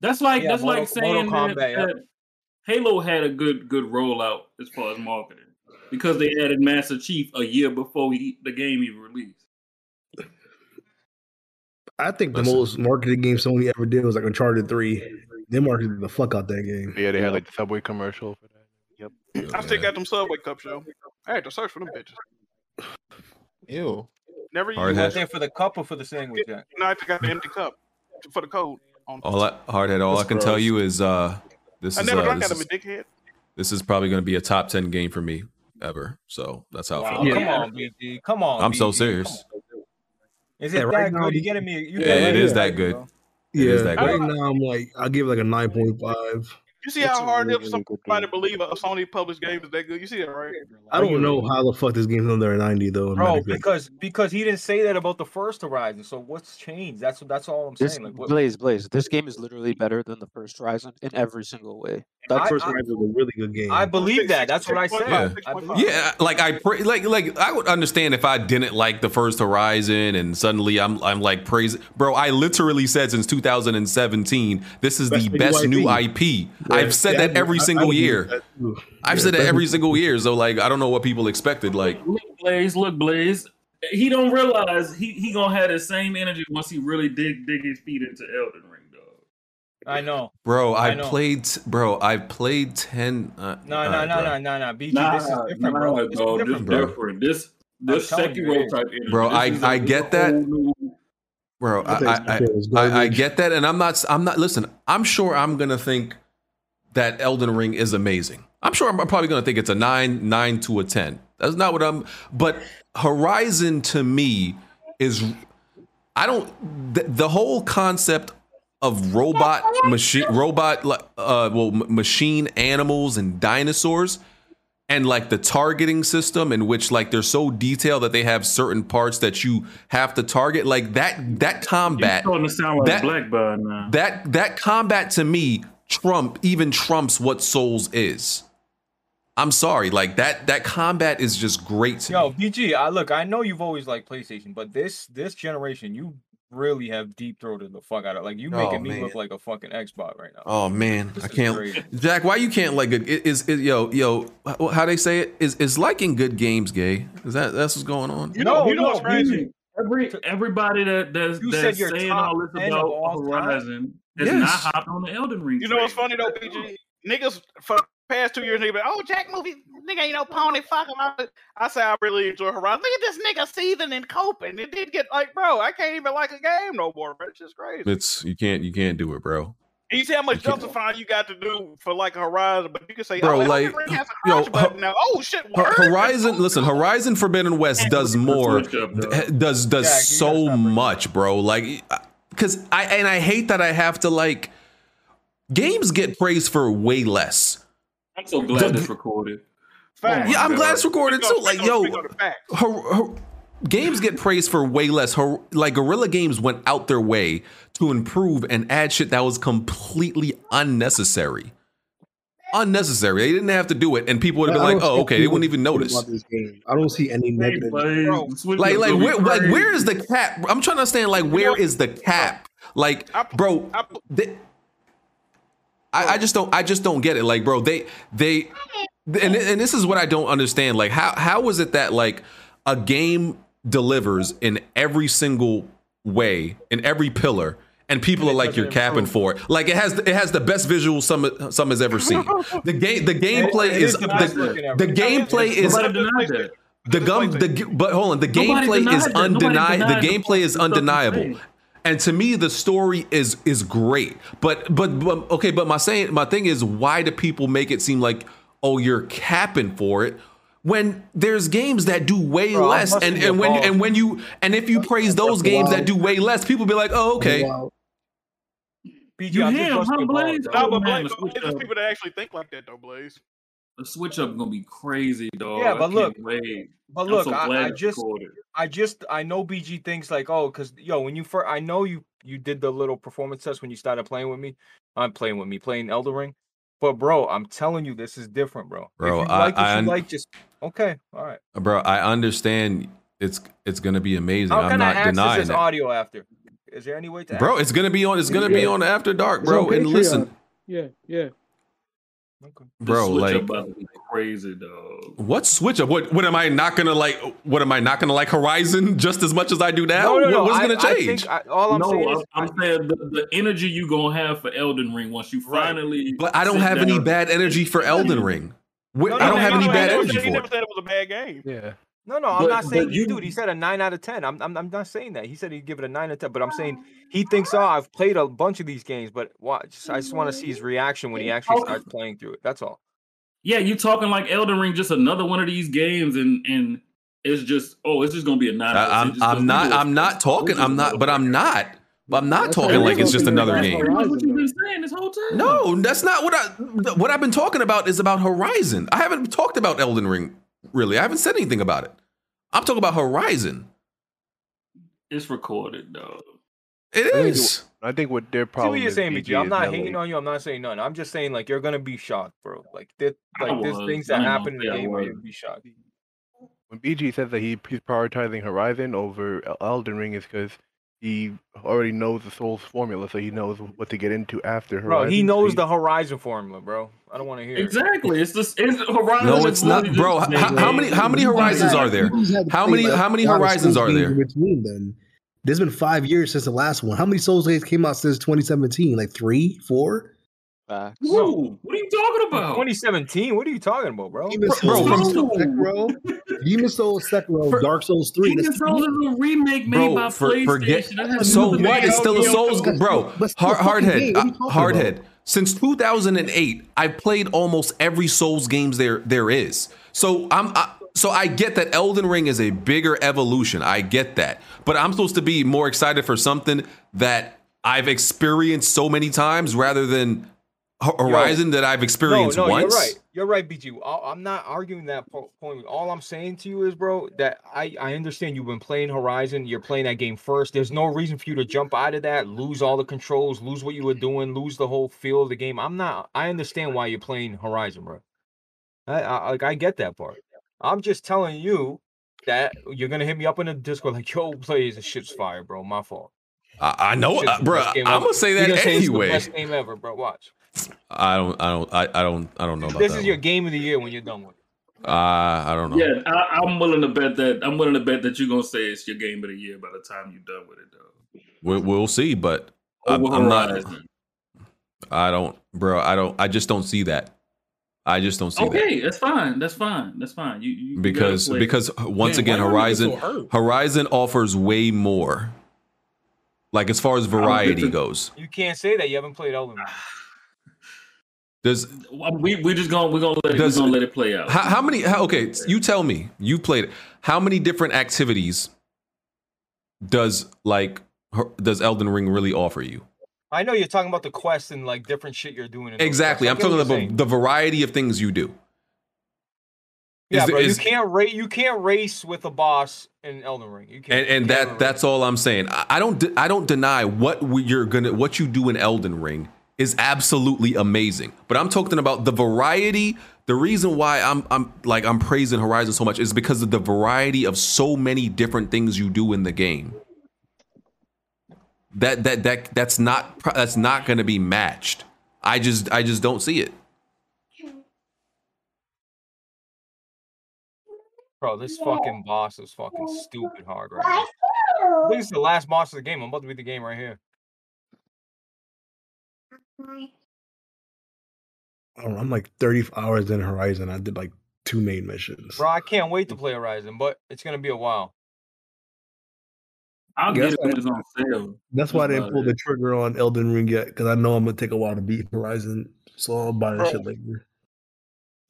Speaker 29: That's like
Speaker 10: Yeah,
Speaker 29: that's
Speaker 10: Mortal-
Speaker 29: like saying
Speaker 10: Mortal
Speaker 29: that,
Speaker 10: Kombat, yeah.
Speaker 29: that Halo had a good good rollout as far as marketing because they added Master Chief a year before he, the game even released.
Speaker 9: I think the most marketed game Sony ever did was like Uncharted Three. They marketed the fuck out that game.
Speaker 5: Yeah, they had like the subway commercial. For that. Yep.
Speaker 10: I still got them Subway Cups, yo. I had to search for them bitches.
Speaker 5: Ew.
Speaker 10: Never used
Speaker 6: Hard
Speaker 10: them.
Speaker 6: hat.
Speaker 1: There for the cup or for the sandwich? Yeah.
Speaker 10: No, I got the empty cup for the code. On.
Speaker 6: All I, hardhead. All I
Speaker 10: That's
Speaker 6: can
Speaker 10: gross.
Speaker 6: tell you is uh, this
Speaker 10: I
Speaker 6: is
Speaker 10: never
Speaker 6: uh,
Speaker 10: drank
Speaker 6: this
Speaker 10: out of a
Speaker 6: is,
Speaker 10: dickhead.
Speaker 6: this is probably going to be a top ten game for me ever. So that's how I
Speaker 1: Wow,
Speaker 6: feel.
Speaker 1: Come on, BG. Come on.
Speaker 6: I'm so
Speaker 1: BG.
Speaker 6: serious.
Speaker 1: Is
Speaker 9: Yeah,
Speaker 1: it
Speaker 9: right
Speaker 1: that
Speaker 9: now,
Speaker 1: good? You
Speaker 9: the-
Speaker 1: getting me? You
Speaker 6: Yeah,
Speaker 1: got
Speaker 6: it
Speaker 1: me
Speaker 6: is
Speaker 1: there.
Speaker 6: that good. It
Speaker 9: Yeah,
Speaker 6: is that
Speaker 9: right
Speaker 6: good.
Speaker 9: now I'm like I give it like a nine point five.
Speaker 10: You see how hard it is for somebody to believe a Sony published game is that good? You see that, right?
Speaker 9: I don't know how the fuck this game's under a ninety though. on
Speaker 1: Bro,
Speaker 9: Metacritic.
Speaker 1: because because he didn't say that about the first Horizon. So what's changed? That's that's all I'm
Speaker 15: This
Speaker 1: saying. Like what,
Speaker 15: Blaze, Blaze, this game is literally better than the first Horizon in every single way.
Speaker 9: that
Speaker 1: I-
Speaker 9: first
Speaker 1: I-
Speaker 9: Horizon was a really good game.
Speaker 1: I believe that. That's what I said.
Speaker 6: Yeah.
Speaker 1: I believe
Speaker 6: Yeah, like I pra- like like I would understand if I didn't like the first Horizon and suddenly I'm I'm like praise bro. I literally said since 2017 this is the best new IP. I've said that every single year. I've said that every single year. So like I don't know what people expected. Like
Speaker 29: Look, Blaze, look, Blaze. He don't realize he he gonna have the same energy once he really dig dig his feet into Elden Ring, dog.
Speaker 1: I know.
Speaker 6: bro, I,
Speaker 1: I know.
Speaker 6: played bro. I played ten. Uh,
Speaker 1: No,
Speaker 6: all
Speaker 1: no,
Speaker 6: right,
Speaker 1: no,
Speaker 6: bro.
Speaker 1: no, no, no. BG,
Speaker 29: Nah,
Speaker 1: this is
Speaker 29: nah,
Speaker 1: different, bro. It's
Speaker 29: dog,
Speaker 1: different,
Speaker 29: This
Speaker 6: bro.
Speaker 1: bro.
Speaker 29: different. This
Speaker 1: I'm
Speaker 29: this
Speaker 1: telling you,
Speaker 29: Sekiro
Speaker 1: it is.
Speaker 29: type energy.
Speaker 6: Bro,
Speaker 29: This
Speaker 6: I-
Speaker 29: is a-
Speaker 6: I
Speaker 29: this
Speaker 6: get
Speaker 29: a
Speaker 6: that.
Speaker 29: whole new-
Speaker 6: bro
Speaker 29: I
Speaker 6: I,
Speaker 29: think
Speaker 6: I,
Speaker 29: Spectre was
Speaker 6: I, I, I get that and i'm not i'm not listen i'm sure i'm gonna think that elden ring is amazing i'm sure i'm probably gonna think it's a 9 9 to a 10 that's not what i'm but horizon to me is i don't the, the whole concept of robot machine robot like, uh well m- machine animals and dinosaurs and like the targeting system in which like they're so detailed that they have certain parts that you have to target like that that combat
Speaker 29: starting to sound like
Speaker 6: that-
Speaker 29: Blackbird now.
Speaker 6: that that combat to me trump even trumps what souls is i'm sorry like that that combat is just great to
Speaker 1: Yo, BG, I look, I know you've always liked PlayStation, but this this generation, you really have deep throated the fuck out of. Like you
Speaker 6: Oh,
Speaker 1: making me look
Speaker 6: man.
Speaker 1: like a fucking Xbox right now.
Speaker 6: oh man i
Speaker 1: is
Speaker 6: can't
Speaker 1: crazy.
Speaker 6: jack why you can't like good is, is yo yo how how they say it is is liking good games gay is that that's what's going on
Speaker 29: No, you know what's crazy? Every everybody that that's,
Speaker 10: You said
Speaker 29: that's
Speaker 10: your
Speaker 29: saying
Speaker 10: top
Speaker 29: all this
Speaker 10: 10 of
Speaker 29: about
Speaker 10: all time?
Speaker 29: Horizon has
Speaker 10: Yes.
Speaker 29: not hopped on the Elden Ring.
Speaker 10: You know what's funny though, PG? Niggas for the past two years, nigga, been, oh Jack movie, nigga ain't no pony. Fuck him. I, I say I really enjoy Horizon. Look at this nigga seething and coping. It did get like, bro, I can't even like a game no more. Bro, it's just crazy.
Speaker 6: it's you can't you can't do it bro
Speaker 10: And you see how much justifying you got to do for like a Horizon, but you can say,
Speaker 6: Bro,
Speaker 10: oh,
Speaker 6: like,
Speaker 10: Elden Ring has a
Speaker 6: yo,
Speaker 10: crouch button now. Oh shit,
Speaker 6: Hor-
Speaker 10: word?
Speaker 6: Horizon, listen, Horizon Forbidden West does more, does does so much, bro. Like, because I and I hate that I have to like games get praised for way less.
Speaker 29: I'm so
Speaker 6: (laughs)
Speaker 29: glad this recorded.
Speaker 10: Facts.
Speaker 6: Yeah, I'm glad it's recorded
Speaker 10: Speak
Speaker 6: too.
Speaker 10: on-
Speaker 6: Like,
Speaker 10: speak on-
Speaker 6: yo,
Speaker 10: speak on the facts.
Speaker 6: Hor- hor- games get praised for way less. Hor- like, Guerrilla Games went out their way to improve and add shit that was completely unnecessary. unnecessary. They didn't have to do it, and people would have been
Speaker 22: I
Speaker 6: like,
Speaker 22: don't
Speaker 6: "Oh,
Speaker 22: see
Speaker 6: okay, they wouldn't even
Speaker 22: anything
Speaker 6: notice."
Speaker 22: about this game. I don't see any negative.
Speaker 6: Like, like, where, like, where is the cap? I'm trying to understand. Like, where is the cap? Like, bro, they- I, I just don't. I just don't get it. Like, bro, they, they, and and this is what I don't understand. Like, how how is it that like a game delivers in every single way in every pillar, and people are like, you're capping for it. Like, it has it has the best visual some some has ever seen.
Speaker 28: (laughs)
Speaker 6: The game the gameplay
Speaker 1: It
Speaker 6: is
Speaker 1: is the best looking
Speaker 6: the,
Speaker 1: ever.
Speaker 6: the gameplay is
Speaker 29: Nobody denied that.
Speaker 6: the gum, the g- but hold on, the
Speaker 29: Nobody
Speaker 6: gameplay
Speaker 29: denied
Speaker 6: is
Speaker 29: that. Nobody
Speaker 6: undeniable. The
Speaker 29: denied the
Speaker 6: gameplay is undeniable, and to me, the story is is great. But but, but okay, but my saying, my thing is, why do people make it seem like oh you're capping for it? When there's games that do way
Speaker 1: Bro, I'm
Speaker 6: less, and,
Speaker 1: busting your
Speaker 6: and when
Speaker 1: balls.
Speaker 6: and when you and if you praise those games that do way less, people be like, oh okay,
Speaker 1: BG,
Speaker 29: You
Speaker 1: I'm
Speaker 29: him,
Speaker 1: just
Speaker 29: huh,
Speaker 1: busting balls,
Speaker 29: Blaze?
Speaker 1: bro.
Speaker 29: Oh,
Speaker 10: Nah, but
Speaker 29: man,
Speaker 10: Blaze,
Speaker 29: the switch
Speaker 10: there's
Speaker 29: up-
Speaker 10: people that actually think like that though, Blaze.
Speaker 29: the switch up gonna be crazy, dog.
Speaker 1: Yeah, but
Speaker 29: I
Speaker 1: look-
Speaker 29: can't wait.
Speaker 1: But
Speaker 29: I'm
Speaker 1: look,
Speaker 29: so glad
Speaker 1: I, I
Speaker 29: it's
Speaker 1: just,
Speaker 29: recorded.
Speaker 1: I just, I know BG thinks like, oh, because yo, when you first, I know you, you did the little performance test when you started playing with me. I'm playing with me, playing Elder Ring. But bro, I'm telling you, this is different, bro.
Speaker 6: Bro,
Speaker 1: if you
Speaker 6: I-
Speaker 1: like,
Speaker 6: I
Speaker 1: what
Speaker 6: un-
Speaker 1: you like, just okay, all right.
Speaker 6: bro, I understand it's it's gonna be amazing.
Speaker 1: How
Speaker 6: I'm
Speaker 1: can I
Speaker 6: not
Speaker 1: access
Speaker 6: denying
Speaker 1: this
Speaker 6: it.
Speaker 1: audio after? Is there any way to,
Speaker 6: Bro,
Speaker 1: access
Speaker 6: it's gonna be on. It's gonna be
Speaker 1: Yeah.
Speaker 6: on After Dark,
Speaker 1: It's
Speaker 6: bro.
Speaker 1: on
Speaker 6: And listen,
Speaker 28: Yeah, yeah.
Speaker 29: The
Speaker 6: bro,
Speaker 29: switch
Speaker 6: like
Speaker 29: up about to be crazy, dog.
Speaker 6: What switch up? What what am I not gonna like? What am I not gonna like Horizon (laughs) just as much as I do now?
Speaker 29: No, no,
Speaker 6: What-
Speaker 29: no,
Speaker 6: what's
Speaker 29: I-
Speaker 6: gonna
Speaker 29: I think
Speaker 6: change?
Speaker 1: I- all I'm
Speaker 29: no,
Speaker 1: saying
Speaker 29: I'm,
Speaker 1: is-
Speaker 29: I'm saying the, the energy you gonna have for Elden Ring once you finally.
Speaker 6: but I don't
Speaker 29: sit
Speaker 6: have any
Speaker 29: down.
Speaker 6: bad energy for Elden Ring. Wh-
Speaker 1: No,
Speaker 6: I don't
Speaker 1: no,
Speaker 6: have
Speaker 1: no,
Speaker 6: any
Speaker 1: no,
Speaker 6: bad
Speaker 1: no,
Speaker 6: energy
Speaker 1: no,
Speaker 6: for it.
Speaker 10: That was a bad game.
Speaker 6: Yeah.
Speaker 1: No, no, I'm
Speaker 29: But-
Speaker 1: not
Speaker 29: but
Speaker 1: saying,
Speaker 29: you-
Speaker 1: dude. He said a nine out of ten. I'm, I'm, I'm not saying that. He said he'd give it a nine out of ten. But I'm saying he thinks, oh, I've played a bunch of these games, but watch, I just want to see his reaction when he actually starts playing through it. That's all.
Speaker 29: Yeah, you talking like Elden Ring, just another one of these games, and and it's just oh, it's just gonna be a nine.
Speaker 6: I, I'm I'm not I'm not talking. I'm not. But I'm not. But I'm not talking like it's just another game.
Speaker 29: That's what you've been saying this whole time.
Speaker 6: No, that's not what I. What I've been talking about is about Horizon. I haven't talked about Elden Ring really. I haven't said anything about it. I'm talking about Horizon.
Speaker 29: it's recorded, dog.
Speaker 6: It is.
Speaker 5: I think what their
Speaker 1: See
Speaker 5: problem
Speaker 1: what you're
Speaker 5: is.
Speaker 1: saying,
Speaker 5: BG,
Speaker 1: BG. I'm
Speaker 5: is
Speaker 1: not
Speaker 5: that,
Speaker 1: hating
Speaker 5: like-
Speaker 1: on you. I'm not saying nothing. I'm just saying like you're gonna be shocked, bro. Like there,
Speaker 5: I
Speaker 1: like there's
Speaker 5: was.
Speaker 1: things
Speaker 5: I
Speaker 1: that
Speaker 5: ain't gonna
Speaker 1: happen in
Speaker 5: say
Speaker 1: the
Speaker 5: I
Speaker 1: game where
Speaker 5: was.
Speaker 1: you'll be shocked.
Speaker 5: when BG says that he, he's prioritizing Horizon over El- Elden Ring is because he already knows the Souls formula, so he knows what to get into after Horizon.
Speaker 1: Bro, he
Speaker 5: so
Speaker 1: knows the Horizon formula, bro. I don't want to hear it.
Speaker 29: Exactly. It's just it's Horizon.
Speaker 6: No,
Speaker 29: is
Speaker 6: it's not,
Speaker 29: literally
Speaker 6: bro.
Speaker 29: just-
Speaker 6: How, how many how many horizons are there? How many how many horizons are there?
Speaker 22: Between then, there's been five years since the last one. How many Souls games came out since 2017? Like three, four?
Speaker 29: Whoa, what are you talking about?
Speaker 1: 2017. What are you talking about, bro?
Speaker 22: Demon Souls, Sekiro, Demon Souls, Sekiro, Dark Souls three.
Speaker 29: Demon
Speaker 22: That's
Speaker 29: Souls is a remake made by
Speaker 6: Bro, for,
Speaker 29: PlayStation.
Speaker 6: forget.
Speaker 29: That has
Speaker 6: So
Speaker 29: nothing to
Speaker 6: what?
Speaker 29: do
Speaker 6: It's still a
Speaker 29: with-
Speaker 6: Souls, g- bro.
Speaker 29: But still a
Speaker 6: Hard,
Speaker 29: fucking
Speaker 6: hardhead,
Speaker 29: game. What are
Speaker 6: uh,
Speaker 29: you talking
Speaker 6: hardhead. Since 2008, I've played almost every Souls games there there is. So I'm I, so I get that Elden Ring is a bigger evolution. I get that, but I'm supposed to be more excited for something that I've experienced so many times rather than Ho- Horizon that I've experienced
Speaker 1: no, no,
Speaker 6: once.
Speaker 1: You're right. You're right, BG. I, I'm not arguing that po- point. All I'm saying to you is, bro, that I, I understand you've been playing Horizon. You're playing that game first. There's no reason for you to jump out of that, lose all the controls, lose what you were doing, lose the whole feel of the game. I'm not. I understand why you're playing Horizon, bro. I, I like I get that part. I'm just telling you that you're gonna hit me up in the Discord like, yo, (laughs) plays this shit's fire, bro. My fault.
Speaker 6: I, I know,
Speaker 1: Shit's
Speaker 6: uh,
Speaker 1: the
Speaker 6: bro.
Speaker 1: best
Speaker 6: I'm
Speaker 1: game ever.
Speaker 6: gonna say
Speaker 1: You're
Speaker 6: that
Speaker 1: gonna say it's the
Speaker 6: anyway.
Speaker 1: best game ever, bro. Watch.
Speaker 6: I don't, I don't, I, I don't, I don't know about
Speaker 1: This
Speaker 6: that.
Speaker 1: is your game of the year when you're done with. it.
Speaker 6: Uh, I don't know.
Speaker 29: Yeah, I, I'm willing to bet that I'm willing to bet that you're gonna say it's your game of the year by the time you're done with it, though.
Speaker 6: We'll, we'll see, but I'm,
Speaker 29: Over
Speaker 6: I'm not.
Speaker 29: Horizon.
Speaker 6: I don't, bro. I don't. I just don't see that. I just don't see
Speaker 29: Okay, that's fine. That's fine. That's fine. You, you you
Speaker 6: that
Speaker 29: gotta
Speaker 6: because
Speaker 29: play.
Speaker 6: because uh, once
Speaker 29: Damn,
Speaker 6: again,
Speaker 29: why y'all niggas
Speaker 6: Horizon
Speaker 29: so hurt?
Speaker 6: Horizon offers way more. Like as far as variety
Speaker 29: to-
Speaker 6: goes,
Speaker 1: You can't say that you haven't played Elden Ring.
Speaker 6: does
Speaker 29: we we just gonna we're gonna let it, we're
Speaker 6: Does-
Speaker 29: gonna let it play out.
Speaker 6: how, how many? How, okay, you tell me. You played it. How many different activities does like Hor- does Elden Ring really offer you?
Speaker 1: I know you're talking about the quest and like different shit you're doing. in those
Speaker 6: Exactly. I'm
Speaker 1: quests. I get
Speaker 6: talking
Speaker 1: what you're
Speaker 6: about the variety of things you do.
Speaker 1: saying. Yeah,
Speaker 6: there-
Speaker 1: bro.
Speaker 6: is-
Speaker 1: you can't race. You can't race with a boss in Elden Ring. You
Speaker 6: and
Speaker 1: can't.
Speaker 6: and that that's all I'm saying. I, I don't de- I don't deny what we, you're gonna what you do in Elden Ring is absolutely amazing. But I'm talking about the variety. The reason why I'm I'm like I'm praising Horizon so much is because of the variety of so many different things you do in the game. That that that that's not that's not going to be matched. I just I just don't see it.
Speaker 1: Bro, this fucking boss is fucking stupid hard right now. I think it's the last boss of the game. I'm about to beat the game right here.
Speaker 22: I don't know, I'm like 30 hours in Horizon. I did like two main missions.
Speaker 1: Bro, I can't wait to play Horizon, but it's gonna be a while.
Speaker 29: I'll
Speaker 22: Yeah, that's
Speaker 29: get it when it's on sale.
Speaker 22: That's why I didn't
Speaker 29: about
Speaker 22: pull
Speaker 29: it.
Speaker 22: the trigger on Elden Ring yet, because I know I'm gonna take a while to beat Horizon. So I'll buy that shit later.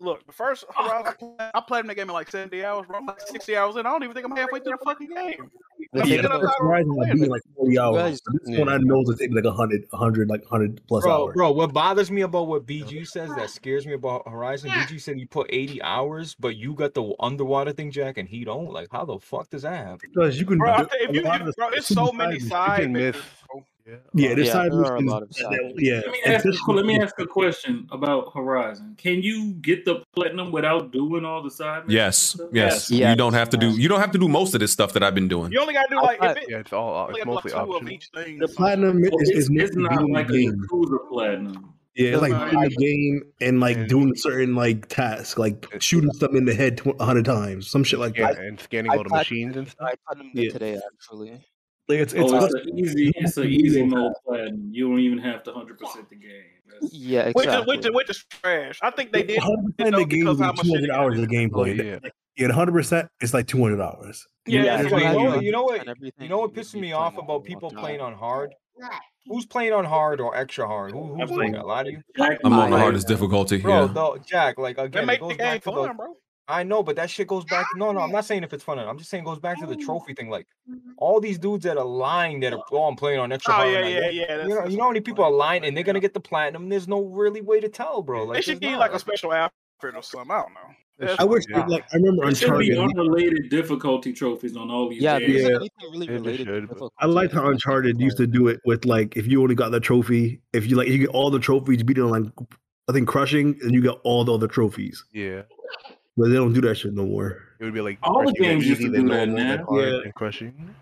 Speaker 10: Look, the
Speaker 6: (laughs)
Speaker 10: first Horizon, I played- I played in the game in like 70 hours, bro. I'm like 60 hours in. I don't even think I'm halfway through the fucking game. I'm
Speaker 22: Yeah,
Speaker 10: sitting up there-
Speaker 22: Horizon will be in like 40 hours.
Speaker 1: guys-
Speaker 22: this one I know is gonna take me like 100, 100, like 100 plus
Speaker 1: bro,
Speaker 22: hours.
Speaker 1: bro, what bothers me about what BG says that scares me about Horizon, BG said he put 80 hours, but you got the underwater thing, Jack, and he don't. Like, how the fuck does that happen?
Speaker 22: Because you can
Speaker 10: Bro, I
Speaker 22: do
Speaker 10: tell- if
Speaker 22: a
Speaker 10: you,
Speaker 22: lot of
Speaker 10: if,
Speaker 22: the-
Speaker 10: bro, it's so many side missions. bro.
Speaker 22: Yeah, there's
Speaker 10: Yeah,
Speaker 22: side
Speaker 10: there
Speaker 22: missions.
Speaker 10: are a lot of
Speaker 22: that-
Speaker 10: side
Speaker 22: that-
Speaker 10: missions.
Speaker 22: yeah.
Speaker 29: Let me ask.
Speaker 22: especially-
Speaker 29: A, let me ask a question about Horizon. Can you get the platinum without doing all the side missions?
Speaker 6: Yes,
Speaker 29: and stuff?
Speaker 6: yes. You don't have to do you don't have to do most of this stuff that I've been doing.
Speaker 10: You only gotta do like if it,
Speaker 5: yeah, it's all
Speaker 10: it's mostly optional. Each thing.
Speaker 22: The platinum is,
Speaker 29: Well,
Speaker 22: is
Speaker 29: it's,
Speaker 22: meant
Speaker 29: it's
Speaker 22: to be
Speaker 29: not
Speaker 22: in the
Speaker 29: like a
Speaker 22: game.
Speaker 29: cruiser platinum.
Speaker 22: Yeah, it's like
Speaker 29: Right.
Speaker 22: beating the game and like doing certain like tasks, like shooting something in the head tw- a hundred times, some shit like
Speaker 5: Yeah,
Speaker 22: that.
Speaker 5: and scanning all the machines and stuff.
Speaker 15: I platinum
Speaker 22: Yeah.
Speaker 15: today actually.
Speaker 22: Like it's it's
Speaker 29: Oh, it's
Speaker 22: custom.
Speaker 29: an easy, it's an easy mode platinum. You don't even have to hundred percent the game. That's-
Speaker 15: Yeah,
Speaker 10: which is which is which is trash. I think they did.
Speaker 22: Hundred
Speaker 10: did
Speaker 22: percent
Speaker 10: though
Speaker 22: of the game
Speaker 10: because
Speaker 22: is
Speaker 10: how
Speaker 22: like
Speaker 10: much
Speaker 22: two
Speaker 10: shit it
Speaker 22: hundred hours of
Speaker 5: Oh,
Speaker 22: gameplay.
Speaker 5: yeah.
Speaker 22: yeah, hundred percent, it's like two hundred hours.
Speaker 1: Yeah,
Speaker 22: it's like-
Speaker 1: you know, what- you know what? You know what pisses me off about people playing on hard? Who's playing on hard or extra hard? Who, who's doing that? A lot of you.
Speaker 6: I'm on the
Speaker 1: Like,
Speaker 6: hardest difficulty.
Speaker 1: Bro,
Speaker 6: yeah.
Speaker 1: though, Jack, like again, it goes back to the.
Speaker 10: bro.
Speaker 1: I know, but that shit goes back. No, no, I'm not saying if it's fun. or not. I'm just saying it goes back to the trophy thing. Like all these dudes that are lying that are oh, I'm playing on extra
Speaker 10: Oh,
Speaker 1: hard.
Speaker 10: yeah,
Speaker 1: and I
Speaker 10: yeah,
Speaker 1: don't-"
Speaker 10: yeah, that's-
Speaker 1: You know, you know how many people are lying and they're gonna get the platinum. There's no really way to tell, bro. Like
Speaker 10: They should
Speaker 1: there's
Speaker 10: give you
Speaker 1: not,
Speaker 10: like a special outfit or something. I don't know. That's-
Speaker 22: I wish like I remember
Speaker 29: There should be
Speaker 22: Uncharted.
Speaker 29: unrelated difficulty trophies on all these.
Speaker 22: Yeah,
Speaker 29: games.
Speaker 22: yeah.
Speaker 15: really related to
Speaker 22: I liked how Uncharted used to do it with like if you only got the trophy, if you like you get all the trophies, you beat it on like I think crushing, and you got all the other trophies.
Speaker 5: Yeah.
Speaker 22: But they don't do that shit no more.
Speaker 5: It would be like
Speaker 29: All the
Speaker 5: crushing and
Speaker 29: games used
Speaker 5: easy,
Speaker 29: to
Speaker 5: then
Speaker 29: do that,
Speaker 5: normal, then
Speaker 29: man.
Speaker 5: hard,
Speaker 22: Yeah.
Speaker 5: then crushing.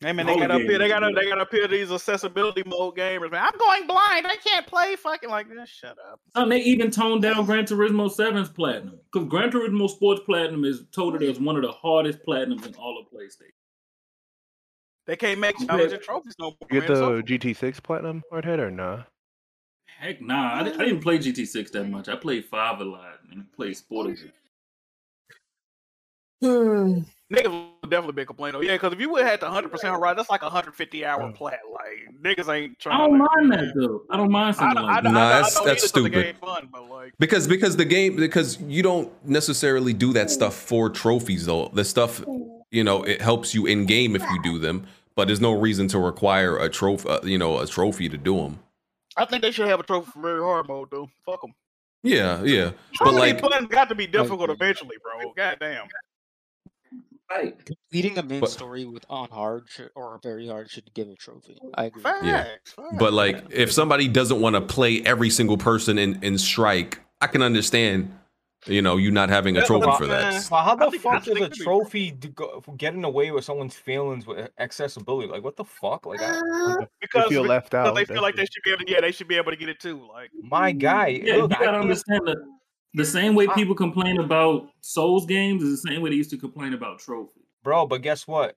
Speaker 10: Hey man, they got up here. They got they got up here. These accessibility mode gamers, man. I'm going blind. I can't play. Fucking like, this. shut up.
Speaker 29: And they even toned down Gran Turismo 7's platinum because Gran Turismo Sports Platinum is toted as one of the hardest platinums in all of PlayStation.
Speaker 10: They can't make challenging trophies no more.
Speaker 5: You
Speaker 10: man.
Speaker 5: get
Speaker 10: It's
Speaker 5: the GT6 platinum hardhead or nah?
Speaker 29: Heck nah, I, di- I didn't play GT6 that much. I played five a lot and I played
Speaker 10: Oh,
Speaker 29: Sport.
Speaker 10: Niggas will definitely be complaining. Oh, Yeah, because if you would have had the 100 percent horizon, that's like a 150 hour plat. Like niggas ain't trying.
Speaker 29: I don't mind that though. I don't mind something like that.
Speaker 6: Nah, that's that's stupid. because because the game because you don't necessarily do that stuff for trophies though. The stuff you know it helps you in game if you do them, but there's no reason to require a trophy. Uh, you know, a trophy to do them.
Speaker 10: I think they should have a trophy for very hard mode though. Fuck them.
Speaker 6: Yeah, yeah. But
Speaker 10: Trophy
Speaker 6: like, Oh,
Speaker 10: button got to be difficult eventually, bro. Goddamn.
Speaker 15: Completing a main
Speaker 6: But-
Speaker 15: story with on hard should, or very hard should give a trophy. I agree.
Speaker 6: yeah. But like, if somebody doesn't want to play every single person in in Strike, I can understand. You know, you not having a trophy for that.
Speaker 1: Well, how the fuck does a trophy do go, for getting away with someone's feelings with uh, accessibility? Like, what the fuck? Like, I,
Speaker 10: Uh, Because because They feel like they should be able. To, yeah, they should be able to get it too. Like
Speaker 1: my guy.
Speaker 29: Yeah,
Speaker 1: look,
Speaker 29: you
Speaker 1: I
Speaker 29: gotta
Speaker 1: can't-
Speaker 29: understand that the same way people complain about Souls games is the same way they used to complain about trophies.
Speaker 1: bro. But guess what?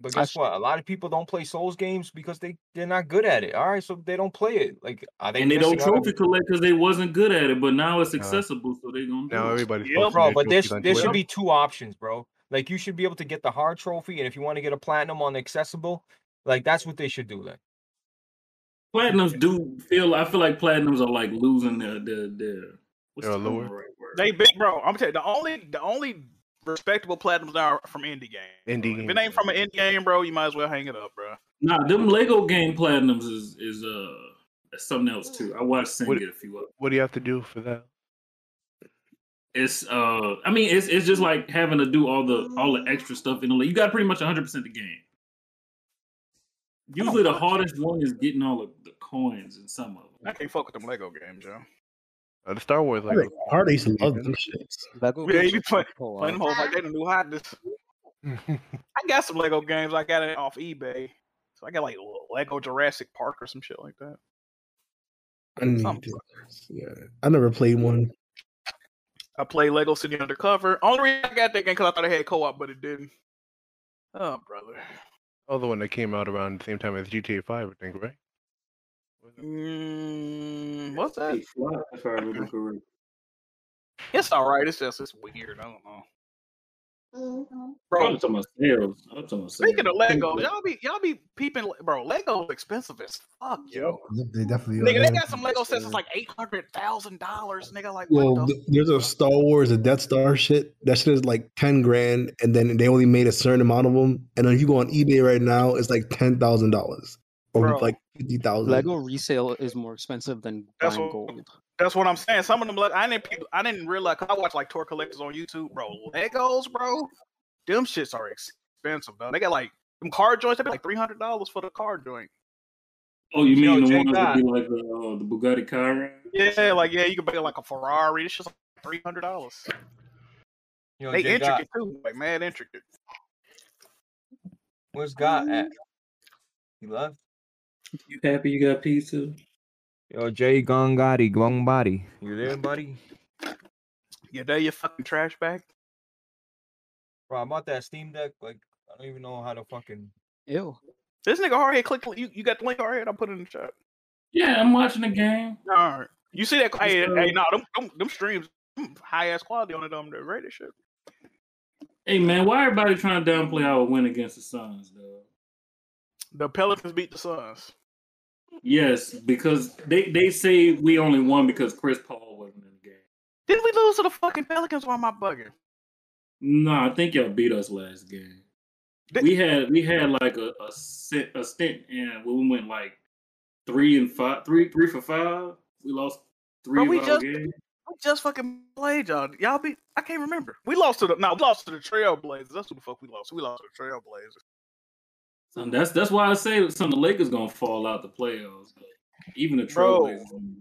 Speaker 1: But guess what? A lot of people don't play Souls games because they they're not good at it. All right, so they don't play it. Like,
Speaker 10: Uh,
Speaker 1: are they
Speaker 29: and they don't
Speaker 1: missing out on-
Speaker 29: trophy collect because they wasn't good at it, but now it's
Speaker 1: Nah.
Speaker 29: accessible, so they gonna do
Speaker 5: Now
Speaker 29: it.
Speaker 5: everybody's
Speaker 1: Bro, bro, but there,
Speaker 5: trophies on
Speaker 1: there should
Speaker 5: Twitter.
Speaker 1: be two options, bro. Like you should be able to get the hard trophy, and if you want to get a platinum on accessible, like that's what they should do. Like,
Speaker 29: platinums do feel. I feel like platinums are like losing their their their. What's
Speaker 5: Their
Speaker 29: the
Speaker 5: allure.
Speaker 29: right word?
Speaker 10: They big bro. I'm telling you, the only the only respectable platinums now are from indie game.
Speaker 5: Indie
Speaker 10: If it ain't from an indie game, bro, you might as well hang it up, bro.
Speaker 29: Nah, them Lego game platinums is is uh is something else too. I watched Sam
Speaker 5: What-
Speaker 29: get a few of.
Speaker 5: What do you have to do for that?
Speaker 29: It's uh, I mean, it's it's just like having to do all the all the extra stuff in the. You got pretty much 100 percent the game. Usually, the hardest one is getting all of the coins in some of them.
Speaker 10: I can't fuck with them Lego games, yo.
Speaker 5: Uh, the Star Wars Lego.
Speaker 22: Hard Ace love them shits.
Speaker 10: Yeah, you be play, playing them hoes like they the new hotness. I got some Lego games. I got it off eBay. So I got like Lego Jurassic Park or some shit like that.
Speaker 22: I need to- yeah, I never played one.
Speaker 10: I played Lego City Undercover. Only reason I got that game because I thought it had co-op, but it didn't. Oh, brother.
Speaker 5: Other Oh, one that came out around the same time as GTA 5, I think, right?
Speaker 10: Mm, what's that?
Speaker 26: If I remember correctly.
Speaker 10: It's all right. It's just it's weird. I don't know.
Speaker 29: Bro, I'm talking about sales. I'm talking about sales.
Speaker 10: Speaking of Lego, y'all be y'all be peeping, bro. Lego's expensive as fuck, yo.
Speaker 22: They definitely are.
Speaker 10: Nigga, they got some Lego sets that's like eight hundred thousand dollars. Nigga, like what
Speaker 22: Well,
Speaker 10: the?
Speaker 22: th- there's a Star Wars, a Death Star shit. That shit is like ten grand, and then they only made a certain amount of them. And then you go on eBay right now, it's like ten thousand dollars or
Speaker 10: Bro.
Speaker 22: like fifty thousand.
Speaker 15: Lego resale is more expensive than
Speaker 10: That's
Speaker 15: buying
Speaker 10: what-
Speaker 15: gold.
Speaker 10: That's what I'm saying. Some of them, like, I didn't, peep- I didn't realize. 'cause I watch like tour collectors on YouTube, bro. Legos, bro. Them shits are expensive, though. They got like them car joints. They be like three hundred dollars for the car joint.
Speaker 29: Oh, you mean
Speaker 10: Yo,
Speaker 29: the
Speaker 10: Jay
Speaker 29: ones that be
Speaker 10: Dot.
Speaker 29: like uh, the Bugatti Chiron?
Speaker 10: Yeah, like yeah, you can buy like a Ferrari. This shit's like three hundred dollars.
Speaker 1: You know,
Speaker 10: They
Speaker 1: Jay got,
Speaker 10: intricate too, like mad intricate.
Speaker 1: where's God at? He left.
Speaker 29: You happy you got pizza?
Speaker 1: Yo, Jay Gongati, Gongbody. You there, buddy?
Speaker 10: You know your fucking trash bag.
Speaker 1: Bro, I bought that Steam Deck. Like, I don't even know how to fucking.
Speaker 15: Ew.
Speaker 10: This nigga hardhead clicked. You you got the link hardhead? I put it in the chat.
Speaker 29: Yeah, I'm watching the game.
Speaker 10: All right. You see that? Hey,
Speaker 29: Just, uh,
Speaker 10: hey, no, them, them, them streams high ass quality on it. Um, they're rated shit.
Speaker 29: Hey man, why everybody trying to downplay our win against the Suns, though?
Speaker 10: The Pelicans beat the Suns.
Speaker 29: Yes, because they, they say we only won because Chris Paul wasn't in the game.
Speaker 10: Didn't we lose to the fucking Pelicans? Why am I bugging?
Speaker 29: No, I think y'all beat us last game. We had we had like a a, stint, a stint and we went like three and five, three three for five. We lost three
Speaker 10: Bro, we
Speaker 29: of our
Speaker 10: just-
Speaker 29: games.
Speaker 10: We just fucking played y'all. Y'all be I can't remember. We lost to the no, we lost to the Trailblazers. That's who the fuck we lost. to. We lost to the Trailblazers.
Speaker 29: So that's that's why I say some of the Lakers gonna fall out the playoffs. Even the
Speaker 10: Bro.
Speaker 29: Trailblazers.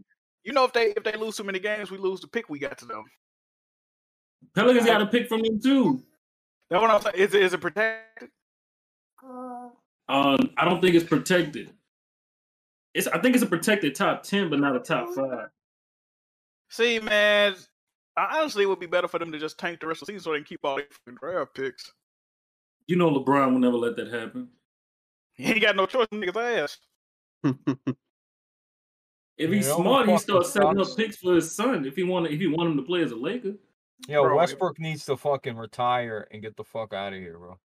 Speaker 10: You know if they if they lose too many games, we lose the pick we got to them.
Speaker 29: Pelicans got a pick from them too.
Speaker 10: That's what I'm saying. Is it is it protected?
Speaker 29: Um, I don't think it's protected. It's I think it's a protected top ten, but not a top five.
Speaker 10: See, man, I honestly it would be better for them to just tank the rest of the season so they can keep all their fucking draft picks.
Speaker 29: You know LeBron will never let that happen.
Speaker 10: He ain't got no choice, niggas ass.
Speaker 29: If he's
Speaker 1: You know,
Speaker 29: smart, he
Speaker 1: fuck
Speaker 29: start
Speaker 1: the
Speaker 29: setting
Speaker 1: Suns.
Speaker 29: up picks for his son. If he want if he want him to play as a Laker,
Speaker 1: Yo,
Speaker 29: Bro, if-
Speaker 1: Westbrook needs to fucking retire and get the fuck out of here, bro.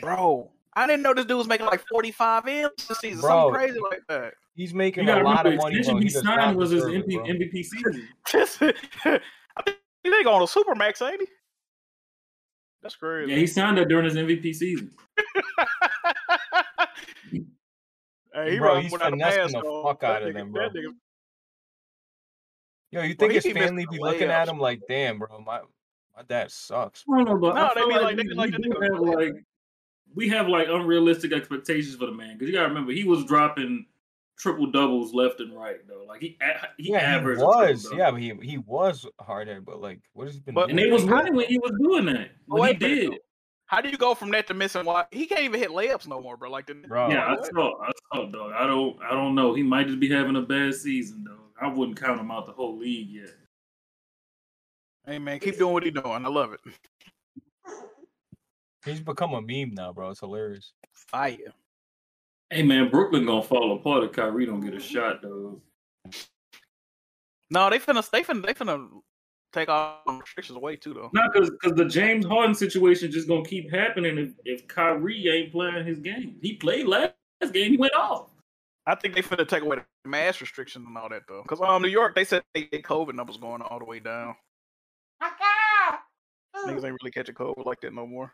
Speaker 10: Bro, I didn't know this dude was making like 45 M's this season.
Speaker 1: Bro.
Speaker 10: something crazy like that.
Speaker 1: He's making
Speaker 29: you got
Speaker 1: a
Speaker 29: to
Speaker 1: lot
Speaker 29: remember
Speaker 1: of money.
Speaker 29: extension
Speaker 1: bro.
Speaker 29: he
Speaker 1: He does not
Speaker 29: signed was his
Speaker 1: deserve it,
Speaker 29: MP,
Speaker 1: bro.
Speaker 29: MVP
Speaker 10: (laughs)
Speaker 29: season.
Speaker 10: He nigga on a Supermax, ain't he? That's crazy.
Speaker 29: Yeah, he signed that during his MVP season.
Speaker 10: Hey, he
Speaker 1: Bro,
Speaker 10: bro,
Speaker 1: he's
Speaker 10: without a
Speaker 1: finessing
Speaker 10: mask
Speaker 1: the
Speaker 10: on.
Speaker 1: fuck
Speaker 10: That
Speaker 1: outta
Speaker 10: nigga-
Speaker 1: them, bro.
Speaker 10: that nigga-
Speaker 1: Yo, you
Speaker 10: Bro,
Speaker 1: think
Speaker 10: he
Speaker 1: his
Speaker 10: keep missing
Speaker 1: family
Speaker 10: the
Speaker 1: be looking at
Speaker 10: layups.
Speaker 1: him like, damn, bro, my my dad sucks.
Speaker 29: I don't know, but
Speaker 10: No,
Speaker 29: I
Speaker 10: they
Speaker 29: feel
Speaker 10: be
Speaker 29: like,
Speaker 10: like- they
Speaker 29: we,
Speaker 10: be like,
Speaker 29: we
Speaker 10: that
Speaker 29: do
Speaker 10: nigga
Speaker 29: have like we have like unrealistic expectations for the man because you got to remember he was dropping triple doubles left and right though. Like he a- he
Speaker 1: yeah, he
Speaker 29: averaged a
Speaker 1: was.
Speaker 29: triple-double.
Speaker 1: Yeah, but he he was hard at, but like, what has he been?
Speaker 10: But-
Speaker 29: and they was running when he was doing that. When he
Speaker 10: Wait a minute,
Speaker 29: did,
Speaker 10: How do you go from that to missing why he can't even hit layups no more, bro? Like the
Speaker 1: Bro.
Speaker 29: yeah, I saw, I saw, dog. I don't, I don't know. He might just be having a bad season, dog. I wouldn't count him out the whole league yet.
Speaker 10: Hey man, keep doing what he doing. I love it.
Speaker 1: He's become a meme now, bro. It's hilarious.
Speaker 10: Fire.
Speaker 29: Hey man, Brooklyn gonna fall apart if Kyrie don't get a shot, dog.
Speaker 10: No, they finna they finna they finna take all the restrictions away too though.
Speaker 29: Not because the James Harden situation just gonna keep happening if, if Kyrie ain't playing his game. He played last game, he went off.
Speaker 10: I think they finna take away the mask restrictions and all that though. Cause um New York they said they, they COVID numbers going all the way down. Niggas ain't really catching COVID like that no more.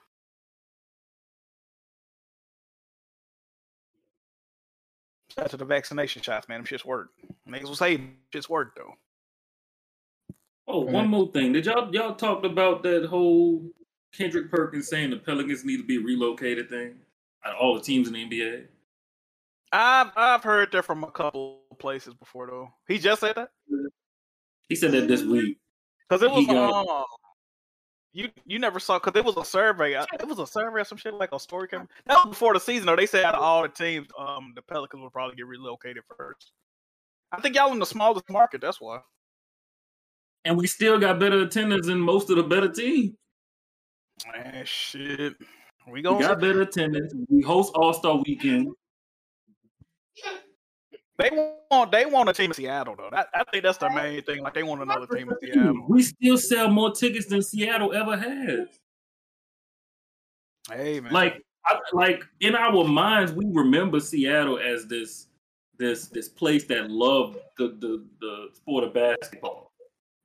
Speaker 10: Shout out to the vaccination shots, man. Them shits work. Niggas was hating. Shits work though.
Speaker 29: Oh, one
Speaker 10: Right.
Speaker 29: more thing. Did y'all y'all talked about that whole Kendrick Perkins saying the Pelicans need to be relocated thing? Out of All the teams in the NBA.
Speaker 10: I've I've heard that from a couple places before though. He just said that
Speaker 29: He said that this week.
Speaker 10: because it was
Speaker 29: He got-
Speaker 10: um, you you never saw because it was a survey. I- It was a survey or some shit like a story. Came, that was before the season though. They said out of all the teams, um, the Pelicans will probably get relocated first. I think y'all in the smallest market. That's why.
Speaker 29: and we still got better attendance than most of the better teams.
Speaker 10: Man, shit. We
Speaker 29: We
Speaker 10: gonna
Speaker 29: got better attendance. We host All Star Weekend.
Speaker 10: They want they want a team in Seattle though. That, I think that's the main thing. Like they want another team in Seattle.
Speaker 29: Um,
Speaker 1: Hmm.
Speaker 29: We still sell more tickets than Seattle ever has.
Speaker 10: Hey man,
Speaker 29: like I, like in our minds, we remember Seattle as this this this place that loved the the, the sport of basketball,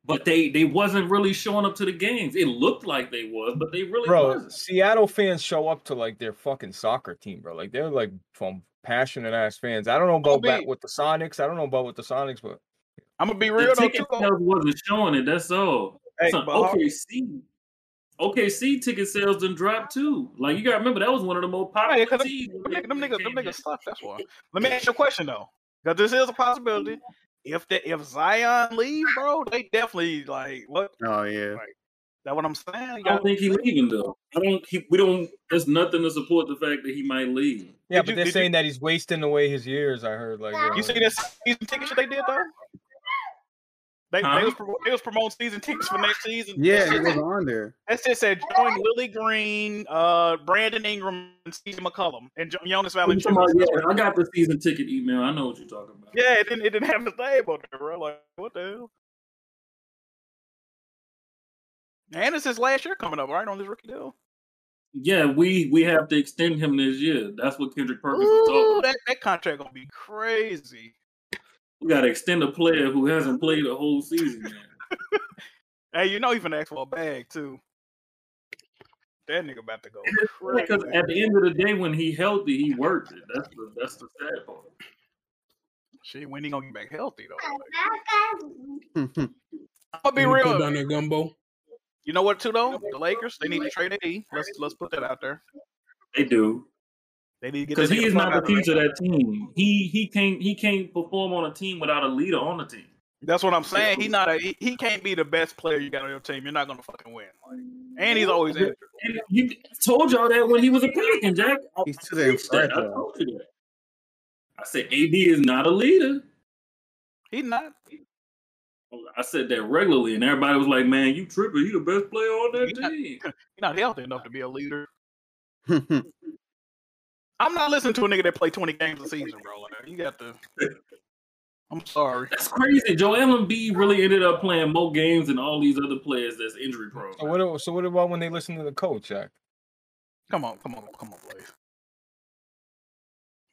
Speaker 29: but they they wasn't really showing up to the games. It looked like they was, but they really
Speaker 1: bro,
Speaker 29: wasn't.
Speaker 1: Seattle fans show up to like their fucking soccer team, bro. Like they're like from passionate ass fans. I don't know about that with the Sonics. I don't know about with the Sonics, but
Speaker 10: I'm gonna be
Speaker 29: the ticket sales wasn't showing it. That's all.
Speaker 1: Hey,
Speaker 29: Son,
Speaker 1: but Har-
Speaker 29: OKC, OKC ticket sales done dropped too. Like you gotta remember that was one of the most popular teams.
Speaker 10: Oh, them niggas, them niggas, them niggas suck. That's why. Let me ask you a question though, because this is a possibility. If the if Zion leave, bro, they definitely like what?
Speaker 27: Oh yeah.
Speaker 10: That what I'm saying?
Speaker 29: I don't think he leaving though. I don't. He, we don't. There's nothing to support the fact that he might leave.
Speaker 1: yeah, but they're saying that he's wasting away his years. I heard like
Speaker 29: uh,
Speaker 1: uh,
Speaker 10: You see that season ticket shit they did though? They, they,
Speaker 1: Huh?
Speaker 10: was, promo- they was promoting season tickets for next season.
Speaker 27: Yeah,
Speaker 10: That
Speaker 27: it
Speaker 10: shit-
Speaker 27: was on there.
Speaker 10: That shit said join Willie Green, uh, Brandon Ingram, and Steve McCollum, and Jo- Jonas
Speaker 29: You talking about-
Speaker 10: Valanciunas.
Speaker 29: yeah, I got the season ticket email. I know what you're talking
Speaker 10: (laughs)
Speaker 29: about.
Speaker 10: Yeah, it didn't, it didn't have his name on there, bro. Like, what the hell? And it's his last year coming up, right, on this rookie deal?
Speaker 29: Yeah, we we have to extend him this year. That's what Kendrick Perkins was talking.
Speaker 10: Ooh,
Speaker 29: about.
Speaker 10: that, that contract gonna be crazy.
Speaker 29: We got to extend a player who hasn't played a whole season. yet.
Speaker 10: Hey, you know he finna ask for a bag, too. That nigga about to go
Speaker 29: because
Speaker 10: crazy.
Speaker 29: at the end of the day, when he healthy, he worked it. That's the that's the sad part.
Speaker 10: Shit, when he gonna get back healthy, though?
Speaker 26: I'll
Speaker 10: be real.
Speaker 26: Down there, gumbo.
Speaker 10: You know what, too, though? The Lakers, they need to trade AD. Let's, let's put that out there.
Speaker 29: They do
Speaker 10: They need to get
Speaker 29: because
Speaker 10: that nigga
Speaker 29: he is
Speaker 10: fuck
Speaker 29: not the
Speaker 10: out
Speaker 29: future of
Speaker 10: there.
Speaker 29: that team. He he can't he can't perform on a team without a leader on the team.
Speaker 10: That's what I'm saying. He not a, he, he can't be the best player you got on your team. You're not gonna fucking win. Like, and he's always injured.
Speaker 29: And you I told y'all that when he was a Pelican, Jack. I,
Speaker 27: He's
Speaker 29: I preached that. I told you that. I said AD is not a leader.
Speaker 10: He not.
Speaker 29: I said that regularly, and everybody was like, "Man, you tripping? You the best player on that
Speaker 10: (laughs)
Speaker 29: team."
Speaker 10: He's not healthy enough to be a leader. (laughs) I'm not listening to a nigga that play 20 games a season, bro. Like, you got
Speaker 29: (laughs)
Speaker 10: to. I'm sorry.
Speaker 29: That's crazy. Joel Embiid really ended up playing more games than all these other players that's injury prone.
Speaker 1: So what? a- So what about when they listen to the coach? Jack?
Speaker 10: Come on, come on, come on, Blaze.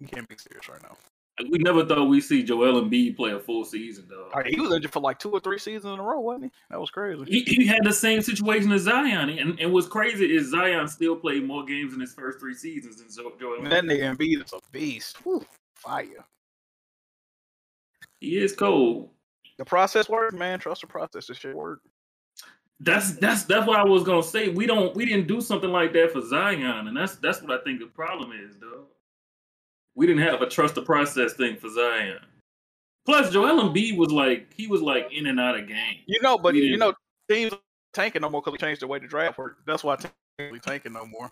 Speaker 10: You can't be serious right now.
Speaker 29: Like, we never thought we'd see Joel Embiid play a full season, though.
Speaker 10: All right, he was injured for like two or three seasons in a row, wasn't he? That was crazy.
Speaker 29: He, he had the same situation as Zion, and, and what's crazy is Zion still played more games in his first three seasons than Zo- Joel.
Speaker 10: Man, that nigga Embiid is a beast. Whew, fire.
Speaker 29: He is cold.
Speaker 10: The process worked, man. Trust the process. This shit worked.
Speaker 29: That's that's that's what I was gonna say. We don't we didn't do something like that for Zion, and that's that's what I think the problem is, though. We didn't have a trust the process thing for Zion. Plus, Joel Embiid was like he was like in and out of game.
Speaker 10: You know, but
Speaker 29: We
Speaker 10: you
Speaker 29: didn't-
Speaker 10: know, teams aren't tanking no more because we changed the way the draft worked. That's why teams aren't really tanking no more.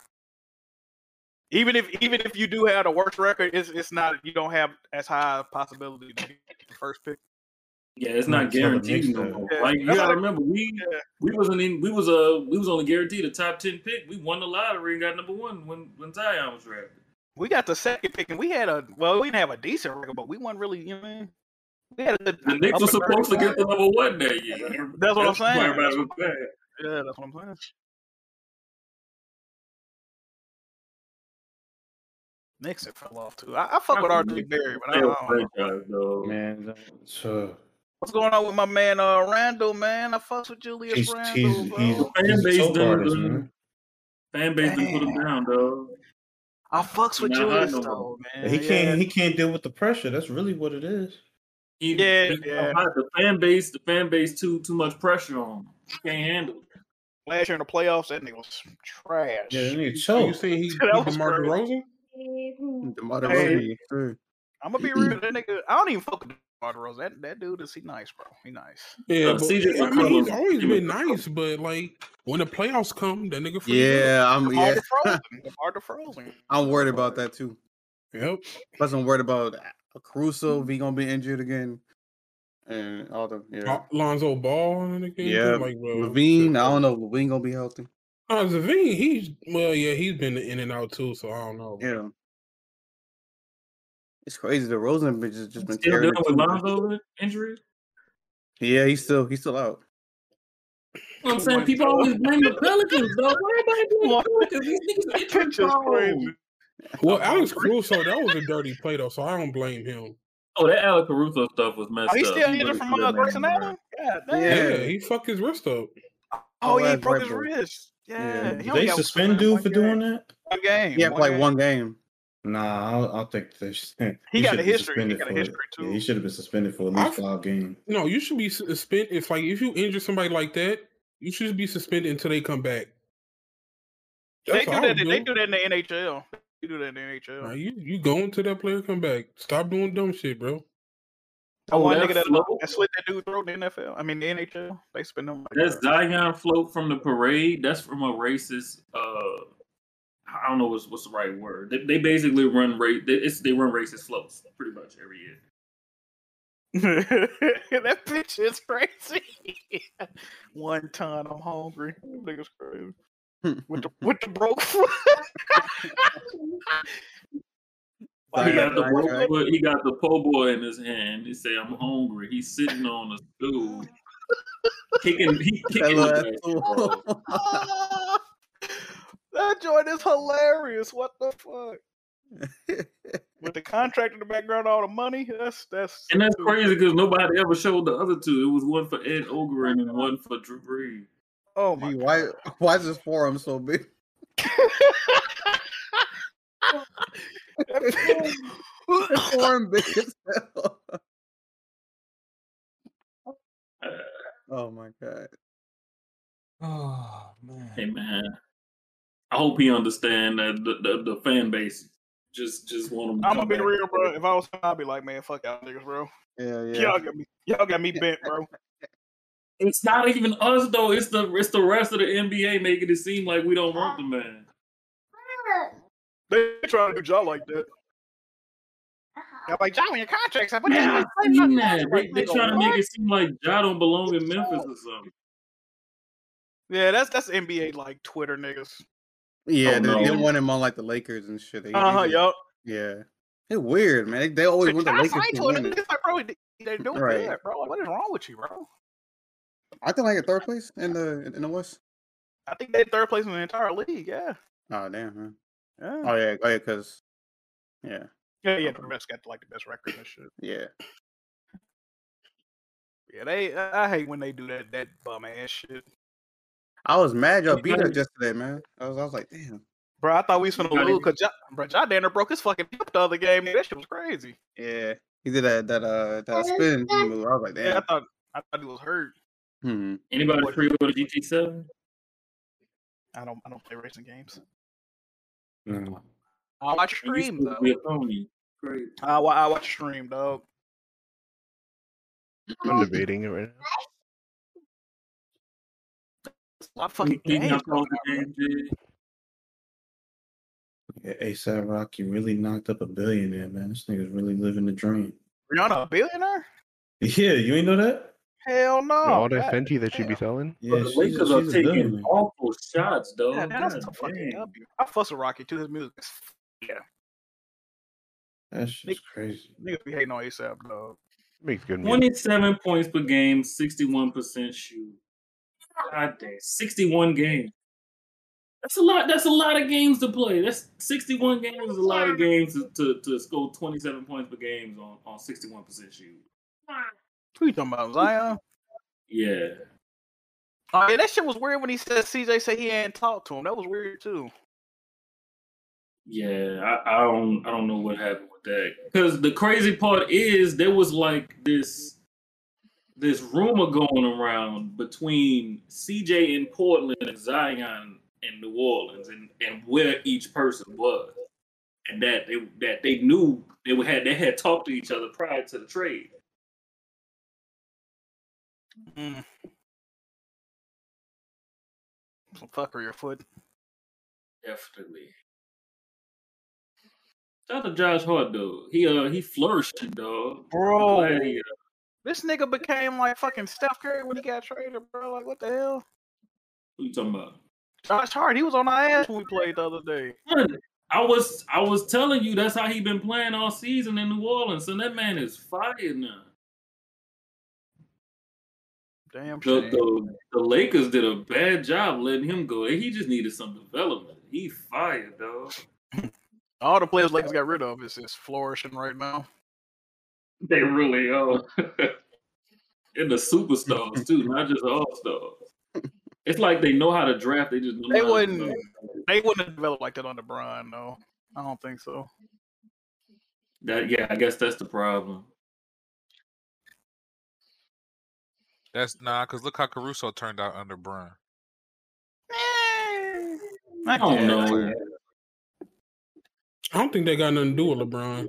Speaker 10: Even if even if you do have the worst record, it's it's not you don't have as high a possibility to get the first pick.
Speaker 29: Yeah, it's
Speaker 10: Right,
Speaker 29: not
Speaker 10: so the
Speaker 29: guaranteed
Speaker 10: next
Speaker 29: no
Speaker 10: time-
Speaker 29: more.
Speaker 10: Yeah,
Speaker 29: Like you
Speaker 10: that's
Speaker 29: gotta
Speaker 10: what I-
Speaker 29: remember, we we wasn't in we was uh we was only guaranteed a top ten pick. We won the lottery and got number one when when Zion was drafted.
Speaker 10: We got the second pick and we had a well, we didn't have a decent record, but we weren't really you know what I mean? we had a good
Speaker 29: The Knicks were supposed to get the number one that year.
Speaker 10: (laughs) That's what I'm
Speaker 29: why
Speaker 10: saying.
Speaker 29: everybody
Speaker 10: That's
Speaker 29: was
Speaker 10: what-
Speaker 29: mad.
Speaker 10: Yeah, that's what I'm saying. Nixon fell off too. I, I fuck with RJ Berry, but I don't, I don't know.
Speaker 27: Man, so
Speaker 10: What's going on with my man uh Randall, man? I fucks with Julius
Speaker 27: He's-
Speaker 10: Randall,
Speaker 27: he's-
Speaker 10: bro.
Speaker 27: he's-
Speaker 29: Fan base
Speaker 27: soap
Speaker 29: done,
Speaker 27: artist,
Speaker 29: done-
Speaker 27: man.
Speaker 29: fan base done put him
Speaker 10: Damn.
Speaker 29: down, dog.
Speaker 10: I fucks with
Speaker 29: Nah, I
Speaker 10: Julius
Speaker 29: know.
Speaker 10: though, man.
Speaker 11: he
Speaker 10: yeah.
Speaker 11: can't he can't deal with the pressure. That's really what it is.
Speaker 29: He,
Speaker 10: yeah,
Speaker 29: he- the fan base, the fan base too too much pressure on him. He can't handle it.
Speaker 10: Last year in the playoffs, that nigga was trash.
Speaker 26: Oh,
Speaker 11: Yeah, that nigga
Speaker 10: So
Speaker 11: choke.
Speaker 10: saying he, that was DeMar DeRozan?
Speaker 27: DeMar
Speaker 10: Hey.
Speaker 27: DeRozan.
Speaker 10: I'm gonna be real. That nigga, I don't even fuck with Dermar Rose. That that dude is he nice, bro. He nice.
Speaker 11: Uh,
Speaker 26: Yeah, but, I mean, he's always been nice, but like when the playoffs come, that nigga.
Speaker 27: Yeah, I'm-
Speaker 10: DeMar
Speaker 27: yeah. (laughs)
Speaker 10: DeFrozen. DeMar DeFrozen.
Speaker 27: I'm worried about that too.
Speaker 26: Yep.
Speaker 27: Plus, I'm worried about Caruso. If he gonna be injured again, and all the yeah,
Speaker 26: Lonzo Ball and the game.
Speaker 27: yeah.
Speaker 26: Like, bro,
Speaker 27: Levine. I don't know. if Levine gonna be healthy.
Speaker 26: uh, Zavine, he's well, yeah, he's been in and out too, so I don't know.
Speaker 27: Yeah. It's crazy. The Rosen bitch has just been
Speaker 29: Still
Speaker 27: tearing
Speaker 29: dealing
Speaker 27: it
Speaker 29: with
Speaker 27: too.
Speaker 29: Lonzo injury.
Speaker 27: Yeah, he's still he's still out.
Speaker 29: You know what I'm saying people always blame the Pelicans, though. Why am I doing Pelicans? These niggas injury prone.
Speaker 26: Well, Alex Caruso, that was a dirty play though, so I don't blame him.
Speaker 29: Oh, that Alec Caruso stuff was messed up.
Speaker 26: Are you still
Speaker 29: He
Speaker 26: injured
Speaker 29: was
Speaker 26: from,
Speaker 29: good,
Speaker 26: uh,
Speaker 29: man.
Speaker 26: Grayson Allen?
Speaker 10: Yeah,
Speaker 26: Yeah, he fucked his wrist up.
Speaker 10: Oh, yeah, he broke his wrist. Yeah,
Speaker 11: Did
Speaker 10: he only
Speaker 11: they
Speaker 10: got
Speaker 29: (laughs)
Speaker 11: suspend dude for doing that?
Speaker 10: one game.
Speaker 11: Yeah,
Speaker 10: game.
Speaker 27: one game.
Speaker 11: Nah, I'll, I'll take this. (laughs) He,
Speaker 26: got
Speaker 11: should've
Speaker 26: a
Speaker 11: been
Speaker 26: history. He
Speaker 11: suspended
Speaker 26: got a
Speaker 11: for-
Speaker 26: history,
Speaker 11: Yeah, he should have been suspended for at least five games.
Speaker 26: No, you should be suspended. If like if you injure somebody like that, you should be suspended until they come back.
Speaker 10: They
Speaker 26: That's
Speaker 10: do
Speaker 26: what I
Speaker 10: that.
Speaker 26: would
Speaker 10: They do
Speaker 26: do.
Speaker 10: that in the NHL. They do that in the NHL.
Speaker 26: Nah, you you go until that player come back. Stop doing dumb shit, bro.
Speaker 10: That one nigga that, that slit that dude throat in the NFL. I mean the NHL. They spend them. Like
Speaker 29: That's Zion float from the parade. That's from a racist. Uh, I don't know what's what's the right word. They, they basically run race. They, it's, they run racist floats pretty much every year.
Speaker 10: (laughs) that bitch is crazy. One ton. I'm hungry. That Nigga's crazy. with the with the broke foot.
Speaker 29: He got, the po- he got the po' boy in his hand. He say, "I'm hungry." He's sitting on a stool, kicking. He kicking
Speaker 27: little
Speaker 29: the ball.
Speaker 10: that joint is hilarious. What the fuck? with the contract in the background, all the money. That's that's.
Speaker 29: And that's crazy because nobody ever showed the other two. It was one for Ed Ogeron and one for Drew Brees.
Speaker 10: Oh
Speaker 27: my! Why (laughs) why is his forearm so big? (laughs)
Speaker 10: his
Speaker 27: forearm big as hell. Oh my god!
Speaker 29: Oh man. Hey man. I hope he understand that the, the, the fan base just just want him. To
Speaker 10: I'm
Speaker 29: come
Speaker 10: gonna be
Speaker 29: back.
Speaker 10: real, bro. If I was, him, I'd be like, man, fuck y'all niggas, bro.
Speaker 27: Yeah,
Speaker 10: Y'all got me, y'all got me bent, bro.
Speaker 29: It's not even us though. It's the it's the rest of the NBA making it seem like we don't want the man.
Speaker 10: They (laughs) trying to do y'all like that. (sighs) Y'all like y'all in your contracts. I put this
Speaker 29: Yeah,
Speaker 10: in
Speaker 29: I
Speaker 10: your
Speaker 29: seen
Speaker 10: contract."
Speaker 29: that. They, they
Speaker 10: Nigga,
Speaker 29: trying to
Speaker 10: what?
Speaker 29: make it seem like Ja don't belong in Memphis or something.
Speaker 10: Yeah, that's that's NBA like Twitter niggas.
Speaker 27: Yeah,
Speaker 10: Oh,
Speaker 27: they,
Speaker 10: no.
Speaker 27: they want him on like the Lakers and shit. They- they
Speaker 10: Uh-huh,
Speaker 27: just-
Speaker 10: yup.
Speaker 27: Yeah, it's weird, man. They, they always Oh, want the
Speaker 10: I
Speaker 27: Lakers
Speaker 10: signed
Speaker 27: to
Speaker 10: to it.
Speaker 27: win.
Speaker 10: It's
Speaker 27: it.
Speaker 10: like, bro, they- they're doing
Speaker 27: Right.
Speaker 10: good, bro. Like, What is wrong with you, bro?
Speaker 27: I think like a third place in the in the West.
Speaker 10: I think they're third place in the entire league. Yeah.
Speaker 27: Oh damn, man.
Speaker 10: Yeah.
Speaker 27: Oh yeah, oh yeah, because yeah,
Speaker 10: Yeah, yeah. The best got like the best record and shit.
Speaker 27: yeah.
Speaker 10: Yeah, they. I I hate when they do that that bum ass shit.
Speaker 27: I was mad y'all beat us yesterday, man. I was, I was like, damn.
Speaker 10: Bro, I thought we was gonna lose because John, bro, John Danner broke his fucking hip the other game. That shit was crazy.
Speaker 27: Yeah, he did that that uh that spin move. I was like,
Speaker 10: Yeah,
Speaker 27: damn.
Speaker 10: I thought I thought he was hurt.
Speaker 27: Hmm.
Speaker 29: Anybody pre order GT seven?
Speaker 10: I don't I don't play racing games.
Speaker 29: No.
Speaker 10: I watch stream though. I, wa- I watch stream dog.
Speaker 5: I'm debating it right now.
Speaker 10: I fucking
Speaker 29: Eating
Speaker 10: games.
Speaker 29: up all the damn shit.
Speaker 11: Yeah, ASAP Rocky really knocked up a billionaire, man. This nigga's really living the dream. (laughs)
Speaker 10: Rihanna a billionaire?
Speaker 11: Yeah, you ain't know that?
Speaker 10: Hell no.
Speaker 5: all that
Speaker 10: God.
Speaker 5: Fenty that she be selling.
Speaker 11: Yeah,
Speaker 29: the Lakers are taking awful Oh, shots, though.
Speaker 10: Yeah, man, that's
Speaker 29: God
Speaker 10: a fucking
Speaker 29: dang.
Speaker 10: W. I fuss with Rocky too. His music is yeah.
Speaker 11: That's shit's crazy.
Speaker 10: Niggas be hating on ASAP dog.
Speaker 5: Makes good music.
Speaker 29: Twenty-seven points per game, sixty-one percent shoot. God damn, sixty-one games. That's a lot. That's a lot of games to play. That's sixty-one games is a lot of games to, to, to score twenty-seven points per game on on sixty-one percent shoot.
Speaker 10: Who you talking about? Zion?
Speaker 29: Yeah.
Speaker 10: Oh yeah, that shit was weird when he said CJ said he hadn't talked to him. That was weird too.
Speaker 29: Yeah, I, I don't I don't know what happened with that. Because the crazy part is there was like this this rumor going around between CJ in Portland and Zion in New Orleans and, and where each person was. and that they, that they knew they would had they had talked to each other prior to the trade.
Speaker 10: Mm. Some fuckery afoot.
Speaker 29: Definitely. Shout out to Josh Hart though. He uh he (laughs) flourishing dog.
Speaker 10: Bro. This nigga became like fucking Steph Curry when he got traded, bro. Like, what the hell?
Speaker 29: Who you talking about?
Speaker 10: Josh Hart, he was on our ass when we played the other day.
Speaker 29: uh, I was I was telling you that's how he been playing all season in New Orleans, and that man is fired now.
Speaker 10: Damn
Speaker 29: The,
Speaker 10: shame.
Speaker 29: the, the Lakers did a bad job letting him go. He just needed some development. He fired dog.
Speaker 10: All the players Lakers got rid of is, is flourishing right now.
Speaker 29: They really uh, are. (laughs) and the superstars too, not just all stars. It's like they know how to draft. They just don't
Speaker 10: They
Speaker 29: know how to
Speaker 10: wouldn't
Speaker 29: develop.
Speaker 10: they wouldn't have developed like that under Brian, though. I don't think so.
Speaker 29: That yeah, I guess that's the problem.
Speaker 8: That's nah, because look how Caruso turned out under Brian.
Speaker 10: I
Speaker 8: don't know.
Speaker 26: I don't think they got nothing to do with LeBron.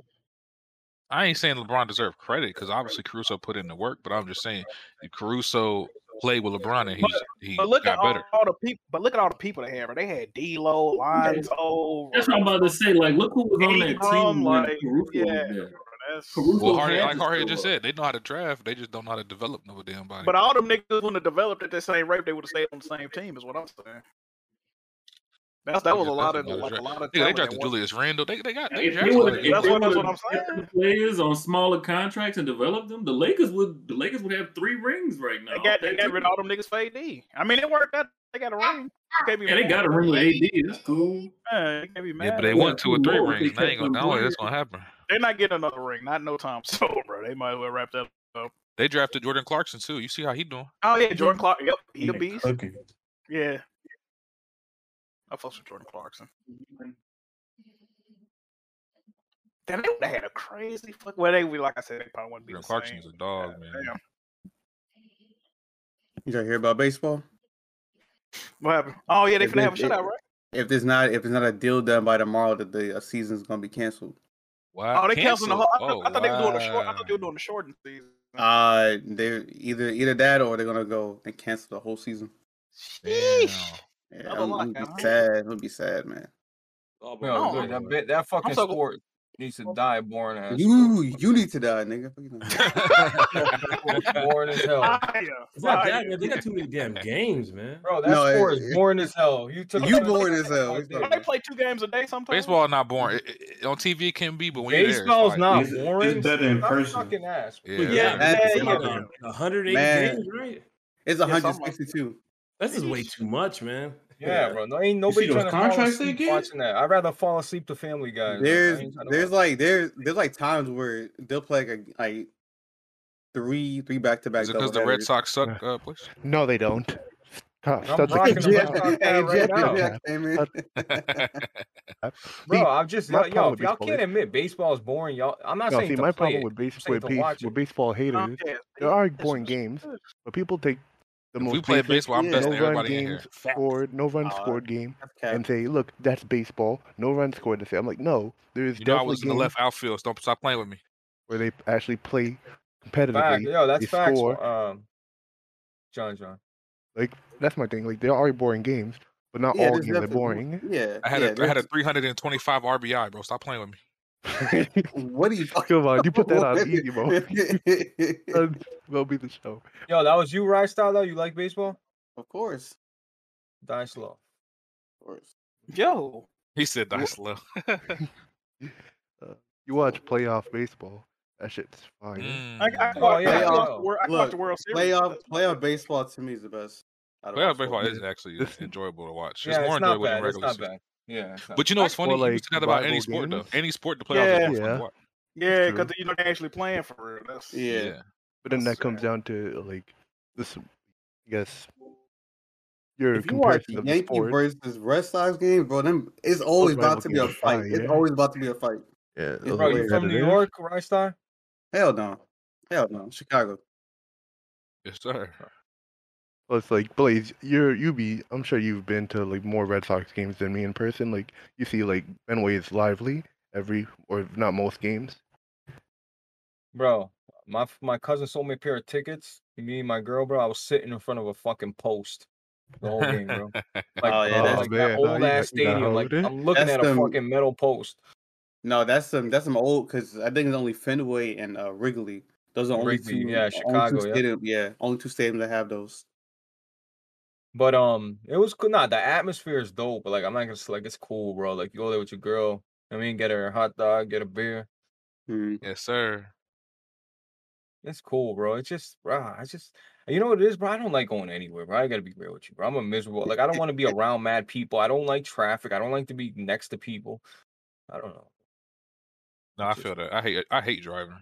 Speaker 8: I ain't saying LeBron deserved credit because obviously Caruso put in the work, but I'm just saying if Caruso played with LeBron and he's, he
Speaker 10: But look at
Speaker 8: got
Speaker 10: all,
Speaker 8: better.
Speaker 10: all the people. But look at all the people they have. They had D'Lo, Lonzo.
Speaker 29: That's what I'm about to say. Like, look who was on that
Speaker 10: Ingram,
Speaker 29: team when
Speaker 10: like,
Speaker 29: Caruso
Speaker 10: yeah,
Speaker 29: was there.
Speaker 10: that's-
Speaker 29: Caruso
Speaker 8: Well, Hardy,
Speaker 29: had
Speaker 8: like
Speaker 29: to
Speaker 8: Hardy
Speaker 29: show
Speaker 8: just
Speaker 29: up.
Speaker 8: said, they know how to draft. They just don't know how to develop no damn body.
Speaker 10: But all them niggas wouldn't have developed at the same rate. They would have stayed on the same team. Is what I'm saying. That's, that was a lot of like a lot of.
Speaker 8: Nigga, they
Speaker 10: talent that
Speaker 8: drafted Julius Randle. They, they got they
Speaker 29: If
Speaker 8: drafted
Speaker 29: they would,
Speaker 8: players.
Speaker 29: if they would have players on smaller contracts and developed them, the Lakers would the Lakers would have three rings right now.
Speaker 10: They got, they got rid of all them niggas for AD. I mean, it worked out. They got a ring. Can't be
Speaker 29: Yeah, they
Speaker 10: mad.
Speaker 29: got a ring with AD. That's cool.
Speaker 10: Yeah, they can't be
Speaker 8: Yeah,
Speaker 10: mad.
Speaker 8: but they won two or three rings. They ain't gonna, I don't think that's gonna happen.
Speaker 10: They're not getting another ring. Not no time (laughs) soon, bro. They might as well wrap that up.
Speaker 8: They drafted Jordan Clarkson too. You see how he doing?
Speaker 10: Oh yeah, Jordan Clark. Yep, he a beast.
Speaker 8: Okay.
Speaker 10: Yeah. I fucks with Jordan Clarkson. Damn, they would have had a crazy fuck. Well, they we like I said, they probably wouldn't be
Speaker 8: Jordan
Speaker 10: the
Speaker 8: Clarkson
Speaker 10: same.
Speaker 8: is a dog, man. Uh,
Speaker 10: Damn.
Speaker 27: You gotta hear about baseball?
Speaker 10: What happened? Oh yeah, they
Speaker 27: If
Speaker 10: finna have a
Speaker 27: it-
Speaker 10: shutout, right?
Speaker 27: If there's not if there's not a deal done by tomorrow, that the uh, season's gonna be canceled.
Speaker 8: Wow.
Speaker 10: oh, they canceled the whole. I, thought- I thought they were doing a short. I
Speaker 27: wow.
Speaker 10: thought they were doing a shortened season.
Speaker 27: Uh, they either either that or they're gonna go and cancel the whole season. Yeah,
Speaker 10: Another
Speaker 27: I'm, I'm
Speaker 10: lockout,
Speaker 27: be
Speaker 10: huh?
Speaker 27: sad. I'm gonna be sad, man.
Speaker 3: Oh,
Speaker 1: No, look, that, bit, that fucking
Speaker 27: so-
Speaker 1: sport needs to die boring ass.
Speaker 27: You you need to die, nigga. Fuck you.
Speaker 10: (laughs)
Speaker 1: boring as hell.
Speaker 3: (laughs) It's not that, man. They got too many damn games, man.
Speaker 1: Bro, that
Speaker 27: No,
Speaker 1: sport
Speaker 27: it-
Speaker 1: is boring as hell. You took
Speaker 27: You boring as hell.
Speaker 10: They play two games a day sometimes.
Speaker 8: Baseball not boring. It- it- it- on TV it can be, but when
Speaker 1: Baseball's
Speaker 8: you're there,
Speaker 1: not
Speaker 8: it's fine.
Speaker 1: boring. It's better in Stop person.
Speaker 8: Fucking
Speaker 1: ass.
Speaker 8: Yeah,
Speaker 1: Yeah,
Speaker 27: that's
Speaker 1: yeah,
Speaker 27: not
Speaker 1: yeah.
Speaker 27: boring.
Speaker 3: 180
Speaker 27: Man,
Speaker 3: games, right?
Speaker 27: It's
Speaker 3: Yeah,
Speaker 27: 162.
Speaker 3: This is way too much, man. (laughs)
Speaker 1: Yeah, bro. No, ain't
Speaker 27: You
Speaker 1: nobody
Speaker 27: see those
Speaker 1: trying to fall
Speaker 27: contracts they
Speaker 1: asleep
Speaker 27: get?
Speaker 1: watching that. I'd rather fall asleep to Family Guy.
Speaker 27: There's there's like there's there's like times where they'll play like, a, like three three back to back.
Speaker 8: Is it because the Red Sox suck? Uh, please?
Speaker 5: No, they don't. Stop.
Speaker 27: I'm
Speaker 5: stop the-
Speaker 27: rocking the Red
Speaker 5: (laughs)
Speaker 27: Sox
Speaker 5: Stop-
Speaker 27: fan right now.
Speaker 5: (laughs)
Speaker 1: Bro, I'm just
Speaker 5: My
Speaker 1: yo,
Speaker 5: problem
Speaker 1: yo if
Speaker 5: with
Speaker 1: y'all
Speaker 5: baseball
Speaker 1: can't
Speaker 5: is-
Speaker 1: admit baseball is boring, y'all. I'm not
Speaker 5: No,
Speaker 1: saying
Speaker 5: see,
Speaker 1: to
Speaker 5: my
Speaker 1: play
Speaker 5: problem
Speaker 1: it.
Speaker 5: with
Speaker 1: I'm
Speaker 5: baseball,
Speaker 1: saying
Speaker 5: with,
Speaker 1: to
Speaker 5: base-
Speaker 1: watch it.
Speaker 5: with baseball haters, is
Speaker 1: yeah,
Speaker 5: there are boring games, but people take the
Speaker 8: If
Speaker 5: most
Speaker 8: we played
Speaker 5: basic
Speaker 8: baseball, I'm better than
Speaker 5: no run
Speaker 8: everybody in here.
Speaker 5: games scored, no
Speaker 1: Uh,
Speaker 5: run scored game, and say, look, that's baseball. No run scored. They say, I'm like, no, there's
Speaker 8: You know I
Speaker 5: definitely
Speaker 8: was in the
Speaker 5: games
Speaker 8: left outfield. So don't stop playing with me.
Speaker 5: where they actually play competitively.
Speaker 1: Fact, yo, that's
Speaker 5: they
Speaker 1: facts.
Speaker 5: score.
Speaker 1: Um, John, John.
Speaker 5: Like that's my thing. Like there are boring games, but not all games are boring.
Speaker 27: Yeah,
Speaker 8: I had
Speaker 5: yeah,
Speaker 8: a I had a
Speaker 5: there's- (laughs)
Speaker 8: 325 RBI, bro. Stop playing with me.
Speaker 27: What are you talking
Speaker 5: Come on, you put that on easy,
Speaker 1: (laughs)
Speaker 5: bro. That'll- That'll be the show.
Speaker 1: Yo, that was you, right, style though. You like baseball?
Speaker 27: Of course.
Speaker 1: Die slow.
Speaker 27: Of course.
Speaker 10: Yo.
Speaker 8: He said die slow.
Speaker 5: Uh, You watch playoff baseball. That shit's fine.
Speaker 10: I, I,
Speaker 27: Oh,
Speaker 10: I,
Speaker 27: yeah,
Speaker 10: I, watched
Speaker 27: yo.
Speaker 10: the World- I watched
Speaker 27: Look,
Speaker 10: the World Series.
Speaker 27: playoff playoff baseball to me is the best. out of
Speaker 8: Playoff
Speaker 27: baseball.
Speaker 8: baseball is actually
Speaker 27: (laughs)
Speaker 8: enjoyable to watch.
Speaker 27: Yeah,
Speaker 8: It's more
Speaker 27: it's not
Speaker 8: enjoyable than
Speaker 27: bad, it's
Speaker 8: regular
Speaker 27: not
Speaker 8: season.
Speaker 27: bad. Yeah, it's not
Speaker 8: But you
Speaker 27: bad.
Speaker 8: know what's funny?
Speaker 5: Or,
Speaker 8: you
Speaker 5: like,
Speaker 8: can say that about any
Speaker 5: rival
Speaker 8: sport
Speaker 5: games.
Speaker 8: though. Any sport, the playoffs is more fun
Speaker 5: Yeah.
Speaker 8: to watch.
Speaker 10: Yeah,
Speaker 5: true.
Speaker 10: because you're not actually playing for real. That's,
Speaker 5: But then that comes down to like this. I guess your
Speaker 27: If you watch
Speaker 5: comparison of the
Speaker 27: Yankee
Speaker 5: sport.
Speaker 27: versus Red Sox game, bro, them it's always
Speaker 5: rival
Speaker 27: about to be a
Speaker 5: games are
Speaker 27: fight.
Speaker 5: fine,
Speaker 27: It's
Speaker 5: yeah.
Speaker 27: always about to be a fight.
Speaker 5: Yeah,
Speaker 27: It's
Speaker 1: Bro, you
Speaker 27: always-
Speaker 1: from New York, right, Star?
Speaker 27: Hell no, hell no, Chicago.
Speaker 8: Yes, sir.
Speaker 27: Uh,
Speaker 5: Well, it's like Blaze, you're you be. I'm sure you've been to like more Red Sox games than me in person. Like you see, like Fenway is lively, every or if not most games.
Speaker 1: Bro, my f- my cousin sold me a pair of tickets. Me and my girl, bro, I was sitting in front of a fucking post the whole game, bro. Like,
Speaker 27: Oh, yeah,
Speaker 1: uh,
Speaker 27: that's-
Speaker 1: like
Speaker 27: man,
Speaker 1: that
Speaker 27: no, you
Speaker 1: old
Speaker 27: got- you got
Speaker 1: ass stadium. Like
Speaker 27: older.
Speaker 1: I'm looking
Speaker 27: That's
Speaker 1: at a
Speaker 27: them-
Speaker 1: fucking metal post.
Speaker 27: No, that's some that's some old because I think it's only Fenway and uh, Wrigley. Those are only
Speaker 1: Wrigley,
Speaker 27: two.
Speaker 1: yeah,
Speaker 27: only two
Speaker 1: Chicago, yeah.
Speaker 27: stadium- yeah, only two stadiums that have those.
Speaker 1: But um, it was cool. Nah, the atmosphere is dope. But like, I'm not gonna s- like it's cool, bro. Like you go there with your girl. I mean, get her a hot dog, get a beer.
Speaker 27: mm.
Speaker 8: Yes, sir.
Speaker 1: It's cool, bro. It's just, bro. I just, you know what it is, bro. I don't like going anywhere, bro. I gotta be real with you, bro. I'm a miserable. Like I don't
Speaker 29: (laughs)
Speaker 1: want to be around mad people. I don't like traffic. I don't like to be next to people. I don't know.
Speaker 29: (laughs)
Speaker 8: No, I feel that. I hate I hate driving.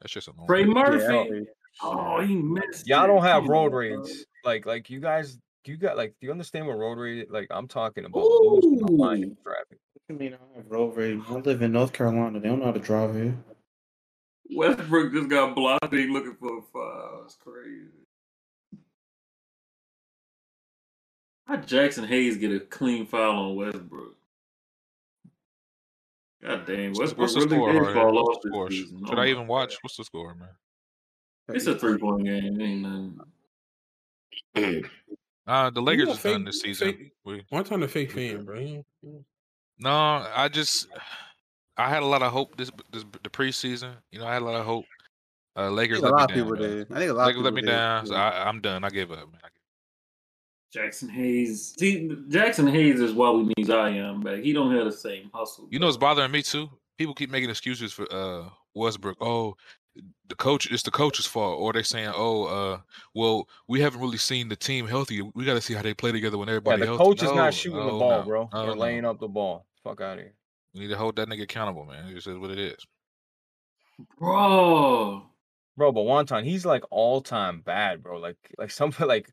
Speaker 8: That's just annoying.
Speaker 1: Trey Murphy.
Speaker 29: Oh, he missed.
Speaker 1: Y'all don't have
Speaker 29: Come
Speaker 1: road
Speaker 29: on,
Speaker 1: rage. Like, like you guys, you got like, do you understand what road rage? Like I'm talking about losing my mind in traffic.
Speaker 11: I mean, I have road rage. I live in North Carolina. They don't know how to drive here.
Speaker 29: Westbrook just got blocked. He looking for a foul. It's crazy. How Jackson Hayes get a clean foul on Westbrook? God damn,
Speaker 8: What's,
Speaker 29: Westbrook
Speaker 8: what's the
Speaker 29: really
Speaker 8: score?
Speaker 29: did
Speaker 8: Hard Hat?
Speaker 29: fall
Speaker 8: What's
Speaker 29: off
Speaker 8: the
Speaker 29: this
Speaker 8: score? Sh-
Speaker 29: season. Oh
Speaker 8: Should I
Speaker 29: my-
Speaker 8: even watch? What's the score, man?
Speaker 29: It's a three point game. Ain't nothing.
Speaker 8: Uh, the
Speaker 26: You
Speaker 8: Lakers
Speaker 26: a
Speaker 8: is done
Speaker 26: fake-
Speaker 8: this season.
Speaker 26: fake-
Speaker 8: We-
Speaker 26: One time a fake fan, bro.
Speaker 8: No, I just I had a lot of hope this this the preseason. You know, I had a lot of hope. Uh, Lakers
Speaker 27: think a
Speaker 8: let
Speaker 27: lot
Speaker 8: me
Speaker 27: of
Speaker 8: down.
Speaker 27: people
Speaker 8: man.
Speaker 27: did. I think a lot of
Speaker 8: Lakers let
Speaker 27: people
Speaker 8: me
Speaker 27: did,
Speaker 8: down. So
Speaker 27: yeah.
Speaker 8: I, I'm done. I gave up, man.
Speaker 29: Jackson Hayes. See, Jackson Hayes is why we need Zion back. He don't have the same hustle.
Speaker 8: You know, it's bothering me too. People keep making excuses for uh Westbrook. Oh, the coach. It's the coach's fault. Or they saying, oh, uh, well, we haven't really seen the team healthy. We got to see how they play together when
Speaker 1: Yeah,
Speaker 8: everybody
Speaker 1: the
Speaker 8: healthy.
Speaker 1: coach is
Speaker 8: No,
Speaker 1: not shooting the
Speaker 8: no,
Speaker 1: ball,
Speaker 8: Oh, no,
Speaker 1: bro.
Speaker 8: no,
Speaker 1: They're
Speaker 8: no.
Speaker 1: laying up the ball. Fuck out of here.
Speaker 8: We need to hold that nigga accountable, man. It's just what it is.
Speaker 29: Bro.
Speaker 1: Bro, but Wonton, he's like all time bad, bro. Like like (laughs) some like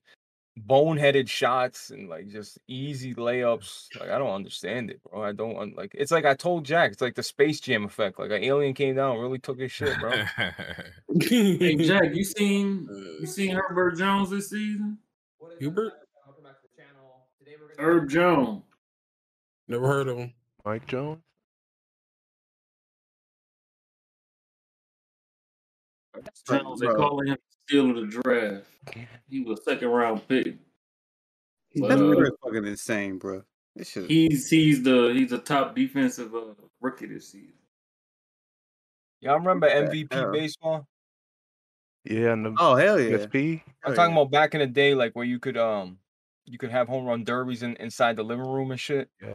Speaker 1: boneheaded shots and like just easy layups. Like I don't understand it, bro. I don't un- like it's like I told Jack, it's like the space jam effect. Like an alien came down, really took his
Speaker 8: (laughs)
Speaker 1: shit, bro.
Speaker 29: hey Jack, you
Speaker 8: Uh,
Speaker 29: seen you seen Herbert Jones this season?
Speaker 26: Hubert?
Speaker 29: Herb Jones.
Speaker 26: Never heard of him.
Speaker 5: Mike Jones.
Speaker 29: Jones, they
Speaker 26: Bro.
Speaker 29: calling him stealing the draft. He was second round pick. But,
Speaker 27: That
Speaker 29: uh,
Speaker 27: meter is fucking insane, bro. This shit.
Speaker 29: he's he's the he's the top defensive uh, rookie this season.
Speaker 1: Y'all remember
Speaker 27: the
Speaker 1: MVP
Speaker 27: hell?
Speaker 1: baseball?
Speaker 5: Yeah, and the
Speaker 27: Oh hell yeah!
Speaker 5: PSP.
Speaker 1: I'm talking about back in the day, like where you could um you could have home run derbies in, inside the living room and shit.
Speaker 5: Yeah.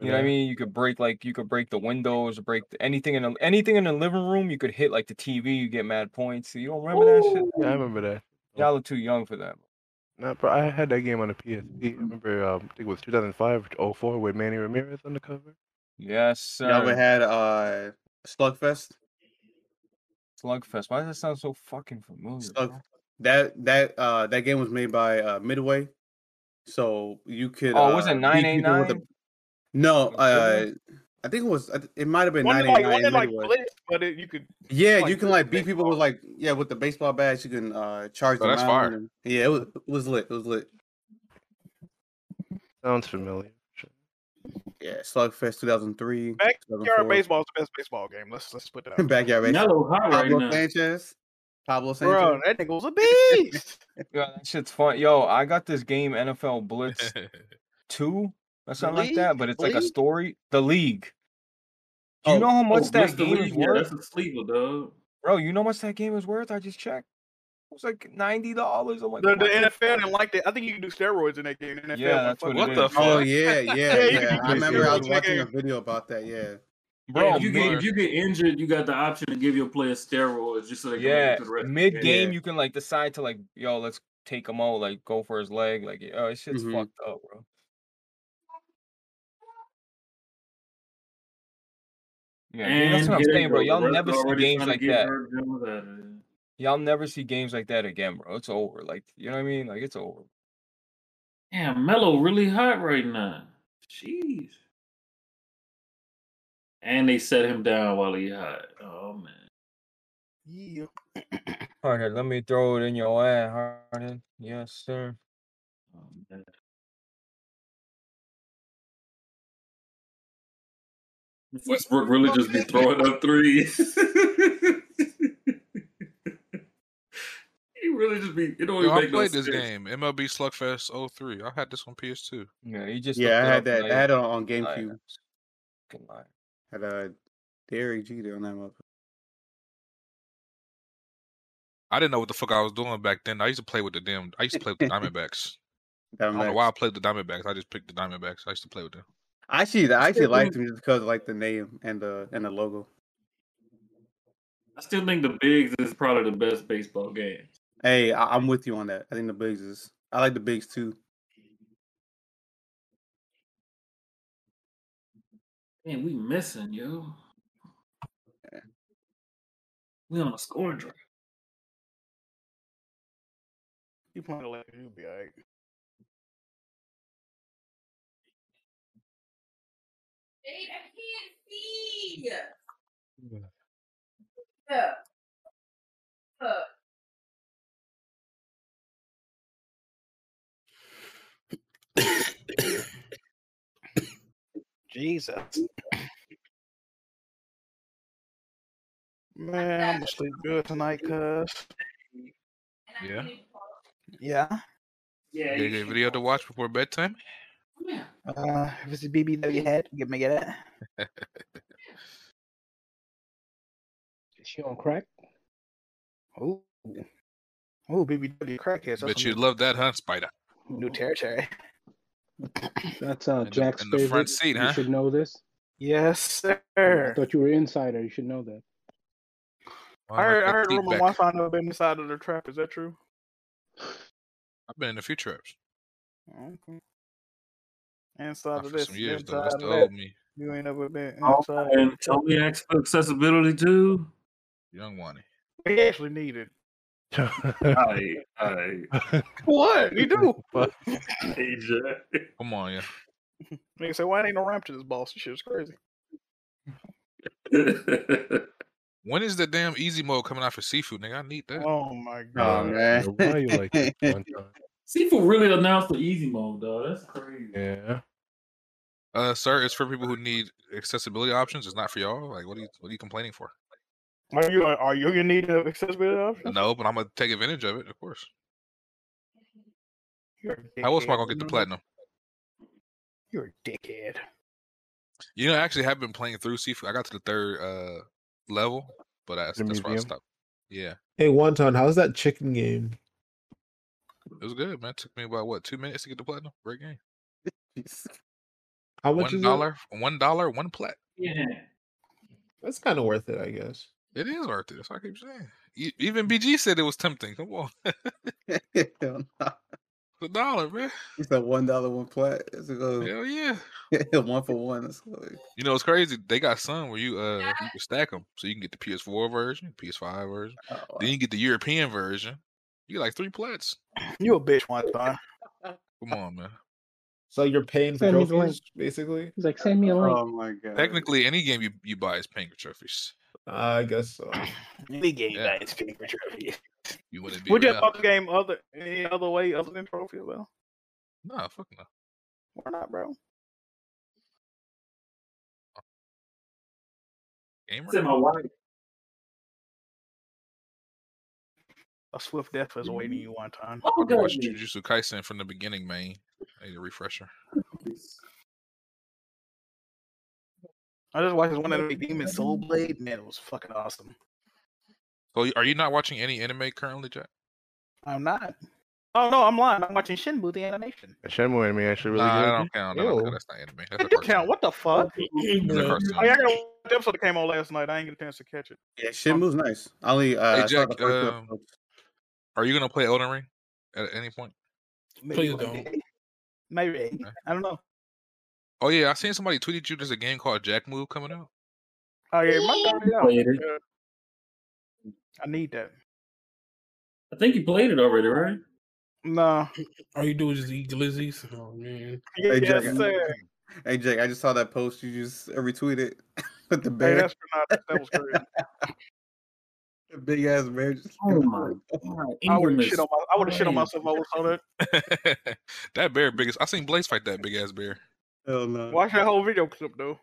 Speaker 1: You know what I
Speaker 5: Yeah.
Speaker 1: mean? You could break like you could break the windows, break the, anything in the anything in the living room. You could hit like the TV. You get mad points. You don't remember that shit?
Speaker 5: Yeah, I remember that.
Speaker 1: Y'all are too young for that.
Speaker 5: No, but I had that game on the PSP. I remember, um, I think it was 2005 or 04 with Manny Ramirez on the cover.
Speaker 1: Yes,
Speaker 27: Y'all ever
Speaker 1: sir.
Speaker 27: had uh Slugfest?
Speaker 1: Slugfest. Why does that sound so fucking familiar?
Speaker 27: Slug that that uh that game was made by uh Midway, so you could.
Speaker 1: Oh, was
Speaker 27: uh,
Speaker 1: it
Speaker 27: beat people with a-
Speaker 1: 989?
Speaker 27: No, uh,
Speaker 1: Midway?
Speaker 27: I think it was. I th- It might have been
Speaker 10: One
Speaker 27: nine
Speaker 10: that like
Speaker 27: eight
Speaker 10: one
Speaker 27: nine
Speaker 10: that like
Speaker 27: Midway.
Speaker 10: blitz, but it, you could
Speaker 27: Yeah, you can like beat people with like yeah with the baseball bats. You can uh charge
Speaker 8: Oh,
Speaker 27: the
Speaker 8: that's
Speaker 27: mound.
Speaker 8: fire.
Speaker 27: and- yeah, it was, it was lit. It was lit.
Speaker 5: Sounds familiar.
Speaker 27: Yeah, Slugfest two thousand three, two thousand
Speaker 10: backyard
Speaker 27: four.
Speaker 10: baseball is the best baseball game. Let's let's put that. out there.
Speaker 27: (laughs) Backyard baseball.
Speaker 29: Mello hot right
Speaker 27: Pablo
Speaker 29: now.
Speaker 27: Sanchez. Pablo Sanchez.
Speaker 10: Bro, that nigga was a (laughs) beast.
Speaker 1: Yeah, that shit's fun. Yo, I got this game
Speaker 27: (laughs)
Speaker 1: NFL Blitz two or something like that,
Speaker 10: League?
Speaker 1: but it's like a
Speaker 10: League?
Speaker 1: story. The league. Do you know how much that
Speaker 29: Oh, Blitz the
Speaker 1: game is
Speaker 29: league? Yeah,
Speaker 1: worth,
Speaker 29: that's a sleeper, dog.
Speaker 1: bro? You know how much that game is worth? I just checked. It was like ninety dollars. I'm like,
Speaker 10: The,
Speaker 1: what
Speaker 10: the
Speaker 1: the
Speaker 10: NFL didn't like that. I think you can do steroids in that game. The NFL won't
Speaker 1: Yeah, that's
Speaker 10: fuck
Speaker 1: what
Speaker 10: with
Speaker 1: it
Speaker 10: that.
Speaker 1: is.
Speaker 10: (laughs)
Speaker 27: Oh yeah, yeah,
Speaker 10: Yeah, you
Speaker 27: yeah.
Speaker 10: can
Speaker 27: I
Speaker 10: do
Speaker 27: remember I
Speaker 10: steroids
Speaker 27: was
Speaker 10: in that (laughs)
Speaker 27: watching a
Speaker 10: game.
Speaker 27: video about that. Yeah,
Speaker 1: bro?
Speaker 29: if you get
Speaker 1: mid-
Speaker 29: if you get injured, you got the option of give your player steroids just so they can
Speaker 1: Yeah,
Speaker 29: make it to the rest. of the
Speaker 1: mid game
Speaker 29: game.
Speaker 1: you can like decide to like, yo, let's take him out, like go for his leg, like oh, this shit's
Speaker 29: Mm-hmm.
Speaker 27: Mhm.
Speaker 1: fucked up, bro. Yeah, dude, that's
Speaker 29: And
Speaker 1: what I'm
Speaker 29: here they
Speaker 1: saying, bro.
Speaker 29: go.
Speaker 1: Y'all
Speaker 29: The refs
Speaker 1: never see
Speaker 29: already
Speaker 1: games
Speaker 29: trying to
Speaker 1: like
Speaker 29: get
Speaker 1: that.
Speaker 29: Herb Jones out of there.
Speaker 1: Y'all never see games like that again, bro. It's over. Like, you know what I mean? Like, it's over.
Speaker 29: Damn, Melo really hot right now. Jeez. And they set him down while he hot. Oh man.
Speaker 10: Yeah.
Speaker 1: Harden, let me throw it in your ass, Harden. Yes, sir.
Speaker 29: Oh, man. Westbrook really just be throwing up threes. (laughs) he really just be. It don't
Speaker 8: Yo,
Speaker 29: even
Speaker 8: I
Speaker 29: make no
Speaker 8: played this
Speaker 29: sense.
Speaker 8: game, MLB Slugfest 03. I had this on PS2.
Speaker 1: Yeah, you just
Speaker 27: yeah, I had that. I had it on GameCube.
Speaker 1: Fucking liar.
Speaker 27: Had a Derek Jeter on that motherfucker.
Speaker 8: I didn't know what the fuck I was doing back then. I used to play with the damn. I used to play with the Diamondbacks. I don't know why I played the Diamondbacks. I just picked the Diamondbacks. I used to play with them.
Speaker 27: Actually, I actually liked him just because of like the name and the and the logo.
Speaker 29: I still think the Bigs is probably the best baseball game.
Speaker 27: Hey, I, I'm with you on that. I think the bigs is. I like the bigs too.
Speaker 29: Man, we missing yo. We on a scoring drive.
Speaker 10: You playing the Lakers, you'll be all right.
Speaker 17: Yeah. Huh.
Speaker 10: (coughs) Jesus. Man, I'm gonna sleep good tonight, cuz.
Speaker 8: Yeah.
Speaker 10: Yeah.
Speaker 8: Yeah. They gave video to watch before bedtime.
Speaker 10: Uh, if it's a BBW head, give me (laughs) that.
Speaker 28: Is she on crack?
Speaker 10: Oh. Oh, BBW crackheads.
Speaker 8: Bet you'd love that, huh, Spider?
Speaker 10: New territory.
Speaker 28: That's uh, Jack's
Speaker 8: in the
Speaker 28: favorite.
Speaker 8: front seat, huh?
Speaker 28: You should know this.
Speaker 10: Yes, sir.
Speaker 28: I thought you were insider. You should know that.
Speaker 10: I heard, I heard rumor
Speaker 8: feedback.
Speaker 10: one found up inside of the trap. Is that true?
Speaker 8: I've been in a few trips.
Speaker 10: Okay. Inside
Speaker 8: Not
Speaker 10: of
Speaker 8: for
Speaker 10: this.
Speaker 8: some years
Speaker 10: inside
Speaker 8: though. That's
Speaker 10: of
Speaker 8: the
Speaker 10: that.
Speaker 8: old me,
Speaker 10: You ain't ever been
Speaker 29: Oh,
Speaker 10: inside.
Speaker 29: and Tony asked for accessibility
Speaker 1: (laughs)
Speaker 29: too.
Speaker 8: young one.
Speaker 10: We actually need it.
Speaker 1: Oh,
Speaker 29: I, I,
Speaker 10: What? You do?
Speaker 8: Come on, yeah.
Speaker 10: Nigga say, why ain't no ramp to this boss? This shit's crazy.
Speaker 8: When is the damn easy mode coming out for seafood, nigga? I need that.
Speaker 10: Oh my
Speaker 8: God, man.
Speaker 29: Why are you like that, (laughs) Seafood really announced the easy mode though. That's crazy.
Speaker 8: Yeah. Uh, sir, it's for people who need accessibility options. It's not for y'all. Like, what are you, what are you complaining for?
Speaker 10: Are you uh, are you gonna need an accessibility option?
Speaker 8: No, but I'm gonna take advantage of it, of course. (laughs) How else am I gonna get the platinum?
Speaker 10: You're a dickhead.
Speaker 8: You know, I actually have been playing through seafood. I got to the third uh level, but I, that's
Speaker 18: The
Speaker 8: where I
Speaker 18: museum?
Speaker 8: stopped. Yeah,
Speaker 18: Hey, Wonton, how's that chicken game?
Speaker 8: it was good, man. It took me about what two minutes to get the platinum.
Speaker 18: (laughs)
Speaker 8: Great game.
Speaker 18: How much
Speaker 8: one
Speaker 18: is
Speaker 8: dollar, one dollar, one plat.
Speaker 29: Yeah,
Speaker 18: it? That's kind of worth it, I guess.
Speaker 8: it is worth it. That's what I keep saying. E- Even BG said it was tempting. Come on, (laughs) a dollar, man.
Speaker 27: He said one dollar, one plat. Let's go.
Speaker 8: Hell yeah.
Speaker 27: (laughs) one for one. That's good.
Speaker 8: You know, it's crazy. They got some where you uh you can stack them, so you can get the PS4 version, PS5 version, then you get the European version. You get like three plats.
Speaker 10: You a bitch, one time.
Speaker 8: Come on, man.
Speaker 18: So you're paying for
Speaker 8: Send me the link.
Speaker 18: trophies, basically.
Speaker 28: He's like, send me a
Speaker 2: Oh
Speaker 28: link.
Speaker 27: Oh my god.
Speaker 8: Technically, any game you, you buy is paying for trophies.
Speaker 18: I guess
Speaker 8: (clears throat)
Speaker 18: so.
Speaker 10: Any game that is paper trophy.
Speaker 8: You wouldn't be
Speaker 10: Would you
Speaker 8: real.
Speaker 10: play the game other any other way other than trophy though?
Speaker 8: Nah, fuck no.
Speaker 10: Why not, bro?
Speaker 8: Gamer.
Speaker 29: Said my wife.
Speaker 10: A swift death is waiting you one time.
Speaker 8: I've been watching Jujutsu Kaisen from the beginning, man. I need a refresher.
Speaker 10: I just watched this one anime, Demon Soul Blade. Man, it was fucking awesome.
Speaker 8: So, y- are you not watching any anime currently, Jack?
Speaker 10: I'm not. Oh no, I'm lying. I'm watching Shinbu the animation.
Speaker 5: That Shenmue anime actually really
Speaker 8: nah,
Speaker 5: good.
Speaker 8: that don't count. That don't
Speaker 5: Ew.
Speaker 8: count. That's not anime. That's
Speaker 10: It did count. What the
Speaker 29: (laughs)
Speaker 10: fuck?
Speaker 8: a cartoon.
Speaker 10: Oh, yeah, I got a the episode that came on last night. I ain't get a chance to catch it.
Speaker 27: Yeah, shit moves nice. I Only uh,
Speaker 8: Hey,
Speaker 27: I saw the
Speaker 8: Jack,
Speaker 27: first two
Speaker 8: um,
Speaker 27: episodes.
Speaker 8: Are you gonna play Elden Ring at any point?
Speaker 10: Maybe one day. Maybe. I don't know.
Speaker 8: Oh yeah, I seen somebody tweeted you. There's a game called Jack Move coming out.
Speaker 10: Oh yeah, my God, yeah.
Speaker 29: Played it.
Speaker 10: Yeah. I need that.
Speaker 29: I think you played it already, right?
Speaker 10: No.
Speaker 26: (clears throat) All you do is just eat glizzies. Oh man.
Speaker 27: Hey, Jack, I- Hey Jake, I just saw that post you just retweeted (laughs) with the
Speaker 26: Hey,
Speaker 27: bear,
Speaker 26: that's
Speaker 10: That was crazy.
Speaker 27: the big ass bear. Just
Speaker 29: (laughs) oh my
Speaker 10: I would have shit on my, I would have shit on myself. if I was on (laughs) that.
Speaker 8: that bear biggest. I seen Blaze fight that big ass bear.
Speaker 27: Hell no.
Speaker 10: Watch that whole video clip though.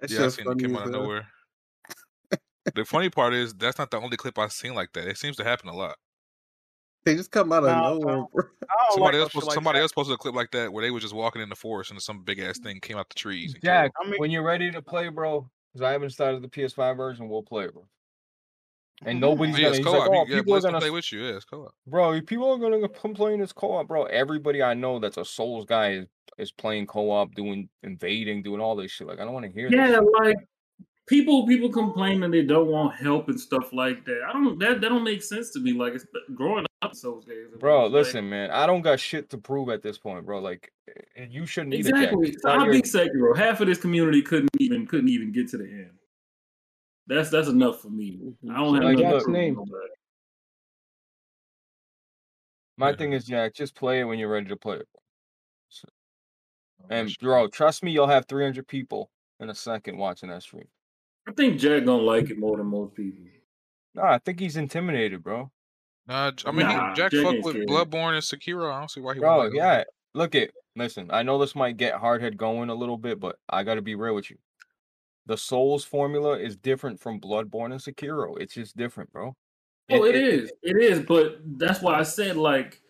Speaker 18: That
Speaker 8: yeah, I
Speaker 18: shit's
Speaker 8: seen it
Speaker 18: funny
Speaker 8: came
Speaker 18: as
Speaker 8: out of
Speaker 18: hell.
Speaker 27: (laughs)
Speaker 8: nowhere. the funny part is that's not the only clip I've seen like that. It seems to happen a lot.
Speaker 18: They just come out of
Speaker 8: No,
Speaker 18: nowhere. bro.
Speaker 8: Somebody
Speaker 10: no
Speaker 8: else
Speaker 10: shit
Speaker 8: posted
Speaker 10: like
Speaker 8: somebody else posted a clip like that where they were just walking in the forest and some big ass thing came out the trees. and
Speaker 1: Jack, when you're ready to play, bro, because I haven't started the PS5 version, we'll play, bro. And nobody's
Speaker 10: Mm.
Speaker 8: Yeah,
Speaker 1: gonna.
Speaker 8: it's
Speaker 1: He's
Speaker 8: co-op.
Speaker 1: like, oh,
Speaker 8: You- yeah,
Speaker 1: people are
Speaker 8: Blitz can
Speaker 1: gonna
Speaker 8: play with you. Yeah, it's co-op.
Speaker 1: Bro, if people are gonna complain it's co-op, bro. Everybody I know that's a Souls guy is, is playing co-op, doing invading, doing all this shit. Like, I don't want to hear this.
Speaker 29: Yeah, like people people complain that they don't want help and stuff like that. I don't that that don't make sense to me. Like it's growing up those days. it
Speaker 1: Bro,
Speaker 29: was like-
Speaker 1: listen, man. I don't got shit to prove at this point, bro. Like, and you shouldn't either, Jack.
Speaker 29: Exactly.
Speaker 1: It's
Speaker 29: So
Speaker 1: not
Speaker 29: I
Speaker 1: your-
Speaker 29: beat Sekiro. Half of this community couldn't even couldn't even get to the end. That's that's enough for me.
Speaker 1: Mm-hmm.
Speaker 29: I don't have
Speaker 1: Like,
Speaker 29: nothing to
Speaker 1: look-
Speaker 29: prove to
Speaker 1: name.
Speaker 29: nobody.
Speaker 1: My thing is, Jack, just play it when you're ready to play it. So-
Speaker 29: Oh,
Speaker 1: and bro, trust me, you'll have 300 people in a second watching that stream.
Speaker 29: I think Jack gonna like it more than most people.
Speaker 1: Nah, I think he's intimidated, bro.
Speaker 8: Nah, J- I mean, he-
Speaker 1: Nah,
Speaker 8: Jack
Speaker 1: Jack
Speaker 8: fucked
Speaker 1: ain't
Speaker 8: with
Speaker 1: scared.
Speaker 8: Bloodborne and Sekiro. I don't see why he.
Speaker 1: Bro,
Speaker 8: wouldn't like it.
Speaker 1: yeah. Look at listen, I know this might get hardhead going a little bit, but I gotta be real with you. The Souls formula is different from Bloodborne and Sekiro. It's just different, bro.
Speaker 29: Well, Oh, it is. It is, but that's why I said like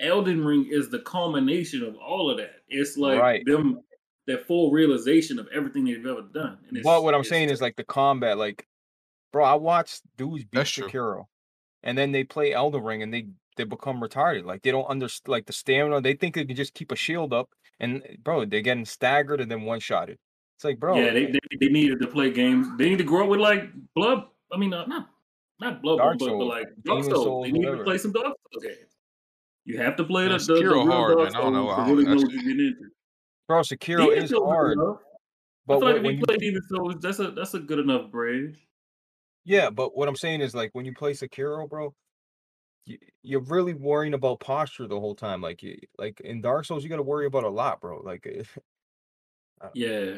Speaker 29: Elden Ring is the culmination of all of that. It's like
Speaker 1: Right.
Speaker 29: them that full realization of everything they've ever done. And it's
Speaker 1: But what I'm saying is like the combat, like, bro, I watched dudes beat Sekiro, and then they play Elden Ring, and they they become retarded. Like they don't understand, like the stamina. They think they can just keep a shield up, and eh, bro, they're getting staggered and then one shotted. It's like, bro,
Speaker 29: yeah, they, they they needed to play games. They need to grow up with like blood. I mean, uh, not not blood,
Speaker 1: Dark
Speaker 29: but, but
Speaker 1: Souls,
Speaker 29: like
Speaker 1: Demon
Speaker 29: Dark Souls.
Speaker 1: Souls,
Speaker 29: they need
Speaker 1: whatever.
Speaker 29: to play some Dark Souls games. You have to play
Speaker 1: Yeah,
Speaker 29: the, the, the
Speaker 1: Sekiro
Speaker 29: real
Speaker 1: hard,
Speaker 29: Dark
Speaker 1: man. I don't know.
Speaker 29: Souls
Speaker 1: I
Speaker 29: to
Speaker 1: don't-
Speaker 29: really know
Speaker 1: that's-
Speaker 29: what you're getting into.
Speaker 1: bro, Sekiro
Speaker 29: Demon
Speaker 1: is
Speaker 29: Souls is
Speaker 1: hard.
Speaker 29: enough. I
Speaker 1: But
Speaker 29: feel like
Speaker 1: when-
Speaker 29: if
Speaker 1: when
Speaker 29: you
Speaker 1: you-
Speaker 29: play Demon Souls, that's a that's a good enough bridge.
Speaker 1: Yeah, but what I'm saying is like when you play Sekiro, bro, you, you're really worrying about posture the whole time. Like, you, like in Dark Souls, you got to worry about a lot, bro. Like, (laughs) Uh.
Speaker 29: Yeah.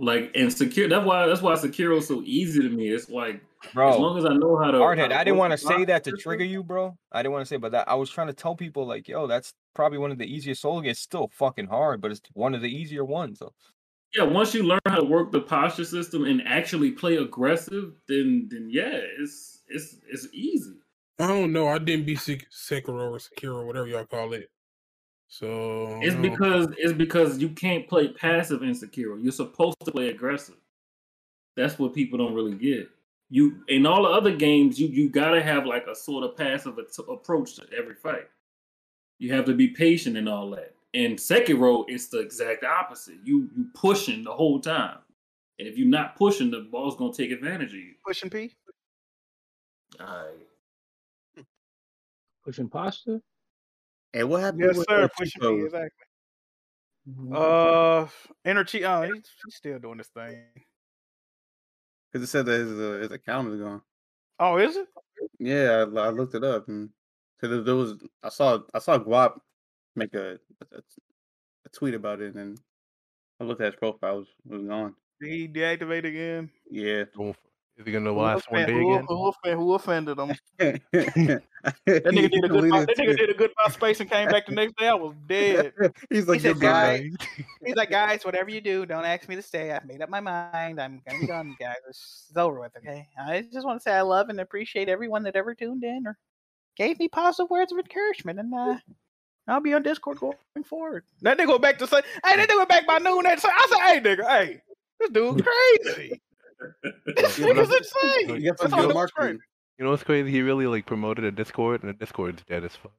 Speaker 29: Like and secure that's why that's why Sekiro's so easy to me. It's like
Speaker 1: Bro,
Speaker 29: as long as I know how to
Speaker 1: Hardhead,
Speaker 29: how to
Speaker 1: I didn't
Speaker 29: work
Speaker 1: want
Speaker 29: the
Speaker 1: to say
Speaker 29: block,
Speaker 1: that to trigger you, bro. I didn't want to say, but that I was trying to tell people like, yo, that's probably one of the easiest soul games. It's Still fucking hard, but it's one of the easier ones. So.
Speaker 29: yeah, once you learn how to work the posture system and actually play aggressive, then then yeah, it's it's it's easy.
Speaker 26: I don't know. I didn't beat Sek- Sekiro or Sekiro, whatever y'all call it. So
Speaker 29: It's
Speaker 26: no.
Speaker 29: because it's because you can't play passive in Sekiro. You're supposed to play aggressive. That's what people don't really get. You in all the other games, you you gotta have like a sort of passive at- approach to every fight. You have to be patient and all that. In Sekiro, it's the exact opposite. You you pushing the whole time, and if you're not pushing, the ball's gonna take advantage of you.
Speaker 10: Pushing P.
Speaker 28: Pushing pasta.
Speaker 18: Hey, what happened?
Speaker 10: Yes,
Speaker 18: with,
Speaker 10: sir.
Speaker 18: uh,
Speaker 10: Pushing
Speaker 18: Chico?
Speaker 10: P. Exactly. Uh, energy. Oh, he's, he's still doing this thing.
Speaker 27: Because it said that his, uh, his account is gone.
Speaker 10: Oh, is it?
Speaker 27: Yeah, I, I looked it up and cause there- there was I saw I saw Guap make a a, a tweet about it and I looked at his profile it was, it was gone.
Speaker 10: Did he deactivate again?
Speaker 27: Yeah.
Speaker 5: Is he gonna
Speaker 10: Who
Speaker 5: last one
Speaker 10: offend-
Speaker 5: day
Speaker 10: who-
Speaker 5: again?
Speaker 10: Who, offend- who offended (laughs) him?
Speaker 27: that
Speaker 10: nigga did a good.
Speaker 5: Deleted
Speaker 10: That nigga
Speaker 5: it.
Speaker 10: did a goodbye space and came back the next day. I was dead.
Speaker 27: He's
Speaker 10: like,
Speaker 27: "You're
Speaker 10: said,
Speaker 27: good,
Speaker 10: guys, he's like, guys, whatever you do, don't ask me to stay. I've made up my mind. I'm gonna be done, guys. It's over with. Okay. I just want to say I love and appreciate everyone that ever tuned in or gave me positive words of encouragement, and uh, I'll be on Discord going forward. That nigga went back to say, hey, that nigga went back by noon. That I said, hey, nigga, hey, this dude crazy. (laughs) this
Speaker 5: Yeah, but
Speaker 10: nigga's
Speaker 5: I'm-
Speaker 10: insane.
Speaker 5: You got some
Speaker 10: That's
Speaker 5: good
Speaker 10: all that was
Speaker 5: marketing.
Speaker 10: crazy.
Speaker 5: You know what's crazy? He really like promoted a Discord, and the Discord's dead as fuck.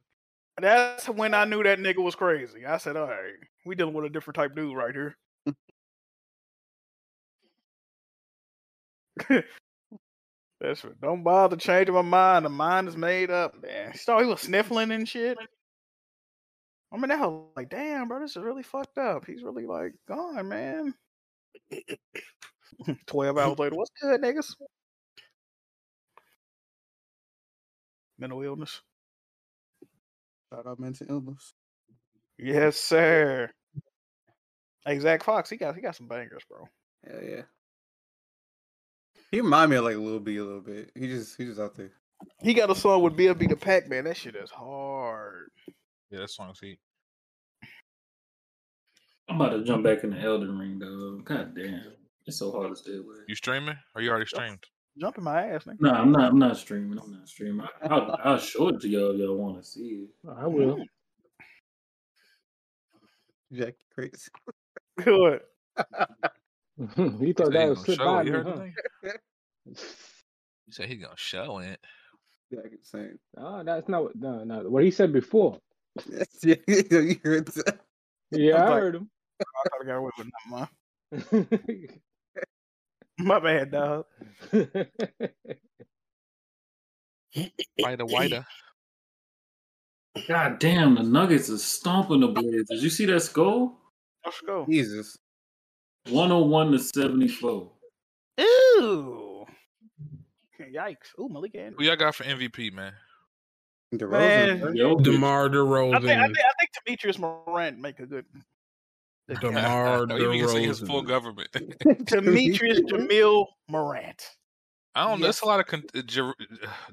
Speaker 10: That's when I knew that nigga was crazy. I said, all right, we dealing with a different type dude right here. (laughs) That's right. Don't bother changing my mind. The mind is made up, man. So he was sniffling and shit. I mean, that was like, damn, bro, this is really fucked up. He's really like gone, man. (laughs) Twelve hours later, what's good, niggas? Mental illness.
Speaker 27: Shout out mental illness.
Speaker 10: Yes, sir. Hey, Zach Fox, he got he got some bangers, bro.
Speaker 27: Hell yeah. He remind me of like Lil B a little bit. He just he just out there.
Speaker 10: He got a song with Bill B the Pac Man. That shit is hard.
Speaker 8: Yeah, that song's heat.
Speaker 29: I'm about to jump back in the Elden Ring though. God damn. It's so hard to stay away.
Speaker 8: You streaming? Or you already streamed?
Speaker 10: Jumping my ass, nigga.
Speaker 29: No, I'm not. I'm not streaming. I'm
Speaker 10: (laughs)
Speaker 29: not streaming. I- I'll, I'll show it to y'all. if Y'all want to see it?
Speaker 10: I (laughs) will.
Speaker 1: (laughs) Jack crazy.
Speaker 10: Good.
Speaker 23: you thought that
Speaker 8: gonna
Speaker 23: was slip
Speaker 8: show
Speaker 23: by
Speaker 8: it,
Speaker 23: me,
Speaker 8: you heard
Speaker 23: huh?
Speaker 8: the You said he gonna show it.
Speaker 1: Yeah, I can say. it.
Speaker 23: No, Oh, that's not what, no, no, what he said
Speaker 2: (laughs)
Speaker 23: before.
Speaker 1: yeah, you heard that.
Speaker 23: Yeah,
Speaker 10: I'm
Speaker 23: I
Speaker 10: like-
Speaker 23: heard him.
Speaker 10: I thought I got away with nothing, man. My bad, dog.
Speaker 8: Whiter, whiter.
Speaker 29: (laughs) God damn, the Nuggets are stomping the Blazers. Did you see that score?
Speaker 10: Let's go.
Speaker 1: Jesus.
Speaker 29: 101 to 74.
Speaker 10: Ooh. Yikes. Ooh, Malik Andrews.
Speaker 8: Who y'all got for MVP, man?
Speaker 10: Man.
Speaker 8: Jokic.
Speaker 10: I
Speaker 26: DeMar
Speaker 10: think, I
Speaker 26: DeRozan.
Speaker 10: think I think Demetrius Morant make a good
Speaker 26: DeMar
Speaker 8: (laughs) Oh, you mean it's his full
Speaker 26: DeRozan.
Speaker 8: government. (laughs)
Speaker 10: Demetrius Jamil Morant.
Speaker 8: I don't know. It's a lot of con- uh, J-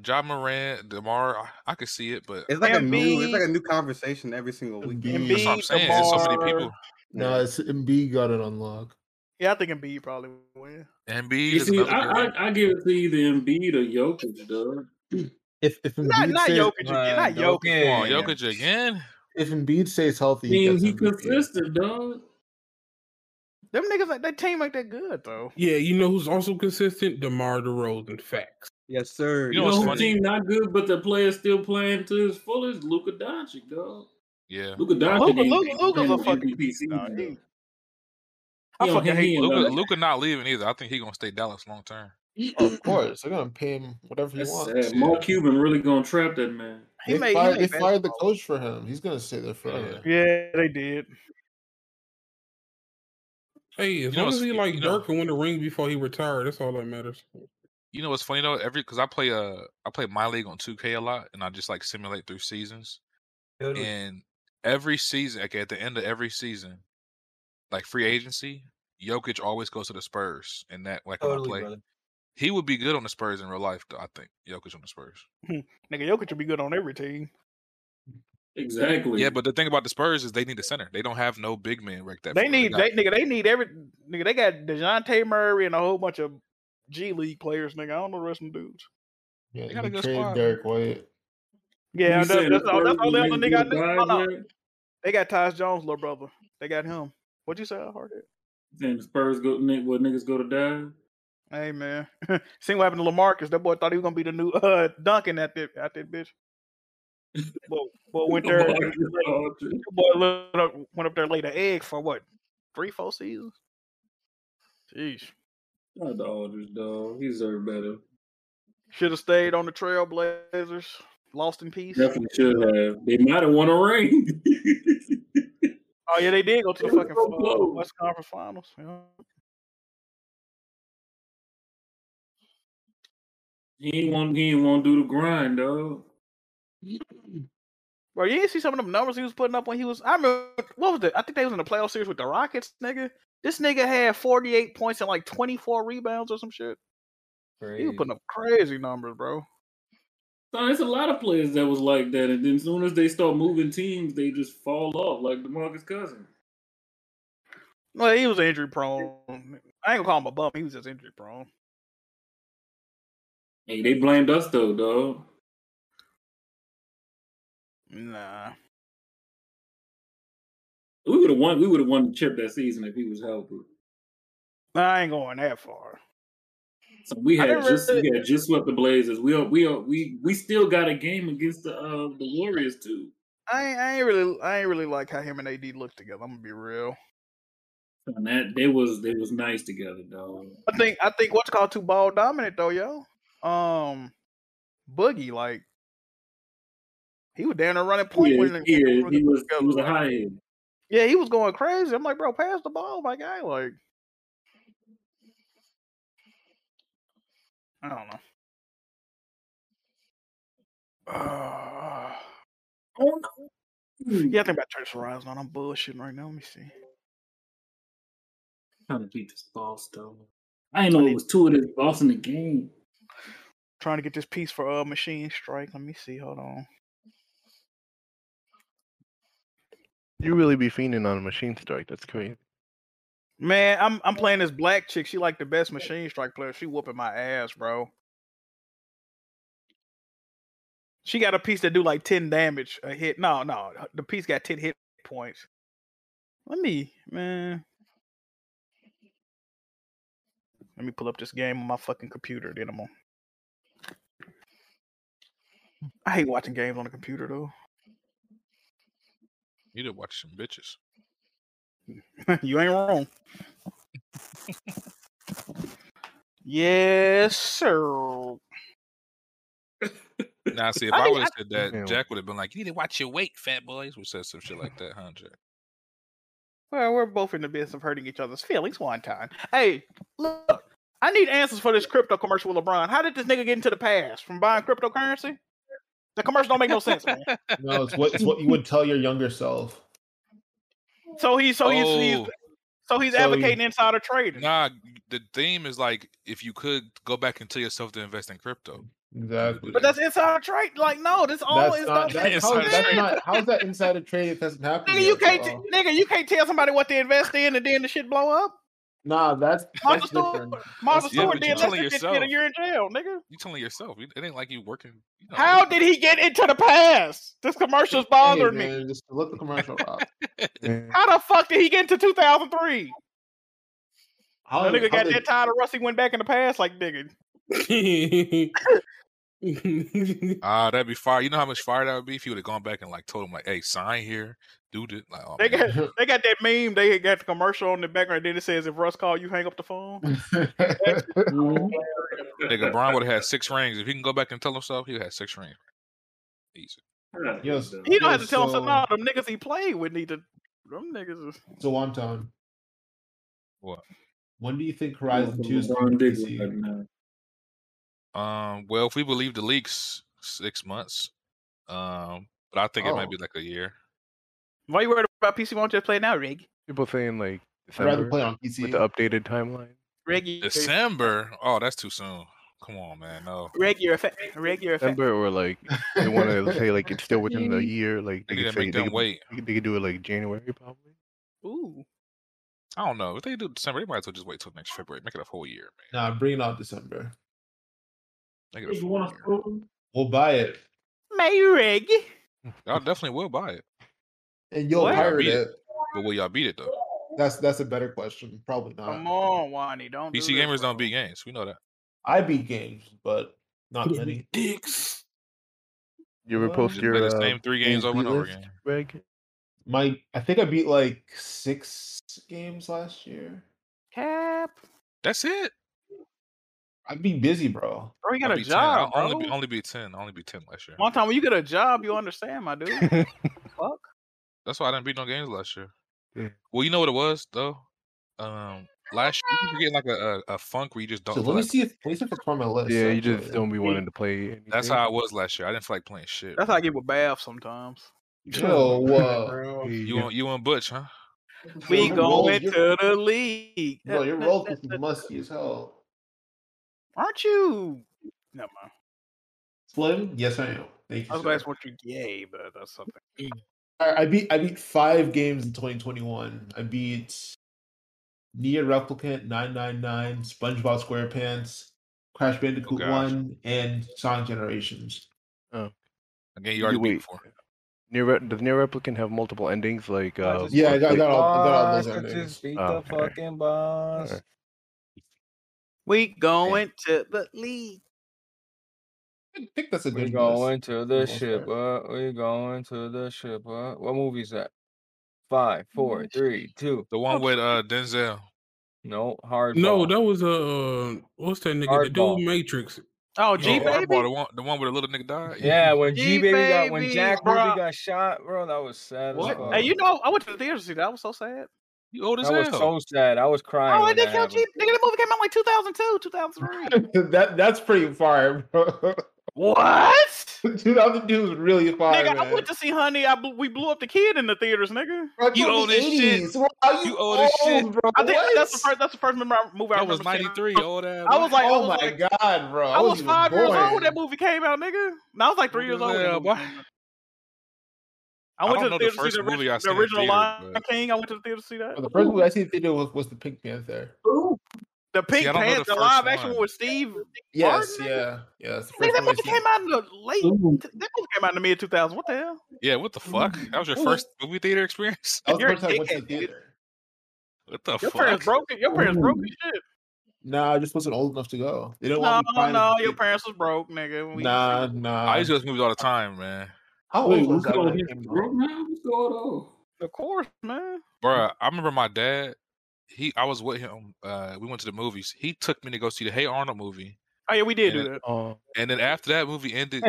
Speaker 8: John Moran, Demar. I, I could see it, but
Speaker 27: It's like a new, it's
Speaker 10: Embiid.
Speaker 27: like a new conversation every single week.
Speaker 8: That's what I'm saying. There's so many people.
Speaker 2: No, it's MB got it on lock.
Speaker 10: Yeah, I think Embiid probably would win.
Speaker 8: Embiid
Speaker 29: You
Speaker 8: is
Speaker 29: see,
Speaker 8: another
Speaker 29: I,
Speaker 8: good one.
Speaker 29: I, I give it to either Embiid or Jokic, dog.
Speaker 2: If if Embiid
Speaker 10: Not- not
Speaker 2: stays,
Speaker 10: Jokic again, not Jokic.
Speaker 8: Come on, Jokic again.
Speaker 2: if Embiid stays healthy, he
Speaker 29: Team,
Speaker 2: gets
Speaker 29: he
Speaker 2: MVP.
Speaker 29: consistent, dog.
Speaker 10: Them niggas, like, that team ain't that good though. (laughs)
Speaker 26: Yeah, you know who's also consistent? DeMar DeRozan. Facts.
Speaker 27: Yes, sir.
Speaker 29: You know, who team not good, but the player's still playing to his fullest. Luka Doncic, dog.
Speaker 8: Yeah.
Speaker 29: Luka Doncic.
Speaker 10: Luka,
Speaker 29: ain't-
Speaker 10: Luka,
Speaker 29: ain't
Speaker 10: Luka's a
Speaker 29: playing
Speaker 10: fucking
Speaker 29: MVP
Speaker 10: beast.
Speaker 29: season,
Speaker 10: Dog.
Speaker 29: dog.
Speaker 10: He- I
Speaker 29: He don't-
Speaker 10: fucking
Speaker 29: he
Speaker 10: hate
Speaker 29: ain't
Speaker 8: Luca,
Speaker 29: done
Speaker 8: Luca not leaving either. I think he's gonna stay Dallas long term.
Speaker 2: Of course, they're gonna pay him whatever he
Speaker 29: That's
Speaker 2: wants.
Speaker 29: sad. Mark Cuban really gonna trap that man.
Speaker 2: They,
Speaker 10: He made- he
Speaker 2: fired,
Speaker 10: made
Speaker 2: they fired the coach for him. He's gonna sit there forever.
Speaker 10: Yeah, they did.
Speaker 26: Hey,
Speaker 8: You
Speaker 26: as
Speaker 8: know
Speaker 26: long
Speaker 8: what's-
Speaker 26: as he like
Speaker 8: you know-
Speaker 26: Dirk and win the ring before he retired, that's all that matters.
Speaker 8: You know what's funny though? Every because I play uh I play my league on 2K a lot, and I just like simulate through seasons.
Speaker 30: Totally.
Speaker 8: And every season, like at the end of every season, like free agency, Jokic always goes to the Spurs, and that like when I
Speaker 30: Totally,
Speaker 8: play,
Speaker 30: brother.
Speaker 8: he would be good on the Spurs in real life. Though, I think Jokic on the Spurs.
Speaker 10: Nigga, Jokic would be good on every team.
Speaker 29: Exactly.
Speaker 8: Yeah, but the thing about the Spurs is they need a center. They don't have no big man like that.
Speaker 10: They
Speaker 8: for them.
Speaker 10: need
Speaker 8: got-
Speaker 10: they nigga, they need every nigga, they got DeJounte Murray and a whole bunch of G League players, nigga. I don't know the rest of them dudes.
Speaker 2: Yeah,
Speaker 8: They got a
Speaker 2: you
Speaker 8: good
Speaker 2: trade
Speaker 8: squad.
Speaker 2: Derek White.
Speaker 10: Yeah,
Speaker 29: You
Speaker 10: that-
Speaker 29: saying
Speaker 10: that's,
Speaker 29: the
Speaker 10: all that's
Speaker 29: Spurs
Speaker 10: all the
Speaker 29: ain't
Speaker 10: other nigga I
Speaker 29: good
Speaker 10: knew. Hold
Speaker 29: guys
Speaker 10: on.
Speaker 29: yet?
Speaker 10: They got Tyus Jones, little brother. They got him. What'd you say? I heard it.
Speaker 29: You Saying the Spurs go ni- where niggas go to die.
Speaker 10: Hey man. (laughs) Seen what happened to Lamarcus. That boy thought he was gonna be the new uh Duncan at that at that bitch. Boy, boy
Speaker 29: (laughs)
Speaker 10: went there and-
Speaker 29: Lamarcus
Speaker 10: That boy went up, went up there and laid an egg for what? Three, four seasons? Jeez.
Speaker 29: Not the Aldridge, dog. He deserved better.
Speaker 10: Should have stayed on the Trailblazers. Lost in peace.
Speaker 29: Definitely should have. They might have won a ring.
Speaker 10: Oh yeah, they did go to the
Speaker 29: They were
Speaker 10: fucking
Speaker 29: so
Speaker 10: uh,
Speaker 29: close.
Speaker 10: West Conference Finals. Yeah.
Speaker 29: he ain't want. He ain't want to do the grind, dog.
Speaker 10: Bro, you didn't see some of them numbers he was putting up when he was. I remember what was that? I think they was in the playoff series with the Rockets, nigga. This nigga had forty eight points and like twenty four rebounds or some shit. He was putting up crazy numbers, bro.
Speaker 29: Son, it's a lot of players that was like that, and then as soon as they start moving teams, they just fall off, like Demarcus Cousins.
Speaker 10: Well, he was injury prone. I ain't gonna call him a bum. He was just injury prone.
Speaker 29: Hey, they blamed us though, dog.
Speaker 10: Nah.
Speaker 29: We would have won. We would have won the chip that season if he was healthy.
Speaker 10: I ain't going that far.
Speaker 29: So we
Speaker 10: I
Speaker 29: had
Speaker 10: never
Speaker 29: just we
Speaker 10: really-
Speaker 29: had just swept the Blazers. We are, we are, we we still got a game against the uh, the Warriors too.
Speaker 10: I ain't, I ain't really I ain't really like how him and AD look together. I'm gonna be real.
Speaker 29: And that they was they was nice together, dog.
Speaker 10: I think I think what's called too ball dominant though, yo. Um, Boogie like he was down there running point
Speaker 29: Yeah,
Speaker 10: when the-
Speaker 29: yeah,
Speaker 10: when the-
Speaker 29: he was he was a high end.
Speaker 10: yeah, he was going crazy. I'm like, bro, pass the ball, my guy.
Speaker 29: (sighs)
Speaker 10: Like, I don't know. Ah. yeah, I think about Trace Horizon. I'm bullshitting right now. Let me see.
Speaker 29: Trying to beat this boss though. I didn't know it was two of this boss in the game.
Speaker 10: Trying to get this piece for uh Machine Strike. Let me see. Hold on.
Speaker 5: You really be fiending on a machine strike. That's crazy.
Speaker 10: Man, I'm I'm playing this black chick. She like the best machine strike player. She whooping my ass, bro. She got a piece that do like ten damage a hit. No, no, the piece got ten hit points. Let me, man. Let me pull up this game on my fucking computer. Then I'm on. I hate watching games on the computer though.
Speaker 8: You done watch some bitches.
Speaker 10: (laughs) you ain't wrong. yes, sir.
Speaker 8: Now,
Speaker 10: (laughs)
Speaker 8: see, if
Speaker 10: I
Speaker 8: I,
Speaker 10: mean,
Speaker 8: would have
Speaker 10: I-
Speaker 8: said that,
Speaker 10: Yeah.
Speaker 8: Jack would have been like, "You need to watch your weight, fat boys." Would said some shit like that, huh, Jack?
Speaker 10: Well, we're both in the business of hurting each other's feelings one time. Hey, look, I need answers for this crypto commercial with LeBron. How did this nigga get into the past from buying cryptocurrency? The commercial don't make no sense, man.
Speaker 2: No, it's what it's what you would tell your younger self.
Speaker 10: (laughs) So he's so he's, he's
Speaker 8: Oh.
Speaker 10: so he's
Speaker 8: So you-
Speaker 10: advocating insider trading.
Speaker 8: Nah, the theme is like if you could go back and tell yourself to invest in crypto.
Speaker 2: Exactly.
Speaker 10: (laughs) But that's insider trade. Like, no, this all
Speaker 2: That's
Speaker 10: is
Speaker 2: not,
Speaker 10: don't-
Speaker 2: that's, how, that's not
Speaker 10: (laughs)
Speaker 2: how's that insider trade if that's not happening?
Speaker 10: Nigga, you
Speaker 2: yet,
Speaker 10: can't,
Speaker 2: bro?
Speaker 10: nigga, you can't tell somebody what to invest in and then the shit blow up.
Speaker 2: Nah, that's
Speaker 10: Martha
Speaker 2: that's
Speaker 10: Stewart,
Speaker 2: different.
Speaker 10: Martha
Speaker 8: That's- yeah,
Speaker 10: Stewart
Speaker 8: but you
Speaker 10: did less
Speaker 8: telling
Speaker 10: than 15
Speaker 8: yourself.
Speaker 10: and you're in jail, nigga.
Speaker 8: You telling yourself. It ain't like you working.
Speaker 10: (laughs) How did he get into the past? This commercial's bothering me.
Speaker 2: man, Just let the commercial up.
Speaker 10: (laughs) How the fuck did he get into 2003?
Speaker 2: How,
Speaker 10: that nigga
Speaker 2: how
Speaker 10: got
Speaker 2: did-
Speaker 10: that tired of Rusty went back in the past, like nigga.
Speaker 2: (laughs)
Speaker 8: Ah, that'd be fire. You know how much fire that would be if you would have gone back and like told him like, "Hey, sign here, do this." Like, oh,
Speaker 10: They
Speaker 8: man.
Speaker 10: got they got that meme. They got the commercial on the background. Then it says, "If Russ call you, hang up the phone."
Speaker 2: (laughs)
Speaker 8: nigga, Brian would have had six rings. If he can go back and tell himself, he would have six rings. Easy.
Speaker 2: Yes.
Speaker 10: He don't have to
Speaker 2: yes,
Speaker 10: tell him
Speaker 2: so, uh,
Speaker 10: something. No, them niggas he played with need to. Them niggas. Is...
Speaker 2: So Wonton,
Speaker 8: What?
Speaker 2: when do you think Horizon
Speaker 8: Welcome
Speaker 2: Two is
Speaker 8: to
Speaker 2: coming to
Speaker 8: Bonded
Speaker 2: PC?
Speaker 8: Um, well, if we believe the leaks, six months. Um, but I think it
Speaker 10: Oh.
Speaker 8: might be like a year.
Speaker 10: Why you worried about PC? Won't just play now, Rig?
Speaker 5: People saying like
Speaker 2: I'd rather
Speaker 5: December
Speaker 2: play on PC.
Speaker 5: with the updated timeline.
Speaker 10: Rig, you-
Speaker 8: December? Oh, that's too soon. Come on, man. No.
Speaker 10: Rig, you're a fa- Rig, you're a fa-
Speaker 5: December or like they want
Speaker 2: (laughs)
Speaker 5: to say like it's still within the year. Like
Speaker 8: They
Speaker 5: they
Speaker 8: need
Speaker 5: could
Speaker 8: to make
Speaker 5: say they
Speaker 8: them
Speaker 5: could,
Speaker 8: wait.
Speaker 5: they could- they could do it like January probably.
Speaker 10: Ooh.
Speaker 8: I don't know. If they do December, they might as well just wait till next February. Make it a whole year,
Speaker 2: Nah, bring it out December.
Speaker 8: man. Make it a full year.
Speaker 2: We'll buy it.
Speaker 10: May Rig.
Speaker 8: Y'all definitely will buy it.
Speaker 2: And you'll
Speaker 8: Will y'all
Speaker 2: pirate
Speaker 8: beat
Speaker 2: it.
Speaker 8: But will y'all beat it though?
Speaker 2: That's that's a better question. Probably not.
Speaker 10: Come on, Wani. Don't.
Speaker 8: PC gamers don't beat games. We know that.
Speaker 2: I beat games, but not many.
Speaker 10: Dicks.
Speaker 5: You ever
Speaker 2: Well,
Speaker 5: post
Speaker 2: Just
Speaker 5: your
Speaker 2: play the
Speaker 5: uh,
Speaker 2: same
Speaker 8: three
Speaker 5: game
Speaker 8: games over and
Speaker 5: beat
Speaker 8: over
Speaker 5: list,
Speaker 8: again.
Speaker 5: Greg?
Speaker 2: My I think I beat like six games last year.
Speaker 10: Cap.
Speaker 8: That's it.
Speaker 2: I'd be busy, bro.
Speaker 10: Bro, you
Speaker 8: I
Speaker 10: got a
Speaker 8: beat 10. I
Speaker 10: job, bro.
Speaker 8: only be, only be ten. I only be ten last year.
Speaker 10: One time when you get a job, you understand, my dude.
Speaker 2: (laughs)
Speaker 10: Fuck.
Speaker 8: That's why I didn't beat no games last year. Well, you know what it was though. Um, last year you get like a, a, a funk where you just don't.
Speaker 2: So
Speaker 8: feel
Speaker 2: let me
Speaker 8: like
Speaker 2: see if let me see if it's on my list.
Speaker 5: Yeah, you
Speaker 2: actually.
Speaker 5: just don't be wanting to play.
Speaker 8: That's how I was last year. I didn't feel like playing shit.
Speaker 10: That's how I get with Bath sometimes.
Speaker 1: (laughs)
Speaker 2: Yo, Oh, whoa.
Speaker 8: You and, you and Butch, huh?
Speaker 10: We
Speaker 2: Yo, your roles-
Speaker 10: going
Speaker 2: your-
Speaker 10: to the league. (laughs)
Speaker 2: Bro, your roles is musky as hell.
Speaker 10: Aren't you? Never mind.
Speaker 2: Slim? Yes, I am. Thank
Speaker 10: I
Speaker 2: you.
Speaker 10: was gonna
Speaker 2: Sir.
Speaker 10: ask what you gay, but that's something.
Speaker 2: I, I beat I beat five games in 2021. I beat Nia Replicant 999, SpongeBob SquarePants, Crash
Speaker 10: Oh,
Speaker 2: Bandicoot
Speaker 8: gosh.
Speaker 2: 1, and Sonic Generations.
Speaker 5: Oh.
Speaker 8: Again,
Speaker 5: you already beat before. Near Re- does Near Replicant have multiple endings? Like uh,
Speaker 2: just- Yeah, I got- I got all- I got all those
Speaker 5: Like-
Speaker 2: endings.
Speaker 5: Oh,
Speaker 2: Just
Speaker 1: beat
Speaker 5: okay.
Speaker 1: the fucking boss.
Speaker 10: We going to the league.
Speaker 2: I think that's a
Speaker 1: We
Speaker 2: good
Speaker 1: going
Speaker 2: list.
Speaker 1: to
Speaker 2: the
Speaker 1: the
Speaker 2: most
Speaker 1: ship. Uh, we going to the ship. Uh, what movie is that? Five, four, three, two.
Speaker 8: The one with uh Denzel.
Speaker 1: No hard.
Speaker 26: No, that was a uh, what's that nigga? The
Speaker 1: Hardball.
Speaker 26: dude Matrix.
Speaker 10: Oh,
Speaker 8: G Hardball, the one, the one where the little nigga died.
Speaker 1: Yeah, when G baby got when
Speaker 10: G-Baby,
Speaker 1: Jack
Speaker 10: bruh.
Speaker 1: Ruby got shot, bro, that was sad.
Speaker 10: What?
Speaker 1: As fuck.
Speaker 10: Hey, you know, I went to the theater to see that. I was so sad.
Speaker 8: You old
Speaker 1: that was so sad. I was crying.
Speaker 10: Oh,
Speaker 1: when
Speaker 10: and they
Speaker 1: that
Speaker 10: killed
Speaker 1: happened.
Speaker 10: G. Nigga, the movie came out like 2002,
Speaker 2: (laughs)
Speaker 10: 2003.
Speaker 2: that that's pretty far, bro. (laughs)
Speaker 10: What?
Speaker 2: 2002 was really far,
Speaker 10: nigga,
Speaker 2: man.
Speaker 10: I went to see Honey. I bl- we blew up the kid in the theaters, nigga.
Speaker 2: Bro, it's You from old the as shit. 80s. Bro, are you You old as shit. old, bro?
Speaker 10: I think
Speaker 2: What?
Speaker 10: that's the first. That's the first member I- movie I
Speaker 8: That was
Speaker 10: remember. seeing.
Speaker 8: '93. Old ass.
Speaker 10: I was like, I
Speaker 2: oh
Speaker 10: was
Speaker 2: my
Speaker 10: like,
Speaker 2: god, bro.
Speaker 10: I was
Speaker 2: wasn't even
Speaker 10: five years
Speaker 2: born.
Speaker 10: old when that movie came out, nigga. No, I was like three years old. when that
Speaker 8: Yeah,
Speaker 10: movie
Speaker 8: boy.
Speaker 10: came out. I went
Speaker 8: don't
Speaker 10: to the
Speaker 8: know
Speaker 10: theater to
Speaker 8: first
Speaker 10: see the,
Speaker 8: movie
Speaker 10: orig-
Speaker 8: I seen
Speaker 10: the
Speaker 8: in
Speaker 10: original
Speaker 8: theaters,
Speaker 10: Lion
Speaker 8: but-
Speaker 10: King. I went to the theater to see that.
Speaker 2: The first movie I seen in theater was, was the Pink Panther.
Speaker 10: The Pink
Speaker 2: See, I don't know
Speaker 10: Panther,
Speaker 2: the
Speaker 10: the,
Speaker 2: first
Speaker 10: live action
Speaker 2: one.
Speaker 10: one with Steve.
Speaker 2: Yes,
Speaker 10: Martin?
Speaker 2: yeah, yeah. it's the
Speaker 10: I think that
Speaker 2: first movie I
Speaker 10: movie
Speaker 2: seen.
Speaker 10: came out in the late. That movie came out in the mid 2000s. What the hell?
Speaker 8: Yeah, what the
Speaker 10: (laughs)
Speaker 8: fuck? That was your
Speaker 10: Ooh.
Speaker 8: first movie theater experience?
Speaker 2: That was the
Speaker 10: You're a
Speaker 2: first time I went to the
Speaker 10: dickhead, dude.
Speaker 2: theater.
Speaker 8: What the
Speaker 10: Your
Speaker 8: fuck?
Speaker 10: parents broke it. Your parents broke
Speaker 2: Ooh.
Speaker 10: it. Shit.
Speaker 2: No, I just wasn't old enough to go. They don't
Speaker 10: No,
Speaker 2: want me
Speaker 10: no,
Speaker 2: buying it.
Speaker 10: your parents was broke, nigga. We,
Speaker 2: Nah, nah.
Speaker 8: I used to go to movies all the time, man.
Speaker 2: How
Speaker 8: Wait,
Speaker 2: old
Speaker 8: we
Speaker 2: was I
Speaker 8: call
Speaker 2: when
Speaker 8: him
Speaker 2: it came out?
Speaker 23: Bro, man, what's going on?
Speaker 10: Of course, man.
Speaker 8: Bruh, I remember my dad. He, I was with him. Uh, we went to the movies. He took me to go see the Hey Arnold movie,
Speaker 10: Oh yeah, we did do that.
Speaker 8: and then after that movie
Speaker 10: (laughs)
Speaker 8: ended,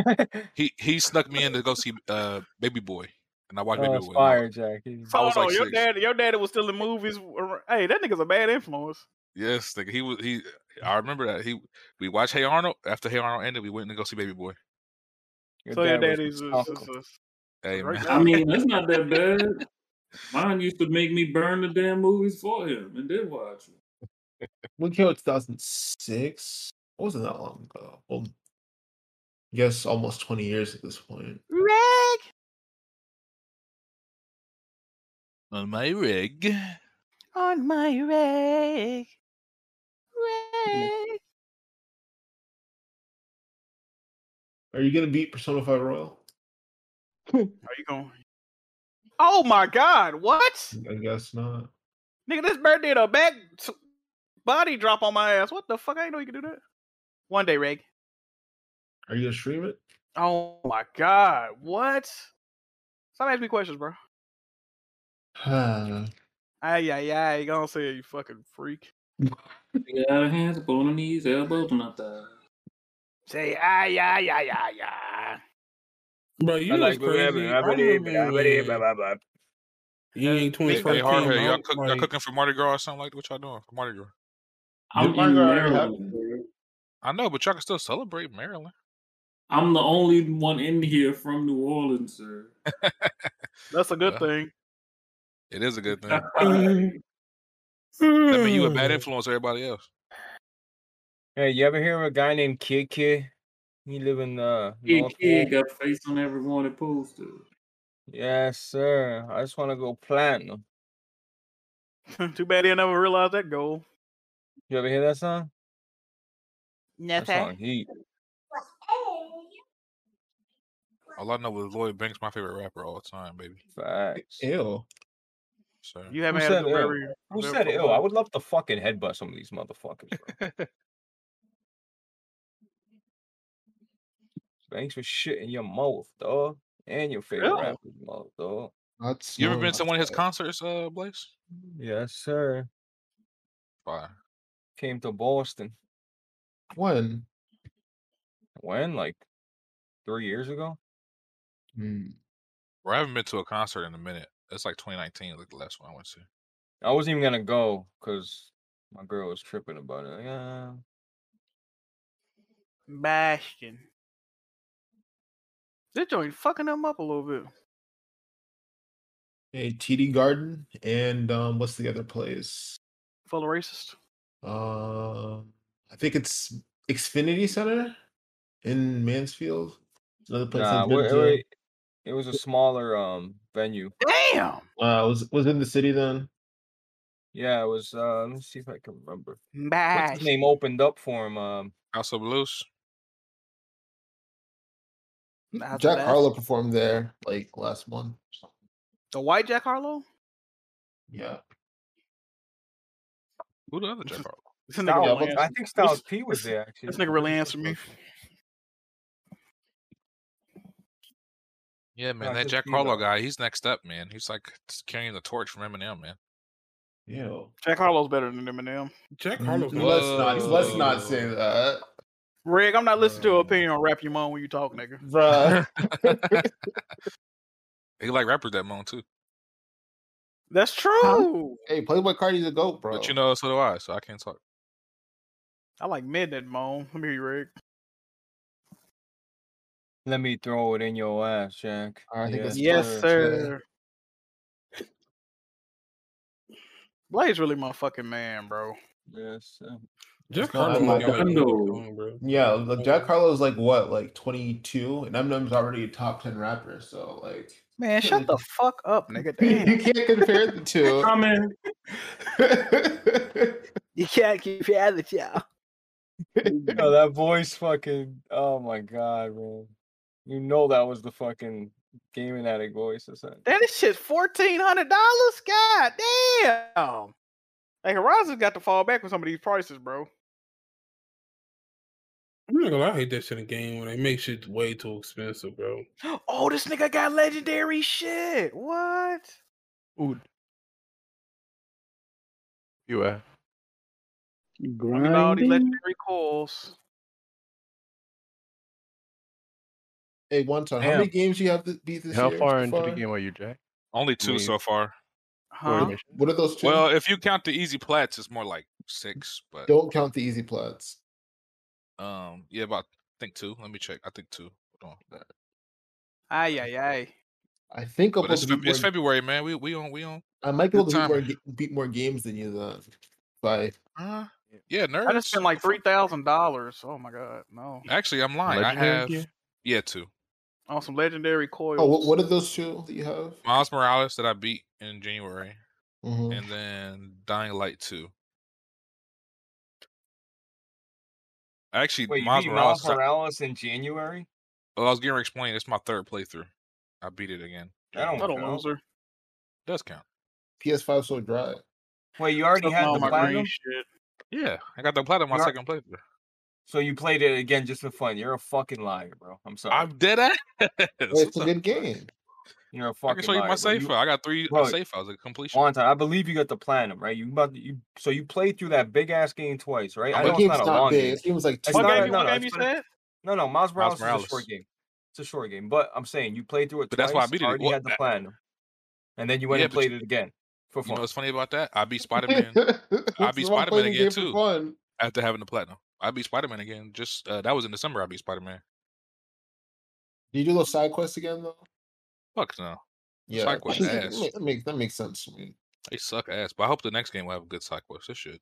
Speaker 8: he he snuck me in to go see uh Baby Boy, and I watched Baby Boy.
Speaker 1: fire, Jack.
Speaker 8: I
Speaker 10: Hold
Speaker 8: was
Speaker 10: on,
Speaker 8: like
Speaker 10: your
Speaker 8: six.
Speaker 10: dad, your daddy was still in movies. ar- Hey, that nigga's a bad influence.
Speaker 8: Yes, like he was. He, I remember that he. We watched Hey Arnold. After Hey Arnold ended, we went to go see Baby Boy.
Speaker 10: so your daddy's just,
Speaker 8: Hey, man.
Speaker 23: I
Speaker 10: (laughs)
Speaker 23: mean, that's not that bad. Mine used to make me burn the damn movies for him and then watch them.
Speaker 2: When it came out 2006? It wasn't that long ago. Well, I guess almost 20 years at this point.
Speaker 10: Reg.
Speaker 2: Uh,
Speaker 8: on my rig.
Speaker 10: on my rag. Rag.
Speaker 2: Are you gonna beat Persona
Speaker 10: (laughs)
Speaker 2: 5 Royal?
Speaker 10: Are you going? Oh my God! What,
Speaker 2: I guess not.
Speaker 10: nigga? This bird did a back t- body drop on my ass. What the fuck? I didn't know you could do that. One day, Reg.
Speaker 2: Are you gonna stream it?
Speaker 10: Oh my God! What? Stop asking me questions, bro.
Speaker 2: Huh.
Speaker 10: Ay, yeah, yeah. You gonna say it, you fucking freak?
Speaker 23: You got our hands up on our knees, elbows on our thighs.
Speaker 10: Say ay, yeah, yeah, yeah, yeah.
Speaker 26: Bro, you know what's crazy. I remember- You ain't
Speaker 8: Hey,
Speaker 26: 25
Speaker 8: hard
Speaker 26: came
Speaker 8: y'all,
Speaker 26: out,
Speaker 8: cook, y'all
Speaker 26: like-
Speaker 8: cooking for Mardi Gras or something like that? What y'all doing for Mardi Gras?
Speaker 23: I'm in Maryland.
Speaker 8: I know, Oh, but y'all can still celebrate Maryland.
Speaker 23: I'm the only one in here from New Orleans, sir.
Speaker 10: That's a good
Speaker 8: Yeah.
Speaker 10: thing.
Speaker 8: It is a good thing. that
Speaker 2: (laughs)
Speaker 8: mean you a bad influence on everybody else.
Speaker 1: Hey, you ever hear of a guy named Kid Kid? He live in uh
Speaker 23: Kid
Speaker 1: North
Speaker 23: Kid
Speaker 1: Pole.
Speaker 23: got face on everyone that pulls to.
Speaker 1: Yes, sir. I just want to go platinum.
Speaker 10: (laughs) Too bad they never realized that goal.
Speaker 1: You ever hear that song?
Speaker 8: (laughs)
Speaker 1: That
Speaker 10: Nothing.
Speaker 1: song heat.
Speaker 8: All I know is Lloyd Banks, my favorite rapper all the time, baby.
Speaker 1: Facts.
Speaker 2: Ew.
Speaker 8: So
Speaker 10: You
Speaker 1: Who
Speaker 10: haven't had a
Speaker 1: said
Speaker 10: good
Speaker 1: ill?
Speaker 10: memory.
Speaker 1: Who said ill? I would love to fucking headbutt some of these motherfuckers. bro.
Speaker 10: (laughs)
Speaker 1: Banks was shit in your mouth, dog, and your favorite
Speaker 8: Really?
Speaker 1: rapper's mouth, dog.
Speaker 2: That's
Speaker 8: You ever been to one of his concerts, uh, Blaze?
Speaker 1: Yes, sir.
Speaker 8: Fire.
Speaker 1: Came to Boston
Speaker 2: When?
Speaker 1: when, like, three years ago.
Speaker 2: Hmm.
Speaker 8: Or I haven't been to a concert in a minute. That's like 2019, like the last one I went to.
Speaker 1: I wasn't even gonna go because my girl was tripping about it. Like,
Speaker 10: Uh,
Speaker 1: "Ah,
Speaker 10: Bastion. This joint fucking them up a little bit.
Speaker 2: A TD Garden and um, what's the other place?
Speaker 10: Full of racist.
Speaker 2: Um, I think it's Xfinity Center in Mansfield. Another place
Speaker 1: nah,
Speaker 2: I've been
Speaker 1: wha-
Speaker 2: to.
Speaker 1: wait, it was a smaller um venue.
Speaker 10: Damn.
Speaker 2: Uh, was was in the city then.
Speaker 1: Yeah, it was. Uh, let me see if I can remember. What's
Speaker 10: Bash.
Speaker 1: his name opened up for him? Um,
Speaker 8: House of Blues.
Speaker 10: That's
Speaker 2: Jack
Speaker 10: bad.
Speaker 2: Harlow performed there like last month.
Speaker 10: The white Jack Harlow?
Speaker 2: Yeah.
Speaker 8: Who the other Jack Harlow?
Speaker 10: This nigga
Speaker 1: Styles-
Speaker 10: really
Speaker 1: I
Speaker 10: answered-
Speaker 1: think Styles
Speaker 10: this-
Speaker 1: P was
Speaker 10: this-
Speaker 1: there actually.
Speaker 10: This nigga really answered me.
Speaker 8: Yeah, man,
Speaker 1: I
Speaker 8: that
Speaker 1: just
Speaker 8: Jack
Speaker 1: seen
Speaker 8: Harlow
Speaker 1: that.
Speaker 8: guy, he's next up, man. He's like s- carrying the torch from Eminem, man.
Speaker 2: Yeah.
Speaker 10: Jack Harlow's better than Eminem.
Speaker 26: Jack
Speaker 1: Mm-hmm.
Speaker 2: Let's not let's not say that,
Speaker 10: Reg, I'm not listening to an opinion on Rap Your Mom when you talk, nigga.
Speaker 2: bruh.
Speaker 1: (laughs)
Speaker 8: He like rappers that moan too.
Speaker 10: That's true.
Speaker 2: hey, Playboy Cardi's a goat, bro.
Speaker 8: But you know, so do I, so I can't talk.
Speaker 10: I like Midnight Moan. Let me hear you, Reg.
Speaker 1: Let me throw it in your ass, Jack.
Speaker 2: I think that's
Speaker 10: Yes, sir. Blade's really my fucking man, bro.
Speaker 1: Yes, sir.
Speaker 26: Jack
Speaker 2: not
Speaker 26: Harlow
Speaker 2: like
Speaker 26: got
Speaker 2: that.
Speaker 26: that
Speaker 2: No.
Speaker 26: going, bro.
Speaker 2: Yeah, like Jack Harlow's like what, like twenty two, and Eminem's already a top ten rapper. So like, (laughs)
Speaker 10: Man, shut the fuck up, nigga.
Speaker 20: You can't compare the two.
Speaker 10: Comment.
Speaker 2: (laughs)
Speaker 10: you can't keep your eyes y'all.
Speaker 8: (laughs)
Speaker 1: no, that voice fucking oh my god, man. You know that was the fucking gaming addict voice or something.
Speaker 10: Damn, this shit fourteen hundred dollars. God damn. Like Horizon's got to fall back with some of these prices, bro. (gasps)
Speaker 26: I'm not gonna lie, I hate that shit in a game when they make shit way too expensive, bro.
Speaker 10: Oh, this nigga got legendary shit. What?
Speaker 26: Ooh. You are.
Speaker 10: Look at all these legendary calls.
Speaker 2: Hey, one time, how
Speaker 5: Damn.
Speaker 2: many games you have to beat this
Speaker 5: How
Speaker 2: year?
Speaker 5: far
Speaker 2: So
Speaker 5: into the game are you, Jack?
Speaker 8: Only two
Speaker 5: Me.
Speaker 8: so far.
Speaker 5: Huh? Wait a
Speaker 2: What are those two?
Speaker 8: Well, if you count the easy plats, it's more like six. But
Speaker 2: Don't count the easy plats.
Speaker 8: um, yeah, about I think two. Let me check. I think two. Hold on.
Speaker 10: Ay, ay, ay.
Speaker 2: I think I'll
Speaker 8: But it's,
Speaker 2: probably
Speaker 8: Feb- it's
Speaker 2: more-
Speaker 8: February, man. We we on we on.
Speaker 2: I might be able
Speaker 8: Good
Speaker 2: to beat
Speaker 8: time.
Speaker 2: more, ga- beat more games than you though. By
Speaker 8: Uh, yeah, nerds.
Speaker 10: I just spent like three thousand dollars. Oh my god, no!
Speaker 8: Actually, I'm lying.
Speaker 2: Legendary
Speaker 8: I have
Speaker 2: gear?
Speaker 8: yeah two.
Speaker 10: On some legendary coils.
Speaker 2: oh, what, what are those two that you have?
Speaker 8: Miles Morales that I beat in January,
Speaker 2: Mhm.
Speaker 8: and then Dying Light two. Actually,
Speaker 1: Wait, you
Speaker 8: Miles
Speaker 1: beat
Speaker 8: Morales.
Speaker 1: Miles Morales in January?
Speaker 8: well, I was getting ready to explain. It's my third playthrough. I beat it again.
Speaker 1: That don't
Speaker 8: January.
Speaker 1: count.
Speaker 8: Does count.
Speaker 2: PS5 so dry.
Speaker 1: Wait, you already had the platinum?
Speaker 8: Yeah, I got the platinum my
Speaker 1: You're-
Speaker 8: second playthrough.
Speaker 1: So you played it again just for fun. You're a fucking liar, bro. I'm sorry.
Speaker 8: I'm dead ass.
Speaker 1: It's
Speaker 8: a
Speaker 2: good game.
Speaker 1: You're a
Speaker 8: I
Speaker 1: fucking
Speaker 8: can show you
Speaker 1: liar,
Speaker 8: my
Speaker 1: bro.
Speaker 8: safe file. I got three
Speaker 1: Bro,
Speaker 8: safe files at completion.
Speaker 1: Wanta, I believe you got the platinum, right? You about to- you so you played through that big ass game twice, right? I
Speaker 2: My
Speaker 1: know it's
Speaker 2: game's
Speaker 1: not a
Speaker 2: not
Speaker 1: long
Speaker 2: big.
Speaker 1: game.
Speaker 2: It seems like
Speaker 1: It's
Speaker 2: two
Speaker 1: not a-
Speaker 2: hours.
Speaker 1: no, no,
Speaker 2: What
Speaker 1: it's been a- No, no, Miles Morales, is a
Speaker 8: Morales.
Speaker 1: short game. It's a short game, but I'm saying you played through it
Speaker 8: But
Speaker 1: twice.
Speaker 8: that's why I beat it.
Speaker 1: Already
Speaker 8: Well,
Speaker 1: had the
Speaker 8: that-
Speaker 1: platinum, and then you went
Speaker 8: Yeah,
Speaker 1: and
Speaker 8: but you-
Speaker 1: played it again for
Speaker 8: You know
Speaker 1: fun.
Speaker 8: what's funny about that? I
Speaker 2: (laughs)
Speaker 8: beat Spider Man. I beat
Speaker 2: That's why I
Speaker 8: Spider
Speaker 2: play
Speaker 8: Man
Speaker 2: the
Speaker 8: again
Speaker 2: game for
Speaker 8: too.
Speaker 2: fun.
Speaker 8: After having the platinum, I beat Spider Man again. Just uh, that was in December. I beat Spider Man.
Speaker 2: Do you do those side quests again though?
Speaker 8: Fuck no.
Speaker 2: Yeah,
Speaker 8: Side
Speaker 2: (laughs)
Speaker 8: quests
Speaker 2: that,
Speaker 8: ass.
Speaker 2: makes, that, makes, that makes sense to me.
Speaker 8: They suck ass. But I hope the next game will have a good side quest. This shit.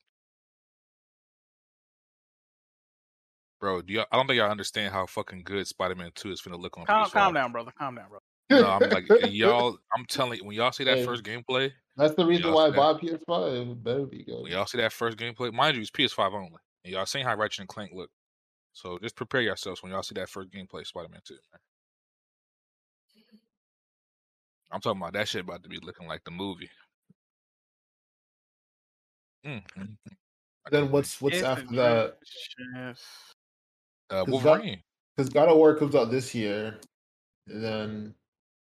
Speaker 8: Bro, do y'all, I don't think y'all understand how fucking good Spider Man Two is finna look on.
Speaker 10: Calm,
Speaker 8: PS5.
Speaker 10: calm down, brother. Calm down, brother.
Speaker 8: No,
Speaker 2: (laughs)
Speaker 8: I'm like y'all. I'm telling you, when y'all see that
Speaker 2: Hey,
Speaker 8: first gameplay,
Speaker 2: That's the
Speaker 8: when
Speaker 2: reason
Speaker 8: y'all
Speaker 2: why I
Speaker 8: see that-
Speaker 2: bought PS5. It better be good.
Speaker 8: when y'all see that first gameplay, mind you, it's PS5 only. And y'all seen how Ratchet and Clank look. So just prepare yourselves when y'all see that first gameplay, Spider Man 2. man. I'm talking about that shit about to be looking like the movie. Mm. mm, mm.
Speaker 2: Then what's what's after that?
Speaker 8: Uh,
Speaker 2: Because
Speaker 8: Wolverine.
Speaker 2: God of War comes out this year, and then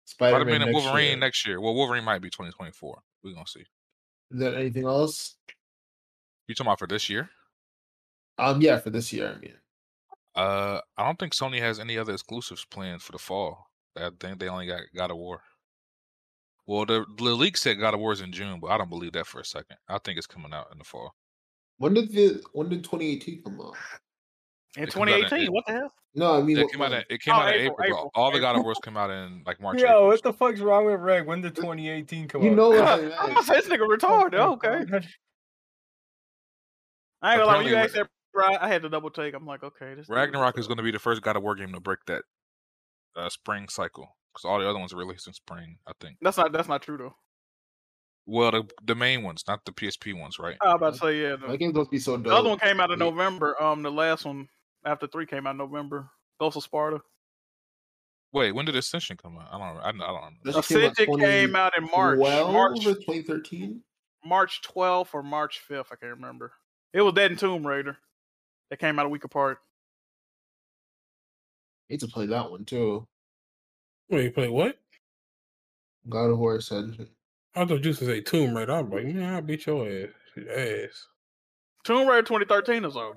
Speaker 2: Spider
Speaker 8: Spider Man
Speaker 2: Man
Speaker 8: and
Speaker 2: next
Speaker 8: Wolverine
Speaker 2: year.
Speaker 8: next year. Well, Wolverine might be 2024. We're going to see.
Speaker 2: Is there anything else?
Speaker 8: You talking about for this year?
Speaker 2: Um, yeah, for this year. I mean,
Speaker 8: Uh, I don't think Sony has any other exclusives planned for the fall. I think they only got God of War. Well, the, the leak said God of War is in June, but I don't believe that for a second. I think it's coming out in the fall.
Speaker 2: when did the when did 2018 come out?
Speaker 10: In
Speaker 8: It comes out in
Speaker 10: 2018
Speaker 8: April.
Speaker 10: what the hell?
Speaker 2: No, I mean,
Speaker 8: That
Speaker 2: what
Speaker 8: came out.
Speaker 2: month?
Speaker 8: in- it came
Speaker 10: Oh,
Speaker 8: out in
Speaker 10: April,
Speaker 8: April. but
Speaker 10: April,
Speaker 8: All the
Speaker 10: (laughs)
Speaker 8: God of Wars come out in like March. April.
Speaker 1: Yo, what the fuck's wrong with Reg? When did 2018 come
Speaker 2: You
Speaker 1: out?
Speaker 8: (laughs)
Speaker 2: know what
Speaker 10: I'm gonna say this nigga retarded. Okay. (laughs) I ain't gonna lie. When you
Speaker 8: Apparently,
Speaker 10: asked that, bro, I had to double take. I'm like, okay, this. dude-
Speaker 8: Ragnarok is going to be the first God of War game to break that uh, spring cycle because all the other ones are released in spring, I think.
Speaker 10: That's not. That's not true though.
Speaker 8: Well, the the main ones, not the PSP ones, right?
Speaker 10: I was about to say yeah.
Speaker 2: That
Speaker 10: The,
Speaker 2: game's supposed to be so
Speaker 10: the other one
Speaker 2: dope.
Speaker 10: came out in November. Um, the last one after three came out in November. Ghost of Sparta.
Speaker 8: Wait, when did Ascension come out? I don't. I, don't- I don't remember.
Speaker 2: That shit
Speaker 10: Ascension came out in March.
Speaker 2: 2012
Speaker 10: March.
Speaker 2: or 2013.
Speaker 10: March 12th or March 5th. I can't remember. It was that and Tomb Raider. They came out a week apart.
Speaker 2: Need to play that one too.
Speaker 26: Wait, play what?
Speaker 2: God of War Ascension.
Speaker 26: I thought you was gonna say Tomb Raider. I'm like, man, I beat your ass. Ass.
Speaker 10: Tomb Raider 2013 is a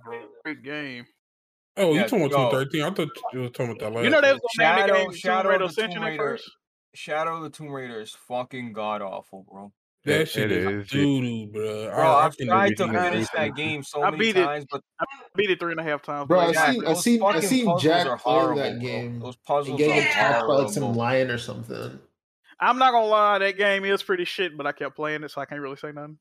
Speaker 10: great game.
Speaker 26: Oh,
Speaker 10: Yeah,
Speaker 26: you talking
Speaker 10: yo.
Speaker 26: about 2013? I thought you were talking about that last.
Speaker 10: You know they was gonna name the
Speaker 1: Shadow,
Speaker 10: game Tomb
Speaker 1: Shadow
Speaker 10: Raider
Speaker 1: of the
Speaker 10: Ascension
Speaker 1: Tomb
Speaker 10: at
Speaker 1: Raider.
Speaker 10: first.
Speaker 1: Shadow of the Tomb Raider is fucking god awful, bro.
Speaker 26: That
Speaker 1: It-
Speaker 26: shit
Speaker 1: it
Speaker 26: is
Speaker 1: is.
Speaker 26: doo doo, bro.
Speaker 1: Bro, I've
Speaker 26: think
Speaker 1: tried
Speaker 26: everything
Speaker 1: to
Speaker 26: is
Speaker 1: finish
Speaker 26: doo-doo.
Speaker 1: that game so
Speaker 10: I
Speaker 1: many
Speaker 10: beat it.
Speaker 1: times, but
Speaker 10: I beat it three and a half times.
Speaker 2: Bro, I
Speaker 10: but Oh, yeah,
Speaker 2: seen I
Speaker 10: those
Speaker 2: seen I
Speaker 10: fucking
Speaker 2: seen
Speaker 10: puzzles
Speaker 2: Jack
Speaker 10: are
Speaker 2: playing
Speaker 10: horrible,
Speaker 2: that
Speaker 10: bro.
Speaker 2: game
Speaker 1: those
Speaker 2: and
Speaker 1: puzzles
Speaker 2: getting
Speaker 1: are
Speaker 2: attacked by like some
Speaker 1: horrible.
Speaker 2: lion or something.
Speaker 10: I'm not gonna lie, that game is pretty shit, but I kept playing it, so I can't really say nothing.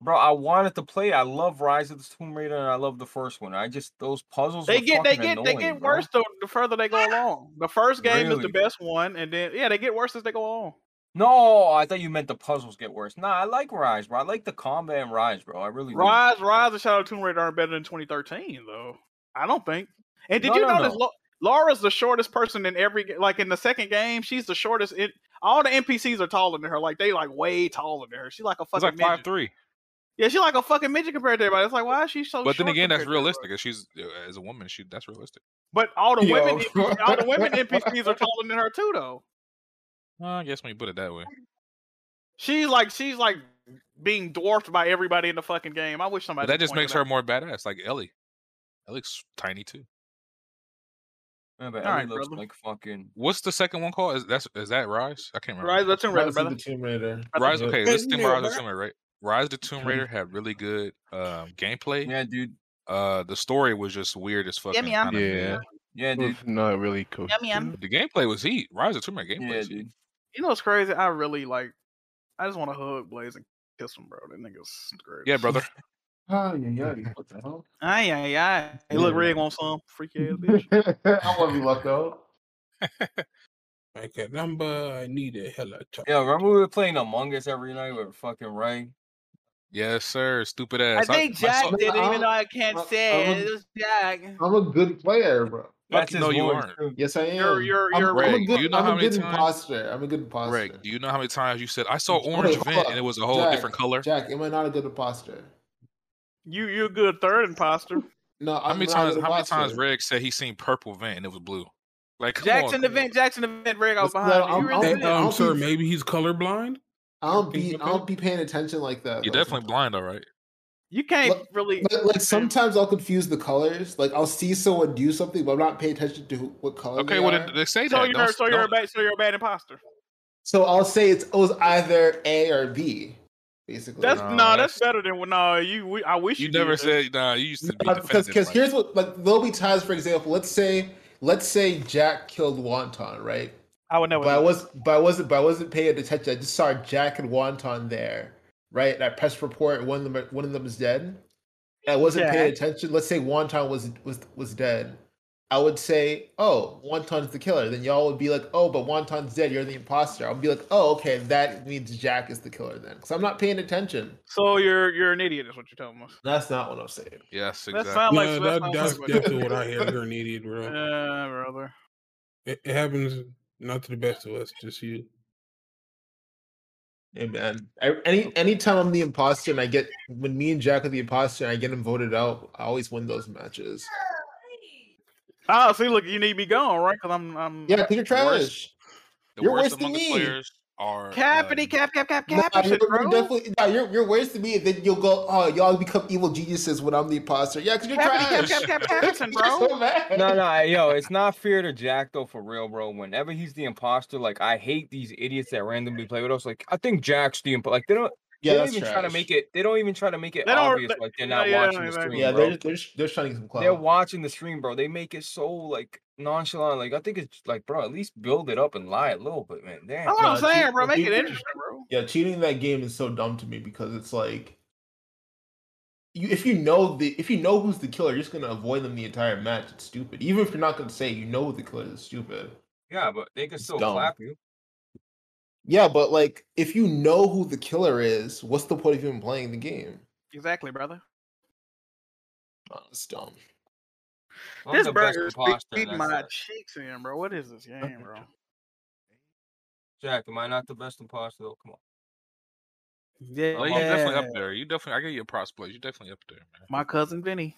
Speaker 1: Bro, I wanted to play. I love Rise of the Tomb Raider and I love the first one. I just those puzzles.
Speaker 10: They
Speaker 1: were
Speaker 10: get they
Speaker 1: fucking
Speaker 10: get they
Speaker 1: annoying,
Speaker 10: get
Speaker 1: bro.
Speaker 10: worse though the further they go along. The first game is the
Speaker 1: Really?
Speaker 10: best one, and then yeah, they get worse as they go along.
Speaker 1: No, I thought you meant the puzzles get worse. Nah, I like Rise, bro. I like the combat in Rise, bro. I really do.
Speaker 10: Rise, Rise, and Shadow of Tomb Raider aren't better than 2013 though. I don't think. And did
Speaker 1: No,
Speaker 10: you
Speaker 1: no,
Speaker 10: notice
Speaker 1: no.
Speaker 10: Lau- Laura's the shortest person in every ga- like in the second game? She's the shortest. It all the NPCs are taller than her. Like they like way taller than her. She's like a
Speaker 8: It's
Speaker 10: fucking
Speaker 8: like five
Speaker 10: midget.
Speaker 8: three.
Speaker 10: Yeah, she's like a fucking midget compared to everybody. It's like why is she so?
Speaker 8: But then
Speaker 10: short
Speaker 8: again, that's
Speaker 10: compared to everybody?
Speaker 8: realistic. If she's uh, as a woman, she that's realistic.
Speaker 10: But all the
Speaker 8: Yo.
Speaker 10: women, all the women NPCs are taller than her too, though.
Speaker 8: Well, I guess when you put it that way,
Speaker 10: She's like she's like being dwarfed by everybody in the fucking game. I wish
Speaker 8: but
Speaker 10: somebody.
Speaker 8: that just
Speaker 10: pointed
Speaker 8: makes
Speaker 10: out.
Speaker 8: her more badass. Like Ellie, Ellie's tiny too.
Speaker 1: Yeah, but
Speaker 10: All
Speaker 1: Ellie
Speaker 10: right,
Speaker 1: looks
Speaker 10: brother.
Speaker 1: like fucking.
Speaker 8: What's the second one called? Is that's is that Rise? I can't remember.
Speaker 10: Rise of the Tomb Raider, brother.
Speaker 8: Rise. Okay, let's think about Rise of the
Speaker 10: Yeah.
Speaker 8: Tomb Raider. Right? Rise of the Tomb
Speaker 10: (laughs)
Speaker 8: Raider had really good um, gameplay. Yeah, dude. Uh, the story was just weird as fuck.
Speaker 10: Yeah,
Speaker 8: and
Speaker 10: meow.
Speaker 8: kinda-
Speaker 10: Yeah. Yeah,
Speaker 5: It was not really cool.
Speaker 10: Yum, yum.
Speaker 8: The gameplay was heat. Rise of the Tomb Raider gameplay. was heat.
Speaker 10: You know what's crazy? I really like. I just want to hug Blaze and kiss him, bro. That nigga's great.
Speaker 8: Yeah,
Speaker 2: (laughs)
Speaker 8: brother.
Speaker 10: Oh yeah, yeah. What the
Speaker 2: Oh.
Speaker 10: hell? Ay yeah, yeah. Hey, look,
Speaker 2: Yeah.
Speaker 10: Rig wants some freaky
Speaker 2: (laughs)
Speaker 10: ass bitch.
Speaker 2: I love you, Lucko.
Speaker 26: Like a number, I need a hella time.
Speaker 1: Yeah, remember we were playing Among Us every night with fucking Ray.
Speaker 8: Yes, sir. Stupid
Speaker 10: I
Speaker 8: ass.
Speaker 10: think
Speaker 8: my
Speaker 10: Jack
Speaker 8: so-
Speaker 10: did it, even though I can't say
Speaker 2: I'm
Speaker 10: it.
Speaker 2: a-
Speaker 10: It was Jack.
Speaker 2: I'm a good player, bro.
Speaker 8: That's his No, you voice, aren't. too.
Speaker 2: Yes, I am.
Speaker 8: You're- you're-
Speaker 2: I'm,
Speaker 8: you're-
Speaker 2: I'm a
Speaker 8: Greg,
Speaker 2: good,
Speaker 8: do you know
Speaker 2: I'm
Speaker 8: how
Speaker 2: a
Speaker 8: many
Speaker 2: good
Speaker 8: times-
Speaker 2: imposter. I'm a good imposter.
Speaker 8: Greg, do you know how many times you said I saw
Speaker 2: Wait,
Speaker 8: orange
Speaker 2: hold
Speaker 8: vent
Speaker 2: up.
Speaker 8: and it was a whole
Speaker 2: Jack,
Speaker 8: different color?
Speaker 2: Jack, am I not a good imposter?
Speaker 10: You you a good third imposter.
Speaker 2: No,
Speaker 8: How
Speaker 2: I'm
Speaker 8: many
Speaker 2: not
Speaker 8: times?
Speaker 2: a good
Speaker 8: How many
Speaker 2: imposter.
Speaker 8: times? Reg said he seen purple vent and it was blue. Like come
Speaker 10: Jack's
Speaker 8: on,
Speaker 10: in the vent. Jack's in the vent. Rig, I was
Speaker 2: Let's-
Speaker 10: behind.
Speaker 2: no,
Speaker 10: you. you
Speaker 2: I'm-
Speaker 10: really
Speaker 2: I'm-
Speaker 10: did.
Speaker 2: I'm
Speaker 26: I'm sure
Speaker 2: confused.
Speaker 26: maybe he's colorblind.
Speaker 2: I don't be, I don't be paying attention like that.
Speaker 8: you're
Speaker 2: though.
Speaker 8: definitely blind, all right.
Speaker 10: You can't really
Speaker 2: Like, like sometimes I'll confuse the colors. Like I'll see someone do something, but I'm not paying attention to who, what color.
Speaker 8: Okay,
Speaker 2: they
Speaker 8: well
Speaker 2: are.
Speaker 8: then they say
Speaker 10: So
Speaker 8: that.
Speaker 10: you're
Speaker 8: Don't,
Speaker 10: so you're a
Speaker 8: don't,
Speaker 10: bad so you're a bad imposter.
Speaker 2: So I'll say it's it was either A or B, basically.
Speaker 10: That's no, that's better than when no. You we, I wish you,
Speaker 8: you never
Speaker 10: did
Speaker 8: said.
Speaker 10: that.
Speaker 8: Nah, you used to be
Speaker 2: because
Speaker 8: defensive.
Speaker 2: because
Speaker 8: like-
Speaker 2: Uh, here's what like there'll be times, for example, let's say let's say Jack killed Wonton, right?
Speaker 10: I would never.
Speaker 2: But I was but I wasn't but I wasn't paying attention. I just saw Jack and Wonton there, right? And I pressed report. One of them one of them is dead. And I wasn't paying
Speaker 10: Jack.
Speaker 2: attention. Let's say Wonton was was was dead. I would say, oh, Wonton's the killer. Then y'all would be like, oh, but Wonton's dead. You're the imposter. I'll be like, oh, okay, that means Jack is the killer then, because I'm not paying attention.
Speaker 10: So you're you're an idiot. Is what you're telling us.
Speaker 2: That's not what I'm saying.
Speaker 8: Yes,
Speaker 10: That sound like- Yeah, that that- sound like
Speaker 26: That's
Speaker 10: what-
Speaker 26: definitely what I had. You're an idiot,
Speaker 10: (laughs)
Speaker 26: bro.
Speaker 10: Yeah, brother.
Speaker 26: It, it happens not to the best of us, just you.
Speaker 2: Hey man, I, any anytime I'm the imposter and I get when me and Jack are the imposter and I get him voted out, I always win those matches.
Speaker 10: Oh, see, look, you need me gone, right? Because I'm I'm
Speaker 2: Yeah, 'cause you're trash.
Speaker 8: Worst- the
Speaker 2: You're
Speaker 8: worst
Speaker 2: worse than
Speaker 8: among the
Speaker 2: me.
Speaker 8: players are
Speaker 10: Cappity cap cap
Speaker 1: uh,
Speaker 10: cap cap.
Speaker 2: Nah,
Speaker 10: and
Speaker 2: you're,
Speaker 10: shit,
Speaker 2: you're
Speaker 10: bro.
Speaker 2: definitely nah, you're you're worse than me. And then you'll go, oh, y'all become evil geniuses when I'm the imposter. Yeah, because (laughs) you're
Speaker 10: Cappity
Speaker 2: trash.
Speaker 10: cap cap cap
Speaker 1: (laughs)
Speaker 10: Capperson, bro.
Speaker 2: so mad.
Speaker 1: No, no, yo, it's not fair to Jack though, for real, bro. Whenever he's the imposter, like I hate these idiots that randomly play with us. Like I think Jack's the imposter. Like they don't,
Speaker 2: Yeah,
Speaker 1: they don't
Speaker 2: that's
Speaker 1: even try to
Speaker 2: trash.
Speaker 1: make it. They don't even try to make it
Speaker 10: They don't-
Speaker 1: obvious.
Speaker 10: they-
Speaker 1: Like
Speaker 10: (laughs)
Speaker 1: they're
Speaker 10: yeah,
Speaker 1: not
Speaker 10: yeah,
Speaker 1: watching the
Speaker 10: exactly.
Speaker 1: stream.
Speaker 2: Yeah,
Speaker 1: bro.
Speaker 2: they're just, they're just, they're just trying to get some
Speaker 1: they're
Speaker 2: clout.
Speaker 1: watching the stream, bro. They make it so like nonchalant. Like I think it's like, bro, at least build it up and lie a little bit, man. Damn.
Speaker 10: That's what I'm
Speaker 2: Nah,
Speaker 10: saying,
Speaker 2: cheat-
Speaker 10: bro. Make it
Speaker 2: cheating-
Speaker 10: interesting, bro.
Speaker 2: Yeah, cheating in that game is so dumb to me because it's like you if you know the if you know who's the killer, you're just gonna avoid them the entire match. It's stupid. Even if you're not gonna say you know who the killer is, it's stupid.
Speaker 1: Yeah, but they can still
Speaker 2: dumb.
Speaker 1: clap you.
Speaker 2: Yeah, but like if you know who the killer is, what's the point of even playing the game?
Speaker 10: Exactly, brother.
Speaker 2: Oh, it's dumb.
Speaker 1: I'm
Speaker 10: This
Speaker 1: the best
Speaker 10: burger is
Speaker 1: imposter,
Speaker 10: beating
Speaker 1: that's
Speaker 10: my
Speaker 1: it.
Speaker 10: cheeks in, bro. What is this game, bro?
Speaker 1: Jack, am I not the best imposter though? Come on.
Speaker 10: Yeah,
Speaker 8: Well, you Oh, definitely up there. You definitely. I get your props, Blaze. You definitely up there, man.
Speaker 10: My cousin Vinny.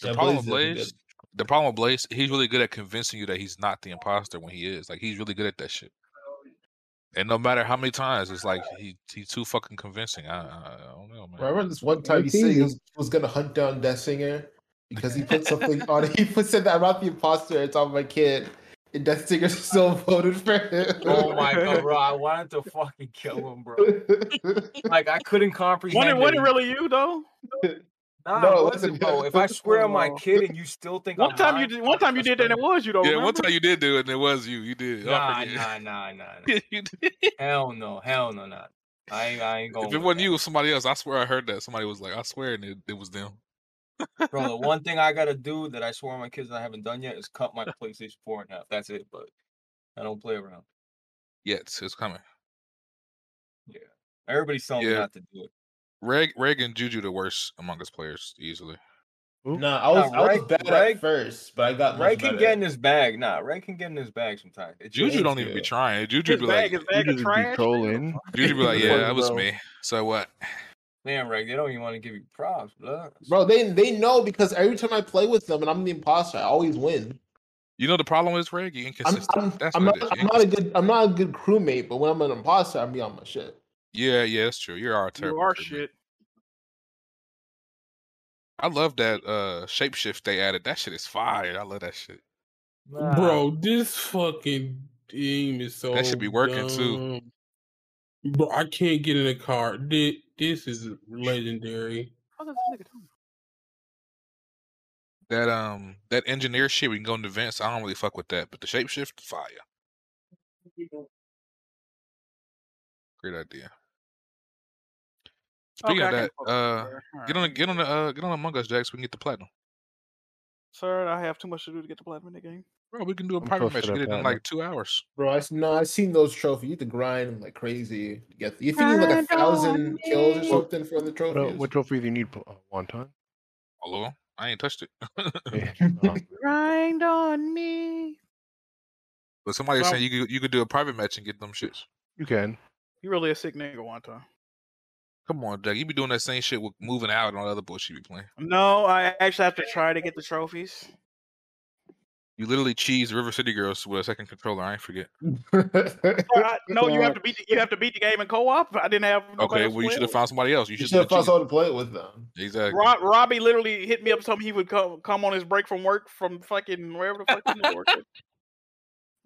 Speaker 8: The problem with Blaze.
Speaker 1: (laughs)
Speaker 8: The problem with Blaze. He's really good at convincing you that he's not the imposter when he is. Like he's really good at that shit. And no matter how many times, it's like he he's too fucking convincing. I, I, I don't know, man.
Speaker 2: Remember this one time he said he was, he was gonna hunt down Death Singer because he put something on he put said that about the imposter, it's on my kid. And Death Singer (laughs) still voted for him. (laughs)
Speaker 1: Oh my god, bro! I wanted to fucking kill him, bro. Like I couldn't comprehend.
Speaker 10: Wasn't, wasn't
Speaker 1: it.
Speaker 10: really you though.
Speaker 1: Nah,
Speaker 2: No,
Speaker 1: it
Speaker 2: it
Speaker 1: wasn't,
Speaker 2: wasn't
Speaker 1: bro.
Speaker 2: him.
Speaker 1: If I swear on my
Speaker 2: Oh.
Speaker 1: kid and you still think
Speaker 10: One
Speaker 1: I'm
Speaker 10: time you
Speaker 1: lying,
Speaker 10: did. One time you did that. and It was you though.
Speaker 8: Yeah, one
Speaker 10: remember?
Speaker 8: time you did do it, and it was you. You did. (laughs)
Speaker 1: Nah, (laughs)
Speaker 8: I forget.
Speaker 1: nah, nah, nah, nah. hell no, hell no, not. I ain't, I ain't going.
Speaker 8: If it wasn't you, it was somebody else. I swear I heard that. Somebody was like, I swear, and it, it was them. (laughs)
Speaker 1: Bro, the one thing I gotta do that I swore on my kids that I haven't done yet is cut my PlayStation 4 in half. That's it, but I don't play around.
Speaker 8: Yes, it's coming.
Speaker 1: Yeah. Everybody's telling me
Speaker 8: Yeah.
Speaker 1: not to do it.
Speaker 8: Reg, Reg and Juju the worst among us players easily.
Speaker 2: No, I was
Speaker 1: Nah,
Speaker 2: I was
Speaker 1: Reg-
Speaker 2: bad at
Speaker 1: Reg-
Speaker 2: first, but I got
Speaker 1: Ray
Speaker 2: much
Speaker 1: can
Speaker 2: better.
Speaker 1: get in his bag. Nah, Ray can get in his bag sometimes. It's
Speaker 8: Juju
Speaker 1: just-
Speaker 8: don't even be trying. Juju
Speaker 1: His
Speaker 8: be
Speaker 1: bag
Speaker 8: like,
Speaker 1: is bag of
Speaker 8: Juju
Speaker 1: trash.
Speaker 8: trolling. Juju (laughs) be like, yeah, that was me. So what?
Speaker 1: Man, Ray, they don't even want to give you props, bro.
Speaker 2: Bro, they they know because every time I play with them and I'm the imposter, I always win.
Speaker 8: You know the problem is Reg, you
Speaker 2: I'm,
Speaker 8: inconsistent.
Speaker 2: I'm,
Speaker 8: That's
Speaker 2: I'm
Speaker 8: what
Speaker 2: not
Speaker 8: it is.
Speaker 2: I'm not a good I'm not a good crewmate, but when I'm an imposter, I'm beyond my shit.
Speaker 8: Yeah, yeah, that's true. You're our terrible.
Speaker 10: are shit.
Speaker 8: I love that uh shapeshift they added. That shit is fire. I love that shit.
Speaker 26: Bro, this fucking game is so.
Speaker 8: That should be working, too.
Speaker 26: dumb. Bro, I can't get in a car. This, this is legendary.
Speaker 8: That um that engineer shit we can go into vents. I don't really fuck with that, but the shapeshift fire. Great idea. Speaking
Speaker 10: Okay, I
Speaker 8: of
Speaker 10: can
Speaker 8: that, uh, get on the get on the uh, get on Among Us, Jack, so we can get the platinum.
Speaker 10: Sir, I have too much to do to get the platinum in the game.
Speaker 8: Bro, we can do a
Speaker 2: close
Speaker 8: private
Speaker 2: to
Speaker 8: match.
Speaker 2: that
Speaker 8: Get it in
Speaker 2: platinum.
Speaker 8: like two hours.
Speaker 2: Bro, I no, I've seen those trophies. You have to grind like crazy to get. You think you need like a thousand kills or
Speaker 8: Well,
Speaker 2: something for the
Speaker 5: What, uh,
Speaker 2: trophies?
Speaker 5: what trophies you need? Uh, wonton.
Speaker 8: All of 'em. I ain't touched it. (laughs)
Speaker 10: Grind on me.
Speaker 8: but somebody's
Speaker 10: Well-
Speaker 8: saying you could you could do a private match and get them shits.
Speaker 5: You can.
Speaker 10: You really a sick nigga, one time.
Speaker 8: Come on, Jack. You be doing that same shit with moving out and all the other bullshit you be playing.
Speaker 10: No, I actually have to try to get the trophies.
Speaker 8: You literally cheese River City Girls with a second controller. I ain't forget.
Speaker 10: Or I- no, you have to beat the, you have to beat the game in co-op. I didn't have nobody
Speaker 8: Okay,
Speaker 10: else
Speaker 8: well you
Speaker 10: playing
Speaker 8: should have
Speaker 10: with
Speaker 8: found somebody else. You
Speaker 2: You
Speaker 8: should
Speaker 2: should have
Speaker 8: have
Speaker 2: found someone to play it with though.
Speaker 10: me.
Speaker 8: exactly.
Speaker 10: Rob, Robbie literally hit me up, told me he would come come on his break from work from fucking wherever the fuck he was working.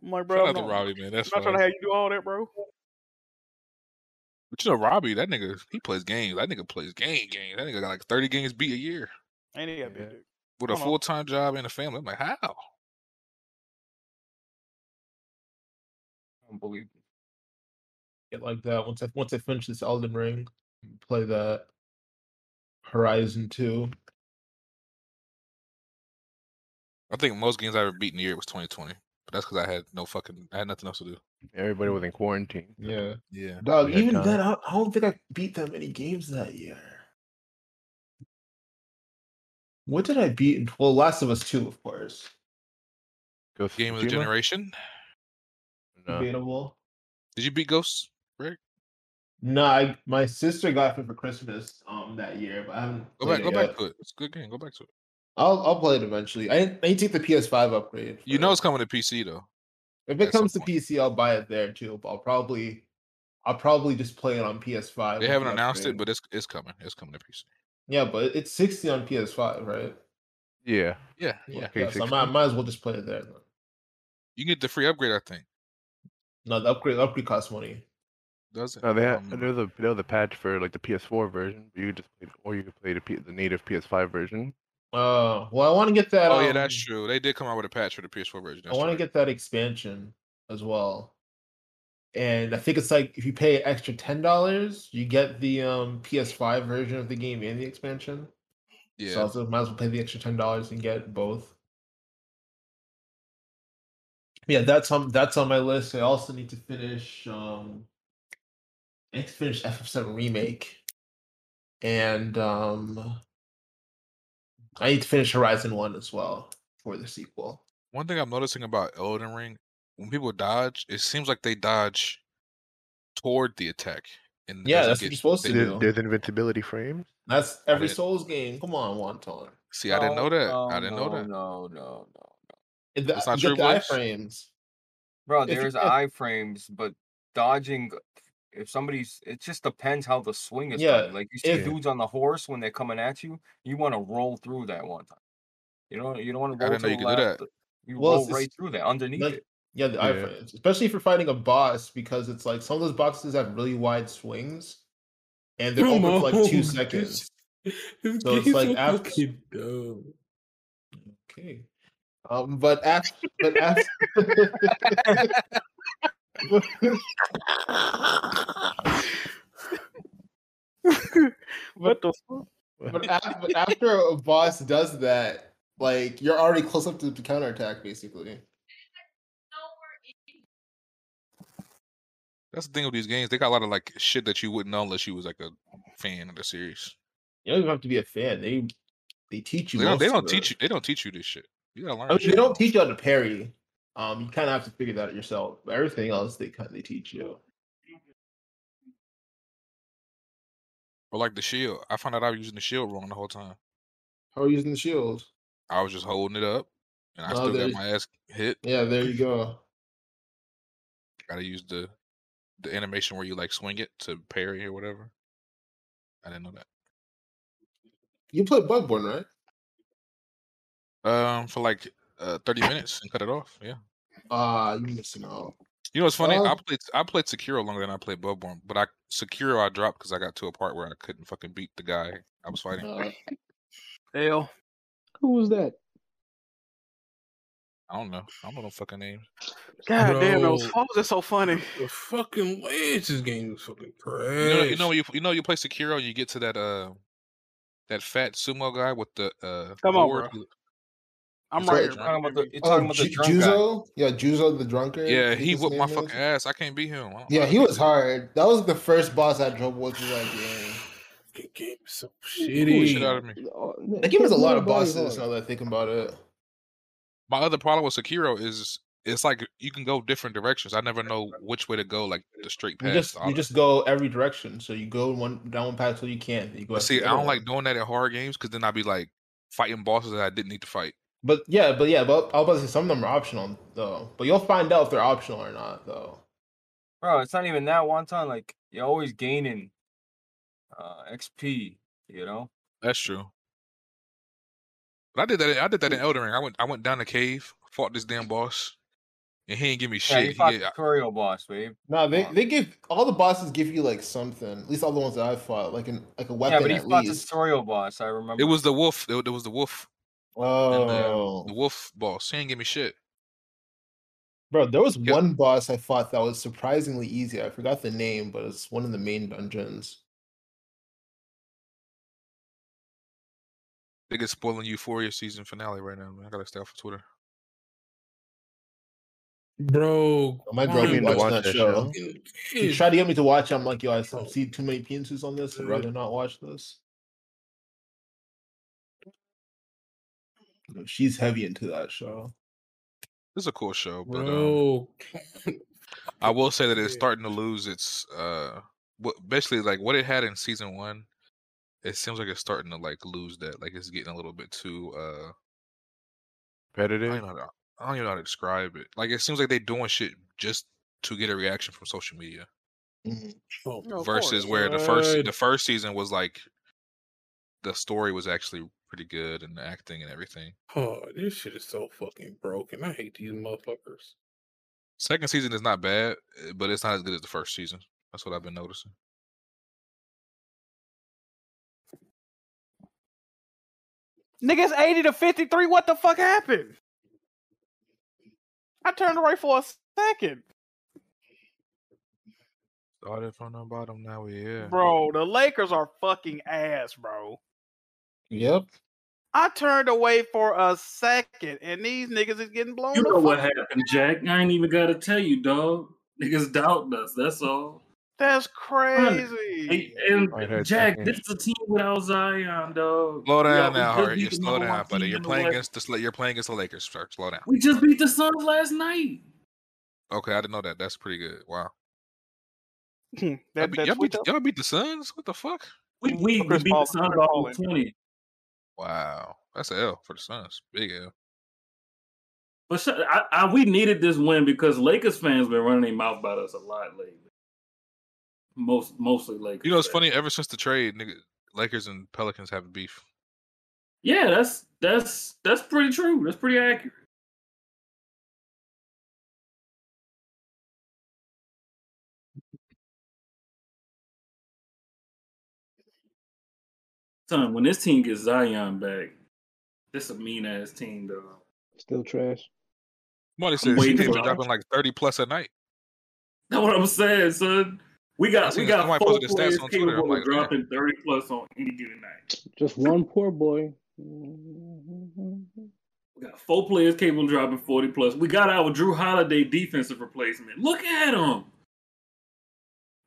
Speaker 10: I'm like, bro,
Speaker 8: Shout
Speaker 10: I'm
Speaker 8: out to
Speaker 10: not,
Speaker 8: Robbie, man. That's
Speaker 10: I'm not trying
Speaker 8: fine.
Speaker 10: to have you do all that, bro.
Speaker 8: But you know Robbie, that nigga, he plays games. That nigga plays game games. That nigga got like thirty games beat a year
Speaker 10: Ain't he got big dick.
Speaker 8: with a
Speaker 10: Hold on.
Speaker 8: full time job and a family. I'm like, how?
Speaker 1: Unbelievable.
Speaker 2: Get like that once I once I finish this Elden Ring, play that Horizon Two.
Speaker 8: I think most games I ever beat in a year was 2020, but that's because I had no fucking, I had nothing else to do.
Speaker 5: Everybody was in quarantine.
Speaker 2: Yeah.
Speaker 8: Yeah.
Speaker 2: Dog,
Speaker 5: We had
Speaker 2: even
Speaker 5: time.
Speaker 2: then, I don't, I don't think I beat that many games that year. What did I beat? In, well, Last of Us Two, of course.
Speaker 5: Ghost
Speaker 8: Game of the
Speaker 5: Tsushima?
Speaker 8: generation.
Speaker 2: Debatable.
Speaker 8: Did you beat Ghosts, Rick?
Speaker 2: No, I, my sister got it for Christmas um that year, but I haven't.
Speaker 8: Go
Speaker 2: played
Speaker 8: back, go
Speaker 2: it
Speaker 8: back
Speaker 2: yet.
Speaker 8: to it. It's a good game. Go back to it.
Speaker 2: I'll I'll play it eventually. I didn't, I didn't take the PS5 upgrade.
Speaker 8: You know it's coming to PC though.
Speaker 2: If it
Speaker 8: At some
Speaker 2: comes to PC, I'll buy it there too. But I'll probably I'll probably just play it on PS5.
Speaker 8: They
Speaker 2: with
Speaker 8: haven't
Speaker 2: the
Speaker 8: announced it,
Speaker 2: upgrade.
Speaker 8: but it's it's coming. It's coming to PC.
Speaker 2: yeah, but it's sixty on PS5, right?
Speaker 5: Yeah.
Speaker 8: Yeah, yeah.
Speaker 2: yeah so I might, might as well just play it there. then.
Speaker 8: You can get the free upgrade, I think.
Speaker 2: No, the upgrade the upgrade costs money.
Speaker 8: Does it?
Speaker 5: No, they
Speaker 2: um
Speaker 5: had there's a there's a patch for like the PS4 version. but You could just play, or you could play the, P, the native PS5 version.
Speaker 2: Uh, well, I want to get that.
Speaker 8: oh
Speaker 2: um,
Speaker 8: yeah, that's true. They did come out with a patch for the PS4 version.
Speaker 2: I
Speaker 8: That's
Speaker 2: want
Speaker 8: right.
Speaker 2: to get that expansion as well. And I think it's like if you pay an extra ten dollars, you get the um, PS5 version of the game and the expansion.
Speaker 8: Yeah.
Speaker 2: So I also might as well pay the extra ten dollars and get both. Yeah, that's on that's on my list. I also need to finish um I need to finish FF7 remake. And um I need to finish Horizon 1 as well for the sequel.
Speaker 8: One thing I'm noticing about Elden Ring, when people dodge, it seems like they dodge toward the attack. And
Speaker 2: Yeah,
Speaker 8: as it
Speaker 2: that's what
Speaker 8: gets-
Speaker 2: you're supposed to
Speaker 8: they-
Speaker 2: do.
Speaker 5: There's invincibility frames.
Speaker 2: That's
Speaker 8: I
Speaker 2: every
Speaker 8: didn't-
Speaker 2: Souls game. Come on, Wonton.
Speaker 8: See, I didn't know
Speaker 1: No,
Speaker 8: that.
Speaker 1: Oh, no,
Speaker 8: I didn't know
Speaker 1: no,
Speaker 8: that.
Speaker 1: No, no, no.
Speaker 2: It-
Speaker 8: That's
Speaker 2: the-
Speaker 8: not
Speaker 2: you
Speaker 8: true,
Speaker 2: get the
Speaker 8: Blaze?
Speaker 2: iframes.
Speaker 1: Bro,
Speaker 2: If you
Speaker 1: there's
Speaker 2: get-
Speaker 1: iframes, but dodging. If somebody's, it just depends how the swing is
Speaker 2: Yeah,
Speaker 1: coming. Like you see
Speaker 2: if-
Speaker 1: dudes on the horse when they're coming at you, you want to roll through that one time. You don't, you don't want to
Speaker 8: I
Speaker 1: roll
Speaker 8: didn't know
Speaker 1: to the
Speaker 8: you could do
Speaker 1: left.
Speaker 8: that.
Speaker 1: You
Speaker 2: Well,
Speaker 1: roll
Speaker 2: it's-
Speaker 1: right through that underneath
Speaker 2: like-
Speaker 1: it.
Speaker 2: Yeah, the
Speaker 1: Yeah.
Speaker 2: iframes, especially if you're fighting a boss, because it's like some of those boxes have really wide swings, and they're
Speaker 26: Come
Speaker 2: open for
Speaker 1: (laughs)
Speaker 2: like two
Speaker 26: on,
Speaker 2: seconds.
Speaker 26: This
Speaker 2: So it's
Speaker 26: game's
Speaker 2: like
Speaker 26: so
Speaker 2: after.
Speaker 26: fucking dumb.
Speaker 2: Okay. Um, but after, but after.
Speaker 1: (laughs)
Speaker 2: (laughs) but after a boss does that, like you're already close up to the counterattack, basically.
Speaker 8: That's the thing with these games. They got a lot of like shit that you wouldn't know unless you was like a fan of the series.
Speaker 19: You don't even have to be a fan. They they teach you.
Speaker 8: They don't, they
Speaker 19: most
Speaker 8: don't
Speaker 19: of it.
Speaker 8: teach you. They don't teach you this shit. You gotta learn.
Speaker 2: Oh,
Speaker 19: I mean,
Speaker 8: shit.
Speaker 19: they don't teach you how to parry. Um, you kind of have to figure that out yourself. But everything else, they kind they teach you.
Speaker 8: Or like the shield. I found out I was using the shield wrong the whole time.
Speaker 2: How are you using the shield?
Speaker 8: I was just holding it up, and I
Speaker 2: Oh,
Speaker 8: still
Speaker 2: there
Speaker 8: got
Speaker 2: you-
Speaker 8: my ass hit.
Speaker 2: Yeah, there you go.
Speaker 8: Gotta use the the animation where you like swing it to parry or whatever. I didn't know
Speaker 2: You play Bloodborne, right?
Speaker 8: that. Um, for like uh thirty minutes and cut it off. Yeah.
Speaker 2: Ah, you missing out.
Speaker 8: You know what's funny? I
Speaker 2: Uh,
Speaker 8: played I played Sekiro longer than I played Bloodborne, but I Sekiro I dropped because I got to a part where I couldn't fucking beat the guy I was fighting.
Speaker 2: Uh.
Speaker 10: Hell.
Speaker 28: Who was that?
Speaker 8: I don't know. I don't know no fucking names.
Speaker 10: God damn, those
Speaker 8: Bro.
Speaker 10: phones are so funny.
Speaker 26: The fucking Lance's game is fucking
Speaker 8: You know,
Speaker 26: crazy.
Speaker 8: you know when you you know you play Sekiro and you get to that uh that fat sumo guy with the uh
Speaker 2: Come on,
Speaker 8: sword?
Speaker 2: bro.
Speaker 10: I'm
Speaker 8: right
Speaker 2: here,
Speaker 8: talking about the, Uh, you're
Speaker 2: Oh,
Speaker 8: talking about the
Speaker 2: Ju-
Speaker 8: drunk guy.
Speaker 2: Juzo? Yeah, Juzo the drunkard. I
Speaker 8: Yeah,
Speaker 2: think
Speaker 8: he
Speaker 2: his
Speaker 8: whooped my
Speaker 2: name is.
Speaker 8: fucking ass. I can't beat him. I don't-
Speaker 2: Yeah, he was hard. That was the first boss I drove with through that game.
Speaker 26: game so
Speaker 8: Ooh, shit out of me.
Speaker 19: oh,
Speaker 2: That game has a lot of
Speaker 8: Nobody's
Speaker 2: bosses.
Speaker 8: hard.
Speaker 2: Now that I think about it,
Speaker 8: My other problem with Sekiro is it's like you can go different directions. I never know which way to go, like the straight
Speaker 19: You
Speaker 8: path.
Speaker 19: just
Speaker 8: the
Speaker 19: you just go every direction. So you go one down one path till you can. then You go
Speaker 8: But
Speaker 19: after
Speaker 8: see,
Speaker 19: the
Speaker 8: I
Speaker 19: other
Speaker 8: don't
Speaker 19: one.
Speaker 8: like doing that at hard games because then I'd be like fighting bosses that I didn't need to fight.
Speaker 19: But yeah, but yeah, but I was about to say some of them are optional though. But you'll find out if they're optional or not though.
Speaker 1: Bro, it's not even that one time. Like you're always gaining uh XP, you know?
Speaker 8: That's true. But I did that. I did that in Elden Ring. I went. I went down the cave, fought this damn boss, and he didn't give me
Speaker 1: Yeah, you
Speaker 8: shit.
Speaker 1: fought
Speaker 8: he
Speaker 1: the
Speaker 8: get, uh
Speaker 1: tutorial boss, babe.
Speaker 2: no, they they give all the bosses give you like something. At least all the ones that I fought, like an like a weapon
Speaker 1: yeah, but he
Speaker 2: at
Speaker 1: fought the
Speaker 2: least.
Speaker 1: tutorial boss, I remember.
Speaker 8: it was the wolf. It, was the wolf. and the-
Speaker 2: Oh.
Speaker 8: the wolf boss. He didn't give me shit.
Speaker 19: Bro, there was
Speaker 2: one boss I fought that was surprisingly easy. I forgot the name, but it's one of the main dungeons.
Speaker 8: They get spoiling Euphoria season finale right now, man. I gotta stay off of Twitter.
Speaker 26: Bro,
Speaker 2: My
Speaker 26: come
Speaker 2: girl
Speaker 26: on,
Speaker 2: be
Speaker 26: bro.
Speaker 2: watching that, show. She
Speaker 26: Jeez.
Speaker 2: tried to get me to watch. it. I'm like, yo, I see too many penises on this. I'd rather not watch this. No, She's heavy into that show.
Speaker 8: This is a cool show, but um,
Speaker 26: Bro,
Speaker 8: I will say that it's starting to lose its uh, what basically like what it had in season one. It seems like it's starting to like lose that. Like it's getting a little bit too uh, I
Speaker 5: Competitive.
Speaker 8: don't, know, I don't even know how to describe it. Like it seems like they're doing shit just to get a reaction from social media. versus where the first the first season was like the story was actually pretty good and the acting and everything.
Speaker 26: oh, this shit is so fucking broken. I hate these motherfuckers.
Speaker 8: Second season is not bad, eh, but it's not as good as the first season. That's what I've been noticing.
Speaker 10: Niggas 80 to 53. What the fuck happened? I turned away for a second.
Speaker 8: Started from the bottom, now we here.
Speaker 10: Bro, the Lakers are fucking ass, bro.
Speaker 2: Yep.
Speaker 10: I turned away for a second, and these niggas is getting blown
Speaker 23: You
Speaker 10: the
Speaker 23: know what
Speaker 10: fuck-
Speaker 23: happened, Jack. I ain't even gotta tell you, dog. Niggas doubting us, that's all.
Speaker 10: That's
Speaker 23: Honest.
Speaker 10: crazy.
Speaker 23: And,
Speaker 8: Right
Speaker 23: and
Speaker 8: here,
Speaker 23: Jack,
Speaker 8: Jack.
Speaker 23: this is a team without Zion, dog.
Speaker 8: Slow
Speaker 23: We
Speaker 8: down
Speaker 23: always
Speaker 8: now,
Speaker 23: just
Speaker 8: Hurry.
Speaker 23: beat
Speaker 8: You
Speaker 23: the
Speaker 8: slow
Speaker 23: number
Speaker 8: down,
Speaker 23: one
Speaker 8: buddy.
Speaker 23: team
Speaker 8: You're
Speaker 23: in the
Speaker 8: playing
Speaker 23: West.
Speaker 8: against the Sla- you're playing against the Lakers, sir. Slow down.
Speaker 23: We just beat the Suns last night.
Speaker 8: Okay, I didn't know that. That's pretty good. Wow.
Speaker 10: that,
Speaker 8: Y'all beat, y'all,
Speaker 10: that
Speaker 8: beat
Speaker 10: tweet
Speaker 8: the,
Speaker 10: though?
Speaker 8: y'all beat the Suns? What the fuck?
Speaker 23: We we, we beat the Suns by over twenty.
Speaker 8: Wow. That's an L for the Suns. Big L.
Speaker 23: (laughs) But sh- I, I, we needed this win because Lakers fans been running their mouth about us a lot lately. Most mostly Lakers.
Speaker 8: You know, it's funny. Ever since the trade, nigga, Lakers and Pelicans have beef.
Speaker 23: Yeah, that's that's that's pretty true. That's pretty accurate. Son, when this team gets Zion back, this a mean ass team, dog.
Speaker 28: Still trash.
Speaker 8: Money
Speaker 23: I'm
Speaker 8: says she
Speaker 23: waiting
Speaker 8: can't
Speaker 23: for
Speaker 8: be
Speaker 23: that.
Speaker 8: dropping like thirty plus a night.
Speaker 23: That's what I'm saying, son.
Speaker 29: We
Speaker 8: I
Speaker 29: got
Speaker 8: seen
Speaker 29: we
Speaker 8: that-
Speaker 29: got
Speaker 8: somebody
Speaker 29: four
Speaker 8: posted his stats
Speaker 29: players
Speaker 8: on Twitter,
Speaker 29: capable
Speaker 8: I'm
Speaker 29: of
Speaker 8: like, man.
Speaker 29: dropping thirty plus on any given night.
Speaker 9: Just one poor boy.
Speaker 29: We got four players capable of dropping forty plus. We got our Drew Holiday defensive replacement. Look at him.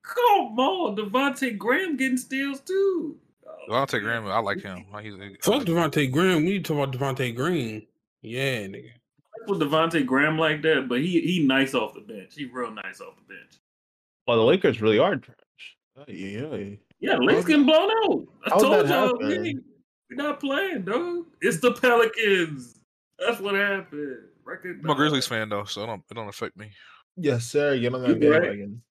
Speaker 29: Come on, Devontae Graham getting steals too.
Speaker 8: Devontae Graham, I like
Speaker 29: (laughs)
Speaker 8: him. Like, he's- he-
Speaker 26: Fuck Devontae Graham. We need to talk about Devontae Green. Yeah, nigga.
Speaker 29: With Devontae Graham like that, but he he nice off the bench. He real nice off the bench.
Speaker 2: Well, the Lakers really are trash. Yeah, yeah.
Speaker 29: Yeah, Lakers getting blown out. I
Speaker 2: How'd
Speaker 29: told
Speaker 2: that
Speaker 29: y'all
Speaker 2: happen?
Speaker 29: we we're not playing, dog. It's the Pelicans. That's what happened. Record
Speaker 8: I'm a Grizzlies fan though, so it don't it don't affect me.
Speaker 2: Yes, sir. Get on
Speaker 29: You
Speaker 2: that
Speaker 29: right.
Speaker 2: bandwagon.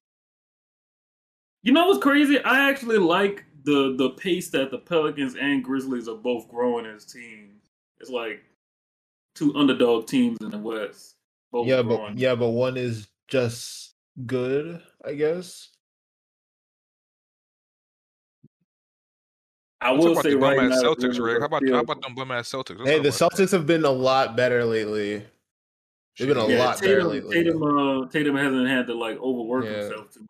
Speaker 29: You know what's crazy? I actually like the the pace that the Pelicans and Grizzlies are both growing as teams. It's like two underdog teams in the West. Both
Speaker 2: Yeah,
Speaker 29: growing.
Speaker 2: but yeah, but one is just good, I guess.
Speaker 29: I
Speaker 8: Let's talk
Speaker 29: will
Speaker 8: about
Speaker 29: say
Speaker 8: the
Speaker 29: right
Speaker 8: bum ass
Speaker 29: now, the
Speaker 8: Celtics,
Speaker 29: Grizzlies
Speaker 8: Rick.
Speaker 29: are
Speaker 8: How about
Speaker 29: still-
Speaker 8: how about them bum ass Celtics? Let's
Speaker 2: hey,
Speaker 8: talk
Speaker 2: the
Speaker 8: about
Speaker 2: Celtics have been a lot better lately. They've been a
Speaker 29: Yeah,
Speaker 2: lot better
Speaker 29: Tatum,
Speaker 2: lately.
Speaker 29: Tatum, uh, Tatum hasn't had to like overwork
Speaker 2: Yeah.
Speaker 29: himself too much.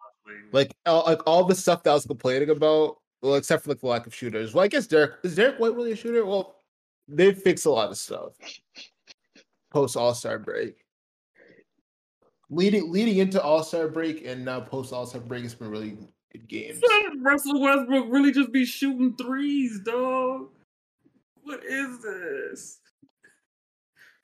Speaker 2: Like, all, like all the stuff that I was complaining about, well, except for like the lack of shooters. Well, I guess Derek is Derek White really a shooter? Well, they fixed a lot of stuff post All Star break. Leading leading into All Star break and now post All Star break, it's been really good games.
Speaker 29: Shouldn't (laughs) Russell Westbrook really just be shooting threes, dog? What is this?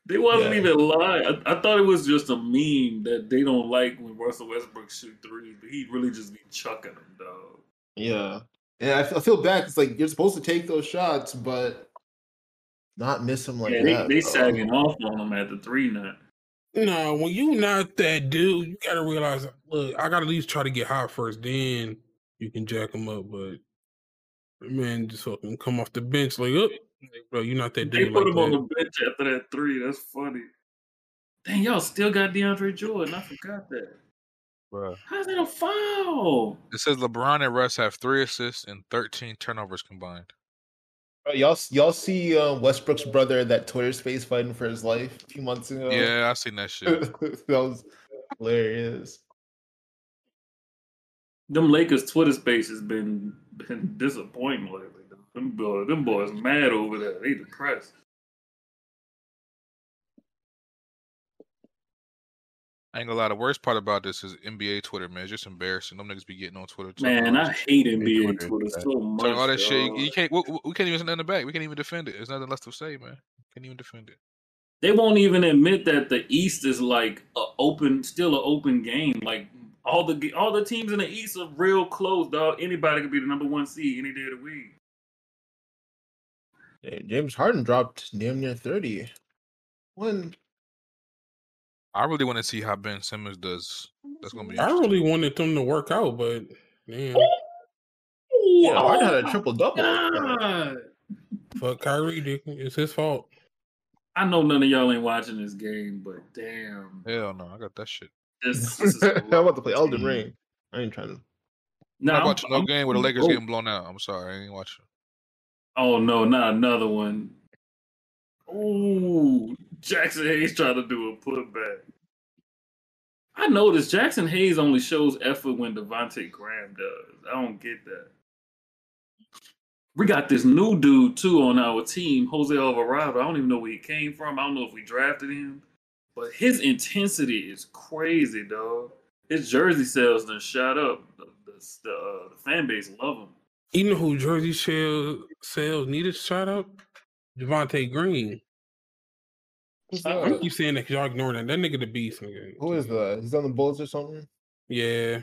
Speaker 29: They wasn't
Speaker 2: Yeah.
Speaker 29: even lying. I, I thought it was just a meme that they don't like when Russell Westbrook shoot threes, but he really just be chucking them, dog.
Speaker 2: Yeah, and I feel, I feel bad. It's like you're supposed to take those shots, but not miss them like
Speaker 29: yeah,
Speaker 2: that.
Speaker 29: they, they
Speaker 2: bro.
Speaker 29: sagging off on him at the three nut.
Speaker 26: No, when you not that dude, you gotta realize. Look, I gotta at least try to get hot first, then you can jack him up. But man, just fucking come off the bench like, up, bro, you not that
Speaker 29: They
Speaker 26: dude.
Speaker 29: put
Speaker 26: like
Speaker 29: him on
Speaker 26: that.
Speaker 29: the bench after that three. That's funny. Dang, y'all still got DeAndre Jordan. I forgot that.
Speaker 8: Bruh.
Speaker 29: How's that a foul?
Speaker 8: It says LeBron and Russ have three assists and 13 turnovers combined.
Speaker 2: Bro, y'all y'all see uh, Westbrook's brother in that Twitter space fighting for his life a few months ago.
Speaker 8: yeah, I seen that shit.
Speaker 2: (laughs) that was hilarious.
Speaker 29: Them Lakers Twitter space has been been disappointing lately. though. Them boys, them boys mad over there. They depressed.
Speaker 8: I ain't gonna lie. The worst part about this is NBA Twitter, man. It's just embarrassing. Them niggas be getting on Twitter. talking
Speaker 29: Man,
Speaker 8: all
Speaker 29: I
Speaker 8: this shit.
Speaker 29: hate NBA Twitter so
Speaker 8: Talking
Speaker 29: much,
Speaker 8: all that shit.
Speaker 29: dog.
Speaker 8: You can't. We, we- we can't even send nothing back. We can't even defend it. There's nothing left to say, man. Can't even defend it.
Speaker 29: They won't even admit that the East is like a open, still an open game. Like all the ge- all the teams in the East are real close, dog. Anybody could be the number one seed any day of the week.
Speaker 2: Hey, James Harden dropped damn near thirty. When
Speaker 8: I really want to see how Ben Simmons does. That's gonna be.
Speaker 26: I really wanted them to work out, but man,
Speaker 2: yeah, Harden had a triple double.
Speaker 29: God.
Speaker 26: fuck Kyrie, dude. It's his fault.
Speaker 29: I know none of y'all ain't watching this game, but damn,
Speaker 8: Hell no, I got that shit.
Speaker 29: this,
Speaker 2: (laughs)
Speaker 8: (laughs)
Speaker 29: this is
Speaker 2: I'm about to play Elden Ring. I ain't trying to.
Speaker 29: Nah,
Speaker 8: I'm watching no
Speaker 29: I'm-
Speaker 8: game where the
Speaker 29: I'm-
Speaker 8: Lakers
Speaker 29: oh.
Speaker 8: getting blown out. I'm sorry, I ain't watching.
Speaker 29: Oh no, not another one. Ooh, Jackson Hayes trying to do a putback. I noticed Jackson Hayes only shows effort when Devontae Graham does. I don't get that. We got this new dude too on our team, Jose Alvarado. I don't even know where he came from. I don't know if we drafted him, but his intensity is crazy, dog. His jersey sales done shot up. The, the, the, uh, the fan base love him.
Speaker 26: You know who Jersey sales sales needed shout out? Devontae Green. I
Speaker 2: uh,
Speaker 26: keep saying that 'cause y'all ignoring that. That nigga the beast, nigga.
Speaker 2: Who is that? He's on the Bulls or something.
Speaker 26: Yeah,